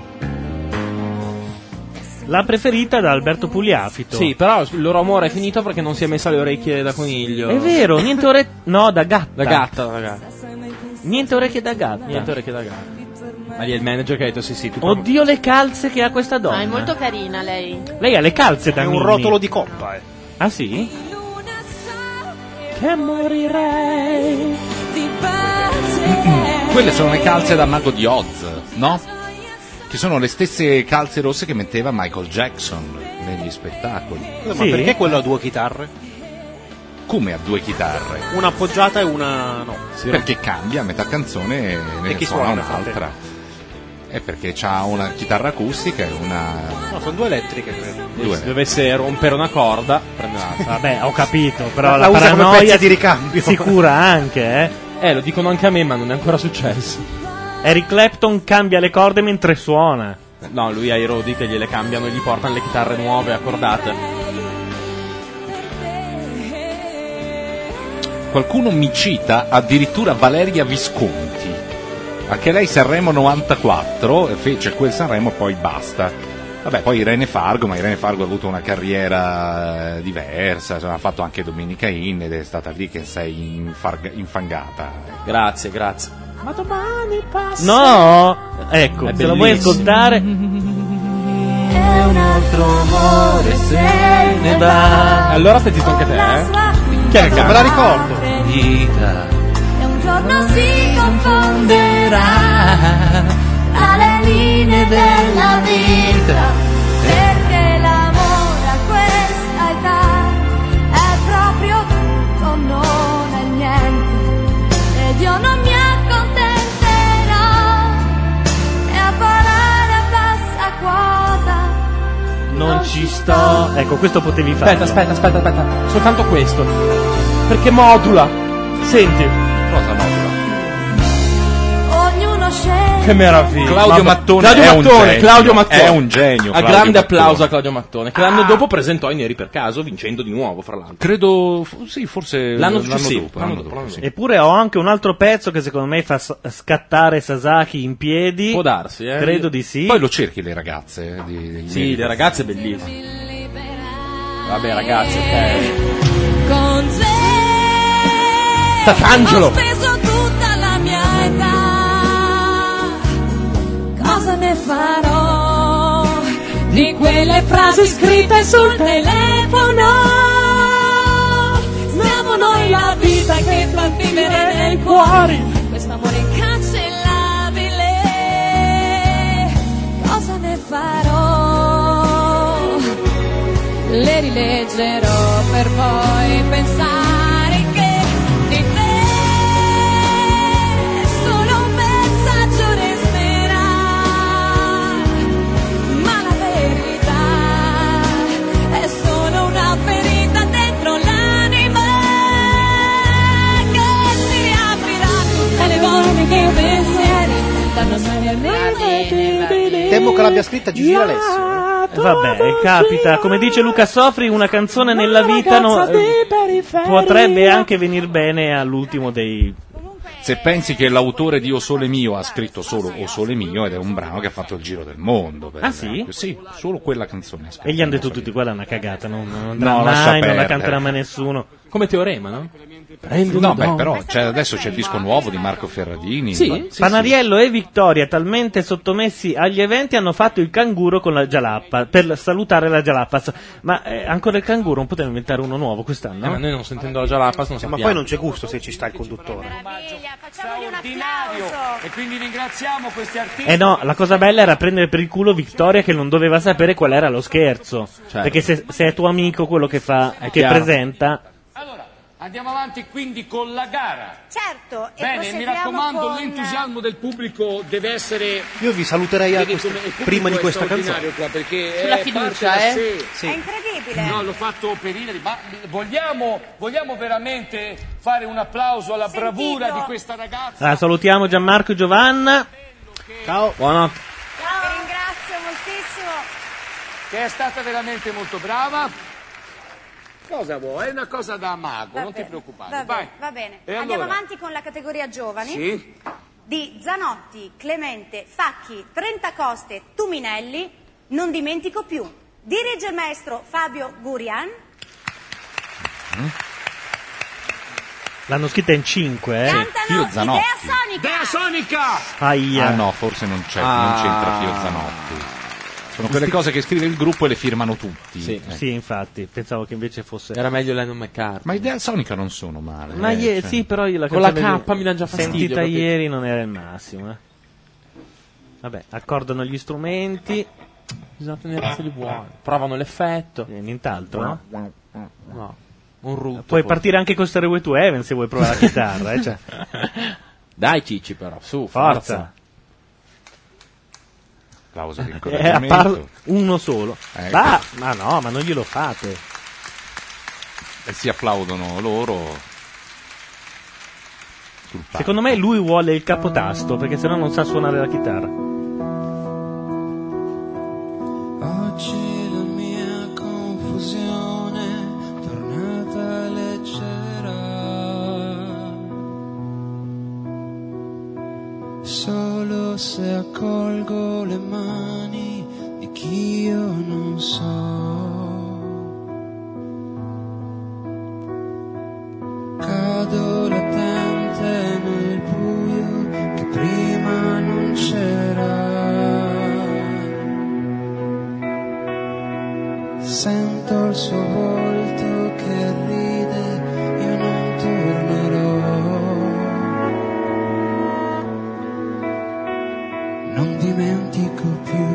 [SPEAKER 2] La preferita da Alberto Pugliafito.
[SPEAKER 3] Sì, però il loro amore è finito perché non si è messa le orecchie da coniglio.
[SPEAKER 2] È vero, niente ore... No, da gatta.
[SPEAKER 3] Da gatta, da gatta.
[SPEAKER 2] Niente orecchie da gatta.
[SPEAKER 3] Niente orecchie da gatta. Ma lì è il manager che ha detto sì sì, tu proprio-
[SPEAKER 2] Oddio le calze che ha questa donna.
[SPEAKER 5] Ah, è molto carina lei.
[SPEAKER 2] Lei ha le calze da
[SPEAKER 26] È un
[SPEAKER 2] Mimmi.
[SPEAKER 26] rotolo di coppa, eh.
[SPEAKER 2] Ah sì?
[SPEAKER 18] Che morirei di
[SPEAKER 4] Quelle sono le calze da Mago di Oz, no? Che sono le stesse calze rosse che metteva Michael Jackson negli spettacoli.
[SPEAKER 26] Ma perché quello ha due chitarre?
[SPEAKER 4] Come a due chitarre?
[SPEAKER 26] Una appoggiata e una no.
[SPEAKER 4] Perché cambia a metà canzone e ne
[SPEAKER 26] E chi
[SPEAKER 4] suona
[SPEAKER 26] suona,
[SPEAKER 4] un'altra. È perché ha una chitarra acustica e una.
[SPEAKER 26] No, sono due elettriche, credo.
[SPEAKER 4] Due.
[SPEAKER 15] Se dovesse rompere una corda, prende l'altra.
[SPEAKER 2] Vabbè, ho capito, però la,
[SPEAKER 15] La usa come
[SPEAKER 2] paranoia
[SPEAKER 15] pezza
[SPEAKER 2] si-
[SPEAKER 15] di ricambio.
[SPEAKER 2] Si cura anche, eh.
[SPEAKER 15] Eh, lo dicono anche a me, ma non è ancora successo.
[SPEAKER 2] Eric Clapton cambia le corde mentre suona.
[SPEAKER 15] No, lui ha i Rodi che gliele cambiano e gli portano le chitarre nuove accordate.
[SPEAKER 4] Qualcuno mi cita addirittura Valeria Visconti. Anche lei Sanremo 94 e fece quel Sanremo poi basta. Vabbè, poi Irene Fargo, ma Irene Fargo ha avuto una carriera eh, diversa, insomma, ha fatto anche Domenica In ed è stata lì che sei infarga- infangata.
[SPEAKER 15] Grazie, grazie.
[SPEAKER 18] Ma domani passa.
[SPEAKER 2] No, ecco, se lo vuoi
[SPEAKER 15] bellissimo.
[SPEAKER 2] ascoltare.
[SPEAKER 18] È un altro amore se ne va.
[SPEAKER 15] Allora stai zitto anche te, eh.
[SPEAKER 18] Chi è che
[SPEAKER 15] canta?
[SPEAKER 18] Me la ricordo.
[SPEAKER 15] Vita.
[SPEAKER 18] E un giorno si confonderà tra le linee della vita. Perché l'amore a questa età è proprio tutto, non è niente. Ed io non mi accontenterò. E a volare a bassa quota.
[SPEAKER 2] Non ci sto. Ecco, questo potevi fare.
[SPEAKER 15] Aspetta, aspetta, aspetta, aspetta. Soltanto questo. Perché modula.
[SPEAKER 2] Senti.
[SPEAKER 4] Cosa modula?
[SPEAKER 18] Ognuno sceglie.
[SPEAKER 15] Che meraviglia.
[SPEAKER 4] Claudio
[SPEAKER 15] Vabbè.
[SPEAKER 4] Mattone
[SPEAKER 15] Claudio
[SPEAKER 4] è un
[SPEAKER 15] Mattone,
[SPEAKER 4] genio.
[SPEAKER 15] Claudio Mattone.
[SPEAKER 4] È un genio,
[SPEAKER 15] A
[SPEAKER 4] Claudio
[SPEAKER 15] grande
[SPEAKER 4] Mattone. Ah.
[SPEAKER 15] applauso a Claudio Mattone, che l'anno dopo presentò i Neri per caso, vincendo di nuovo, fra l'altro.
[SPEAKER 4] Credo, sì, forse
[SPEAKER 15] L'anno successivo, l'anno dopo, l'anno dopo.
[SPEAKER 2] Eppure ho anche un altro pezzo che secondo me fa s- scattare Sasaki in piedi.
[SPEAKER 15] Può darsi, eh.
[SPEAKER 2] Credo di sì.
[SPEAKER 4] Poi lo cerchi le ragazze. eh, Di, di-
[SPEAKER 15] Sì, le ragazze bellissime. Vabbè, ragazzi, ok.
[SPEAKER 18] Con Ho
[SPEAKER 15] Tatangelo.
[SPEAKER 18] speso tutta la mia età. Cosa ne farò di quelle frasi scritte sul telefono? Siamo noi la vita che fa vivere nei cuori. Questo amore incancellabile. Cosa ne farò? Le rileggerò per poi pensare che di te solo un messaggio resterà. Ma la verità è solo una ferita dentro l'anima che si riaprirà tutte le volte che i pensieri danno sai al
[SPEAKER 26] Temo che l'abbia scritta
[SPEAKER 15] Eh,
[SPEAKER 26] Gigi Alessio.
[SPEAKER 2] Vabbè, capita. Come dice Luca Sofri, una canzone nella vita no-
[SPEAKER 18] ragazza
[SPEAKER 4] eh,
[SPEAKER 18] di periferia.
[SPEAKER 2] potrebbe anche venir bene all'ultimo dei
[SPEAKER 4] Se pensi che l'autore di O Sole Mio ha scritto solo O Sole Mio ed è un brano che ha fatto il giro del mondo. per
[SPEAKER 2] Ah, sì?
[SPEAKER 4] esempio. Sì, solo quella canzone. ha
[SPEAKER 2] E gli
[SPEAKER 4] scritto.
[SPEAKER 2] hanno detto tutti, quella è una cagata, non, non andrà
[SPEAKER 4] No,
[SPEAKER 2] mai,
[SPEAKER 4] lascia
[SPEAKER 2] non la
[SPEAKER 4] perdere.
[SPEAKER 2] canterà mai nessuno.
[SPEAKER 15] Come teorema, no?
[SPEAKER 4] No, beh, però c'è- adesso c'è il disco nuovo di Marco Ferradini. Ma-
[SPEAKER 2] Sì, Panariello e Vittoria, talmente sottomessi agli eventi, hanno fatto il canguro con la Jalappa, per salutare la Jalappas. Ma eh, ancora il canguro, non potevano inventare uno nuovo quest'anno?
[SPEAKER 15] Eh, ma noi non sentendo la Jalapas non sappiamo.
[SPEAKER 26] Ma poi non c'è gusto se ci sta il conduttore.
[SPEAKER 7] straordinario e quindi ringraziamo questi artisti
[SPEAKER 2] Eh no, la cosa bella era prendere per il culo Vittoria che non doveva sapere qual era lo scherzo.
[SPEAKER 15] Certo.
[SPEAKER 2] Perché se, se è tuo amico quello che fa, che
[SPEAKER 7] chiaro.
[SPEAKER 2] presenta,
[SPEAKER 7] allora andiamo avanti quindi con la gara
[SPEAKER 9] Certo, e
[SPEAKER 7] bene mi
[SPEAKER 9] proseguiamo
[SPEAKER 7] raccomando
[SPEAKER 9] con-
[SPEAKER 7] l'entusiasmo del pubblico deve essere
[SPEAKER 26] Io vi saluterei a
[SPEAKER 7] Vedi
[SPEAKER 26] questa-
[SPEAKER 7] come il pubblico
[SPEAKER 26] prima di
[SPEAKER 7] è
[SPEAKER 26] questa
[SPEAKER 7] straordinario
[SPEAKER 26] canzone.
[SPEAKER 7] qua, perché
[SPEAKER 26] Sulla
[SPEAKER 7] è
[SPEAKER 26] fiducia,
[SPEAKER 7] parte da
[SPEAKER 26] eh?
[SPEAKER 7] sé.
[SPEAKER 26] Sì. È
[SPEAKER 9] incredibile.
[SPEAKER 7] No, l'ho fatto per ieri, ma vogliamo, vogliamo veramente fare un applauso alla bravura di questa ragazza?
[SPEAKER 2] Ah, salutiamo Gianmarco e Giovanna. Ciao. Buonanotte.
[SPEAKER 7] Vi ringrazio moltissimo. Che è stata veramente molto brava. Cosa vuoi? È una cosa da mago,
[SPEAKER 9] Va
[SPEAKER 7] non
[SPEAKER 9] bene,
[SPEAKER 7] ti preoccupare.
[SPEAKER 9] Va
[SPEAKER 7] Vai.
[SPEAKER 9] bene, va bene.
[SPEAKER 7] E
[SPEAKER 9] Andiamo
[SPEAKER 7] allora?
[SPEAKER 9] avanti con la categoria giovani
[SPEAKER 7] Sì.
[SPEAKER 9] di Zanotti, Clemente, Facchi, Trentacoste, Tuminelli, non dimentico più. Dirige il maestro Fabio Gurian.
[SPEAKER 2] L'hanno scritta in 5, eh?
[SPEAKER 9] Cantano Idea Sonica. Idea
[SPEAKER 7] Sonica!
[SPEAKER 2] Aia.
[SPEAKER 4] Ah no, forse non c'è, non
[SPEAKER 2] Ah.
[SPEAKER 4] c'entra Pio Zanotti. Sono quelle cose che scrive il gruppo e le firmano tutti.
[SPEAKER 2] Sì,
[SPEAKER 4] Eh.
[SPEAKER 2] sì, infatti, pensavo che invece fosse.
[SPEAKER 4] Era
[SPEAKER 3] meglio Lennon McCartney.
[SPEAKER 4] Ma Idea Sonica non sono male.
[SPEAKER 2] Ma
[SPEAKER 4] eh,
[SPEAKER 2] ie-
[SPEAKER 4] cioè.
[SPEAKER 2] sì, però io la
[SPEAKER 3] Con la
[SPEAKER 2] canzone
[SPEAKER 3] K mi dà già fastidio,
[SPEAKER 2] Sentita
[SPEAKER 3] capito?
[SPEAKER 2] ieri non era il massimo, eh. Vabbè, accordano gli strumenti.
[SPEAKER 3] Bisogna tenerseli buoni. Provano l'effetto.
[SPEAKER 2] Eh, nient'altro, no?
[SPEAKER 3] No. Un rutto.
[SPEAKER 2] Puoi
[SPEAKER 3] poi.
[SPEAKER 2] partire anche con Stairway to Heaven se vuoi provare la chitarra, eh. cioè.
[SPEAKER 3] Dai Cicci però, su,
[SPEAKER 2] Forza.
[SPEAKER 3] forza.
[SPEAKER 4] Applauso di
[SPEAKER 2] Eh, a
[SPEAKER 4] incoraggiamento.
[SPEAKER 2] par- uno solo.
[SPEAKER 4] Ecco.
[SPEAKER 2] Ma, ma no, ma non glielo fate.
[SPEAKER 4] E eh, si applaudono loro. Sul palco.
[SPEAKER 2] Secondo me lui vuole il capotasto perché sennò non sa suonare la chitarra.
[SPEAKER 8] Oggi la mia confusione è tornata leggera. Solo se accolgo le mani di chi io non so. Cado latente nel buio che prima non c'era. Sento il suo volto che ride, io non tornerò. Non dimentico più,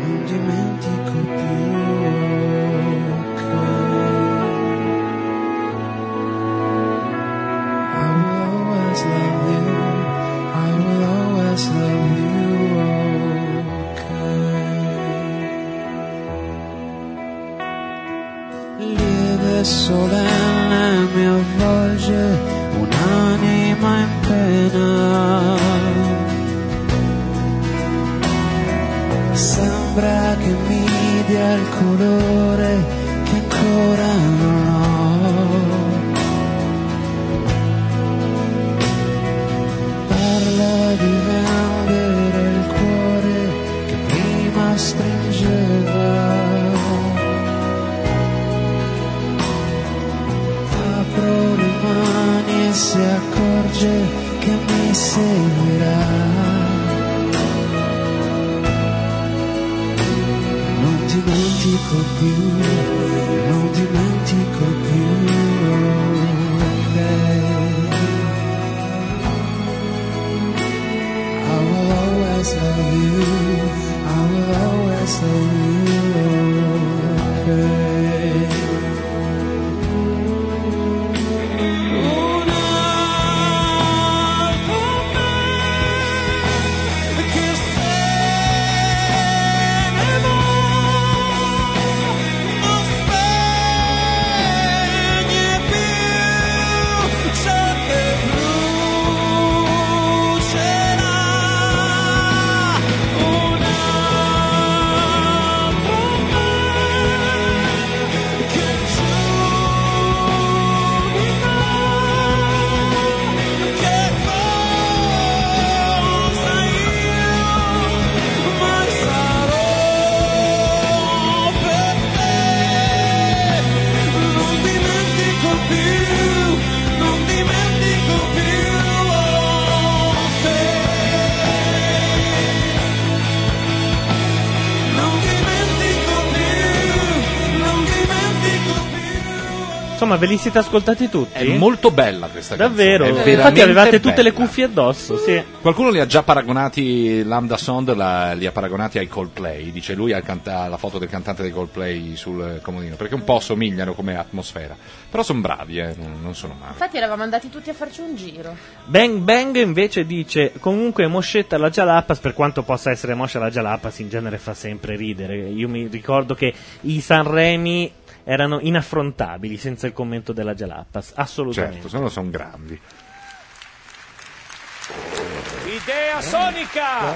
[SPEAKER 8] non dimentico più. che I will always love you, I will always love you, okay. lieve e solenne mi avvolge un'anima in pena. Sembra che mi dia il colore che ancora non ho. Parla di vendere il cuore che prima stringeva. apro le mani e si accorge che mi seguirà. Non dimentico più, non dimentico più. ok. I will always love you, I will always love you. okay.
[SPEAKER 2] Insomma, ve li siete ascoltati tutti?
[SPEAKER 4] È molto bella questa
[SPEAKER 2] Davvero?
[SPEAKER 4] canzone. È
[SPEAKER 2] Infatti
[SPEAKER 4] veramente
[SPEAKER 2] avevate tutte le
[SPEAKER 4] bella.
[SPEAKER 2] cuffie addosso, sì.
[SPEAKER 4] Qualcuno li ha già paragonati, Lambda Sond la- li ha paragonati ai Coldplay, dice lui ha canta- la foto del cantante dei Coldplay sul eh, comodino, perché un po' somigliano come atmosfera, però sono bravi, eh, non, non sono male.
[SPEAKER 5] Infatti eravamo andati tutti a farci un giro.
[SPEAKER 2] Bang Bang invece dice comunque Moscetta alla Jalapas per quanto possa essere Moscia alla Jalapas in genere fa sempre ridere io mi ricordo che i Sanremi erano inaffrontabili senza il commento della Jalapas assolutamente
[SPEAKER 4] Certo, sono, sono grandi.
[SPEAKER 7] Idea Sonica!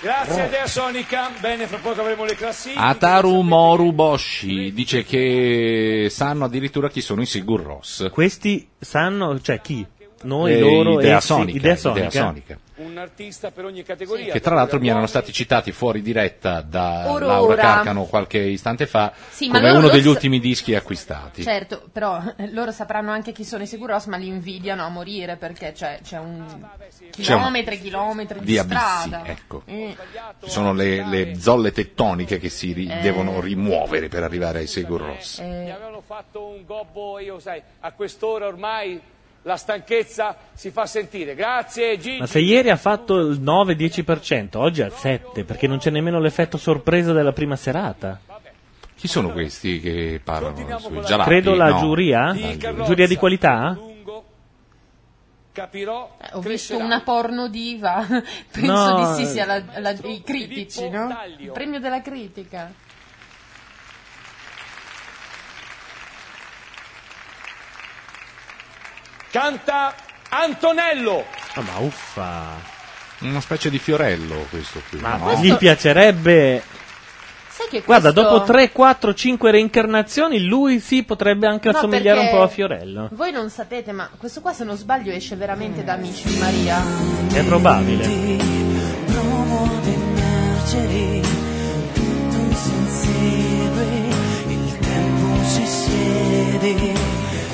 [SPEAKER 7] Grazie Dea Sonica. Bene, fra poco avremo le classifiche.
[SPEAKER 4] Ah. Ataru Moruboshi dice che sanno addirittura chi sono i Sigur Ross.
[SPEAKER 2] Questi sanno, cioè chi? Noi,
[SPEAKER 4] Eh,
[SPEAKER 2] loro
[SPEAKER 4] Idea
[SPEAKER 2] e sì,
[SPEAKER 4] Sonica,
[SPEAKER 2] Idea
[SPEAKER 4] Idea
[SPEAKER 2] Sonica.
[SPEAKER 4] Sonica.
[SPEAKER 7] Un artista per ogni categoria.
[SPEAKER 4] Che tra l'altro mi erano stati citati fuori diretta da
[SPEAKER 5] Aurora.
[SPEAKER 4] Laura Carcano qualche istante fa
[SPEAKER 5] Sì, ma
[SPEAKER 4] come
[SPEAKER 5] loro
[SPEAKER 4] uno
[SPEAKER 5] lo
[SPEAKER 4] degli
[SPEAKER 5] sa-
[SPEAKER 4] ultimi dischi acquistati.
[SPEAKER 5] Certo, però eh, loro sapranno anche chi sono i Seguros, ma li invidiano a morire perché c'è, c'è un chilometri e chilometri di,
[SPEAKER 4] di abissi,
[SPEAKER 5] strada.
[SPEAKER 4] ecco.
[SPEAKER 5] Mm.
[SPEAKER 4] Sono le, le zolle tettoniche che si ri-
[SPEAKER 7] Eh.
[SPEAKER 4] devono rimuovere per arrivare ai Sigur Ross.
[SPEAKER 5] Eh.
[SPEAKER 7] Mi avevano fatto un gobbo, io sai, a quest'ora ormai la stanchezza si fa sentire. Grazie Gigi.
[SPEAKER 2] Ma se ieri ha fatto il 9-10%, oggi è al 7%, perché non c'è nemmeno l'effetto sorpresa della prima serata.
[SPEAKER 4] Chi sono questi che parlano sui gelati?
[SPEAKER 2] Credo la
[SPEAKER 4] No.
[SPEAKER 2] giuria? Giuria di qualità?
[SPEAKER 7] Capirò.
[SPEAKER 5] Eh, Ho visto una porno diva, penso
[SPEAKER 2] No, eh.
[SPEAKER 5] di sì sia la- la- i critici, no? Il premio della critica.
[SPEAKER 7] Canta Antonello.
[SPEAKER 2] Ah, ma uffa.
[SPEAKER 4] Una specie di fiorello questo qui. Ma
[SPEAKER 2] Gli piacerebbe...
[SPEAKER 5] Sai che
[SPEAKER 2] Guarda,
[SPEAKER 5] questo-
[SPEAKER 2] dopo 3, 4, 5 reincarnazioni, lui sì potrebbe anche
[SPEAKER 5] No,
[SPEAKER 2] assomigliare
[SPEAKER 5] perché
[SPEAKER 2] un po' a Fiorello.
[SPEAKER 5] Voi non sapete, ma questo qua se non sbaglio esce veramente da Amici di Maria.
[SPEAKER 2] È probabile.
[SPEAKER 8] promuove immergere tutto insensible il tempo si siede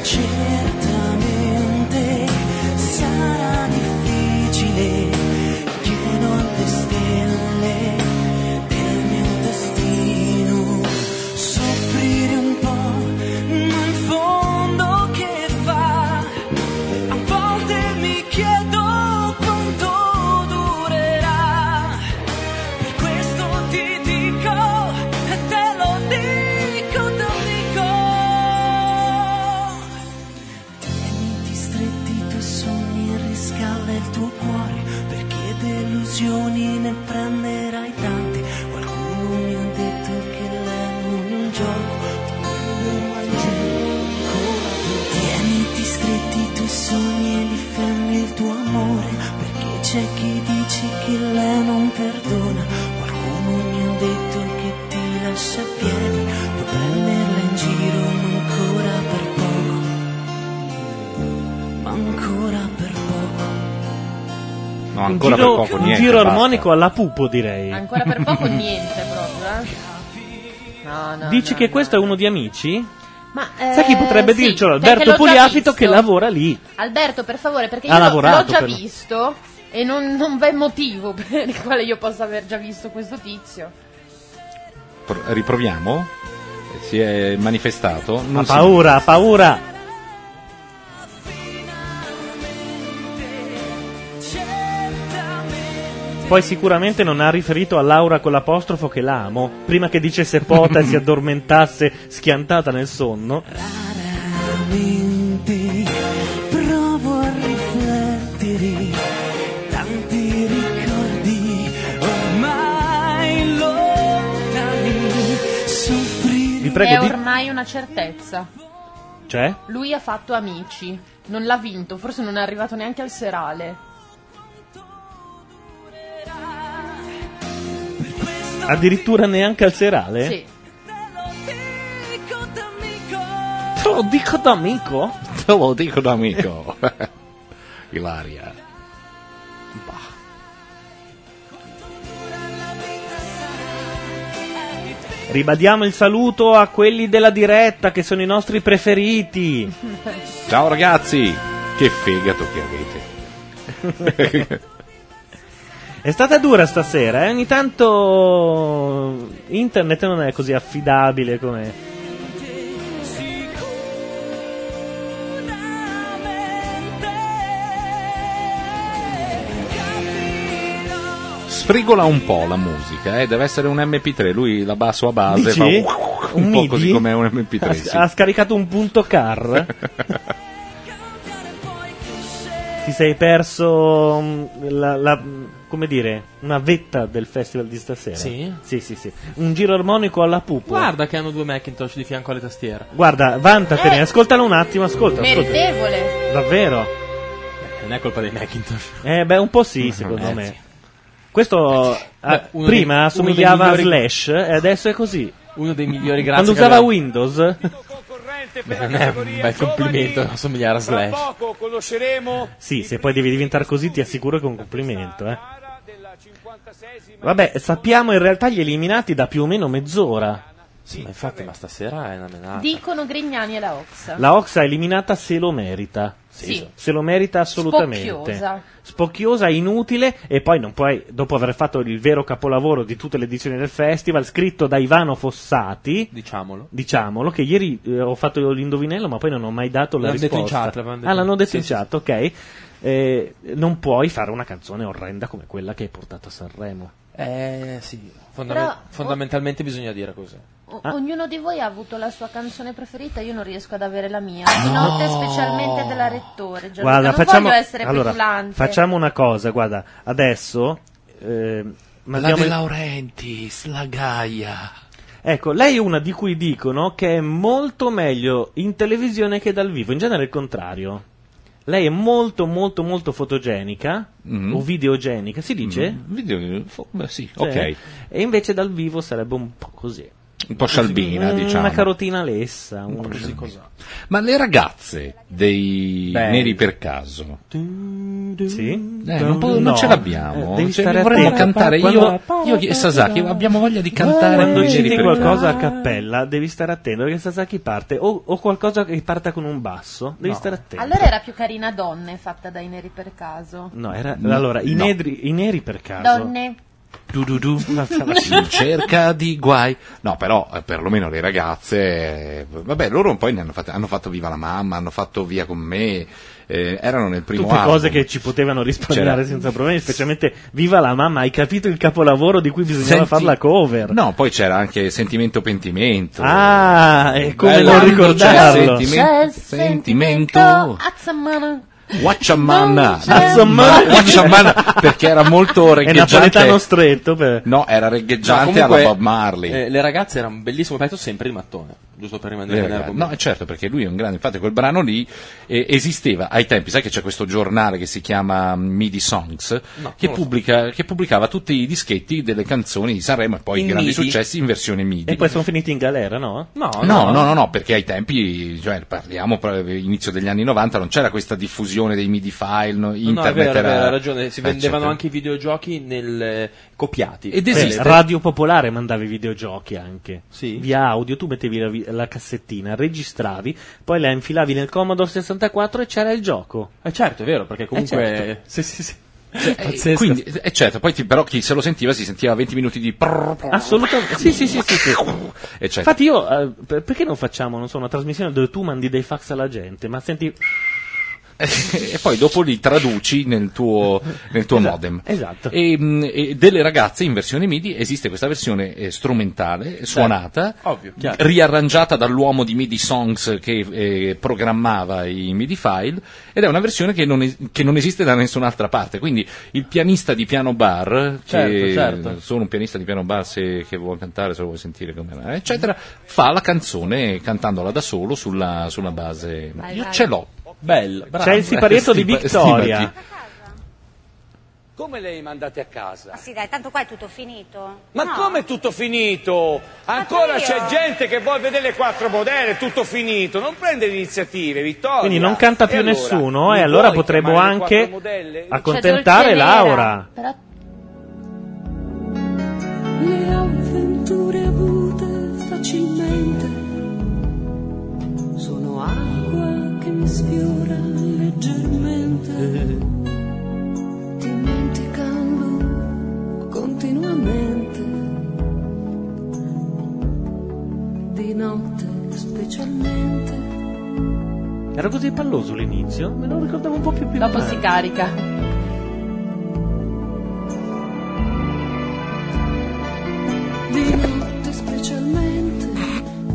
[SPEAKER 8] certamente sarà difficile chiedo alle stelle del mio destino soffrire un po' ma in fondo che fa a volte mi chiedo quanto durerà, per questo ti dico e te lo dico, te lo dico. Tieni distretti i tuoi sogni e riscalda il tuo cuore, perché delusioni ne prenderai tante. Qualcuno mi ha detto che lei non è un gioco, Tieniti stretti i tuoi sogni e li fermi il tuo amore, perché c'è chi dice che lei non perdona. Qualcuno mi ha detto che ti lascia a piedi, puoi prenderla in giro ma ancora per poco. Ma ancora per poco.
[SPEAKER 4] No, ancora
[SPEAKER 2] un giro,
[SPEAKER 4] per poco
[SPEAKER 2] un
[SPEAKER 4] niente.
[SPEAKER 2] giro
[SPEAKER 4] basta.
[SPEAKER 2] armonico alla pupo, direi.
[SPEAKER 5] Ancora per poco niente proprio, eh. No, no.
[SPEAKER 2] Dici che questo è uno di amici?
[SPEAKER 5] Ma,
[SPEAKER 2] Sai chi
[SPEAKER 5] eh,
[SPEAKER 2] potrebbe
[SPEAKER 5] sì,
[SPEAKER 2] dircelo?
[SPEAKER 5] perché
[SPEAKER 2] Alberto
[SPEAKER 5] l'ho già
[SPEAKER 2] Pugliafito che
[SPEAKER 5] visto.
[SPEAKER 2] lavora lì.
[SPEAKER 5] Alberto, per favore, perché
[SPEAKER 2] Ha
[SPEAKER 5] io l'ho- l'ho
[SPEAKER 2] lavorato,
[SPEAKER 5] già
[SPEAKER 2] però.
[SPEAKER 5] visto e non, non v'è motivo per il quale io possa aver già visto questo tizio.
[SPEAKER 4] Pro- riproviamo? Eh, Si è manifestato. Non
[SPEAKER 2] Ha
[SPEAKER 4] si-
[SPEAKER 2] paura, ha paura. Poi sicuramente non ha riferito a Laura con l'apostrofo che l'amo, prima che dicesse pota e si addormentasse schiantata nel sonno.
[SPEAKER 8] Veramente provo a riflettere tanti ricordi ormai lontani. Soffrire
[SPEAKER 2] Vi prego
[SPEAKER 5] è
[SPEAKER 2] di...
[SPEAKER 5] ormai una certezza.
[SPEAKER 2] Cioè?
[SPEAKER 5] Lui ha fatto amici, non l'ha vinto, forse non è arrivato neanche al serale.
[SPEAKER 2] Addirittura neanche al serale?
[SPEAKER 5] Sì.
[SPEAKER 2] Te lo dico d'amico?
[SPEAKER 4] Te lo dico da amico. Ilaria.
[SPEAKER 2] Ribadiamo il saluto a quelli della diretta che sono i nostri preferiti.
[SPEAKER 4] Ciao ragazzi, che fegato che avete.
[SPEAKER 2] È stata dura stasera, eh? ogni tanto internet non è così affidabile come...
[SPEAKER 4] Sfrigola un po' la musica, eh, deve essere un MP3, lui la basso a base
[SPEAKER 2] Dici? Ah,
[SPEAKER 4] fa
[SPEAKER 2] Un
[SPEAKER 4] un, po'
[SPEAKER 2] MIDI?
[SPEAKER 4] così come un MP3.
[SPEAKER 2] Ha,
[SPEAKER 4] sì.
[SPEAKER 2] ha scaricato un punto car. Ti sei perso mm, la, la- come dire, una vetta del festival di stasera.
[SPEAKER 15] Sì?
[SPEAKER 2] Sì, sì, sì. Un giro armonico alla pupo.
[SPEAKER 15] Guarda che hanno due Macintosh di fianco alle tastiere.
[SPEAKER 2] Guarda,
[SPEAKER 5] Eh.
[SPEAKER 2] vantatene, ascoltalo un attimo, ascolta, ascolta.
[SPEAKER 5] Meritevole.
[SPEAKER 2] Davvero?
[SPEAKER 15] Non è colpa dei Macintosh.
[SPEAKER 2] Eh, beh, un po' sì, secondo
[SPEAKER 15] Eh,
[SPEAKER 2] me.
[SPEAKER 15] sì.
[SPEAKER 3] Eh,
[SPEAKER 2] Questo ah,
[SPEAKER 21] uno dei-
[SPEAKER 2] prima
[SPEAKER 21] uno dei
[SPEAKER 2] assomigliava a
[SPEAKER 21] migliori-
[SPEAKER 2] Slash e adesso è così.
[SPEAKER 21] Uno dei migliori grazie.
[SPEAKER 2] Quando
[SPEAKER 21] che
[SPEAKER 2] usava
[SPEAKER 21] abbiamo-
[SPEAKER 2] Windows,
[SPEAKER 21] Beh, non è un bel complimento assomigliare a Slash.
[SPEAKER 2] sì, se poi devi diventare così ti assicuro che è un complimento, eh. Vabbè, sappiamo in realtà gli eliminati da più o meno mezz'ora.
[SPEAKER 3] Sì, ma infatti, ma stasera è una menata.
[SPEAKER 5] Dicono Grignani e la Ox.
[SPEAKER 2] La Oxa eliminata se lo merita.
[SPEAKER 5] Sì.
[SPEAKER 2] Se lo merita assolutamente.
[SPEAKER 5] Spocchiosa.
[SPEAKER 2] Spocchiosa, inutile e poi non puoi, dopo aver fatto il vero capolavoro di tutte le edizioni del festival, scritto da Ivano Fossati.
[SPEAKER 3] Diciamolo.
[SPEAKER 2] Diciamolo, che ieri eh, ho fatto l'indovinello ma poi non ho mai dato la
[SPEAKER 3] L'hanno detto in
[SPEAKER 2] risposta.
[SPEAKER 3] chat, l'avevano detto.
[SPEAKER 2] ah, l'hanno detto
[SPEAKER 3] Sì,
[SPEAKER 2] in
[SPEAKER 3] sì,
[SPEAKER 2] chat, ok. Eh, non puoi fare una canzone orrenda come quella che hai portato a Sanremo.
[SPEAKER 3] Eh, sì. fondament-
[SPEAKER 6] oh.
[SPEAKER 5] Però-
[SPEAKER 3] fondamentalmente bisogna dire così.
[SPEAKER 5] O-
[SPEAKER 2] Ah.
[SPEAKER 5] Ognuno di voi ha avuto la sua canzone preferita, io non riesco ad avere la mia. Di notte specialmente della rettore. Gianluca.
[SPEAKER 2] Guarda,
[SPEAKER 5] non
[SPEAKER 2] facciamo,
[SPEAKER 5] voglio essere
[SPEAKER 2] allora,
[SPEAKER 5] petulante.
[SPEAKER 2] facciamo una cosa, guarda, adesso... ehm, mandiamo il-
[SPEAKER 21] Laurentiis, la Gaia.
[SPEAKER 2] Ecco, lei è una di cui dicono che è molto meglio in televisione che dal vivo, in genere è il contrario. Lei è molto, molto, molto fotogenica
[SPEAKER 4] Mm.
[SPEAKER 2] o videogenica, si dice?
[SPEAKER 4] Mm, video- fo- beh, sì,
[SPEAKER 2] Cioè,
[SPEAKER 4] ok.
[SPEAKER 2] E invece dal vivo sarebbe un po' così.
[SPEAKER 4] Un po' scialbina,
[SPEAKER 2] Mm,
[SPEAKER 4] diciamo.
[SPEAKER 2] Una carotina lessa. Un
[SPEAKER 4] Ma le ragazze dei
[SPEAKER 2] Beh.
[SPEAKER 4] Neri per caso,
[SPEAKER 2] Sì?
[SPEAKER 4] eh, non, po- non
[SPEAKER 2] No.
[SPEAKER 4] ce l'abbiamo.
[SPEAKER 2] Eh, devi
[SPEAKER 4] Cioè,
[SPEAKER 2] stare
[SPEAKER 4] vorremmo
[SPEAKER 2] attento.
[SPEAKER 4] cantare io,
[SPEAKER 2] Quando-
[SPEAKER 4] io e Sasaki abbiamo voglia di cantare
[SPEAKER 2] Quando
[SPEAKER 4] i Neri
[SPEAKER 2] citi
[SPEAKER 4] per
[SPEAKER 2] qualcosa a
[SPEAKER 4] caso.
[SPEAKER 2] cappella devi stare attento perché Sasaki parte o, o qualcosa che parta con un basso, devi
[SPEAKER 4] No.
[SPEAKER 2] stare attento.
[SPEAKER 5] Allora era più carina donne fatta dai neri per caso.
[SPEAKER 2] No, era,
[SPEAKER 4] No.
[SPEAKER 2] allora, i,
[SPEAKER 4] No.
[SPEAKER 2] nedri- i neri per caso.
[SPEAKER 5] Donne.
[SPEAKER 4] Du du du, in cerca di guai. No, però eh, perlomeno le ragazze, eh, vabbè, loro poi ne hanno, fatte- hanno fatto Viva la mamma, hanno fatto Via con me, eh, erano nel primo
[SPEAKER 2] Tutte
[SPEAKER 4] album.
[SPEAKER 2] cose che ci potevano risparmiare
[SPEAKER 4] C'era-
[SPEAKER 2] senza problemi, specialmente viva la mamma, hai capito il capolavoro di cui bisognava
[SPEAKER 4] Senti-
[SPEAKER 2] fare la cover.
[SPEAKER 4] No, poi c'era anche Sentimento Pentimento.
[SPEAKER 2] Ah, e come
[SPEAKER 4] Bello,
[SPEAKER 2] non
[SPEAKER 4] c'è
[SPEAKER 2] ricordarlo?
[SPEAKER 4] Sentimento, sentimento.
[SPEAKER 5] Azzamana.
[SPEAKER 4] Watchamanna.
[SPEAKER 2] Watchamanna.
[SPEAKER 4] Watchamanna, perché era molto reggaeggiante.
[SPEAKER 2] napoletano stretto.
[SPEAKER 4] No, era
[SPEAKER 3] No,
[SPEAKER 4] reggaeggiante
[SPEAKER 3] comunque,
[SPEAKER 4] alla Bob Marley.
[SPEAKER 3] eh, le ragazze erano un bellissimo pezzo sempre di mattone, giusto per rimanere
[SPEAKER 4] Eh,
[SPEAKER 3] in argomento.
[SPEAKER 4] no, eh, certo, perché lui è un grande, infatti quel brano lì eh, esisteva ai tempi, sai che c'è questo giornale che si chiama MIDI Songs,
[SPEAKER 3] non
[SPEAKER 4] che,
[SPEAKER 3] lo
[SPEAKER 4] pubblica, che pubblicava tutti i dischetti delle canzoni di Sanremo e poi
[SPEAKER 2] In
[SPEAKER 4] i grandi
[SPEAKER 2] MIDI?
[SPEAKER 4] successi in versione MIDI.
[SPEAKER 2] E poi sono finiti in galera, no?
[SPEAKER 4] No, no, no, no, perché ai tempi, cioè, parliamo proprio inizio degli anni 90, non c'era questa diffusione dei MIDI file, no,
[SPEAKER 3] No, no, è
[SPEAKER 4] internet
[SPEAKER 3] vero, è
[SPEAKER 4] era... eh,
[SPEAKER 3] vero, ha ragione, si vendevano
[SPEAKER 4] eccetera.
[SPEAKER 3] anche i videogiochi nel, eh, copiati.
[SPEAKER 4] Ed
[SPEAKER 2] Cioè,
[SPEAKER 4] esiste.
[SPEAKER 2] Radio Popolare mandava i videogiochi anche via audio. Tu mettevi la, vi- la cassettina, registravi, poi la infilavi nel Commodore 64 e c'era il gioco.
[SPEAKER 3] Eh certo, è vero, perché comunque...
[SPEAKER 2] certo.
[SPEAKER 3] Sì, sì, sì.
[SPEAKER 4] Eh,
[SPEAKER 3] Pazzesco.
[SPEAKER 4] Quindi, eh, certo, poi ti- però chi se lo sentiva si sentiva 20 minuti di... prrr, prrr, certo.
[SPEAKER 2] Assolutamente. Sì, sì, sì, sì, sì.
[SPEAKER 4] eccetera.
[SPEAKER 2] Infatti io, eh, per- perché non facciamo, non so, una trasmissione dove tu mandi dei fax alla gente, ma senti...
[SPEAKER 4] e poi dopo li traduci nel tuo, nel tuo modem.
[SPEAKER 2] Esatto.
[SPEAKER 4] E, mh, e delle ragazze in versione MIDI esiste questa versione eh, strumentale, suonata,
[SPEAKER 3] Ovvio, chiaro.
[SPEAKER 4] riarrangiata dall'uomo di MIDI Songs che eh, programmava i MIDI file ed è una versione che non, es- che non esiste da nessun'altra parte. Quindi il pianista di piano bar,
[SPEAKER 3] Certo,
[SPEAKER 4] che
[SPEAKER 3] certo.
[SPEAKER 4] sono un pianista di piano bar se che vuole cantare, se lo vuoi sentire come eccetera, fa la canzone cantandola da solo sulla, sulla base.
[SPEAKER 3] Vai,
[SPEAKER 4] Io
[SPEAKER 3] vai.
[SPEAKER 4] ce l'ho.
[SPEAKER 3] Bello,
[SPEAKER 2] C'è il siparietto di
[SPEAKER 4] Stipa-
[SPEAKER 2] Victoria.
[SPEAKER 4] stipati.
[SPEAKER 7] Come le mandate a casa?
[SPEAKER 9] Ma sì, dai, tanto qua è tutto finito.
[SPEAKER 7] Ma
[SPEAKER 9] No.
[SPEAKER 7] come è tutto finito? Ancora
[SPEAKER 9] io-
[SPEAKER 7] c'è gente che vuole vedere le quattro modelle, è tutto finito. Non prende iniziative, Vittoria.
[SPEAKER 2] Quindi non canta
[SPEAKER 7] E
[SPEAKER 2] più
[SPEAKER 7] allora?
[SPEAKER 2] nessuno e
[SPEAKER 7] Non
[SPEAKER 2] allora
[SPEAKER 7] vuoi
[SPEAKER 2] potremmo
[SPEAKER 7] chiamare le quattro
[SPEAKER 2] anche
[SPEAKER 7] modelle?
[SPEAKER 2] accontentare
[SPEAKER 7] C'è Dolce
[SPEAKER 2] Laura.
[SPEAKER 5] Però
[SPEAKER 8] le avventure avute facilmente sono acqua che mi sfiora leggermente dimenticando continuamente di notte specialmente
[SPEAKER 2] Era così palloso l'inizio, me lo ricordavo un po' più più
[SPEAKER 5] dopo si carica.
[SPEAKER 8] di notte specialmente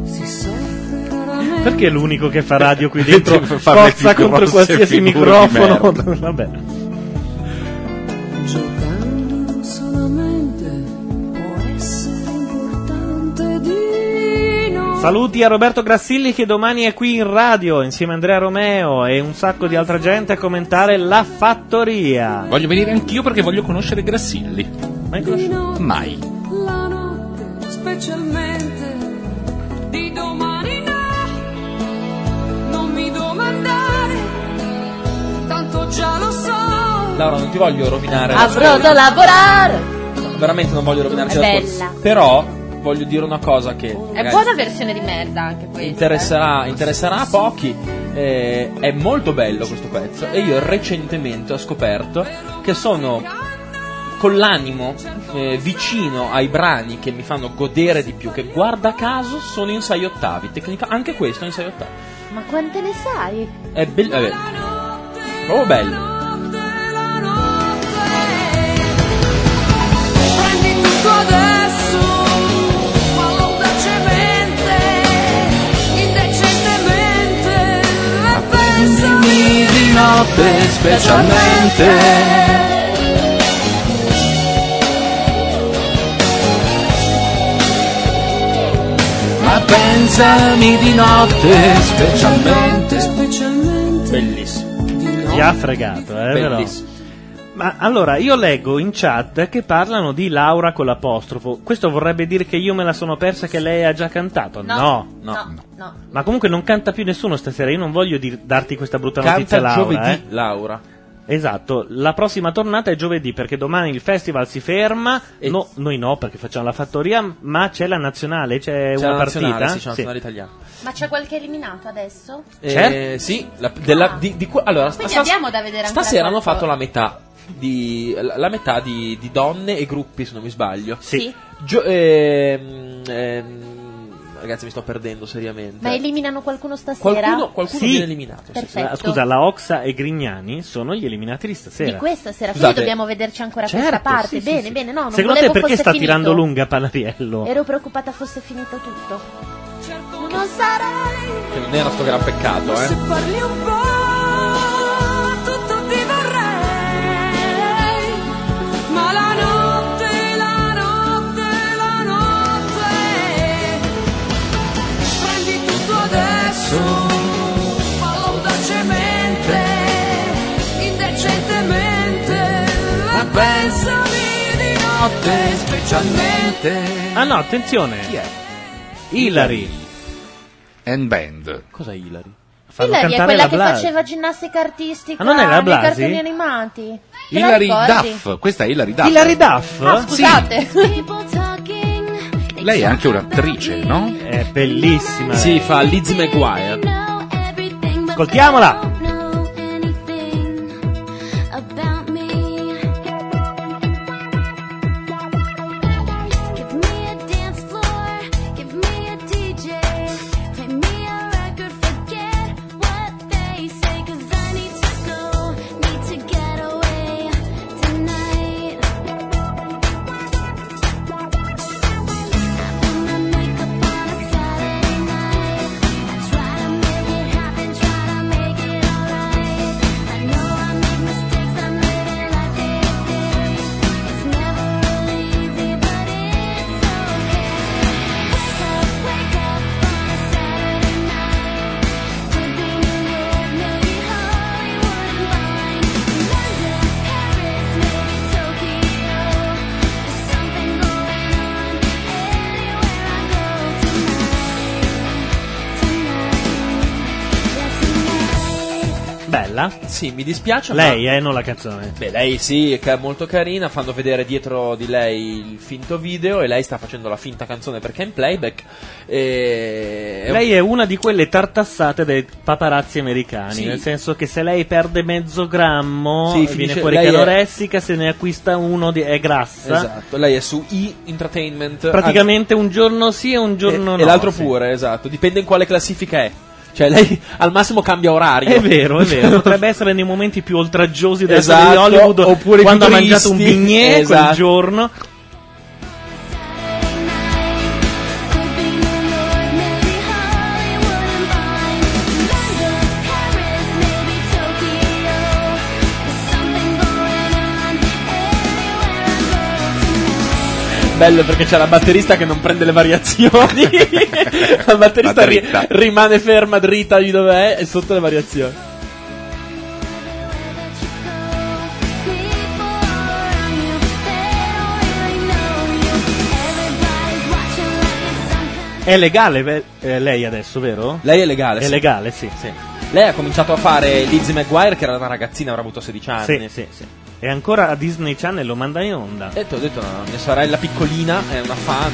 [SPEAKER 8] si soffre raramente
[SPEAKER 2] Perché è l'unico che fa radio qui dentro
[SPEAKER 4] Fa- fa le
[SPEAKER 2] cozza
[SPEAKER 4] figure,
[SPEAKER 2] contro
[SPEAKER 4] se
[SPEAKER 2] qualsiasi
[SPEAKER 4] figure di
[SPEAKER 2] microfono? Vabbè.
[SPEAKER 8] giocando solamente può essere importante di non
[SPEAKER 2] Saluti a Roberto Grassilli che domani è qui in radio insieme a Andrea Romeo e un sacco di altra gente a commentare La Fattoria.
[SPEAKER 4] Voglio venire anch'io perché voglio conoscere Grassilli.
[SPEAKER 2] Mai conosciuto?
[SPEAKER 4] Mai.
[SPEAKER 8] La notte specialmente di domani no, non mi domandare, tanto già lo so.
[SPEAKER 3] Laura, non ti voglio rovinare.
[SPEAKER 6] Avrò da lavorare.
[SPEAKER 3] Veramente non voglio rovinarti
[SPEAKER 6] È
[SPEAKER 3] la
[SPEAKER 6] bella.
[SPEAKER 3] Però voglio dire una cosa che
[SPEAKER 5] È
[SPEAKER 3] magari
[SPEAKER 5] buona versione di merda anche questa.
[SPEAKER 3] interesserà, interesserà a pochi. Eh, è molto bello questo pezzo e io recentemente ho scoperto che sono con l'animo eh, vicino ai brani che mi fanno godere di più, che guarda caso sono in 6 ottavi, tecnica anche questo è in 6 ottavi.
[SPEAKER 6] Ma quante ne sai?
[SPEAKER 3] È bello, proprio bello.
[SPEAKER 8] Prendi tutto adesso, fallo audacemente, indecentemente, e pensami di
[SPEAKER 16] notte specialmente. Ma pensami di notte specialmente.
[SPEAKER 8] specialmente.
[SPEAKER 3] Bellissimo.
[SPEAKER 2] Ti ha fregato, eh, però.
[SPEAKER 3] Bellissimo.
[SPEAKER 2] Ma allora io leggo in chat che parlano di Laura con l'apostrofo. Questo vorrebbe dire che io me la sono persa e che lei ha già cantato?
[SPEAKER 5] no, no.
[SPEAKER 2] Ma comunque non canta più nessuno stasera. Io non voglio dir- darti questa brutta
[SPEAKER 3] Canta
[SPEAKER 2] notizia, Laura.
[SPEAKER 3] giovedì,
[SPEAKER 2] eh.
[SPEAKER 3] Laura.
[SPEAKER 2] Esatto, la prossima tornata è giovedì perché domani il festival si ferma. No, noi no perché facciamo la fattoria, ma c'è la nazionale, c'è,
[SPEAKER 3] C'è
[SPEAKER 2] una
[SPEAKER 3] la
[SPEAKER 2] partita.
[SPEAKER 3] nazionale, sì, c'è la nazionale italiana.
[SPEAKER 5] Ma c'è qualche eliminato adesso?
[SPEAKER 3] Eh,
[SPEAKER 2] Certo.
[SPEAKER 3] sì, la- della- di- di que- allora, sta-
[SPEAKER 5] Ah. Quindi
[SPEAKER 3] sta-
[SPEAKER 5] abbiamo da vedere ancora
[SPEAKER 3] stasera hanno
[SPEAKER 5] qualcosa.
[SPEAKER 3] fatto la metà, di, la, la metà di, di donne e gruppi, se non mi sbaglio.
[SPEAKER 5] Sì.
[SPEAKER 3] Gio- ehm, ehm, ragazzi, mi sto perdendo seriamente.
[SPEAKER 6] Ma eliminano qualcuno stasera?
[SPEAKER 3] Qualcuno- qualcuno
[SPEAKER 2] Sì.
[SPEAKER 3] viene eliminato. sì, sì.
[SPEAKER 6] Perfetto.
[SPEAKER 2] La- scusa, la Oxa e Grignani sono gli eliminati di stasera.
[SPEAKER 6] Di questa sera,
[SPEAKER 2] Scusate.
[SPEAKER 6] quindi dobbiamo vederci ancora questa
[SPEAKER 2] Certo,
[SPEAKER 6] parte.
[SPEAKER 2] sì, sì,
[SPEAKER 6] bene,
[SPEAKER 2] sì.
[SPEAKER 6] bene, no, non
[SPEAKER 2] Secondo te
[SPEAKER 6] volevo
[SPEAKER 2] perché
[SPEAKER 6] fosse
[SPEAKER 2] sta
[SPEAKER 6] finito.
[SPEAKER 2] tirando lunga Palariello?
[SPEAKER 6] Ero preoccupata fosse finito tutto.
[SPEAKER 14] Certo
[SPEAKER 8] Non sarai
[SPEAKER 3] Che non era sto gran peccato, eh.
[SPEAKER 8] parli un po', tutto ti vorrei, ma la notte, la notte, la notte, prendi tutto adesso, fallo audacemente, indecentemente, e pensami di notte specialmente.
[SPEAKER 2] Ah no, attenzione.
[SPEAKER 4] Chi è?
[SPEAKER 2] Hilary.
[SPEAKER 4] And Band.
[SPEAKER 3] Cos'è Hilary?
[SPEAKER 6] Hilary è quella che faceva ginnastica artistica
[SPEAKER 4] Ah, non è la
[SPEAKER 6] nei
[SPEAKER 4] Blasi?
[SPEAKER 6] cartoni animati. Te la
[SPEAKER 4] Hilary
[SPEAKER 6] ricordi?
[SPEAKER 4] Duff, questa è Hilary Duff.
[SPEAKER 2] Hilary Duff?
[SPEAKER 6] Ah, scusate.
[SPEAKER 4] Sì, lei è anche un'attrice, no?
[SPEAKER 2] È bellissima.
[SPEAKER 3] Sì, fa Liz McGuire.
[SPEAKER 2] Ascoltiamola.
[SPEAKER 18] about me. Give me a dance floor, give me a DJ, play me a record, forget what they say, 'cause I need to go, need to get away tonight. I put my makeup on a Saturday night. I try to make it happen, try to make it alright. I know I make mistakes, I'm living life it is. It's never really easy, but it's okay. Wake up, wake up on a Saturday night. Could be New York, maybe Hollywood and Vine. London, Paris, maybe Tokyo. There's something going on anywhere I go tonight, tonight, yeah tonight.
[SPEAKER 2] Bella.
[SPEAKER 3] Sì, mi dispiace.
[SPEAKER 2] Lei,
[SPEAKER 3] ma...
[SPEAKER 2] eh, non la canzone.
[SPEAKER 3] Beh, lei sì, è ca- molto carina, fanno vedere dietro di lei il finto video e lei sta facendo la finta canzone perché è in playback. E...
[SPEAKER 2] Lei è una di quelle tartassate dei paparazzi americani,
[SPEAKER 3] Sì.
[SPEAKER 2] nel senso che se lei perde mezzo grammo
[SPEAKER 3] Sì,
[SPEAKER 2] viene
[SPEAKER 3] finisce-
[SPEAKER 2] fuori
[SPEAKER 3] lei è-
[SPEAKER 2] caloressica, se ne acquista uno di- è grassa.
[SPEAKER 3] Esatto, lei è su E Entertainment. Eh,
[SPEAKER 2] Praticamente un giorno sì e un giorno
[SPEAKER 3] e,
[SPEAKER 2] no.
[SPEAKER 3] e l'altro
[SPEAKER 2] sì.
[SPEAKER 3] pure, esatto, dipende in quale classifica è. Cioè lei al massimo cambia orario.
[SPEAKER 2] È vero, è vero. Potrebbe essere nei momenti più oltraggiosi del
[SPEAKER 3] Esatto,
[SPEAKER 2] di Hollywood
[SPEAKER 3] oppure più
[SPEAKER 2] quando ha mangiato un
[SPEAKER 3] tristi.
[SPEAKER 2] bignè quel
[SPEAKER 3] Esatto.
[SPEAKER 2] giorno.
[SPEAKER 3] bello perché c'è la batterista che non prende le variazioni. la batterista ri-
[SPEAKER 4] dritta.
[SPEAKER 3] rimane ferma, dritta di dov'è e sotto le variazioni.
[SPEAKER 2] È legale ve- eh, lei adesso, vero?
[SPEAKER 3] Lei è legale,
[SPEAKER 2] È
[SPEAKER 3] sì.
[SPEAKER 2] legale, sì.
[SPEAKER 3] Lei ha cominciato a fare Lizzie McGuire, che era una ragazzina, avrà avuto 16
[SPEAKER 2] Sì,
[SPEAKER 3] anni.
[SPEAKER 2] sì, sì. E ancora a Disney Channel lo manda in onda.
[SPEAKER 3] E ti ho detto, no, mia sorella piccolina è una fan.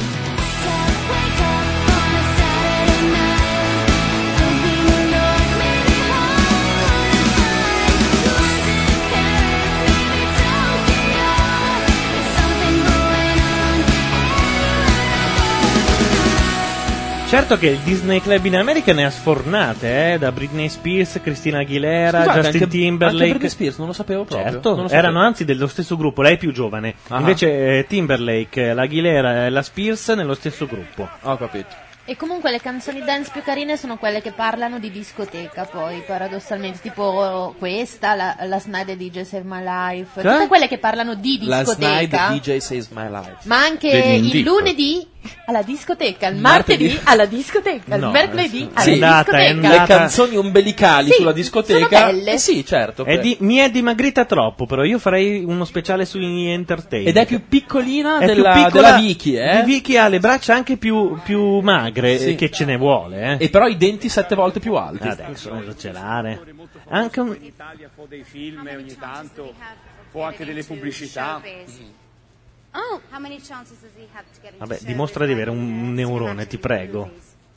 [SPEAKER 2] Certo che il Disney Club in America ne ha sfornate, eh, da Britney Spears, Cristina Aguilera,
[SPEAKER 3] Scusate,
[SPEAKER 2] Justin
[SPEAKER 3] anche-
[SPEAKER 2] Timberlake.
[SPEAKER 3] anche Britney Spears, non lo sapevo proprio.
[SPEAKER 2] Certo,
[SPEAKER 3] non lo sapevo.
[SPEAKER 2] erano anzi dello stesso gruppo, lei è più giovane.
[SPEAKER 3] Ah.
[SPEAKER 2] Invece eh, Timberlake, eh, l'Aguilera e la Spears nello stesso gruppo.
[SPEAKER 3] Ho capito.
[SPEAKER 5] E comunque le canzoni dance più carine sono quelle che parlano di discoteca, poi paradossalmente, tipo questa, la, la Snyder DJ Save My Life, tutte
[SPEAKER 3] Eh?
[SPEAKER 5] quelle che parlano di
[SPEAKER 3] La
[SPEAKER 5] discoteca.
[SPEAKER 3] Snide DJ Says My Life.
[SPEAKER 5] Ma anche
[SPEAKER 3] Degli
[SPEAKER 5] il
[SPEAKER 3] indizi.
[SPEAKER 5] lunedì alla discoteca, il
[SPEAKER 3] Martedì.
[SPEAKER 5] martedì, alla discoteca, il
[SPEAKER 3] No,
[SPEAKER 2] eh,
[SPEAKER 5] mercoledì alla
[SPEAKER 3] Sì.
[SPEAKER 5] discoteca.
[SPEAKER 3] Le canzoni ombelicali
[SPEAKER 5] Sì,
[SPEAKER 3] sulla discoteca.
[SPEAKER 5] sono belle.
[SPEAKER 3] Eh sì, certo.
[SPEAKER 2] È
[SPEAKER 3] beh.
[SPEAKER 2] di- mi è dimagrita troppo, però io farei uno speciale sugli entertainment.
[SPEAKER 3] Ed è più piccolina
[SPEAKER 2] È più
[SPEAKER 3] della,
[SPEAKER 2] piccola
[SPEAKER 3] della Vicky, eh?
[SPEAKER 2] di Vicky ha le braccia anche più, più magre,
[SPEAKER 3] Sì.
[SPEAKER 2] eh, che ce ne vuole, eh.
[SPEAKER 3] E però i denti sette volte più alti.
[SPEAKER 2] Adesso, non esagerare. Anche un-
[SPEAKER 7] in Italia fa dei film ogni tanto, può anche delle pubblicità.
[SPEAKER 9] Oh, how many chances does he have to get into
[SPEAKER 2] Mm-hmm. Vabbè,
[SPEAKER 9] service?
[SPEAKER 2] dimostra di avere un neurone, ti prego.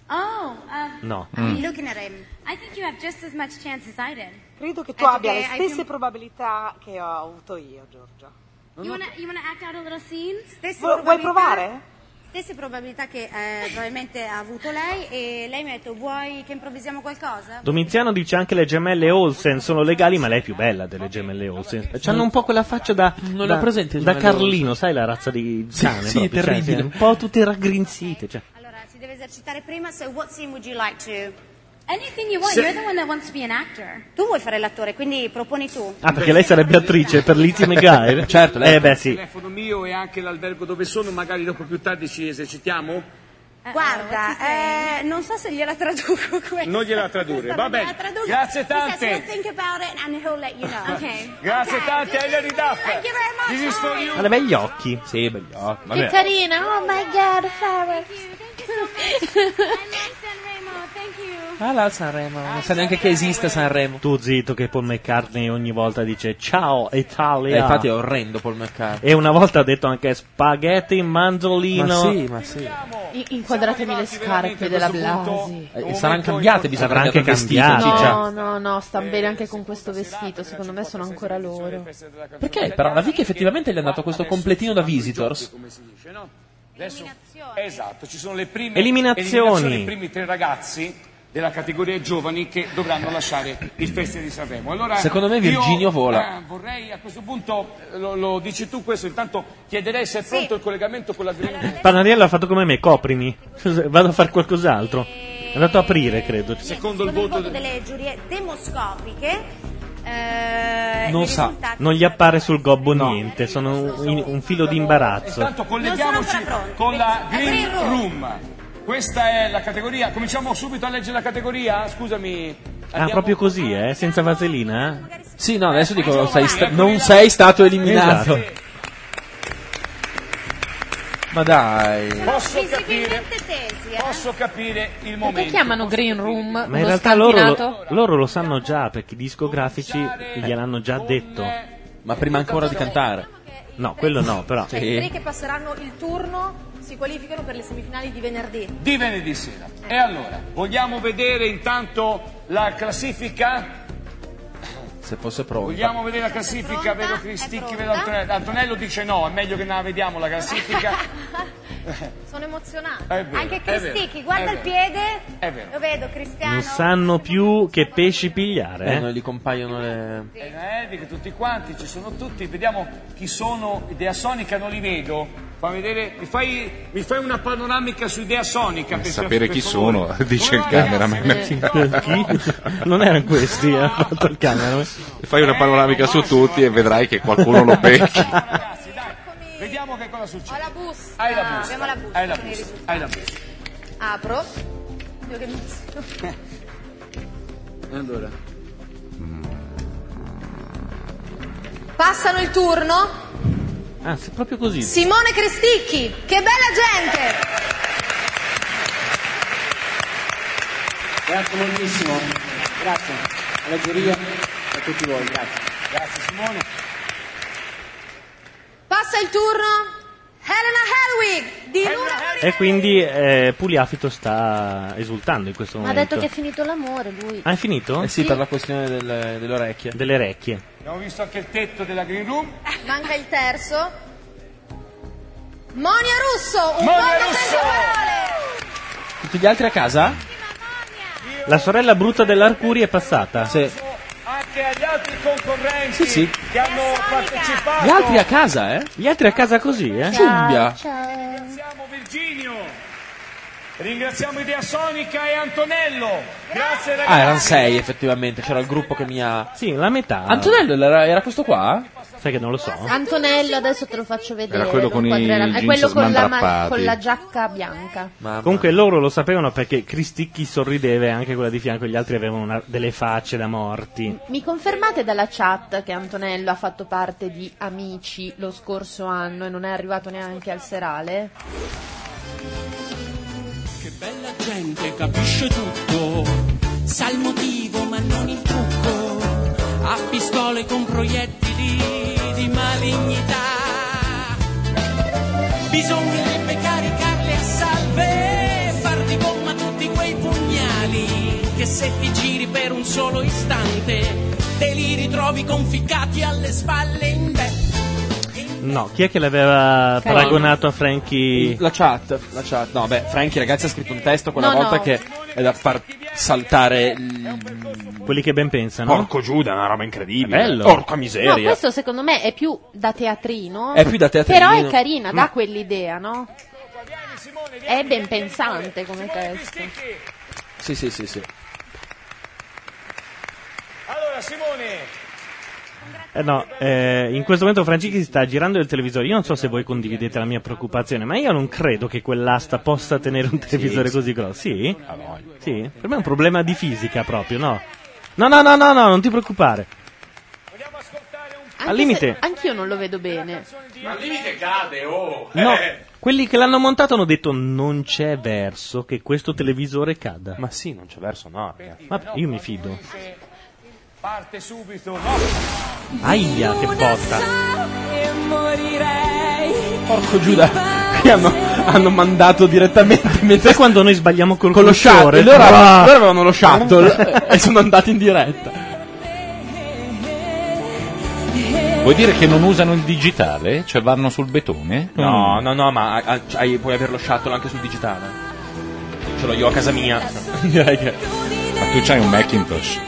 [SPEAKER 9] Oh, uh,
[SPEAKER 2] No.
[SPEAKER 9] I'm
[SPEAKER 2] Mm.
[SPEAKER 9] looking at him. I think you have just as much chance as I did.
[SPEAKER 14] Credo che tu
[SPEAKER 9] Eh,
[SPEAKER 14] abbia le
[SPEAKER 9] perché hai
[SPEAKER 14] stesse
[SPEAKER 9] più-
[SPEAKER 14] probabilità che ho avuto io, Giorgia.
[SPEAKER 9] You wanna, you wanna act out a little scene? Stesse
[SPEAKER 14] Vu- vuoi
[SPEAKER 9] probabilità-
[SPEAKER 14] provare?
[SPEAKER 9] Stesse probabilità che eh, probabilmente ha avuto lei e lei mi ha detto vuoi che improvvisiamo qualcosa?
[SPEAKER 2] Domiziano dice anche le gemelle Olsen sono legali, ma lei è più bella delle gemelle Olsen. Hanno un po' quella faccia da,
[SPEAKER 3] Non
[SPEAKER 2] da-
[SPEAKER 3] le ho presente le
[SPEAKER 2] da
[SPEAKER 3] gemelle
[SPEAKER 2] Carlino, sai la razza di
[SPEAKER 3] Sì,
[SPEAKER 2] cane?
[SPEAKER 3] sì,
[SPEAKER 2] proprio, cioè,
[SPEAKER 3] terribile.
[SPEAKER 2] sì, un po' tutte raggrinzite. Cioè.
[SPEAKER 9] Allora, si deve esercitare prima, so what scene would you like to?
[SPEAKER 31] Anything you
[SPEAKER 9] want, you're the
[SPEAKER 31] one that wants to be an actor.
[SPEAKER 9] Tu vuoi fare l'attore, quindi proponi tu.
[SPEAKER 2] Ah, perché lei sarebbe attrice per Lizzie McGuire? certo,
[SPEAKER 3] lei-
[SPEAKER 2] Eh beh
[SPEAKER 7] Il
[SPEAKER 2] sì.
[SPEAKER 7] telefono mio e anche l'albergo dove sono, magari dopo più tardi ci esercitiamo?
[SPEAKER 9] Guarda, eh, non so se gliela traduco questa.
[SPEAKER 7] Non gliela tradurre, va bene.
[SPEAKER 9] Traduco.
[SPEAKER 7] Grazie
[SPEAKER 9] He says,
[SPEAKER 7] tante.
[SPEAKER 9] "We'll think about it and he'll let you know.
[SPEAKER 7] Grazie
[SPEAKER 9] Okay.
[SPEAKER 7] tante, Eleni Duff.
[SPEAKER 9] Thank you very much,
[SPEAKER 7] This is for you.
[SPEAKER 2] Ha dei begli occhi. Sì, begli occhi.
[SPEAKER 5] Che carina, oh my god, Farah.
[SPEAKER 3] Ah, là, Sanremo. Non sa neanche che esiste Sanremo.
[SPEAKER 2] Tu zitto che Paul McCartney ogni volta dice ciao Italia.
[SPEAKER 3] Eh, infatti è orrendo Paul McCartney.
[SPEAKER 2] E una volta ha detto anche spaghetti, manzolino.
[SPEAKER 3] Ma sì, ma sì.
[SPEAKER 5] I- Inquadratemi le scarpe della Blasi.
[SPEAKER 3] Eh, E saranno cambiate, bisogna
[SPEAKER 2] Saranno
[SPEAKER 3] cambiare
[SPEAKER 2] anche
[SPEAKER 3] il vestito,
[SPEAKER 2] cambiate.
[SPEAKER 3] Ciccia.
[SPEAKER 5] No, no, no, sta bene anche con questo vestito, secondo me sono ancora loro.
[SPEAKER 3] Perché? Però la Vicky effettivamente gli è andato questo completino da Visitors.
[SPEAKER 7] Come si dice, no? Adesso, esatto, ci sono le prime
[SPEAKER 3] Eliminazioni.
[SPEAKER 7] i primi tre ragazzi della categoria giovani che dovranno lasciare il Festival di Sanremo. Allora,
[SPEAKER 3] Secondo me
[SPEAKER 7] io,
[SPEAKER 3] Virginio vola.
[SPEAKER 7] eh, vorrei a questo punto, eh, lo, lo dici tu questo, intanto chiederei se è pronto il collegamento con la Green.
[SPEAKER 2] Panariello ha fatto come me, coprimi. Vado a fare qualcos'altro. È andato a aprire, credo.
[SPEAKER 9] Secondo il voto delle giurie demoscopiche, eh, i risultati-
[SPEAKER 2] Non gli appare sul gobbo niente, sono in- un filo di imbarazzo.
[SPEAKER 7] Intanto colleghiamoci con la Green Room. Questa è la categoria, cominciamo subito a leggere la categoria, scusami.
[SPEAKER 2] Ah, proprio così, eh? Senza vaselina?
[SPEAKER 3] Sì, no, adesso dico, sei sta- non sei stato eliminato.
[SPEAKER 2] Esatto.
[SPEAKER 3] Ma dai.
[SPEAKER 7] Posso capire,
[SPEAKER 32] eh.
[SPEAKER 7] posso capire il momento.
[SPEAKER 5] Perché chiamano Green Room?
[SPEAKER 2] Ma in
[SPEAKER 5] uno
[SPEAKER 2] realtà loro lo,
[SPEAKER 5] scantinato?
[SPEAKER 2] loro lo sanno già, perché i discografici gliel'hanno già detto.
[SPEAKER 3] Ma prima ancora di cantare.
[SPEAKER 2] No, quello no, però.
[SPEAKER 14] Cioè, i tre che passeranno il turno si qualificano per le semifinali di venerdì.
[SPEAKER 7] di venerdì sera. E allora, vogliamo vedere intanto la classifica?
[SPEAKER 3] Se fosse pronto.
[SPEAKER 7] Vogliamo vedere la classifica? Vedo Cristicchi, vedo Antonello. Antonello dice no, è meglio che non la vediamo la classifica.
[SPEAKER 32] Sono emozionata.
[SPEAKER 7] È vero,
[SPEAKER 32] Anche
[SPEAKER 7] è vero,
[SPEAKER 32] Cristicchi, guarda
[SPEAKER 7] è
[SPEAKER 32] il
[SPEAKER 7] vero.
[SPEAKER 32] piede.
[SPEAKER 7] È vero.
[SPEAKER 32] Lo vedo, Cristiano.
[SPEAKER 2] Non sanno più che pesci pigliare,
[SPEAKER 3] Eh,
[SPEAKER 2] eh?
[SPEAKER 3] non gli compaiono le...
[SPEAKER 7] Eh, eh, dico, tutti quanti, ci sono tutti, vediamo chi sono. Idea Sonica non li vedo. Fa vedere, mi, fai, mi fai una panoramica su Idea Sonica. per-
[SPEAKER 4] Eh, Sapere
[SPEAKER 7] per
[SPEAKER 4] chi
[SPEAKER 7] favore.
[SPEAKER 4] sono, dice il
[SPEAKER 7] Come va,
[SPEAKER 4] cameraman.
[SPEAKER 7] ragazzi?
[SPEAKER 2] Chi? Non erano questi, ha fatto il cameraman.
[SPEAKER 4] Fai una panoramica su tutti e vedrai che qualcuno lo becchi.
[SPEAKER 7] Vediamo che cosa cosa succede?
[SPEAKER 14] Ho la busta.
[SPEAKER 7] Hai la busta.
[SPEAKER 14] Abbiamo la busta.
[SPEAKER 7] Hai la
[SPEAKER 14] con i
[SPEAKER 7] busta.
[SPEAKER 14] risultati.
[SPEAKER 7] Hai la busta.
[SPEAKER 14] Apro. Io che mi
[SPEAKER 7] Allora.
[SPEAKER 14] Passano il turno.
[SPEAKER 2] Ah, se proprio così.
[SPEAKER 14] Simone Cristicchi, che bella gente!
[SPEAKER 21] Grazie moltissimo, grazie alla giuria e a tutti voi, grazie.
[SPEAKER 7] Grazie Simone.
[SPEAKER 14] Passa il turno. Helena Helwig di Luna
[SPEAKER 2] E quindi eh, Pugliafito sta esultando in questo
[SPEAKER 5] Ma ha
[SPEAKER 2] momento.
[SPEAKER 5] detto che è finito l'amore lui.
[SPEAKER 2] Ah, è finito?
[SPEAKER 3] Eh sì, per la questione del- delle orecchie.
[SPEAKER 2] Delle orecchie.
[SPEAKER 7] Abbiamo visto anche il tetto della Green Room.
[SPEAKER 14] Manca il terzo. Monia Russo, un
[SPEAKER 7] Monia
[SPEAKER 14] voto senza
[SPEAKER 7] Russo!
[SPEAKER 14] parole.
[SPEAKER 2] Tutti gli altri a casa? La sorella brutta dell'Arcuri è passata. Sì.
[SPEAKER 7] Anche agli altri concorrenti
[SPEAKER 2] Sì, sì.
[SPEAKER 7] che hanno partecipato.
[SPEAKER 2] casa, eh? Gli altri a casa così, eh?
[SPEAKER 7] Ringraziamo Virginio. Ringraziamo Idea Sonica e Antonello. Grazie ragazzi.
[SPEAKER 3] Ah, erano sei effettivamente, c'era il gruppo che mi ha...
[SPEAKER 2] Sì, la metà.
[SPEAKER 3] Antonello era, era questo qua?
[SPEAKER 2] Sai che non lo so.
[SPEAKER 5] Ah, Antonello adesso te lo faccio vedere.
[SPEAKER 2] Era quello
[SPEAKER 5] lo
[SPEAKER 2] con i
[SPEAKER 5] inquadreranno. È
[SPEAKER 2] jeans
[SPEAKER 5] quello con la, ma-
[SPEAKER 2] smandrappati.
[SPEAKER 5] con la giacca bianca.
[SPEAKER 2] Comunque loro lo sapevano perché Cristicchi sorrideva e anche quella di fianco, gli altri avevano una- delle facce da morti.
[SPEAKER 5] Mi confermate dalla chat che Antonello ha fatto parte di Amici lo scorso anno e non è arrivato neanche al serale?
[SPEAKER 24] Che bella gente, capisce tutto. Sa il motivo, ma non il trucco. Ha pistole con proiettili di malignità. Bisognerebbe caricarle a salve. e Far di gomma tutti quei pugnali. Che se ti giri per un solo istante, te li ritrovi conficcati alle spalle in bella.
[SPEAKER 2] No, chi è che l'aveva
[SPEAKER 3] Carino.
[SPEAKER 2] paragonato a Frankie?
[SPEAKER 3] La chat, la chat. No, beh, Franchi ragazzi ha scritto un testo quella
[SPEAKER 2] No,
[SPEAKER 3] volta
[SPEAKER 2] no.
[SPEAKER 3] che è da far saltare il...
[SPEAKER 2] Quelli che ben pensano.
[SPEAKER 3] Porco Giuda, una roba incredibile.
[SPEAKER 2] È bello.
[SPEAKER 3] Porca
[SPEAKER 5] No,
[SPEAKER 3] miseria.
[SPEAKER 5] questo secondo me è più da teatrino.
[SPEAKER 3] È più da teatrino.
[SPEAKER 5] Però è carina, dà
[SPEAKER 3] Ma-
[SPEAKER 5] quell'idea, no? È ben pensante come testo.
[SPEAKER 3] Sì, sì, sì, sì.
[SPEAKER 7] Allora Simone,
[SPEAKER 2] Eh no, eh, in questo momento Francischi si sta girando il televisore. Io non so se voi condividete la mia preoccupazione, ma io non credo che quell'asta possa tenere un televisore così grosso. Sì? Sì? Per me è un problema di fisica proprio, no? No, no, no, no, no, non ti preoccupare.
[SPEAKER 5] Anche
[SPEAKER 2] Al limite-
[SPEAKER 5] se- anch'io non lo vedo bene.
[SPEAKER 3] Ma al limite cade, oh!
[SPEAKER 2] No, quelli che l'hanno montato hanno detto non c'è verso che questo televisore cada.
[SPEAKER 3] Ma sì, non c'è verso, no. ragazzi.
[SPEAKER 2] Ma io mi fido.
[SPEAKER 7] parte subito. No.
[SPEAKER 2] Aia, che
[SPEAKER 4] Tá.
[SPEAKER 2] botta.
[SPEAKER 18] E morirei.
[SPEAKER 3] Porco Giuda, qui hanno, hanno mandato direttamente mentre
[SPEAKER 2] quando noi sbagliamo col
[SPEAKER 3] con lo
[SPEAKER 2] cursore.
[SPEAKER 3] shuttle. Loro,
[SPEAKER 2] Ah.
[SPEAKER 3] avevano- loro avevano lo shuttle e sono andati in diretta.
[SPEAKER 4] Vuoi dire che non usano il digitale? Cioè vanno sul betone?
[SPEAKER 3] No, no, no, ma ah, hai- puoi avere lo shuttle anche sul digitale. Ce l'ho io a casa mia. Direi che.
[SPEAKER 4] Ma tu c'hai un Macintosh?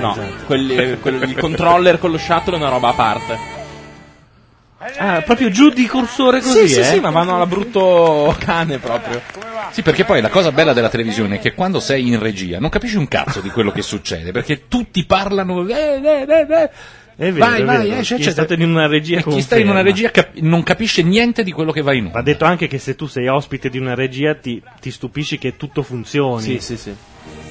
[SPEAKER 3] No, quelli- quello- il controller con lo shuttle è una roba a parte.
[SPEAKER 2] Ah, proprio giù di cursore così,
[SPEAKER 3] Sì, sì,
[SPEAKER 2] eh?
[SPEAKER 3] sì, ma vanno alla brutto cane proprio.
[SPEAKER 4] Sì, perché poi la cosa bella della televisione è che quando sei in regia non capisci un cazzo di quello che succede, perché tutti parlano. eh, eh, eh, eh.
[SPEAKER 2] È vero,
[SPEAKER 4] vai,
[SPEAKER 2] è
[SPEAKER 4] vai, eh,
[SPEAKER 2] vero.
[SPEAKER 4] esce,
[SPEAKER 2] Chi è
[SPEAKER 4] eccetera.
[SPEAKER 2] stato in una regia
[SPEAKER 4] E eh, chi sta in
[SPEAKER 2] conferma.
[SPEAKER 4] una regia cap- non capisce niente di quello che va in onda.
[SPEAKER 2] Va detto anche che se tu sei ospite di una regia ti, ti stupisci che tutto funzioni.
[SPEAKER 4] Sì, sì,
[SPEAKER 3] sì.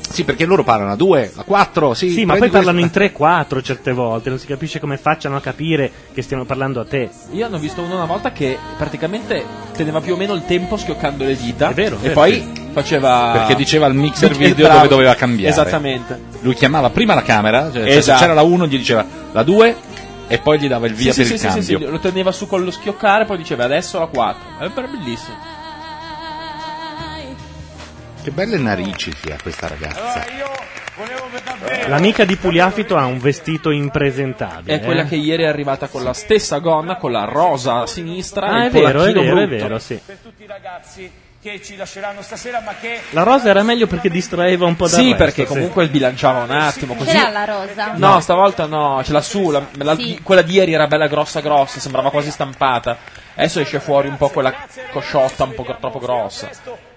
[SPEAKER 4] Sì, perché loro parlano a due, a quattro, sì.
[SPEAKER 2] ma
[SPEAKER 4] prendi
[SPEAKER 2] poi parlano in
[SPEAKER 4] questo.
[SPEAKER 2] 3-4 certe volte, non si capisce come facciano a capire che stiamo parlando a te.
[SPEAKER 3] Io hanno visto uno una volta che praticamente teneva più o meno il tempo schioccando le dita. È vero. E
[SPEAKER 4] vero,
[SPEAKER 3] poi
[SPEAKER 4] sì.
[SPEAKER 3] faceva.
[SPEAKER 4] Ah. Perché diceva al mixer
[SPEAKER 3] Mix-
[SPEAKER 4] video
[SPEAKER 3] bravo.
[SPEAKER 4] dove doveva cambiare.
[SPEAKER 3] Esattamente.
[SPEAKER 4] Lui chiamava prima la camera, cioè, se
[SPEAKER 3] Esatto.
[SPEAKER 4] c'era la 1 gli diceva la 2 e poi gli dava il via
[SPEAKER 3] sì,
[SPEAKER 4] per
[SPEAKER 3] sì,
[SPEAKER 4] il
[SPEAKER 3] sì,
[SPEAKER 4] cambio.
[SPEAKER 3] sì, sì, lo teneva su con lo schioccare, poi diceva adesso la 4. Era bellissimo.
[SPEAKER 4] Che belle narici che ha questa ragazza.
[SPEAKER 2] L'amica di Pugliafito ha un vestito impresentabile.
[SPEAKER 3] È quella
[SPEAKER 2] eh.
[SPEAKER 3] che ieri è arrivata con la stessa gonna, con la rosa a sinistra.
[SPEAKER 2] Ah,
[SPEAKER 3] e
[SPEAKER 2] è
[SPEAKER 3] il
[SPEAKER 2] vero, è
[SPEAKER 3] polacchino
[SPEAKER 2] vero, è
[SPEAKER 3] brutto.
[SPEAKER 2] vero, sì.
[SPEAKER 7] Per tutti i ragazzi che ci lasceranno stasera, ma che
[SPEAKER 2] La rosa era meglio perché distraeva un po' da
[SPEAKER 3] Sì, perché comunque sbilanciava un attimo. Così.
[SPEAKER 5] C'era la rosa?
[SPEAKER 3] No, stavolta no, ce l'ha su. la- la-
[SPEAKER 5] Sì.
[SPEAKER 3] Quella di ieri era bella grossa grossa, sembrava quasi stampata. Adesso esce fuori un po' quella cosciotta un po' gro- troppo grossa.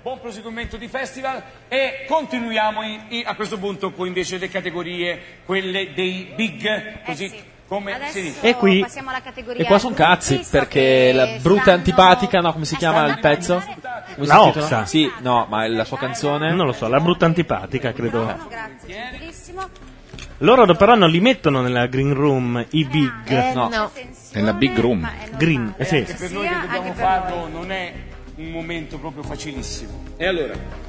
[SPEAKER 7] buon proseguimento di festival e continuiamo i- i- a questo punto con invece le categorie, quelle dei big, così Come si dice?
[SPEAKER 3] E
[SPEAKER 9] Eh
[SPEAKER 3] qui-
[SPEAKER 9] passiamo alla categoria
[SPEAKER 3] E qua sono cazzi perché la brutta antipatica, no, come si chiama il pezzo? Come si
[SPEAKER 2] La
[SPEAKER 3] intitola?
[SPEAKER 2] Oxa.
[SPEAKER 3] Sì, no, ma la sua canzone?
[SPEAKER 2] Non lo so, la brutta antipatica, credo.
[SPEAKER 9] Grazie, bellissimo.
[SPEAKER 2] Loro do- però non li mettono nella green room i big.
[SPEAKER 9] Eh, no. No.
[SPEAKER 2] Nella big room. Green, eh, sì.
[SPEAKER 7] Anche per noi che
[SPEAKER 9] Sia, anche per
[SPEAKER 7] dobbiamo farlo non è un momento proprio facilissimo. E allora?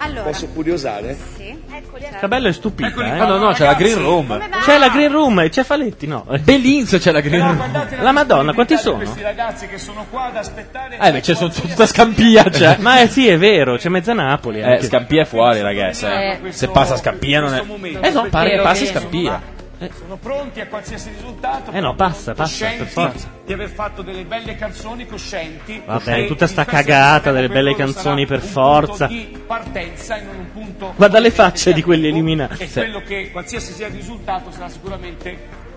[SPEAKER 9] Allora.
[SPEAKER 7] curiosare?
[SPEAKER 9] Sì. Ecco, Eccoli.
[SPEAKER 2] Che bello e stupida.
[SPEAKER 3] Ecco
[SPEAKER 7] Eccoli
[SPEAKER 2] eh.
[SPEAKER 7] qua. No, no, c'è la Ragazzi, green room. come va?
[SPEAKER 2] C'è la green room e c'è Faletti, no.
[SPEAKER 3] Belinzo c'è la green
[SPEAKER 7] Però guardate
[SPEAKER 2] La Madonna, quanti
[SPEAKER 7] disponibilità di
[SPEAKER 2] sono?
[SPEAKER 7] Questi ragazzi che sono qua ad aspettare.
[SPEAKER 3] Eh, beh, c'è sono tutta scampia, cioè.
[SPEAKER 2] Ma eh, sì, è vero, c'è mezza Napoli.
[SPEAKER 3] Eh, Scampia è fuori, ragazzi. eh.
[SPEAKER 7] Eh.
[SPEAKER 3] Se passa Scampia non è... Eh no, pare che passi Scampia.
[SPEAKER 7] Sono pronti a qualsiasi risultato.
[SPEAKER 2] Eh no, passa, passa, per
[SPEAKER 7] coscienti
[SPEAKER 2] forza.
[SPEAKER 7] Di aver fatto delle belle canzoni coscienti.
[SPEAKER 2] Vabbè,
[SPEAKER 7] E
[SPEAKER 2] tutta sta
[SPEAKER 7] in questo
[SPEAKER 2] cagata delle
[SPEAKER 7] senso
[SPEAKER 2] belle
[SPEAKER 7] quello
[SPEAKER 2] canzoni
[SPEAKER 7] sarà
[SPEAKER 2] per
[SPEAKER 7] un
[SPEAKER 2] forza.
[SPEAKER 7] punto di partenza e non un punto.
[SPEAKER 2] Ma dalle facce di quelli eliminati.
[SPEAKER 7] E quello che qualsiasi sia il risultato sarà sicuramente.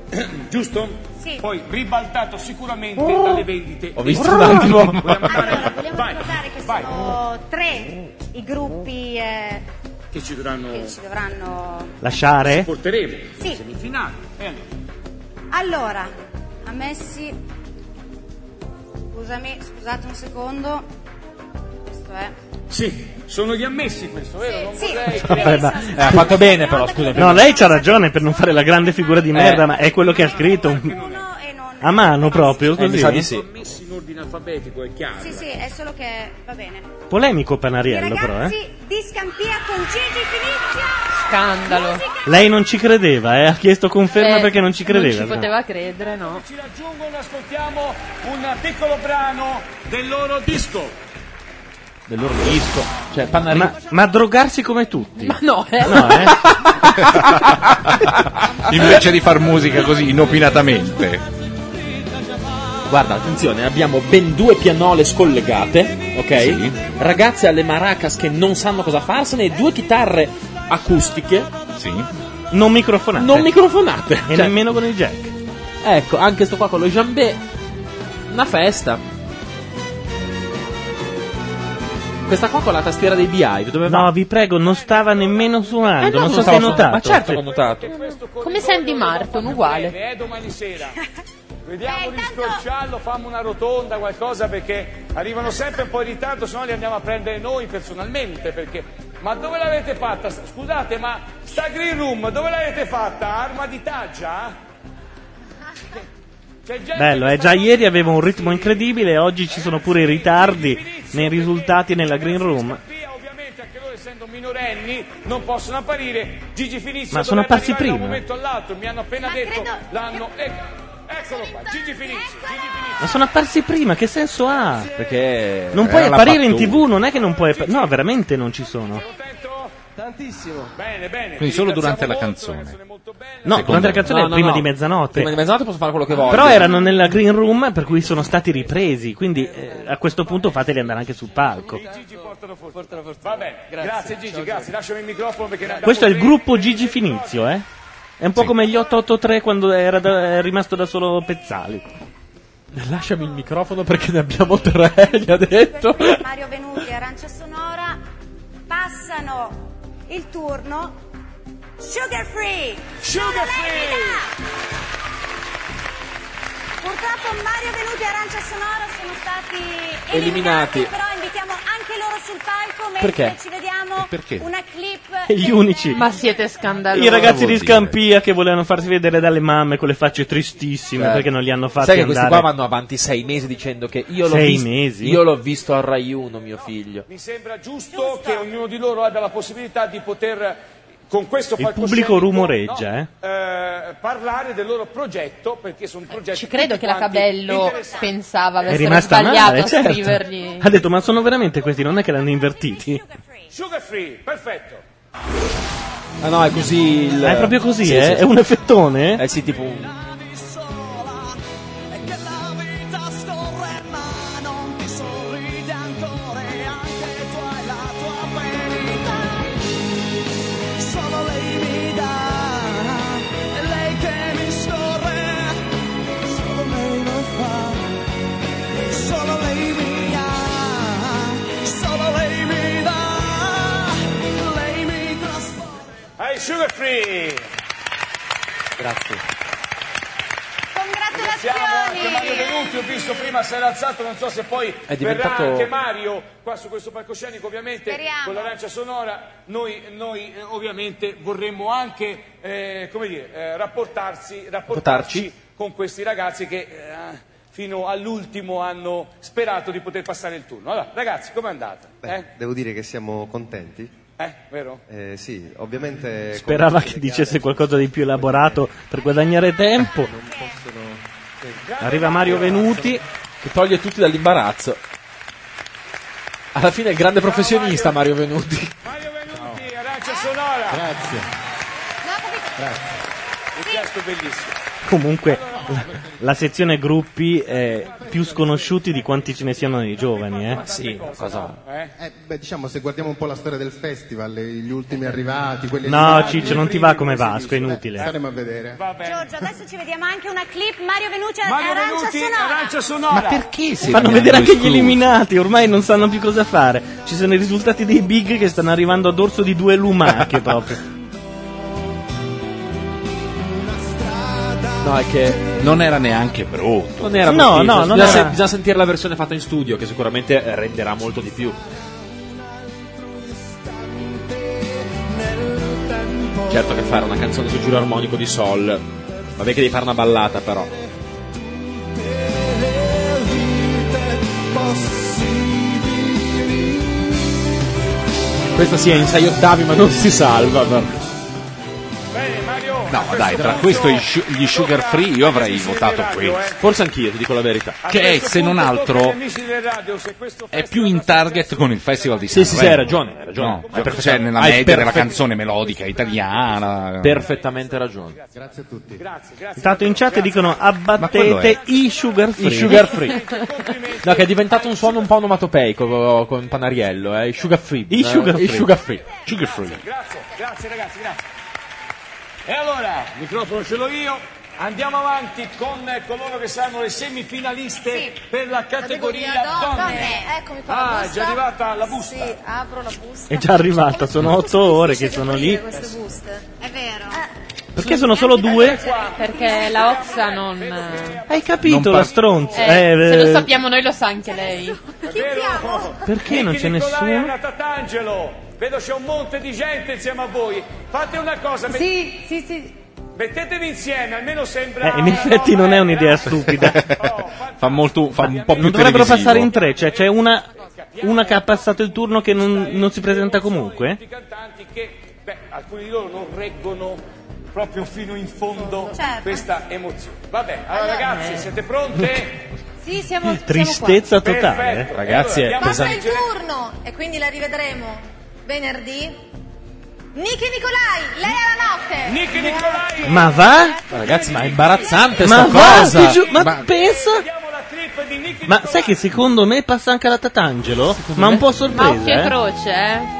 [SPEAKER 7] Giusto? Sì. Poi ribaltato sicuramente dalle vendite.
[SPEAKER 3] Ho visto un attimo.
[SPEAKER 9] Vogliamo ricordare che sono tre i gruppi eh,
[SPEAKER 7] Che ci dovranno.
[SPEAKER 9] che ci dovranno
[SPEAKER 2] Lasciare?
[SPEAKER 7] Porteremo
[SPEAKER 9] Sì.
[SPEAKER 7] in semifinale. E allora?
[SPEAKER 9] Allora, ammessi, scusami, scusate un secondo, questo è...
[SPEAKER 7] Sì, sono gli ammessi questo, vero? Non
[SPEAKER 9] Sì.
[SPEAKER 7] vorrei-
[SPEAKER 2] Vabbè, ma-
[SPEAKER 3] Eh, ha fatto bene però, Eh. scusa.
[SPEAKER 2] No, lei c'ha ragione per non fare la grande figura di merda, ma è quello che ha scritto. A mano proprio,
[SPEAKER 3] Eh, mi
[SPEAKER 2] così.
[SPEAKER 3] sa di sì.
[SPEAKER 7] Ammessi in ordine alfabetico, è chiaro.
[SPEAKER 9] Sì, sì, è solo che va bene.
[SPEAKER 2] Polemico Panariello, però, eh.
[SPEAKER 9] Ragazzi di Scampia con Gigi Finizia!
[SPEAKER 5] Scandalo.
[SPEAKER 2] Lei non ci credeva, eh. Ha chiesto conferma perché non ci credeva.
[SPEAKER 5] Non ci poteva credere, no.
[SPEAKER 7] Ci raggiungono, ascoltiamo un piccolo brano del loro disco.
[SPEAKER 3] Del loro disco. Cioè, Pannarino.
[SPEAKER 2] Ma, ma drogarsi come tutti. Ma
[SPEAKER 5] no, eh.
[SPEAKER 2] No, eh.
[SPEAKER 4] Invece di far musica così inopinatamente.
[SPEAKER 3] Guarda, attenzione, abbiamo ben due pianole scollegate, ok? Ragazze alle maracas che non sanno cosa farsene e due chitarre acustiche.
[SPEAKER 2] Non microfonate.
[SPEAKER 3] Non microfonate. Cioè,
[SPEAKER 2] E nemmeno con il jack.
[SPEAKER 3] Ecco, anche sto qua con lo jambé. Una festa. Questa qua con la tastiera dei BI, dove va?
[SPEAKER 2] No, vi prego, non stava nemmeno suonando.
[SPEAKER 3] Eh no,
[SPEAKER 2] non so se
[SPEAKER 3] stavo
[SPEAKER 2] hai
[SPEAKER 3] suonando.
[SPEAKER 2] notato.
[SPEAKER 3] Ma certo che ho notato.
[SPEAKER 5] Come Sandy Martin, uguale.
[SPEAKER 7] È domani sera.
[SPEAKER 5] Eh,
[SPEAKER 7] Vediamo di scorciarlo, fammi una rotonda, qualcosa, perché arrivano sempre un po' in ritardo, se no li andiamo a prendere noi personalmente, perché... Ma dove l'avete fatta? Scusate, ma sta Green Room, dove l'avete fatta? Arma di taglia?
[SPEAKER 5] Ah.
[SPEAKER 7] C'è gente
[SPEAKER 2] Bello, eh. Già ieri avevo un ritmo incredibile, oggi ci sono pure i ritardi nei risultati nella green room.
[SPEAKER 7] essendo minorenni non possono apparire Gigi Finizio
[SPEAKER 2] Ma sono
[SPEAKER 7] dovrebbe
[SPEAKER 2] apparsi
[SPEAKER 7] arrivare da un
[SPEAKER 2] prima.
[SPEAKER 7] momento all'altro mi hanno appena detto l'hanno ecco- eccolo qua Gigi Finizio Gigi Finizio
[SPEAKER 2] Ma sono apparsi prima, che senso ha?
[SPEAKER 3] Perché.
[SPEAKER 2] Non puoi apparire in tv, non è che non puoi. appa- No, veramente non ci sono.
[SPEAKER 7] tantissimo bene bene
[SPEAKER 4] Quindi solo durante la canzone.
[SPEAKER 2] No,
[SPEAKER 3] Secondo
[SPEAKER 2] durante la
[SPEAKER 3] me.
[SPEAKER 2] canzone
[SPEAKER 3] No, no,
[SPEAKER 2] prima
[SPEAKER 3] no.
[SPEAKER 2] di mezzanotte.
[SPEAKER 3] Prima di mezzanotte posso fare quello che voglio.
[SPEAKER 2] Però erano nella green room, per cui sono stati ripresi. Quindi eh, a questo punto fateli andare anche sul palco.
[SPEAKER 7] Gigi portalo fuori va bene grazie, Gigi grazie lasciami il microfono perché ne abbiamo
[SPEAKER 2] Questo è il
[SPEAKER 7] tre.
[SPEAKER 2] gruppo Gigi Finizio, eh? È un po' come gli 883 quando era da- è rimasto da solo Pezzali.
[SPEAKER 3] Lasciami il microfono perché ne abbiamo tre, gli ha detto.
[SPEAKER 9] Mario Venuti e Arancia Sonora passano il turno Sugar Free!
[SPEAKER 7] Sugar
[SPEAKER 9] Free! Purtroppo Mario Venuti e Arancia Sonora sono stati eliminati,
[SPEAKER 3] Eliminati.
[SPEAKER 9] però invitiamo anche loro sul palco mentre
[SPEAKER 3] Perché?
[SPEAKER 9] ci vediamo
[SPEAKER 3] Perché?
[SPEAKER 9] una clip
[SPEAKER 2] E gli unici.
[SPEAKER 5] Ma siete scandalosi.
[SPEAKER 2] I ragazzi di Scampia che volevano farsi vedere dalle mamme con le facce tristissime
[SPEAKER 3] Eh.
[SPEAKER 2] perché non li hanno fatti
[SPEAKER 3] Sai che
[SPEAKER 2] andare.
[SPEAKER 3] questi qua vanno avanti sei mesi dicendo che io l'ho,
[SPEAKER 2] Sei
[SPEAKER 3] vis-
[SPEAKER 2] mesi?
[SPEAKER 3] Io l'ho visto a Rai 1, mio figlio.
[SPEAKER 7] mi sembra giusto, che ognuno di loro abbia la possibilità di poter con questo
[SPEAKER 2] Il
[SPEAKER 7] palcoscenico,
[SPEAKER 2] pubblico rumoreggia,
[SPEAKER 7] no,
[SPEAKER 2] eh.
[SPEAKER 7] eh, parlare del loro progetto perché sono progetti
[SPEAKER 5] Ci credo che la
[SPEAKER 7] tutti quanti
[SPEAKER 5] Cabello
[SPEAKER 7] interessanti.
[SPEAKER 5] pensava
[SPEAKER 2] È
[SPEAKER 5] avesse
[SPEAKER 2] rimasta
[SPEAKER 5] sbagliato
[SPEAKER 2] male,
[SPEAKER 5] a
[SPEAKER 2] certo.
[SPEAKER 5] scrivergli.
[SPEAKER 2] Ha detto, ma sono veramente questi, non è che l'hanno invertiti.
[SPEAKER 7] Sugar free, perfetto.
[SPEAKER 3] Ah no, è così il...
[SPEAKER 2] Ah, è proprio così,
[SPEAKER 3] Sì,
[SPEAKER 2] eh?
[SPEAKER 3] sì,
[SPEAKER 2] È un effettone?
[SPEAKER 3] Eh sì, tipo un...
[SPEAKER 8] Solo lei mi dà, è lei che mi scorre, solo lei lo fa, solo lei mi ha, solo lei mi dà, lei mi trasforma.
[SPEAKER 7] Ai sugar free.
[SPEAKER 3] Grazie.
[SPEAKER 7] Siamo anche Mario Venuti, ho visto prima si era alzato, non so se poi
[SPEAKER 33] È
[SPEAKER 7] verrà
[SPEAKER 33] diventato-
[SPEAKER 7] anche Mario qua su questo palcoscenico, ovviamente
[SPEAKER 9] Speriamo.
[SPEAKER 7] con l'arancia sonora noi, noi, eh, ovviamente vorremmo anche eh, come dire, eh, rapportarsi, rapportarci con questi ragazzi che eh, fino all'ultimo hanno sperato di poter passare il turno. Allora, ragazzi, com'è andata? Eh?
[SPEAKER 8] Devo dire che siamo contenti.
[SPEAKER 7] Eh, vero?
[SPEAKER 8] Eh, sì, ovviamente...
[SPEAKER 2] Sperava
[SPEAKER 8] come tutte
[SPEAKER 2] che
[SPEAKER 8] le
[SPEAKER 2] dicesse qualcosa di più elaborato per guadagnare tempo.
[SPEAKER 8] gare, possono-
[SPEAKER 2] Arriva Mario Venuti.
[SPEAKER 3] Che toglie tutti dall'imbarazzo. Alla fine è grande professionista Mario Venuti.
[SPEAKER 7] Venuti, arancia sonora.
[SPEAKER 3] Grazie.
[SPEAKER 7] Un gesto bellissimo.
[SPEAKER 2] Comunque la, la sezione gruppi è più sconosciuti di quanti ce ne siano nei giovani, eh?
[SPEAKER 3] Sì, cosa?
[SPEAKER 12] Eh, beh, diciamo, se guardiamo un po' la storia del festival, gli ultimi arrivati, quelli
[SPEAKER 2] No,
[SPEAKER 12] arrivati,
[SPEAKER 2] Ciccio,
[SPEAKER 12] i
[SPEAKER 2] non ti
[SPEAKER 12] primi,
[SPEAKER 2] va come
[SPEAKER 12] si
[SPEAKER 2] Vasco, è
[SPEAKER 12] dice. eh.
[SPEAKER 2] inutile.
[SPEAKER 12] Beh, Staremo a vedere.
[SPEAKER 9] Giorgio, adesso ci vediamo anche una clip Mario Venuti
[SPEAKER 7] Mario
[SPEAKER 9] arancia
[SPEAKER 7] Venuti,
[SPEAKER 9] sonora.
[SPEAKER 7] arancia sonora.
[SPEAKER 2] Si fanno vedere anche gli eliminati, ormai non sanno più cosa fare. Ci sono i risultati dei big che stanno arrivando a dorso di due lumache proprio.
[SPEAKER 3] No, è che
[SPEAKER 4] non era neanche brutto.
[SPEAKER 3] Non era
[SPEAKER 2] No,
[SPEAKER 3] bruttino.
[SPEAKER 2] no, non
[SPEAKER 3] bisogna,
[SPEAKER 2] era-
[SPEAKER 3] bisogna sentire la versione fatta in studio, che sicuramente eh, renderà molto di più. Certo che fare una canzone su giro armonico di Sol. Vabbè che devi fare una ballata però. Questa sia in 6 ottavi ma non si salva però.
[SPEAKER 4] No, dai, tra questo e i shu- gli sugar free io avrei votato questo.
[SPEAKER 3] Forse anch'io, ti dico la verità.
[SPEAKER 4] Che è, se non altro,
[SPEAKER 7] Amici del radio, se questo
[SPEAKER 4] è più in target con il festival di
[SPEAKER 3] Sì, sì,
[SPEAKER 4] Sanremo.
[SPEAKER 3] sì, hai ragione, hai ragione.
[SPEAKER 4] No,
[SPEAKER 3] Hai perfe-
[SPEAKER 4] cioè, nella
[SPEAKER 3] hai
[SPEAKER 4] media della
[SPEAKER 3] perfett-
[SPEAKER 4] canzone melodica italiana.
[SPEAKER 3] Perfettamente ragione.
[SPEAKER 12] Grazie a tutti.
[SPEAKER 2] Intanto in chat dicono
[SPEAKER 3] quello è-
[SPEAKER 2] abbattete i sugar free.
[SPEAKER 3] I sugar free. No, che è diventato un suono un po' onomatopeico co- con Panariello, eh. I sugar free.
[SPEAKER 2] I
[SPEAKER 3] Eh,
[SPEAKER 2] sugar
[SPEAKER 3] I
[SPEAKER 2] free.
[SPEAKER 3] sugar free.
[SPEAKER 4] Sugar free.
[SPEAKER 7] Grazie, grazie ragazzi, grazie. E allora, il microfono ce l'ho io. Andiamo avanti con eh, coloro che saranno le semifinaliste per la categoria donne.
[SPEAKER 14] Eccomi qua. la
[SPEAKER 7] Ah, è
[SPEAKER 14] busta.
[SPEAKER 7] già arrivata la busta.
[SPEAKER 14] Sì, apro la busta.
[SPEAKER 2] È già arrivata, sono otto ore che sono lì.
[SPEAKER 14] Queste buste.
[SPEAKER 5] È vero.
[SPEAKER 2] Perché sono solo due?
[SPEAKER 5] Perché la Oxa non...
[SPEAKER 2] Hai capito
[SPEAKER 5] Non
[SPEAKER 2] la
[SPEAKER 5] par-
[SPEAKER 2] stronza?
[SPEAKER 5] Eh,
[SPEAKER 2] Eh,
[SPEAKER 5] se lo
[SPEAKER 2] eh,
[SPEAKER 5] sappiamo noi lo sa anche lei.
[SPEAKER 2] Perché non c'è
[SPEAKER 7] Nicolai e
[SPEAKER 2] nessuno?
[SPEAKER 7] Anna Tatangelo. Vedo c'è un monte di gente insieme a voi. Fate una cosa. met-
[SPEAKER 18] Sì, sì, sì.
[SPEAKER 7] Mettetevi insieme, almeno sembra...
[SPEAKER 2] Eh, in effetti non è un'idea stupida.
[SPEAKER 4] fa molto, fa un po' più
[SPEAKER 2] Non dovrebbero
[SPEAKER 4] televisivo.
[SPEAKER 2] passare in tre, cioè c'è una, una che ha passato il turno che non, non si presenta comunque.
[SPEAKER 7] cantanti che beh, alcuni di loro non reggono proprio fino in fondo
[SPEAKER 19] Certo.
[SPEAKER 7] questa emozione. Vabbè, allora,
[SPEAKER 19] eh.
[SPEAKER 7] ragazzi, siete pronte?
[SPEAKER 14] Sì, siamo siamo qua.
[SPEAKER 2] Tristezza totale. eh,
[SPEAKER 7] Perfetto.
[SPEAKER 4] Ragazzi,
[SPEAKER 7] Allora,
[SPEAKER 4] è
[SPEAKER 7] andiamo a
[SPEAKER 14] Passa
[SPEAKER 4] pesante.
[SPEAKER 14] il turno e quindi la rivedremo venerdì. Niki Nicolai, lei alla notte.
[SPEAKER 7] Niki Nicolai.
[SPEAKER 2] Ma va?
[SPEAKER 3] Ma ragazzi, ma è imbarazzante
[SPEAKER 2] Ma
[SPEAKER 3] sta
[SPEAKER 2] va,
[SPEAKER 3] cosa.
[SPEAKER 2] ti giu- ma pensa. Ma sai che secondo me passa anche la Tatangelo? Ma un po' a
[SPEAKER 5] Ma occhio e
[SPEAKER 2] sorpresa. eh.
[SPEAKER 5] croce, eh.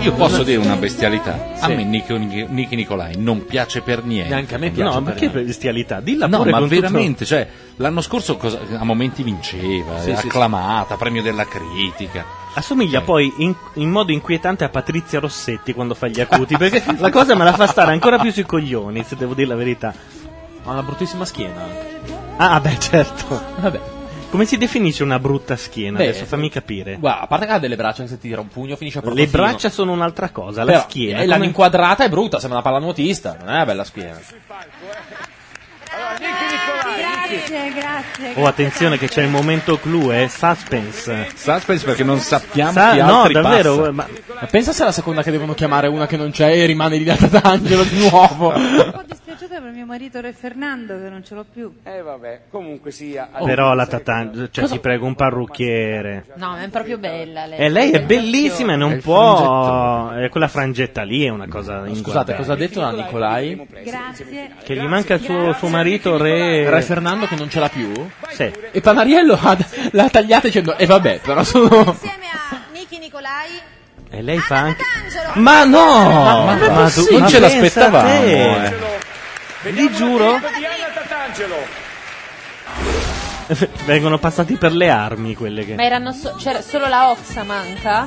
[SPEAKER 4] Io posso dire una bestialità. A
[SPEAKER 2] Sì.
[SPEAKER 4] me Nico- Nichi Nichi Nicolai non piace per niente.
[SPEAKER 2] Neanche a me piace
[SPEAKER 4] No,
[SPEAKER 2] per
[SPEAKER 4] ma
[SPEAKER 2] niente.
[SPEAKER 4] che
[SPEAKER 2] bestialità? Dilla
[SPEAKER 4] No,
[SPEAKER 2] pure
[SPEAKER 4] ma
[SPEAKER 2] con tutto-
[SPEAKER 4] veramente, cioè, l'anno scorso cosa- a momenti vinceva,
[SPEAKER 2] Sì,
[SPEAKER 4] era
[SPEAKER 2] sì,
[SPEAKER 4] acclamata, premio della critica.
[SPEAKER 2] Assomiglia poi in, in modo inquietante a Patrizia Rossetti quando fa gli acuti, perché la cosa me la fa stare ancora più sui coglioni, se devo dire la verità.
[SPEAKER 3] Ha una bruttissima schiena.
[SPEAKER 2] Ah, beh, certo.
[SPEAKER 3] Vabbè.
[SPEAKER 2] Come si definisce una brutta schiena?
[SPEAKER 3] Beh,
[SPEAKER 2] Adesso fammi capire.
[SPEAKER 3] Guarda, a parte che ha delle braccia che se ti tira un pugno finisce a
[SPEAKER 2] Le
[SPEAKER 3] portofino.
[SPEAKER 2] braccia sono un'altra cosa, la
[SPEAKER 3] Però,
[SPEAKER 2] schiena.
[SPEAKER 3] eh,
[SPEAKER 2] come-
[SPEAKER 3] l'hanno inquadrata è brutta, sembra una pallanuotista, non è una bella schiena.
[SPEAKER 18] Grazie, grazie.
[SPEAKER 2] Oh, attenzione che c'è il momento clou, eh, suspense.
[SPEAKER 4] Suspense perché non sappiamo
[SPEAKER 2] Sa-
[SPEAKER 3] chi
[SPEAKER 2] No,
[SPEAKER 3] altri
[SPEAKER 2] davvero,
[SPEAKER 3] passa.
[SPEAKER 2] ma
[SPEAKER 3] Ma pensa se è la seconda che devono chiamare una che non c'è e rimane lì da Tatangelo di nuovo.
[SPEAKER 18] Dispiaciuta per mio marito Re Fernando che non ce l'ho più.
[SPEAKER 7] Eh vabbè, comunque sia.
[SPEAKER 2] Oh.
[SPEAKER 3] oh,
[SPEAKER 2] però la Tatan, cioè ti prego un parrucchiere.
[SPEAKER 5] No, è proprio bella lei.
[SPEAKER 2] E lei è bellissima e
[SPEAKER 3] Eh, È
[SPEAKER 2] non
[SPEAKER 3] il
[SPEAKER 2] può eh, quella frangetta lì è una cosa
[SPEAKER 3] Scusate,
[SPEAKER 2] inguardabile.
[SPEAKER 3] cosa ha detto la Nicolai?
[SPEAKER 18] Grazie.
[SPEAKER 2] Che gli manca il suo, suo marito re
[SPEAKER 3] Re Fernando che non ce l'ha più?
[SPEAKER 2] Sì.
[SPEAKER 3] E Panariello ha- l'ha tagliata dicendo E vabbè, però sono...
[SPEAKER 14] Insieme a Niki Nicolai.
[SPEAKER 2] E lei fa anche
[SPEAKER 3] Ma no!
[SPEAKER 2] Ma- ma- ma tu- ma pensa a te.
[SPEAKER 3] eh.
[SPEAKER 7] Vi
[SPEAKER 2] giuro.
[SPEAKER 7] Di Anna Tatangelo.
[SPEAKER 2] Vengono passati per le armi quelle
[SPEAKER 5] Ma
[SPEAKER 2] che
[SPEAKER 5] erano so- c'era solo la Oxa manca?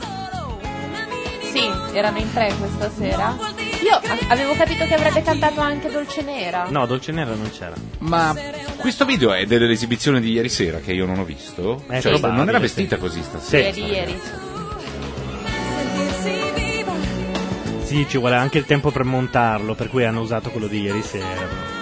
[SPEAKER 5] Sì, erano in tre questa sera.
[SPEAKER 8] Io a- avevo capito che avrebbe cantato anche Dolce Nera.
[SPEAKER 2] No, Dolce Nera non c'era.
[SPEAKER 4] Ma questo video è dell'esibizione di ieri sera che io non ho visto.
[SPEAKER 2] È
[SPEAKER 4] Cioè,
[SPEAKER 2] Eh, probabile,
[SPEAKER 4] non era
[SPEAKER 2] sì.
[SPEAKER 4] vestita così
[SPEAKER 8] Sì,
[SPEAKER 4] stasera.
[SPEAKER 8] ieri, ieri.
[SPEAKER 2] Sì, ci vuole anche il tempo per montarlo, per cui hanno usato quello di ieri sera.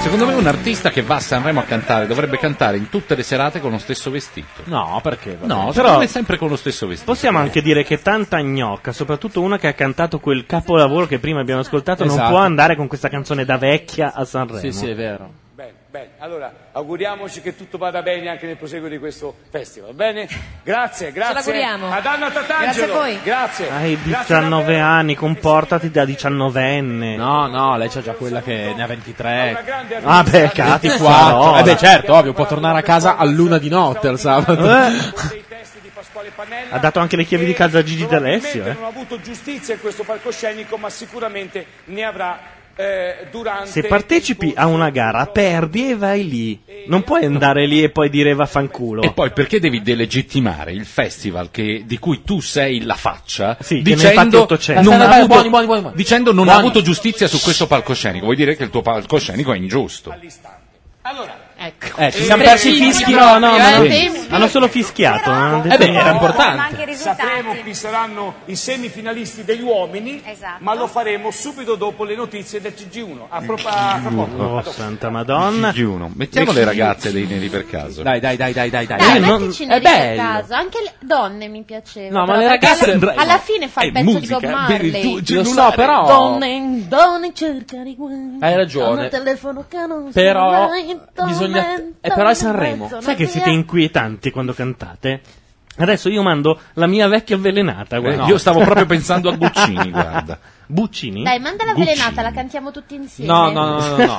[SPEAKER 4] Secondo me un artista che va a Sanremo a cantare dovrebbe cantare in tutte le serate con lo stesso vestito.
[SPEAKER 2] No, perché?
[SPEAKER 4] No,
[SPEAKER 2] però
[SPEAKER 4] però è sempre con lo stesso vestito.
[SPEAKER 2] possiamo anche dire che tanta gnocca, soprattutto una che ha cantato quel capolavoro che prima abbiamo ascoltato, non
[SPEAKER 11] Esatto.
[SPEAKER 2] può andare con questa canzone da vecchia a Sanremo.
[SPEAKER 11] Sì, sì, è vero.
[SPEAKER 7] Bene, bene. Allora, auguriamoci che tutto vada bene anche nel proseguo di questo festival. Va bene? Grazie, grazie.
[SPEAKER 19] l'auguriamo.
[SPEAKER 7] Ad Anna Tatangelo.
[SPEAKER 19] Grazie a voi.
[SPEAKER 7] Grazie.
[SPEAKER 2] Hai
[SPEAKER 7] Grazie
[SPEAKER 2] 19 anni, comportati da 19enne.
[SPEAKER 3] No, no, lei c'ha già quella che ne ha 23.
[SPEAKER 2] Ah, beh, cazzo,
[SPEAKER 3] 24.
[SPEAKER 2] parola.
[SPEAKER 3] Eh beh, certo, ovvio, può tornare a casa all'una di notte il sabato.
[SPEAKER 2] Eh? Ha dato anche le chiavi di casa a Gigi D'Alessio,
[SPEAKER 7] Probabilmente
[SPEAKER 2] eh.
[SPEAKER 7] non ha avuto giustizia in questo palcoscenico, ma sicuramente ne avrà eh, durante.
[SPEAKER 2] Se partecipi a una gara, perdi e vai lì. Non puoi andare lì e poi dire vaffanculo.
[SPEAKER 4] E poi perché devi delegittimare il festival che- di cui tu sei la faccia
[SPEAKER 2] che ne fatti
[SPEAKER 4] dicendo
[SPEAKER 2] 800.
[SPEAKER 4] non,
[SPEAKER 2] Aspetta,
[SPEAKER 4] ha
[SPEAKER 2] vai,
[SPEAKER 4] avuto,
[SPEAKER 2] buoni, buoni, buoni, buoni.
[SPEAKER 4] dicendo non
[SPEAKER 2] Buoni.
[SPEAKER 4] ha avuto giustizia su questo palcoscenico? Vuoi dire che il tuo palcoscenico è ingiusto?
[SPEAKER 2] Eh,
[SPEAKER 8] Ecco.
[SPEAKER 4] Eh, ci siamo persi i fischi.
[SPEAKER 2] No, no,
[SPEAKER 4] Eh,
[SPEAKER 2] no.
[SPEAKER 4] tempi.
[SPEAKER 2] Hanno solo fischiato. non hanno detto
[SPEAKER 3] Eh
[SPEAKER 2] niente.
[SPEAKER 7] Sapremo chi saranno i semifinalisti degli uomini, ma lo faremo subito dopo le notizie del CG1. A propo- a proposito,
[SPEAKER 2] Oh, santa madonna.
[SPEAKER 4] Giuno. Mettiamo le ragazze dei neri per caso.
[SPEAKER 3] Dai, dai, dai, dai, dai.
[SPEAKER 4] Eh,
[SPEAKER 5] Dai,
[SPEAKER 4] non-
[SPEAKER 5] mettici
[SPEAKER 4] è
[SPEAKER 5] nel per
[SPEAKER 4] bello.
[SPEAKER 5] caso. Anche le donne mi piacevano.
[SPEAKER 3] No, ma le
[SPEAKER 5] perché
[SPEAKER 3] ragazze-
[SPEAKER 5] Alla, alla fine fa
[SPEAKER 3] È
[SPEAKER 5] il pezzo
[SPEAKER 3] musica,
[SPEAKER 5] di Bob Marley.
[SPEAKER 3] per il tu- Lo so, però-
[SPEAKER 5] Donne, donne, cerca riguardo.
[SPEAKER 3] Hai ragione.
[SPEAKER 5] Hanno telefono che non
[SPEAKER 3] Però
[SPEAKER 5] si mai
[SPEAKER 3] bisogna-
[SPEAKER 5] torna
[SPEAKER 3] eh, però è
[SPEAKER 5] in
[SPEAKER 3] Sanremo.
[SPEAKER 5] mezzo,
[SPEAKER 2] Sai che
[SPEAKER 5] via.
[SPEAKER 2] siete inquietanti quando cantate? Adesso io mando la mia vecchia avvelenata. guarda.
[SPEAKER 4] Eh, io stavo proprio pensando a Guccini, guarda.
[SPEAKER 2] Buccini?
[SPEAKER 5] Dai, manda la eh. velenata, la cantiamo tutti insieme.
[SPEAKER 2] no.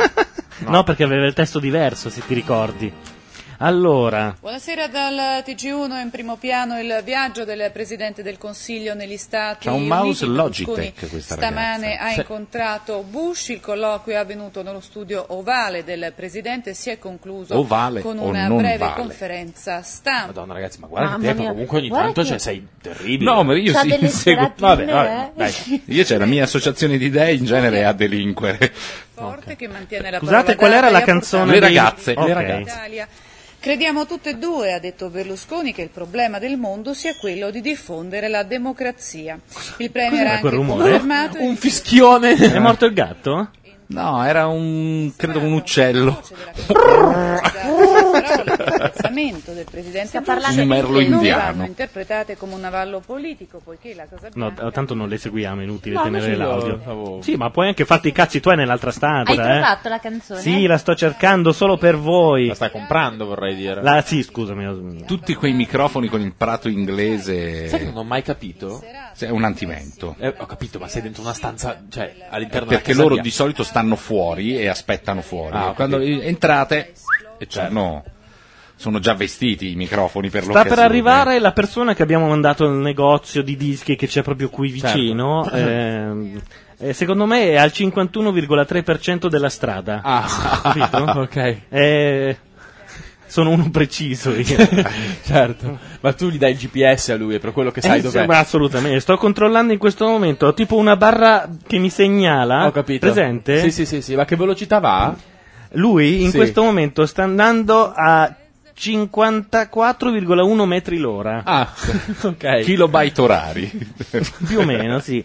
[SPEAKER 2] No, perché aveva il testo diverso, se ti ricordi. Allora,
[SPEAKER 15] Buonasera dal TG1 in primo piano il viaggio del Presidente del Consiglio negli Stati
[SPEAKER 4] C'ha un
[SPEAKER 15] Uniti.
[SPEAKER 4] mouse
[SPEAKER 15] Berlusconi
[SPEAKER 4] Logitech questa
[SPEAKER 15] Stamane
[SPEAKER 4] ragazza.
[SPEAKER 15] ha
[SPEAKER 4] Sì.
[SPEAKER 15] incontrato Bush, il colloquio è avvenuto nello studio ovale del Presidente, si è concluso
[SPEAKER 4] Ovale
[SPEAKER 15] con
[SPEAKER 4] o
[SPEAKER 15] una
[SPEAKER 4] non
[SPEAKER 15] breve
[SPEAKER 4] vale?
[SPEAKER 15] conferenza stampa.
[SPEAKER 3] Madonna, ragazzi, ma guarda
[SPEAKER 15] Mamma
[SPEAKER 3] che tempo,
[SPEAKER 15] mia.
[SPEAKER 3] comunque ogni
[SPEAKER 15] Guarda
[SPEAKER 3] tanto
[SPEAKER 15] che-
[SPEAKER 3] cioè, sei terribile.
[SPEAKER 4] No, ma io
[SPEAKER 15] C'ha
[SPEAKER 4] sì,
[SPEAKER 15] delle
[SPEAKER 4] seguo-
[SPEAKER 15] seratine,
[SPEAKER 4] vabbè,
[SPEAKER 15] eh?
[SPEAKER 4] vabbè, dai. Io c'è la mia associazione di idee in genere a delinquere.
[SPEAKER 15] forte che mantiene la
[SPEAKER 2] Scusate,
[SPEAKER 15] parola
[SPEAKER 2] qual
[SPEAKER 15] data
[SPEAKER 2] era la
[SPEAKER 15] e ha
[SPEAKER 2] canzone
[SPEAKER 15] portato-
[SPEAKER 4] Le ragazze, le
[SPEAKER 15] Ok.
[SPEAKER 4] ragazze.
[SPEAKER 15] Italia. Crediamo tutte e due, ha detto Berlusconi, che il problema del mondo sia quello di diffondere la democrazia. Il Premier
[SPEAKER 2] Cos'era
[SPEAKER 15] ha anche
[SPEAKER 2] quel rumore?
[SPEAKER 15] confermato
[SPEAKER 3] un fischione.
[SPEAKER 2] è morto il gatto?
[SPEAKER 4] Eh. No, era un credo un uccello.
[SPEAKER 15] apprezzamento del Presidente Bush
[SPEAKER 4] parlando di merlo
[SPEAKER 15] non
[SPEAKER 4] indiano.
[SPEAKER 15] vanno interpretate come un avallo politico, poiché la Casa
[SPEAKER 2] No, t- tanto non le seguiamo, è inutile
[SPEAKER 15] No,
[SPEAKER 2] tenere
[SPEAKER 3] invece io
[SPEAKER 2] l'audio.
[SPEAKER 3] stavo-
[SPEAKER 2] Sì, ma puoi anche farti i cazzi tuoi nell'altra stanza,
[SPEAKER 5] Hai
[SPEAKER 2] eh.
[SPEAKER 5] trovato la canzone?
[SPEAKER 2] Sì, la sto cercando solo per voi. La
[SPEAKER 3] stai comprando, vorrei dire.
[SPEAKER 2] La, sì, scusami. ho-
[SPEAKER 4] Tutti quei microfoni con il prato inglese.
[SPEAKER 3] Sai che non ho mai capito?
[SPEAKER 4] Cioè, è un antimento.
[SPEAKER 3] Eh, ho capito, ma sei dentro una stanza, cioè, all'interno della
[SPEAKER 4] Perché
[SPEAKER 3] casa
[SPEAKER 4] loro
[SPEAKER 3] mia.
[SPEAKER 4] di solito stanno fuori e aspettano fuori.
[SPEAKER 3] Ah, ho
[SPEAKER 4] Quando entrate,
[SPEAKER 2] certo.
[SPEAKER 4] e cioè, no, sono già vestiti i microfoni per
[SPEAKER 2] Sta
[SPEAKER 4] l'occasione.
[SPEAKER 2] per arrivare la persona che abbiamo mandato nel negozio di dischi che c'è proprio qui vicino.
[SPEAKER 4] Certo.
[SPEAKER 2] ehm, eh, secondo me è al 51,3% della strada.
[SPEAKER 3] Ah,
[SPEAKER 2] Capito?
[SPEAKER 3] ok.
[SPEAKER 2] Eh, sono uno preciso io.
[SPEAKER 3] certo, ma tu gli dai il GPS a lui, è per quello che sai
[SPEAKER 2] Eh,
[SPEAKER 3] dov'è.
[SPEAKER 2] sì, ma assolutamente, sto controllando in questo momento. Ho tipo una barra che mi segnala.
[SPEAKER 3] Ho capito.
[SPEAKER 2] Presente?
[SPEAKER 3] Sì, sì, sì, sì, ma che velocità va?
[SPEAKER 2] Lui in
[SPEAKER 3] Sì.
[SPEAKER 2] questo momento sta andando a 54,1 metri l'ora.
[SPEAKER 3] Ah, ok.
[SPEAKER 4] Kilobyte orari.
[SPEAKER 2] Più o meno, sì.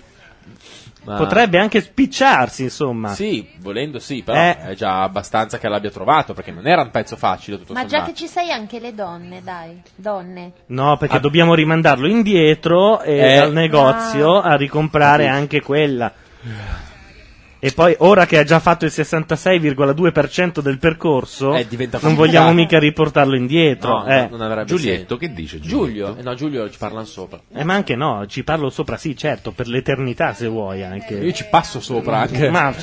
[SPEAKER 3] Ma-
[SPEAKER 2] Potrebbe anche spicciarsi, insomma.
[SPEAKER 3] Sì, volendo sì, però
[SPEAKER 2] Eh.
[SPEAKER 3] è già abbastanza che l'abbia trovato, perché non era un pezzo facile tutto
[SPEAKER 5] Ma già
[SPEAKER 3] sommato.
[SPEAKER 5] che ci sei anche le donne, dai, donne.
[SPEAKER 2] No, perché dobbiamo rimandarlo indietro e
[SPEAKER 3] Ah. Eh.
[SPEAKER 2] al negozio a ricomprare anche quella. E poi, ora che ha già fatto il 66,2% del percorso,
[SPEAKER 3] Eh, diventa
[SPEAKER 2] non
[SPEAKER 3] complicato.
[SPEAKER 2] vogliamo mica riportarlo indietro.
[SPEAKER 3] No,
[SPEAKER 2] eh.
[SPEAKER 3] non avrebbe senso.
[SPEAKER 4] che dice
[SPEAKER 3] Giulio? Eh, no, Giulio ci parlano sopra.
[SPEAKER 2] Eh, ma anche no, ci parlo sopra, sì, certo, per l'eternità se vuoi anche.
[SPEAKER 3] Io ci passo sopra anche.
[SPEAKER 2] Ma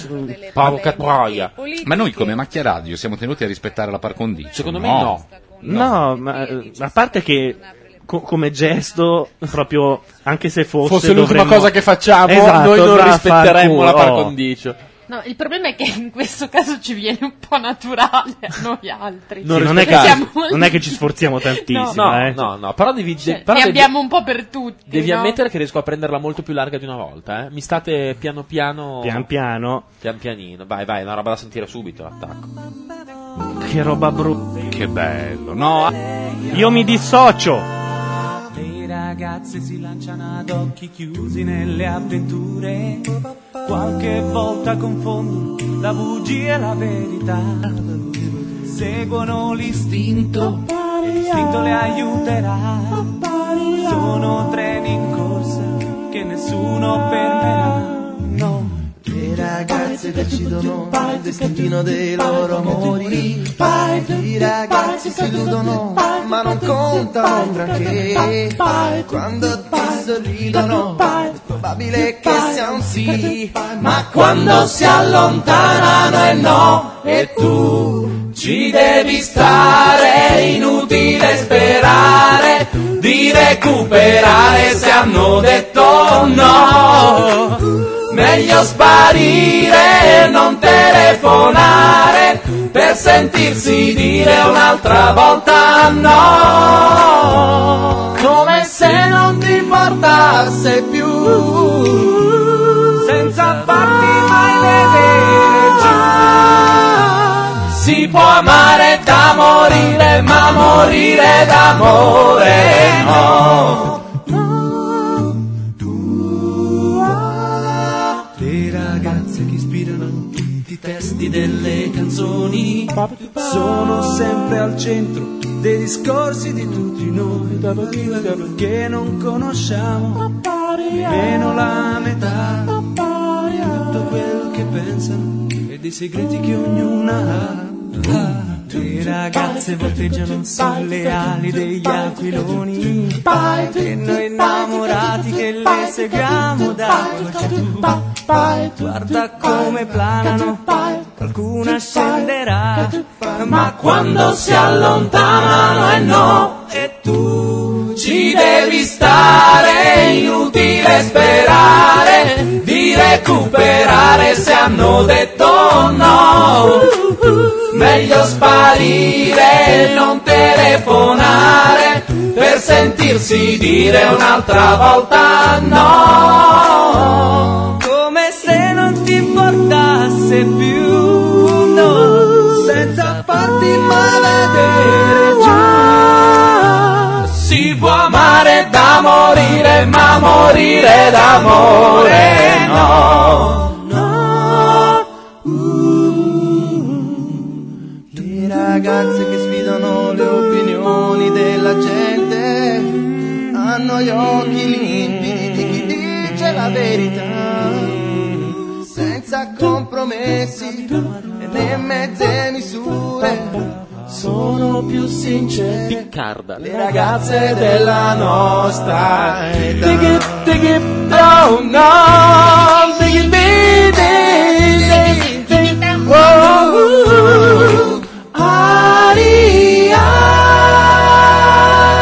[SPEAKER 4] Porca troia. Ma noi come macchia radio siamo tenuti a rispettare la par condicio. Secondo
[SPEAKER 2] me no. No, ma eh, a parte che co- come gesto, proprio anche se fosse,
[SPEAKER 3] Fosse l'ultima
[SPEAKER 2] dovremmo-
[SPEAKER 3] cosa che facciamo,
[SPEAKER 2] Esatto,
[SPEAKER 3] noi non
[SPEAKER 2] da
[SPEAKER 3] rispetteremmo
[SPEAKER 2] fanculo,
[SPEAKER 3] la par
[SPEAKER 2] oh.
[SPEAKER 3] condicio.
[SPEAKER 5] No, il problema è che in questo caso ci viene un po' naturale a noi altri.
[SPEAKER 2] Sì, non, è che,
[SPEAKER 5] Perché siamo-
[SPEAKER 2] non è che ci sforziamo tantissimo.
[SPEAKER 3] No, no,
[SPEAKER 2] eh.
[SPEAKER 3] no, no, però devi, de- però
[SPEAKER 5] Cioè, ne
[SPEAKER 3] devi-
[SPEAKER 5] abbiamo un po' per tutti.
[SPEAKER 3] devi
[SPEAKER 5] no?
[SPEAKER 3] ammettere che riesco a prenderla molto più larga di una volta, eh. Mi state piano piano
[SPEAKER 2] Pian piano.
[SPEAKER 3] pian pianino. Vai, vai, è una roba da sentire subito l'attacco.
[SPEAKER 2] Oh, Che roba brutta.
[SPEAKER 4] Che bello, no?
[SPEAKER 2] Io mi dissocio.
[SPEAKER 1] Le ragazze si lanciano ad occhi chiusi nelle avventure. Qualche volta confondono la bugia e la verità. Seguono l'istinto, e l'istinto le aiuterà. Sono treni in corsa che nessuno fermerà. No.
[SPEAKER 8] Le ragazze decidono il destino dei loro amori. I ragazzi si illudono, ma non contano un granché. Quando ti sorridono, è probabile che sia un sì. Ma quando si allontanano è no, e tu ci devi stare. È inutile sperare di recuperare se hanno detto no. Meglio sparire e non telefonare per sentirsi dire un'altra volta no. Come se non ti importasse più, senza farti mai vedere giù. Si può amare da morire, ma morire d'amore no. Le ragazze che ispirano tutti i testi delle canzoni sono sempre al centro dei discorsi di tutti noi che non conosciamo nemmeno la metà di tutto quel che pensano e dei segreti che ognuna ha. Le ragazze volteggiano sulle ali degli aquiloni E noi innamorati che le seguiamo da qualche Guarda come planano, qualcuna scenderà Ma quando si allontanano e no e tu ci devi stare è inutile sperare di recuperare se hanno detto no meglio sparire e non telefonare per sentirsi dire un'altra volta no
[SPEAKER 1] come se non ti importasse più no, Senza farti mai vedere giù
[SPEAKER 8] Si può amare da morire, ma morire d'amore no. Uh. Le ragazze che sfidano le opinioni della gente hanno gli occhi limpidi di chi dice la verità. Senza compromessi né mezze misure sono più sincere.
[SPEAKER 3] Piccarda.
[SPEAKER 8] Le ragazze della nostra età Oh no Diggy, diggy, diggy, diggy. Wow.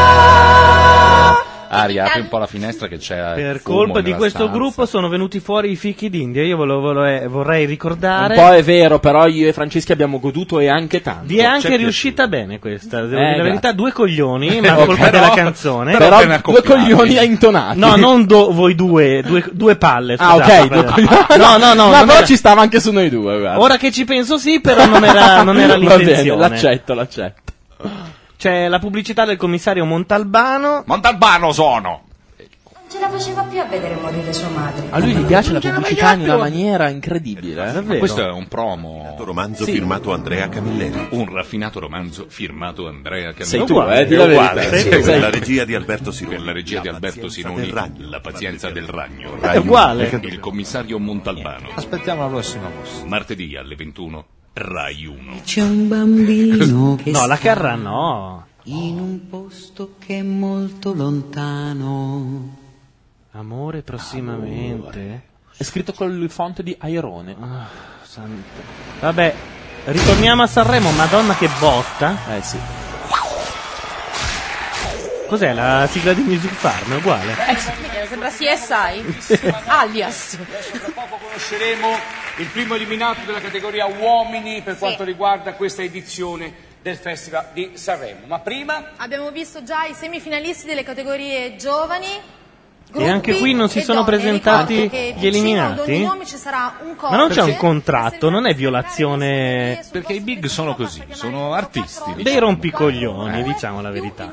[SPEAKER 8] Aria
[SPEAKER 4] Aria, apri un po' la finestra che c'è
[SPEAKER 2] Per colpa di questo gruppo sono venuti fuori i fichi d'India. Io ve lo- ve lo- eh, vorrei
[SPEAKER 3] Un
[SPEAKER 2] ricordare.
[SPEAKER 3] po' è vero, però io e Franceschi abbiamo goduto e anche tanto. Certo.
[SPEAKER 2] Vi è
[SPEAKER 3] Ci
[SPEAKER 2] anche
[SPEAKER 3] piaciuto.
[SPEAKER 2] riuscita bene questa. Devo
[SPEAKER 3] Eh,
[SPEAKER 2] dire la
[SPEAKER 3] grazie.
[SPEAKER 2] verità, due coglioni, ma
[SPEAKER 3] Ok,
[SPEAKER 2] colpa
[SPEAKER 3] però-
[SPEAKER 2] della canzone.
[SPEAKER 3] però Però appena due compilati. coglioni ha intonati.
[SPEAKER 2] eh? No, non do- voi due, due, due palle.
[SPEAKER 3] Ah,
[SPEAKER 2] scusate.
[SPEAKER 3] ok. due coglioni.
[SPEAKER 2] No, no, no.
[SPEAKER 3] Ma
[SPEAKER 2] non
[SPEAKER 3] però
[SPEAKER 2] era-
[SPEAKER 3] ci stava anche su noi due, guarda.
[SPEAKER 2] Ora che ci penso sì, però non era, non era
[SPEAKER 3] Va bene,
[SPEAKER 2] l'intenzione.
[SPEAKER 3] l'accetto, l'accetto.
[SPEAKER 2] C'è la pubblicità del commissario Montalbano.
[SPEAKER 4] Montalbano sono!
[SPEAKER 9] Non ce la faceva più a vedere morire sua madre.
[SPEAKER 3] A lui gli piace la
[SPEAKER 9] Non era
[SPEAKER 3] pubblicità in una
[SPEAKER 9] pagato.
[SPEAKER 3] maniera incredibile. eh.
[SPEAKER 4] Questo è un promo. Un romanzo
[SPEAKER 3] Sì.
[SPEAKER 4] firmato Andrea Camilleri. Un raffinato romanzo firmato Andrea Camilleri.
[SPEAKER 3] Sei tu, Uguale, eh, di la
[SPEAKER 4] È
[SPEAKER 3] verità.
[SPEAKER 4] uguale,
[SPEAKER 3] Sei
[SPEAKER 4] sì,
[SPEAKER 3] tu.
[SPEAKER 4] per la
[SPEAKER 3] Sei tu.
[SPEAKER 4] regia di Alberto Sinoni. Per la regia di Alberto Sinoni. La pazienza del ragno.
[SPEAKER 2] È uguale.
[SPEAKER 4] Il commissario Montalbano.
[SPEAKER 34] Aspettiamo la prossima mossa.
[SPEAKER 4] Martedì alle 21. Rai 1.
[SPEAKER 34] C'è un bambino che
[SPEAKER 2] No, la
[SPEAKER 34] sta
[SPEAKER 2] Carrà no.
[SPEAKER 34] In un posto che è molto lontano.
[SPEAKER 2] Amore prossimamente. Ah,
[SPEAKER 3] È scritto con il font di Airone.
[SPEAKER 2] Vabbè, Eh, ritorniamo a Sanremo, madonna che botta.
[SPEAKER 3] Eh sì.
[SPEAKER 2] Cos'è la sigla di Music Farm? È uguale.
[SPEAKER 5] Eh, sembra CSI. Alias.
[SPEAKER 7] Conosceremo il primo eliminato della categoria uomini per quanto riguarda questa edizione del Festival di Sanremo. Ma prima
[SPEAKER 14] Abbiamo visto già i semifinalisti delle categorie giovani.
[SPEAKER 2] E anche qui non si sono presentati gli eliminati? Ma non c'è un contratto, non è violazione.
[SPEAKER 4] Perché i big sono così, sono artisti. diciamo.
[SPEAKER 2] Dei rompicoglioni, diciamo la verità.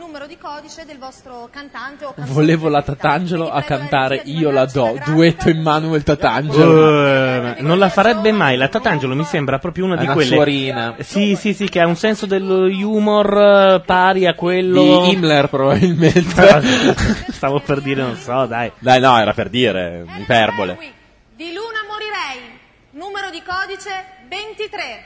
[SPEAKER 3] Volevo la Tatangelo a cantare Io la do, duetto Emanuel Tatangelo.
[SPEAKER 2] Eh, non la farebbe mai, la Tatangelo mi sembra proprio una
[SPEAKER 3] È
[SPEAKER 2] di
[SPEAKER 3] una
[SPEAKER 2] quelle.
[SPEAKER 3] suorina.
[SPEAKER 2] Sì, sì, sì, che ha un senso dello humor eh, pari a quello.
[SPEAKER 3] Di Himmler probabilmente.
[SPEAKER 2] Stavo per dire, non so, dai.
[SPEAKER 3] Dai, no, era per
[SPEAKER 4] eh,
[SPEAKER 3] dire, iperbole.
[SPEAKER 14] Di Luna Morirei, numero di codice 23.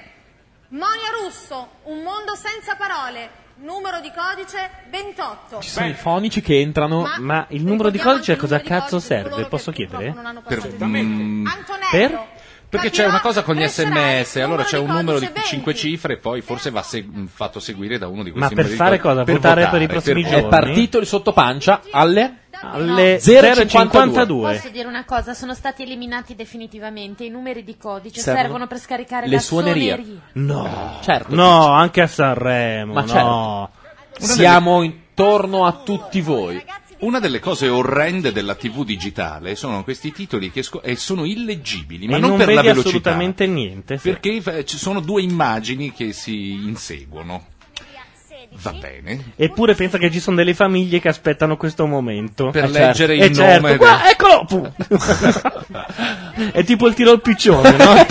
[SPEAKER 14] Monia Russo, Un mondo senza parole, numero di codice 28.
[SPEAKER 3] Ci sono i fonici che entrano.
[SPEAKER 2] Ma, il numero di codice a cosa cazzo serve? Posso chiedere?
[SPEAKER 4] Per, mm,
[SPEAKER 2] Per?
[SPEAKER 4] perché c'è una cosa con gli sms, allora c'è un numero di 5 cifre e poi forse va se- mh, fatto seguire da uno di
[SPEAKER 2] Ma
[SPEAKER 4] questi
[SPEAKER 2] per
[SPEAKER 4] numeri di
[SPEAKER 2] fare
[SPEAKER 4] codice.
[SPEAKER 2] cosa? Votare per i prossimi
[SPEAKER 4] votare.
[SPEAKER 2] giorni?
[SPEAKER 3] È partito il sottopancia alle,
[SPEAKER 2] alle
[SPEAKER 3] 0,52.
[SPEAKER 5] Posso dire una cosa? Sono stati eliminati definitivamente. I numeri di codice
[SPEAKER 2] Servono
[SPEAKER 5] servono, per scaricare
[SPEAKER 2] le
[SPEAKER 5] la
[SPEAKER 2] suonerie.
[SPEAKER 5] suoneria.
[SPEAKER 2] No,
[SPEAKER 3] certo.
[SPEAKER 2] No, anche a Sanremo.
[SPEAKER 3] Ma
[SPEAKER 2] no.
[SPEAKER 3] certo. Siamo intorno a tutti voi.
[SPEAKER 4] Una delle cose orrende della TV digitale sono questi titoli che esco- e sono illeggibili, ma
[SPEAKER 2] E
[SPEAKER 4] non,
[SPEAKER 2] non
[SPEAKER 4] per la
[SPEAKER 2] vedi
[SPEAKER 4] velocità.
[SPEAKER 2] assolutamente niente. sì.
[SPEAKER 4] Perché fa- ci sono due immagini che si inseguono. Va bene.
[SPEAKER 2] Eppure pensa che ci sono delle famiglie che aspettano questo momento.
[SPEAKER 4] Per
[SPEAKER 2] Eh,
[SPEAKER 4] leggere
[SPEAKER 2] certo.
[SPEAKER 4] il
[SPEAKER 2] Eh, certo.
[SPEAKER 4] nome
[SPEAKER 2] Qua,
[SPEAKER 4] del-
[SPEAKER 2] Eccolo! Pum. È tipo il tiro al piccione, no? L'ho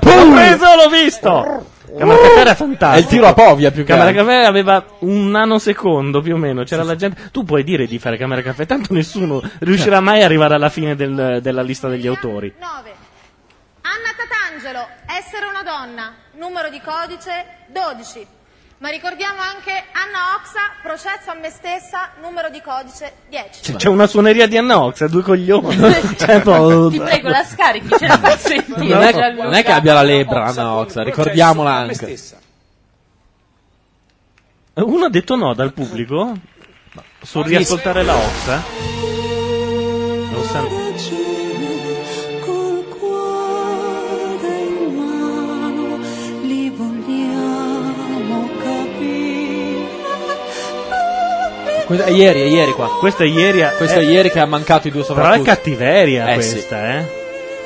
[SPEAKER 2] preso, l'ho visto! Camera Caffè era fantastico.
[SPEAKER 3] È il tiro a Povia più che
[SPEAKER 2] Camera
[SPEAKER 3] altro.
[SPEAKER 2] Caffè aveva un nanosecondo più o meno. C'era la gente. Tu puoi dire di fare Camera Caffè, tanto nessuno riuscirà mai ad arrivare alla fine del- della lista degli autori.
[SPEAKER 14] 9. Anna Tatangelo, essere una donna, numero di codice 12. Ma ricordiamo anche Anna Oxa, processo a me stessa, numero di codice 10.
[SPEAKER 2] C'è, c'è una suoneria di Anna Ox, ha due coglioni. Cioè, boh,
[SPEAKER 5] Ti prego, la scarichi, ce la fai sentire.
[SPEAKER 3] Non è,
[SPEAKER 5] Gianluca.
[SPEAKER 3] non è che abbia la lebra, Anna
[SPEAKER 5] Cioè,
[SPEAKER 3] Oxa, ricordiamola
[SPEAKER 2] me
[SPEAKER 3] anche.
[SPEAKER 2] Uno ha detto no dal pubblico? Sul
[SPEAKER 3] Sì.
[SPEAKER 2] riascoltare la Ox? Lo sa-
[SPEAKER 1] in mano li vogliamo capire.
[SPEAKER 3] Que- è ieri, è ieri qua.
[SPEAKER 2] Questo è ieri.
[SPEAKER 3] Questo è
[SPEAKER 2] eh.
[SPEAKER 3] ieri che ha mancato i due
[SPEAKER 2] Però
[SPEAKER 3] sovrappusti.
[SPEAKER 2] è cattiveria
[SPEAKER 3] Eh, sì.
[SPEAKER 2] questa, eh.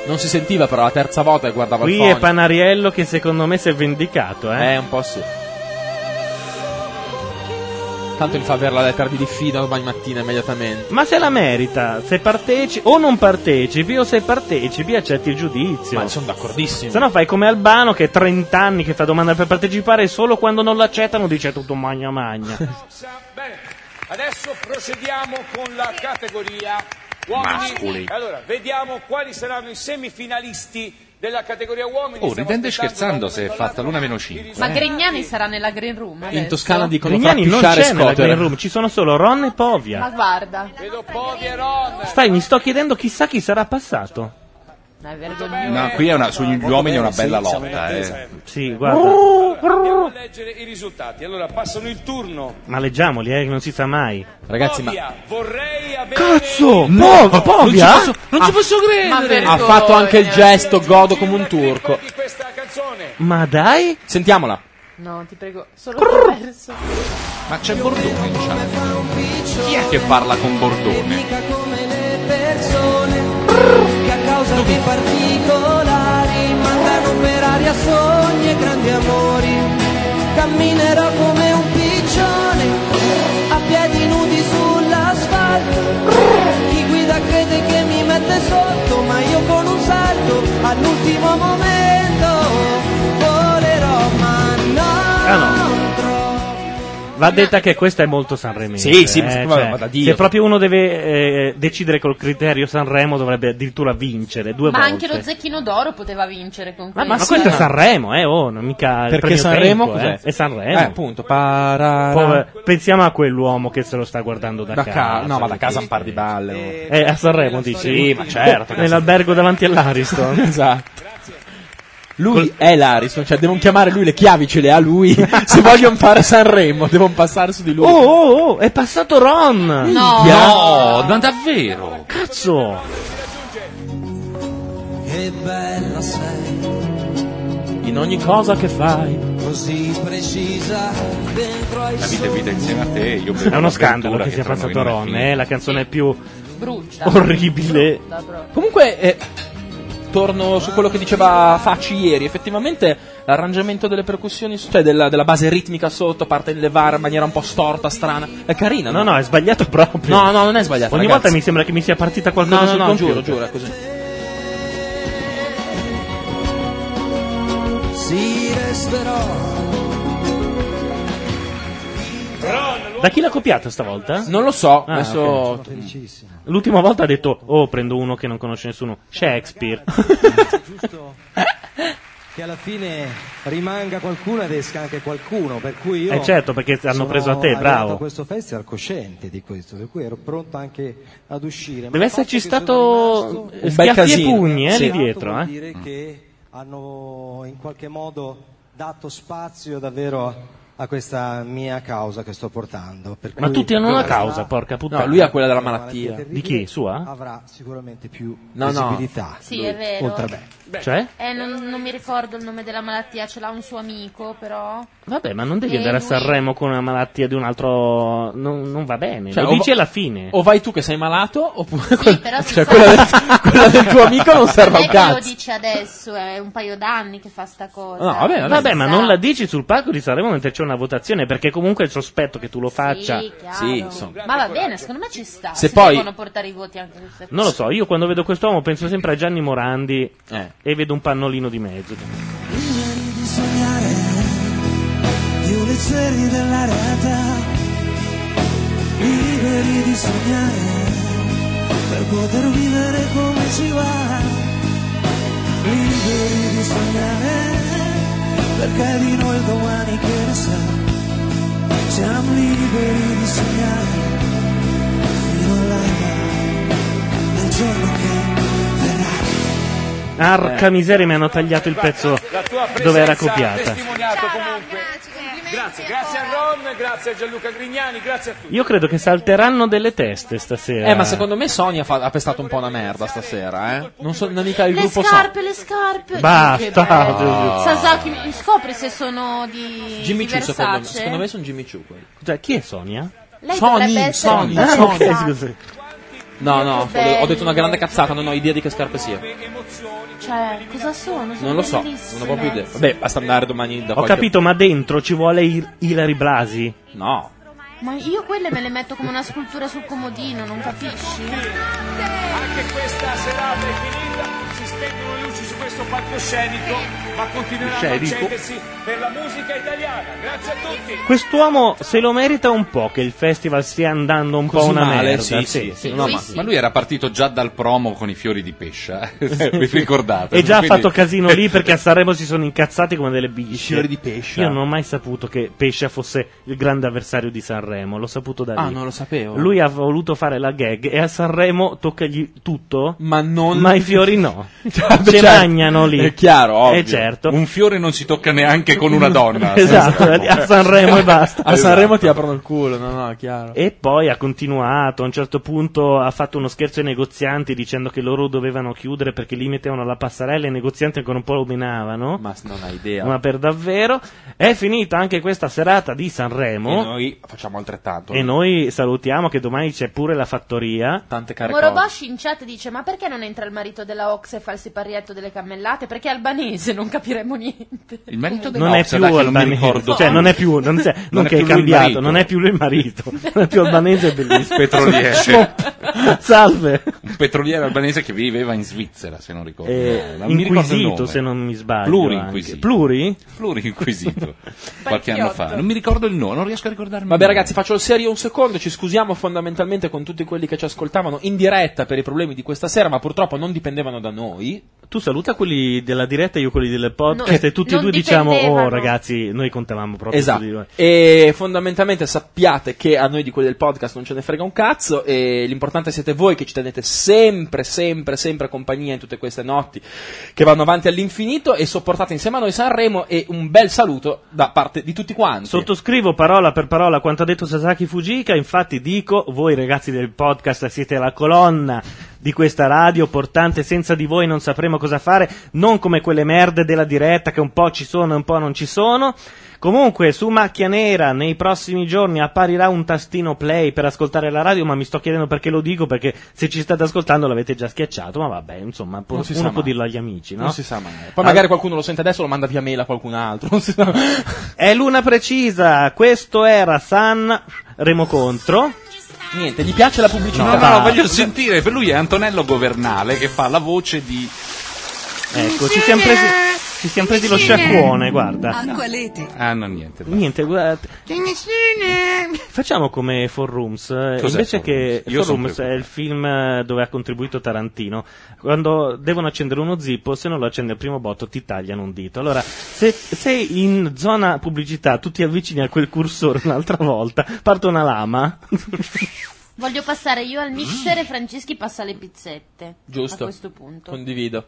[SPEAKER 3] Non si sentiva però la terza volta che guardava il
[SPEAKER 2] Qui
[SPEAKER 3] fonico.
[SPEAKER 2] è Panariello che secondo me si è vendicato, eh.
[SPEAKER 3] Eh, un po' sì. Tanto gli fa avere la lettera di diffida domani mattina immediatamente.
[SPEAKER 2] Ma se la merita, se partecipi o non partecipi, o se partecipi accetti il giudizio.
[SPEAKER 3] Ma sono d'accordissimo.
[SPEAKER 2] Se no fai come Albano che 30 anni che fa domanda per partecipare e solo quando non l'accettano dice tutto magna magna.
[SPEAKER 7] Bene, adesso procediamo con la categoria uomini.
[SPEAKER 4] Mascoli.
[SPEAKER 7] Allora, vediamo quali saranno i semifinalisti della categoria uomini.
[SPEAKER 4] Oh,
[SPEAKER 7] Stiamo
[SPEAKER 4] ridendo e scherzando
[SPEAKER 7] aspettando
[SPEAKER 4] se è fatta l'una meno eh? 5.
[SPEAKER 5] Ma Grignani sarà nella green room. adesso?
[SPEAKER 2] Grignani non
[SPEAKER 3] frappisciare
[SPEAKER 2] c'è nella
[SPEAKER 3] scotere.
[SPEAKER 2] green room, ci sono solo Ron e
[SPEAKER 5] Ma
[SPEAKER 2] Povia.
[SPEAKER 5] guarda.
[SPEAKER 2] Stai, mi sto chiedendo chissà chi sarà passato.
[SPEAKER 5] Dai,
[SPEAKER 7] Eh,
[SPEAKER 5] vergognoso.
[SPEAKER 4] No, qui è una, sugli uomini è una bella lotta. Eh.
[SPEAKER 2] Sì, guarda.
[SPEAKER 7] Andiamo a leggere i risultati. Allora, passano il turno.
[SPEAKER 2] Ma leggiamoli, eh, che non si sa mai.
[SPEAKER 3] Ragazzi,
[SPEAKER 7] Povia, vorrei avere...
[SPEAKER 2] Cazzo! Po-
[SPEAKER 3] No, non ci
[SPEAKER 2] Povia?
[SPEAKER 3] posso- non ci posso credere. Ha fatto anche il gesto, godo come un turco.
[SPEAKER 2] Ma dai?
[SPEAKER 3] Sentiamola.
[SPEAKER 5] No, ti prego, solo un verso.
[SPEAKER 4] Ma c'è Bordone in chat. Chi è che parla con Bordone?
[SPEAKER 1] persone che a causa di particolari mandano per aria sogni e grandi amori. Camminerò come un piccione, a piedi nudi sull'asfalto. Chi guida crede che mi mette sotto, ma io con un salto all'ultimo momento volerò, ma no.
[SPEAKER 2] Ah no. Ah, Va detta che questa è molto Sanremo.
[SPEAKER 3] Sì, sì, ma- vabbè, ma da Dio.
[SPEAKER 2] se proprio uno deve eh, decidere col criterio Sanremo dovrebbe addirittura vincere due
[SPEAKER 5] Ma
[SPEAKER 2] volte.
[SPEAKER 5] anche lo zecchino d'oro poteva vincere con
[SPEAKER 2] ma,
[SPEAKER 5] questo.
[SPEAKER 2] ma questo è Sanremo, eh, oh, non mica il
[SPEAKER 3] Perché
[SPEAKER 2] premio
[SPEAKER 3] Sanremo
[SPEAKER 2] Tempo,
[SPEAKER 3] cos'è?
[SPEAKER 2] eh, è Sanremo.
[SPEAKER 3] Eh, appunto, parara-
[SPEAKER 2] Poi, eh, pensiamo a quell'uomo che se lo sta guardando da,
[SPEAKER 3] Da
[SPEAKER 2] casa.
[SPEAKER 3] ca- no, ma da casa un par di balle. oh.
[SPEAKER 2] Eh, a Sanremo dici?
[SPEAKER 3] Sì, ma certo.
[SPEAKER 2] Nell'albergo davanti all'Ariston.
[SPEAKER 3] esatto. Lui è l'Arison, cioè devono chiamare lui, le chiavi ce le ha lui. Se vogliono fare Sanremo, devono passare su di lui.
[SPEAKER 2] Oh, oh, oh, è passato Ron!
[SPEAKER 3] No.
[SPEAKER 4] No, ma davvero?
[SPEAKER 2] Cazzo!
[SPEAKER 1] Che bella sei,
[SPEAKER 3] In ogni cosa che fai.
[SPEAKER 1] così precisa dentro ai
[SPEAKER 4] La vita è vita insieme a te. Io
[SPEAKER 2] È uno scandalo che sia passato Ron, è la canzone più orribile.
[SPEAKER 3] Comunque, eh, torno su quello che diceva Facci ieri. Effettivamente, l'arrangiamento delle percussioni, cioè della, della base ritmica sotto, parte in levare in maniera un po' storta, strana. È carina,
[SPEAKER 2] No, no, è sbagliato proprio.
[SPEAKER 3] No, no, non è sbagliato,
[SPEAKER 2] Ogni
[SPEAKER 3] ragazzi.
[SPEAKER 2] volta mi sembra che mi sia partita
[SPEAKER 3] No,
[SPEAKER 2] qualcosa
[SPEAKER 3] no,
[SPEAKER 2] sul
[SPEAKER 3] no,
[SPEAKER 2] computer.
[SPEAKER 3] giuro, giuro, è così.
[SPEAKER 1] Sì, resterò.
[SPEAKER 2] Da chi l'ha copiata stavolta? Ah,
[SPEAKER 3] Non lo so,
[SPEAKER 1] adesso-
[SPEAKER 2] L'ultima volta ha detto, oh, prendo uno che non conosce nessuno. Shakespeare.
[SPEAKER 21] Che alla fine rimanga qualcuno ed esca anche qualcuno, per cui io...
[SPEAKER 2] Eh certo, perché hanno
[SPEAKER 21] sono
[SPEAKER 2] preso a te,
[SPEAKER 21] arrivato
[SPEAKER 2] bravo.
[SPEAKER 21] a questo festival cosciente di questo, per cui ero pronto anche ad uscire. Ma
[SPEAKER 2] Deve
[SPEAKER 21] il fatto
[SPEAKER 2] esserci
[SPEAKER 21] che sono
[SPEAKER 2] stato
[SPEAKER 21] rimasto-
[SPEAKER 2] eh, schiaffi e pugni, eh, lì dietro,
[SPEAKER 21] Vuol
[SPEAKER 2] eh.
[SPEAKER 21] dire che hanno in qualche modo dato spazio davvero a- a questa mia causa che sto portando. per
[SPEAKER 2] Ma
[SPEAKER 21] cui
[SPEAKER 2] tutti hanno una
[SPEAKER 21] questa
[SPEAKER 2] causa, porca puttana.
[SPEAKER 21] lui ha quella
[SPEAKER 3] della
[SPEAKER 21] malattia
[SPEAKER 2] Di chi? Sua?
[SPEAKER 21] Avrà sicuramente più
[SPEAKER 2] No, no.
[SPEAKER 21] visibilità.
[SPEAKER 5] Sì,
[SPEAKER 21] lui,
[SPEAKER 5] è vero.
[SPEAKER 21] Oltre a me.
[SPEAKER 2] Cioè?
[SPEAKER 5] Eh, non, non mi ricordo il nome della malattia, ce l'ha un suo amico, però.
[SPEAKER 2] Vabbè, ma non devi
[SPEAKER 5] Eh,
[SPEAKER 2] andare a
[SPEAKER 5] lui-
[SPEAKER 2] Sanremo con una malattia di un altro... Non, non va bene.
[SPEAKER 3] Cioè,
[SPEAKER 2] Lo
[SPEAKER 3] o
[SPEAKER 2] dici
[SPEAKER 3] va-
[SPEAKER 2] alla fine.
[SPEAKER 3] O vai tu che sei malato, oppure
[SPEAKER 5] però si
[SPEAKER 3] cioè,
[SPEAKER 5] sa-
[SPEAKER 3] quella, del, quella del tuo amico non serve a
[SPEAKER 2] un
[SPEAKER 5] non è che Eh, lo
[SPEAKER 2] cazzo.
[SPEAKER 5] dice adesso, è un paio d'anni che fa sta cosa.
[SPEAKER 2] No, vabbè, vabbè.
[SPEAKER 5] Si
[SPEAKER 2] ma
[SPEAKER 5] sa.
[SPEAKER 2] non la dici sul palco di Sanremo mentre c'è una votazione, perché comunque il sospetto che tu lo faccia.
[SPEAKER 5] chiaro. Ma va bene, secondo me ci sta.
[SPEAKER 2] Se
[SPEAKER 5] Se
[SPEAKER 2] poi-
[SPEAKER 5] poi devono portare i voti anche su queste
[SPEAKER 2] Non lo so, io quando vedo quest'uomo penso sempre a Gianni Morandi
[SPEAKER 3] Eh.
[SPEAKER 2] e vedo un pannolino di mezzo.
[SPEAKER 1] Liberi di sognare più leggeri della realtà liberi di sognare per poter vivere come ci va liberi di sognare perché di noi domani che ne sa siamo liberi di sognare fino all'alba del giorno che verrà
[SPEAKER 2] Arca miseria, mi hanno tagliato il pezzo
[SPEAKER 7] Eh. La tua presenza
[SPEAKER 2] dove era copiata.
[SPEAKER 7] testimoniato comunque. Grazie, grazie a Ron, grazie a Gianluca Grignani, grazie a tutti.
[SPEAKER 2] Io credo che salteranno delle teste stasera.
[SPEAKER 3] Eh, ma secondo me Sony ha, fa- ha pestato un po' una merda stasera, eh. Non so, non mica il
[SPEAKER 5] Le
[SPEAKER 3] gruppo
[SPEAKER 5] scarpe, le scarpe.
[SPEAKER 3] Basta.
[SPEAKER 5] Che bello.
[SPEAKER 3] Ah.
[SPEAKER 5] Sasaki, mi- scopri se sono di.
[SPEAKER 3] Sony. Jimmy
[SPEAKER 5] di
[SPEAKER 3] Choo, secondo me.
[SPEAKER 5] Versace?
[SPEAKER 3] Secondo me sono Jimmy Choo quelli.
[SPEAKER 2] Cioè, chi è Sonia?
[SPEAKER 5] Lei dovrebbe
[SPEAKER 3] Sony,
[SPEAKER 5] essere
[SPEAKER 3] Sony,
[SPEAKER 5] una
[SPEAKER 3] Sony.
[SPEAKER 5] scarpa.
[SPEAKER 3] Ah, ok, scusa. No, no, ho,
[SPEAKER 5] bello.
[SPEAKER 3] ho detto una grande cazzata, non ho idea di che scarpe sia.
[SPEAKER 5] Cioè, cosa sono? Sono
[SPEAKER 3] Eh, Non lo so,
[SPEAKER 5] bellissime.
[SPEAKER 3] non ho proprio idea. Vabbè, basta andare domani da
[SPEAKER 2] Ho
[SPEAKER 3] qualche-
[SPEAKER 2] capito, ma dentro ci vuole Il- Hilary Blasi?
[SPEAKER 3] No.
[SPEAKER 5] Ma io quelle me le metto come una scultura sul comodino, non capisci?
[SPEAKER 7] Anche questa serata è finita, si spengono le luci su questo palcoscenico, ma continueranno a
[SPEAKER 2] Scenico.
[SPEAKER 7] accendersi per la musica italiana. Grazie a tutti.
[SPEAKER 2] Quest'uomo se lo merita un po' che il festival stia andando un po'
[SPEAKER 4] Così
[SPEAKER 2] una
[SPEAKER 4] male,
[SPEAKER 2] merda.
[SPEAKER 4] sì, sì, sì. No, ma, ma lui era partito già dal promo con i fiori di pesce, eh. vi ricordate?
[SPEAKER 2] E già ha
[SPEAKER 4] Quindi-
[SPEAKER 2] fatto casino lì perché a Sanremo si sono incazzati come delle bisce.
[SPEAKER 3] Fiori di Pescia.
[SPEAKER 2] Io non ho mai saputo che Pescia fosse il grande avversario di Sanremo, l'ho saputo da lì.
[SPEAKER 3] Ah, non lo sapevo.
[SPEAKER 2] Lui ha voluto fare la gag e a Sanremo toccagli tutto,
[SPEAKER 3] ma, non...
[SPEAKER 2] ma i fiori no.
[SPEAKER 4] Cioè,
[SPEAKER 2] Ce mangiano lì.
[SPEAKER 4] È chiaro, ovvio.
[SPEAKER 2] Eh certo.
[SPEAKER 4] Un fiore non si tocca neanche con una donna. Esatto.
[SPEAKER 2] Esatto, a Sanremo e basta.
[SPEAKER 3] A Sanremo ti aprono il culo, no, no, chiaro.
[SPEAKER 2] Esatto. E poi ha continuato, a un certo punto ha fatto uno scherzo ai negozianti dicendo che loro dovevano chiudere perché lì mettevano la passerella e i negozianti ancora un po' lo menavano.
[SPEAKER 3] Ma non hai idea.
[SPEAKER 2] Ma per davvero. È finita anche questa serata di Sanremo.
[SPEAKER 3] E noi facciamo altrettanto.
[SPEAKER 2] E noi salutiamo che domani c'è pure la fattoria.
[SPEAKER 3] Tante
[SPEAKER 5] Moroboshi in chat dice: Ma perché non entra il marito della Ox e fa il siparietto delle cammellate? Perché è albanese, non capiremo niente.
[SPEAKER 4] Il marito
[SPEAKER 2] Non è più albanese, cioè non è più, non, c'è- non
[SPEAKER 4] Non è
[SPEAKER 2] che è
[SPEAKER 4] più lui il
[SPEAKER 2] cambiato,
[SPEAKER 4] marito.
[SPEAKER 2] non è più lui il marito, non è più albanese, è bellissimo.
[SPEAKER 4] Petroliere.
[SPEAKER 2] Salve.
[SPEAKER 4] Un petroliere albanese che viveva in Svizzera, se non ricordo.
[SPEAKER 2] Eh,
[SPEAKER 4] male. Non mi ricordo il
[SPEAKER 2] inquisito
[SPEAKER 4] nome.
[SPEAKER 2] se non mi sbaglio.
[SPEAKER 4] Plurinquisito.
[SPEAKER 2] Pluri?
[SPEAKER 4] Plurinquisito. Qualche anno fa. Non mi ricordo il nome, non riesco a ricordarmi.
[SPEAKER 3] Vabbè
[SPEAKER 4] il nome.
[SPEAKER 3] ragazzi, faccio il serio un secondo, ci scusiamo fondamentalmente con tutti quelli che ci ascoltavano in diretta per i problemi di questa sera, ma purtroppo non dipendevano da noi.
[SPEAKER 2] Tu saluta quelli della diretta e io quelli del podcast
[SPEAKER 3] No,
[SPEAKER 2] e tutti e
[SPEAKER 3] non
[SPEAKER 2] due diciamo oh
[SPEAKER 3] dipendevano."
[SPEAKER 2] ragazzi, noi contavamo proprio
[SPEAKER 3] Esatto.
[SPEAKER 2] su di voi.
[SPEAKER 3] E fondamentalmente sappiate che a noi di quelli del podcast non ce ne frega un cazzo e l'importante siete voi che ci tenete sempre, sempre, sempre compagnia in tutte queste notti che vanno avanti all'infinito e sopportate insieme a noi Sanremo e un bel saluto da parte di tutti quanti.
[SPEAKER 2] Sottoscrivo parola per parola quanto ha detto Sasaki Fujika, infatti dico, voi ragazzi del podcast siete la colonna di questa radio portante, senza di voi non sapremo cosa fare, non come quelle merde della diretta che un po' ci sono e un po' non ci sono. Comunque, su Macchia Nera nei prossimi giorni apparirà un tastino play per ascoltare la radio, ma mi sto chiedendo perché lo dico, perché se ci state ascoltando l'avete già schiacciato, ma vabbè, insomma, po-
[SPEAKER 3] Non si sa
[SPEAKER 2] uno può
[SPEAKER 3] mai.
[SPEAKER 2] dirlo agli amici, no?
[SPEAKER 3] Non si sa mai. Poi magari qualcuno lo sente adesso e lo manda via mail a qualcun altro. Non si sa.
[SPEAKER 2] È l'una precisa, questo era San Remo Contro.
[SPEAKER 3] Niente, gli piace la pubblicità.
[SPEAKER 4] No, no, no, voglio sentire. Per lui è Antonello Governale che fa la voce di.
[SPEAKER 2] Ecco, ci siamo presi, ci siamo presi lo sciacquone, guarda.
[SPEAKER 8] Acqualete.
[SPEAKER 4] Ah, no, niente.
[SPEAKER 2] Niente, guardate. Facciamo come For Rooms. eh,
[SPEAKER 4] Cos'è
[SPEAKER 2] Invece
[SPEAKER 4] For
[SPEAKER 2] che
[SPEAKER 4] Rooms? Io
[SPEAKER 2] For
[SPEAKER 4] sono
[SPEAKER 2] Rooms è il film eh, dove ha contribuito Tarantino. Quando devono accendere uno zippo, se non lo accende al primo botto, ti tagliano un dito. Allora, se sei in zona pubblicità, tu ti avvicini a quel cursore un'altra volta, parte una lama.
[SPEAKER 5] Voglio passare io al mixer e Franceschi passa le pizzette.
[SPEAKER 3] Giusto.
[SPEAKER 5] A questo punto.
[SPEAKER 3] Condivido.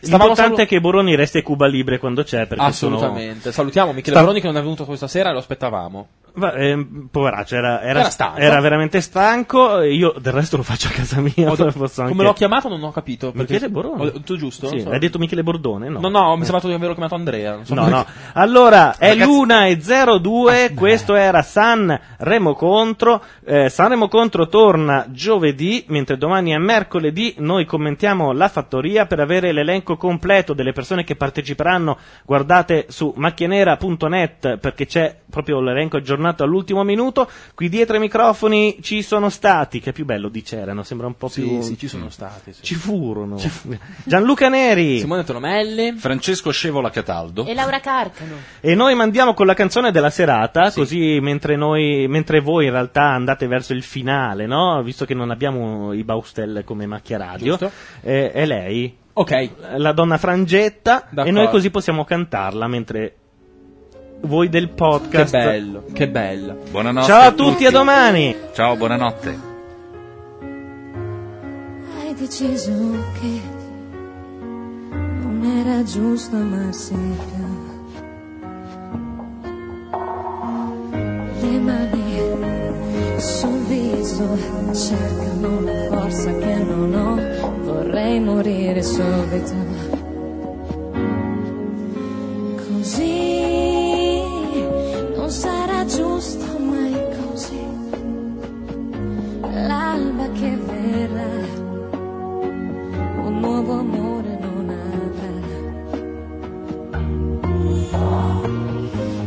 [SPEAKER 3] Stavamo
[SPEAKER 2] L'importante
[SPEAKER 3] salu-
[SPEAKER 2] è che Boroni resti a Cuba Libre quando c'è, perché sono-
[SPEAKER 3] Assolutamente. Salutiamo Michele
[SPEAKER 2] Sta-
[SPEAKER 3] Baroni che non è venuto questa sera e lo aspettavamo.
[SPEAKER 2] Va- ehm, poveraccio, era, era-
[SPEAKER 3] Era stanco.
[SPEAKER 2] era veramente stanco. e Io del resto lo faccio a casa mia. posso anche-
[SPEAKER 3] Come l'ho chiamato non ho capito. perché-
[SPEAKER 2] Michele Boroni.
[SPEAKER 3] Ho detto giusto?
[SPEAKER 2] Sì,
[SPEAKER 3] Non so.
[SPEAKER 2] hai detto Michele Bordone? No,
[SPEAKER 3] No, no, mi è sembrato di averlo chiamato Andrea. non so
[SPEAKER 2] No,
[SPEAKER 3] perché.
[SPEAKER 2] no. Allora, è l'una e
[SPEAKER 3] Ah,
[SPEAKER 2] 02. Questo era San Remo Contro. Eh, San Remo Contro torna giovedì, mentre domani è mercoledì. Noi commentiamo la fattoria per avere l'elenco completo delle persone che parteciperanno. Guardate su macchianera.net perché c'è proprio l'elenco aggiornato all'ultimo minuto. Qui dietro ai microfoni ci sono stati, che è più bello di c'erano, sembra un po'
[SPEAKER 3] Sì,
[SPEAKER 2] più.
[SPEAKER 3] sì, ci sono stati. sì.
[SPEAKER 2] Ci furono. Gianluca Neri.
[SPEAKER 3] Simone Tolomelli.
[SPEAKER 4] Francesco Scevola Cataldo.
[SPEAKER 5] E Laura Carcano.
[SPEAKER 2] E noi mandiamo con la canzone della serata, così mentre, noi, mentre voi in realtà andate verso il finale, no? Visto che non abbiamo i Baustel come macchia radio,
[SPEAKER 3] Giusto.
[SPEAKER 2] eh, è lei.
[SPEAKER 3] Ok.
[SPEAKER 2] La donna frangetta. E
[SPEAKER 3] D'accordo.
[SPEAKER 2] noi così possiamo cantarla mentre voi del
[SPEAKER 3] Che
[SPEAKER 2] podcast.
[SPEAKER 3] bello, che bella.
[SPEAKER 4] Buonanotte.
[SPEAKER 2] Ciao a tutti, a domani.
[SPEAKER 4] Ciao, buonanotte.
[SPEAKER 18] Hai deciso che non era giusto amarsi più. Le mani sul viso cercano la forza che non ho, vorrei morire subito. Così non sarà giusto mai così. L'alba che verrà un nuovo amore non avrà.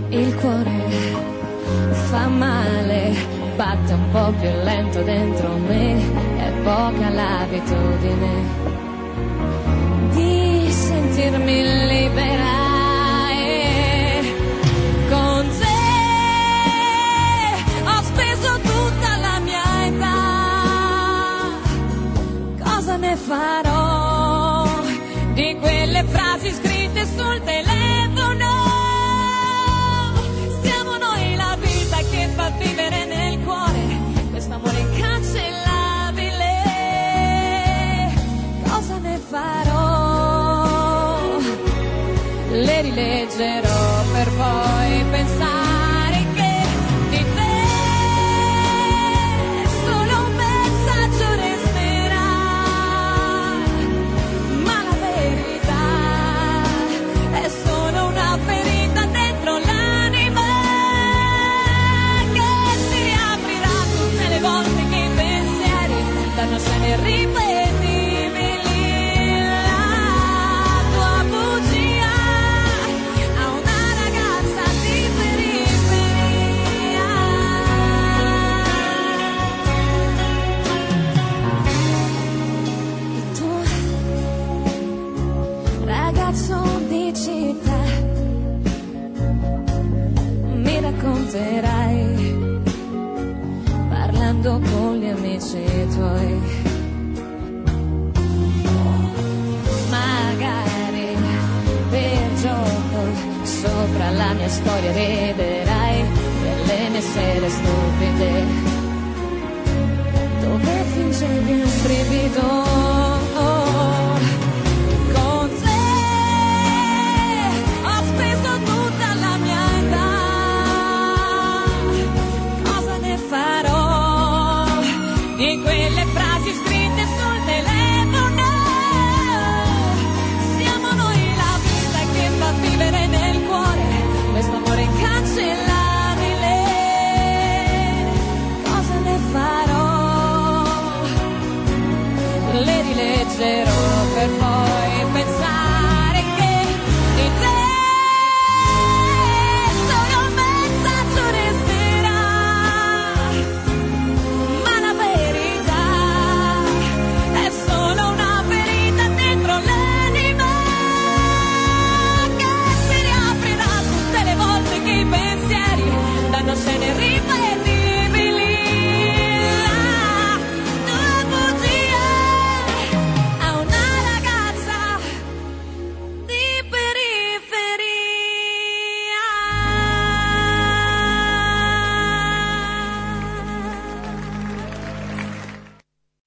[SPEAKER 18] Il cuore fa male, batte un po' più lento dentro me, è poca l'abitudine di sentirmi libera. e Con te ho speso tutta la mia età cosa ne farò di quelle frasi scritte sul telefono? Siamo noi la vita che fa vivere nel cuore questo amore incancellabile. Cosa ne farò? Le rileggerò per poi pensare che di te solo un messaggio resterà. Ma la verità è solo una ferita dentro l'anima che si riaprirà tutte le volte che i pensieri danno scene irripetibili. La tua bugia a una ragazza di periferia. E tu ragazzo di città, mi racconterai, parlando con gli amici tuoi. Magari per gioco sopra la mia storia riderai delle mie sere stupide. Dove dove fingevi un brivido. Con te ho speso tutta la mia età. Cosa ne farò di quelle frasi?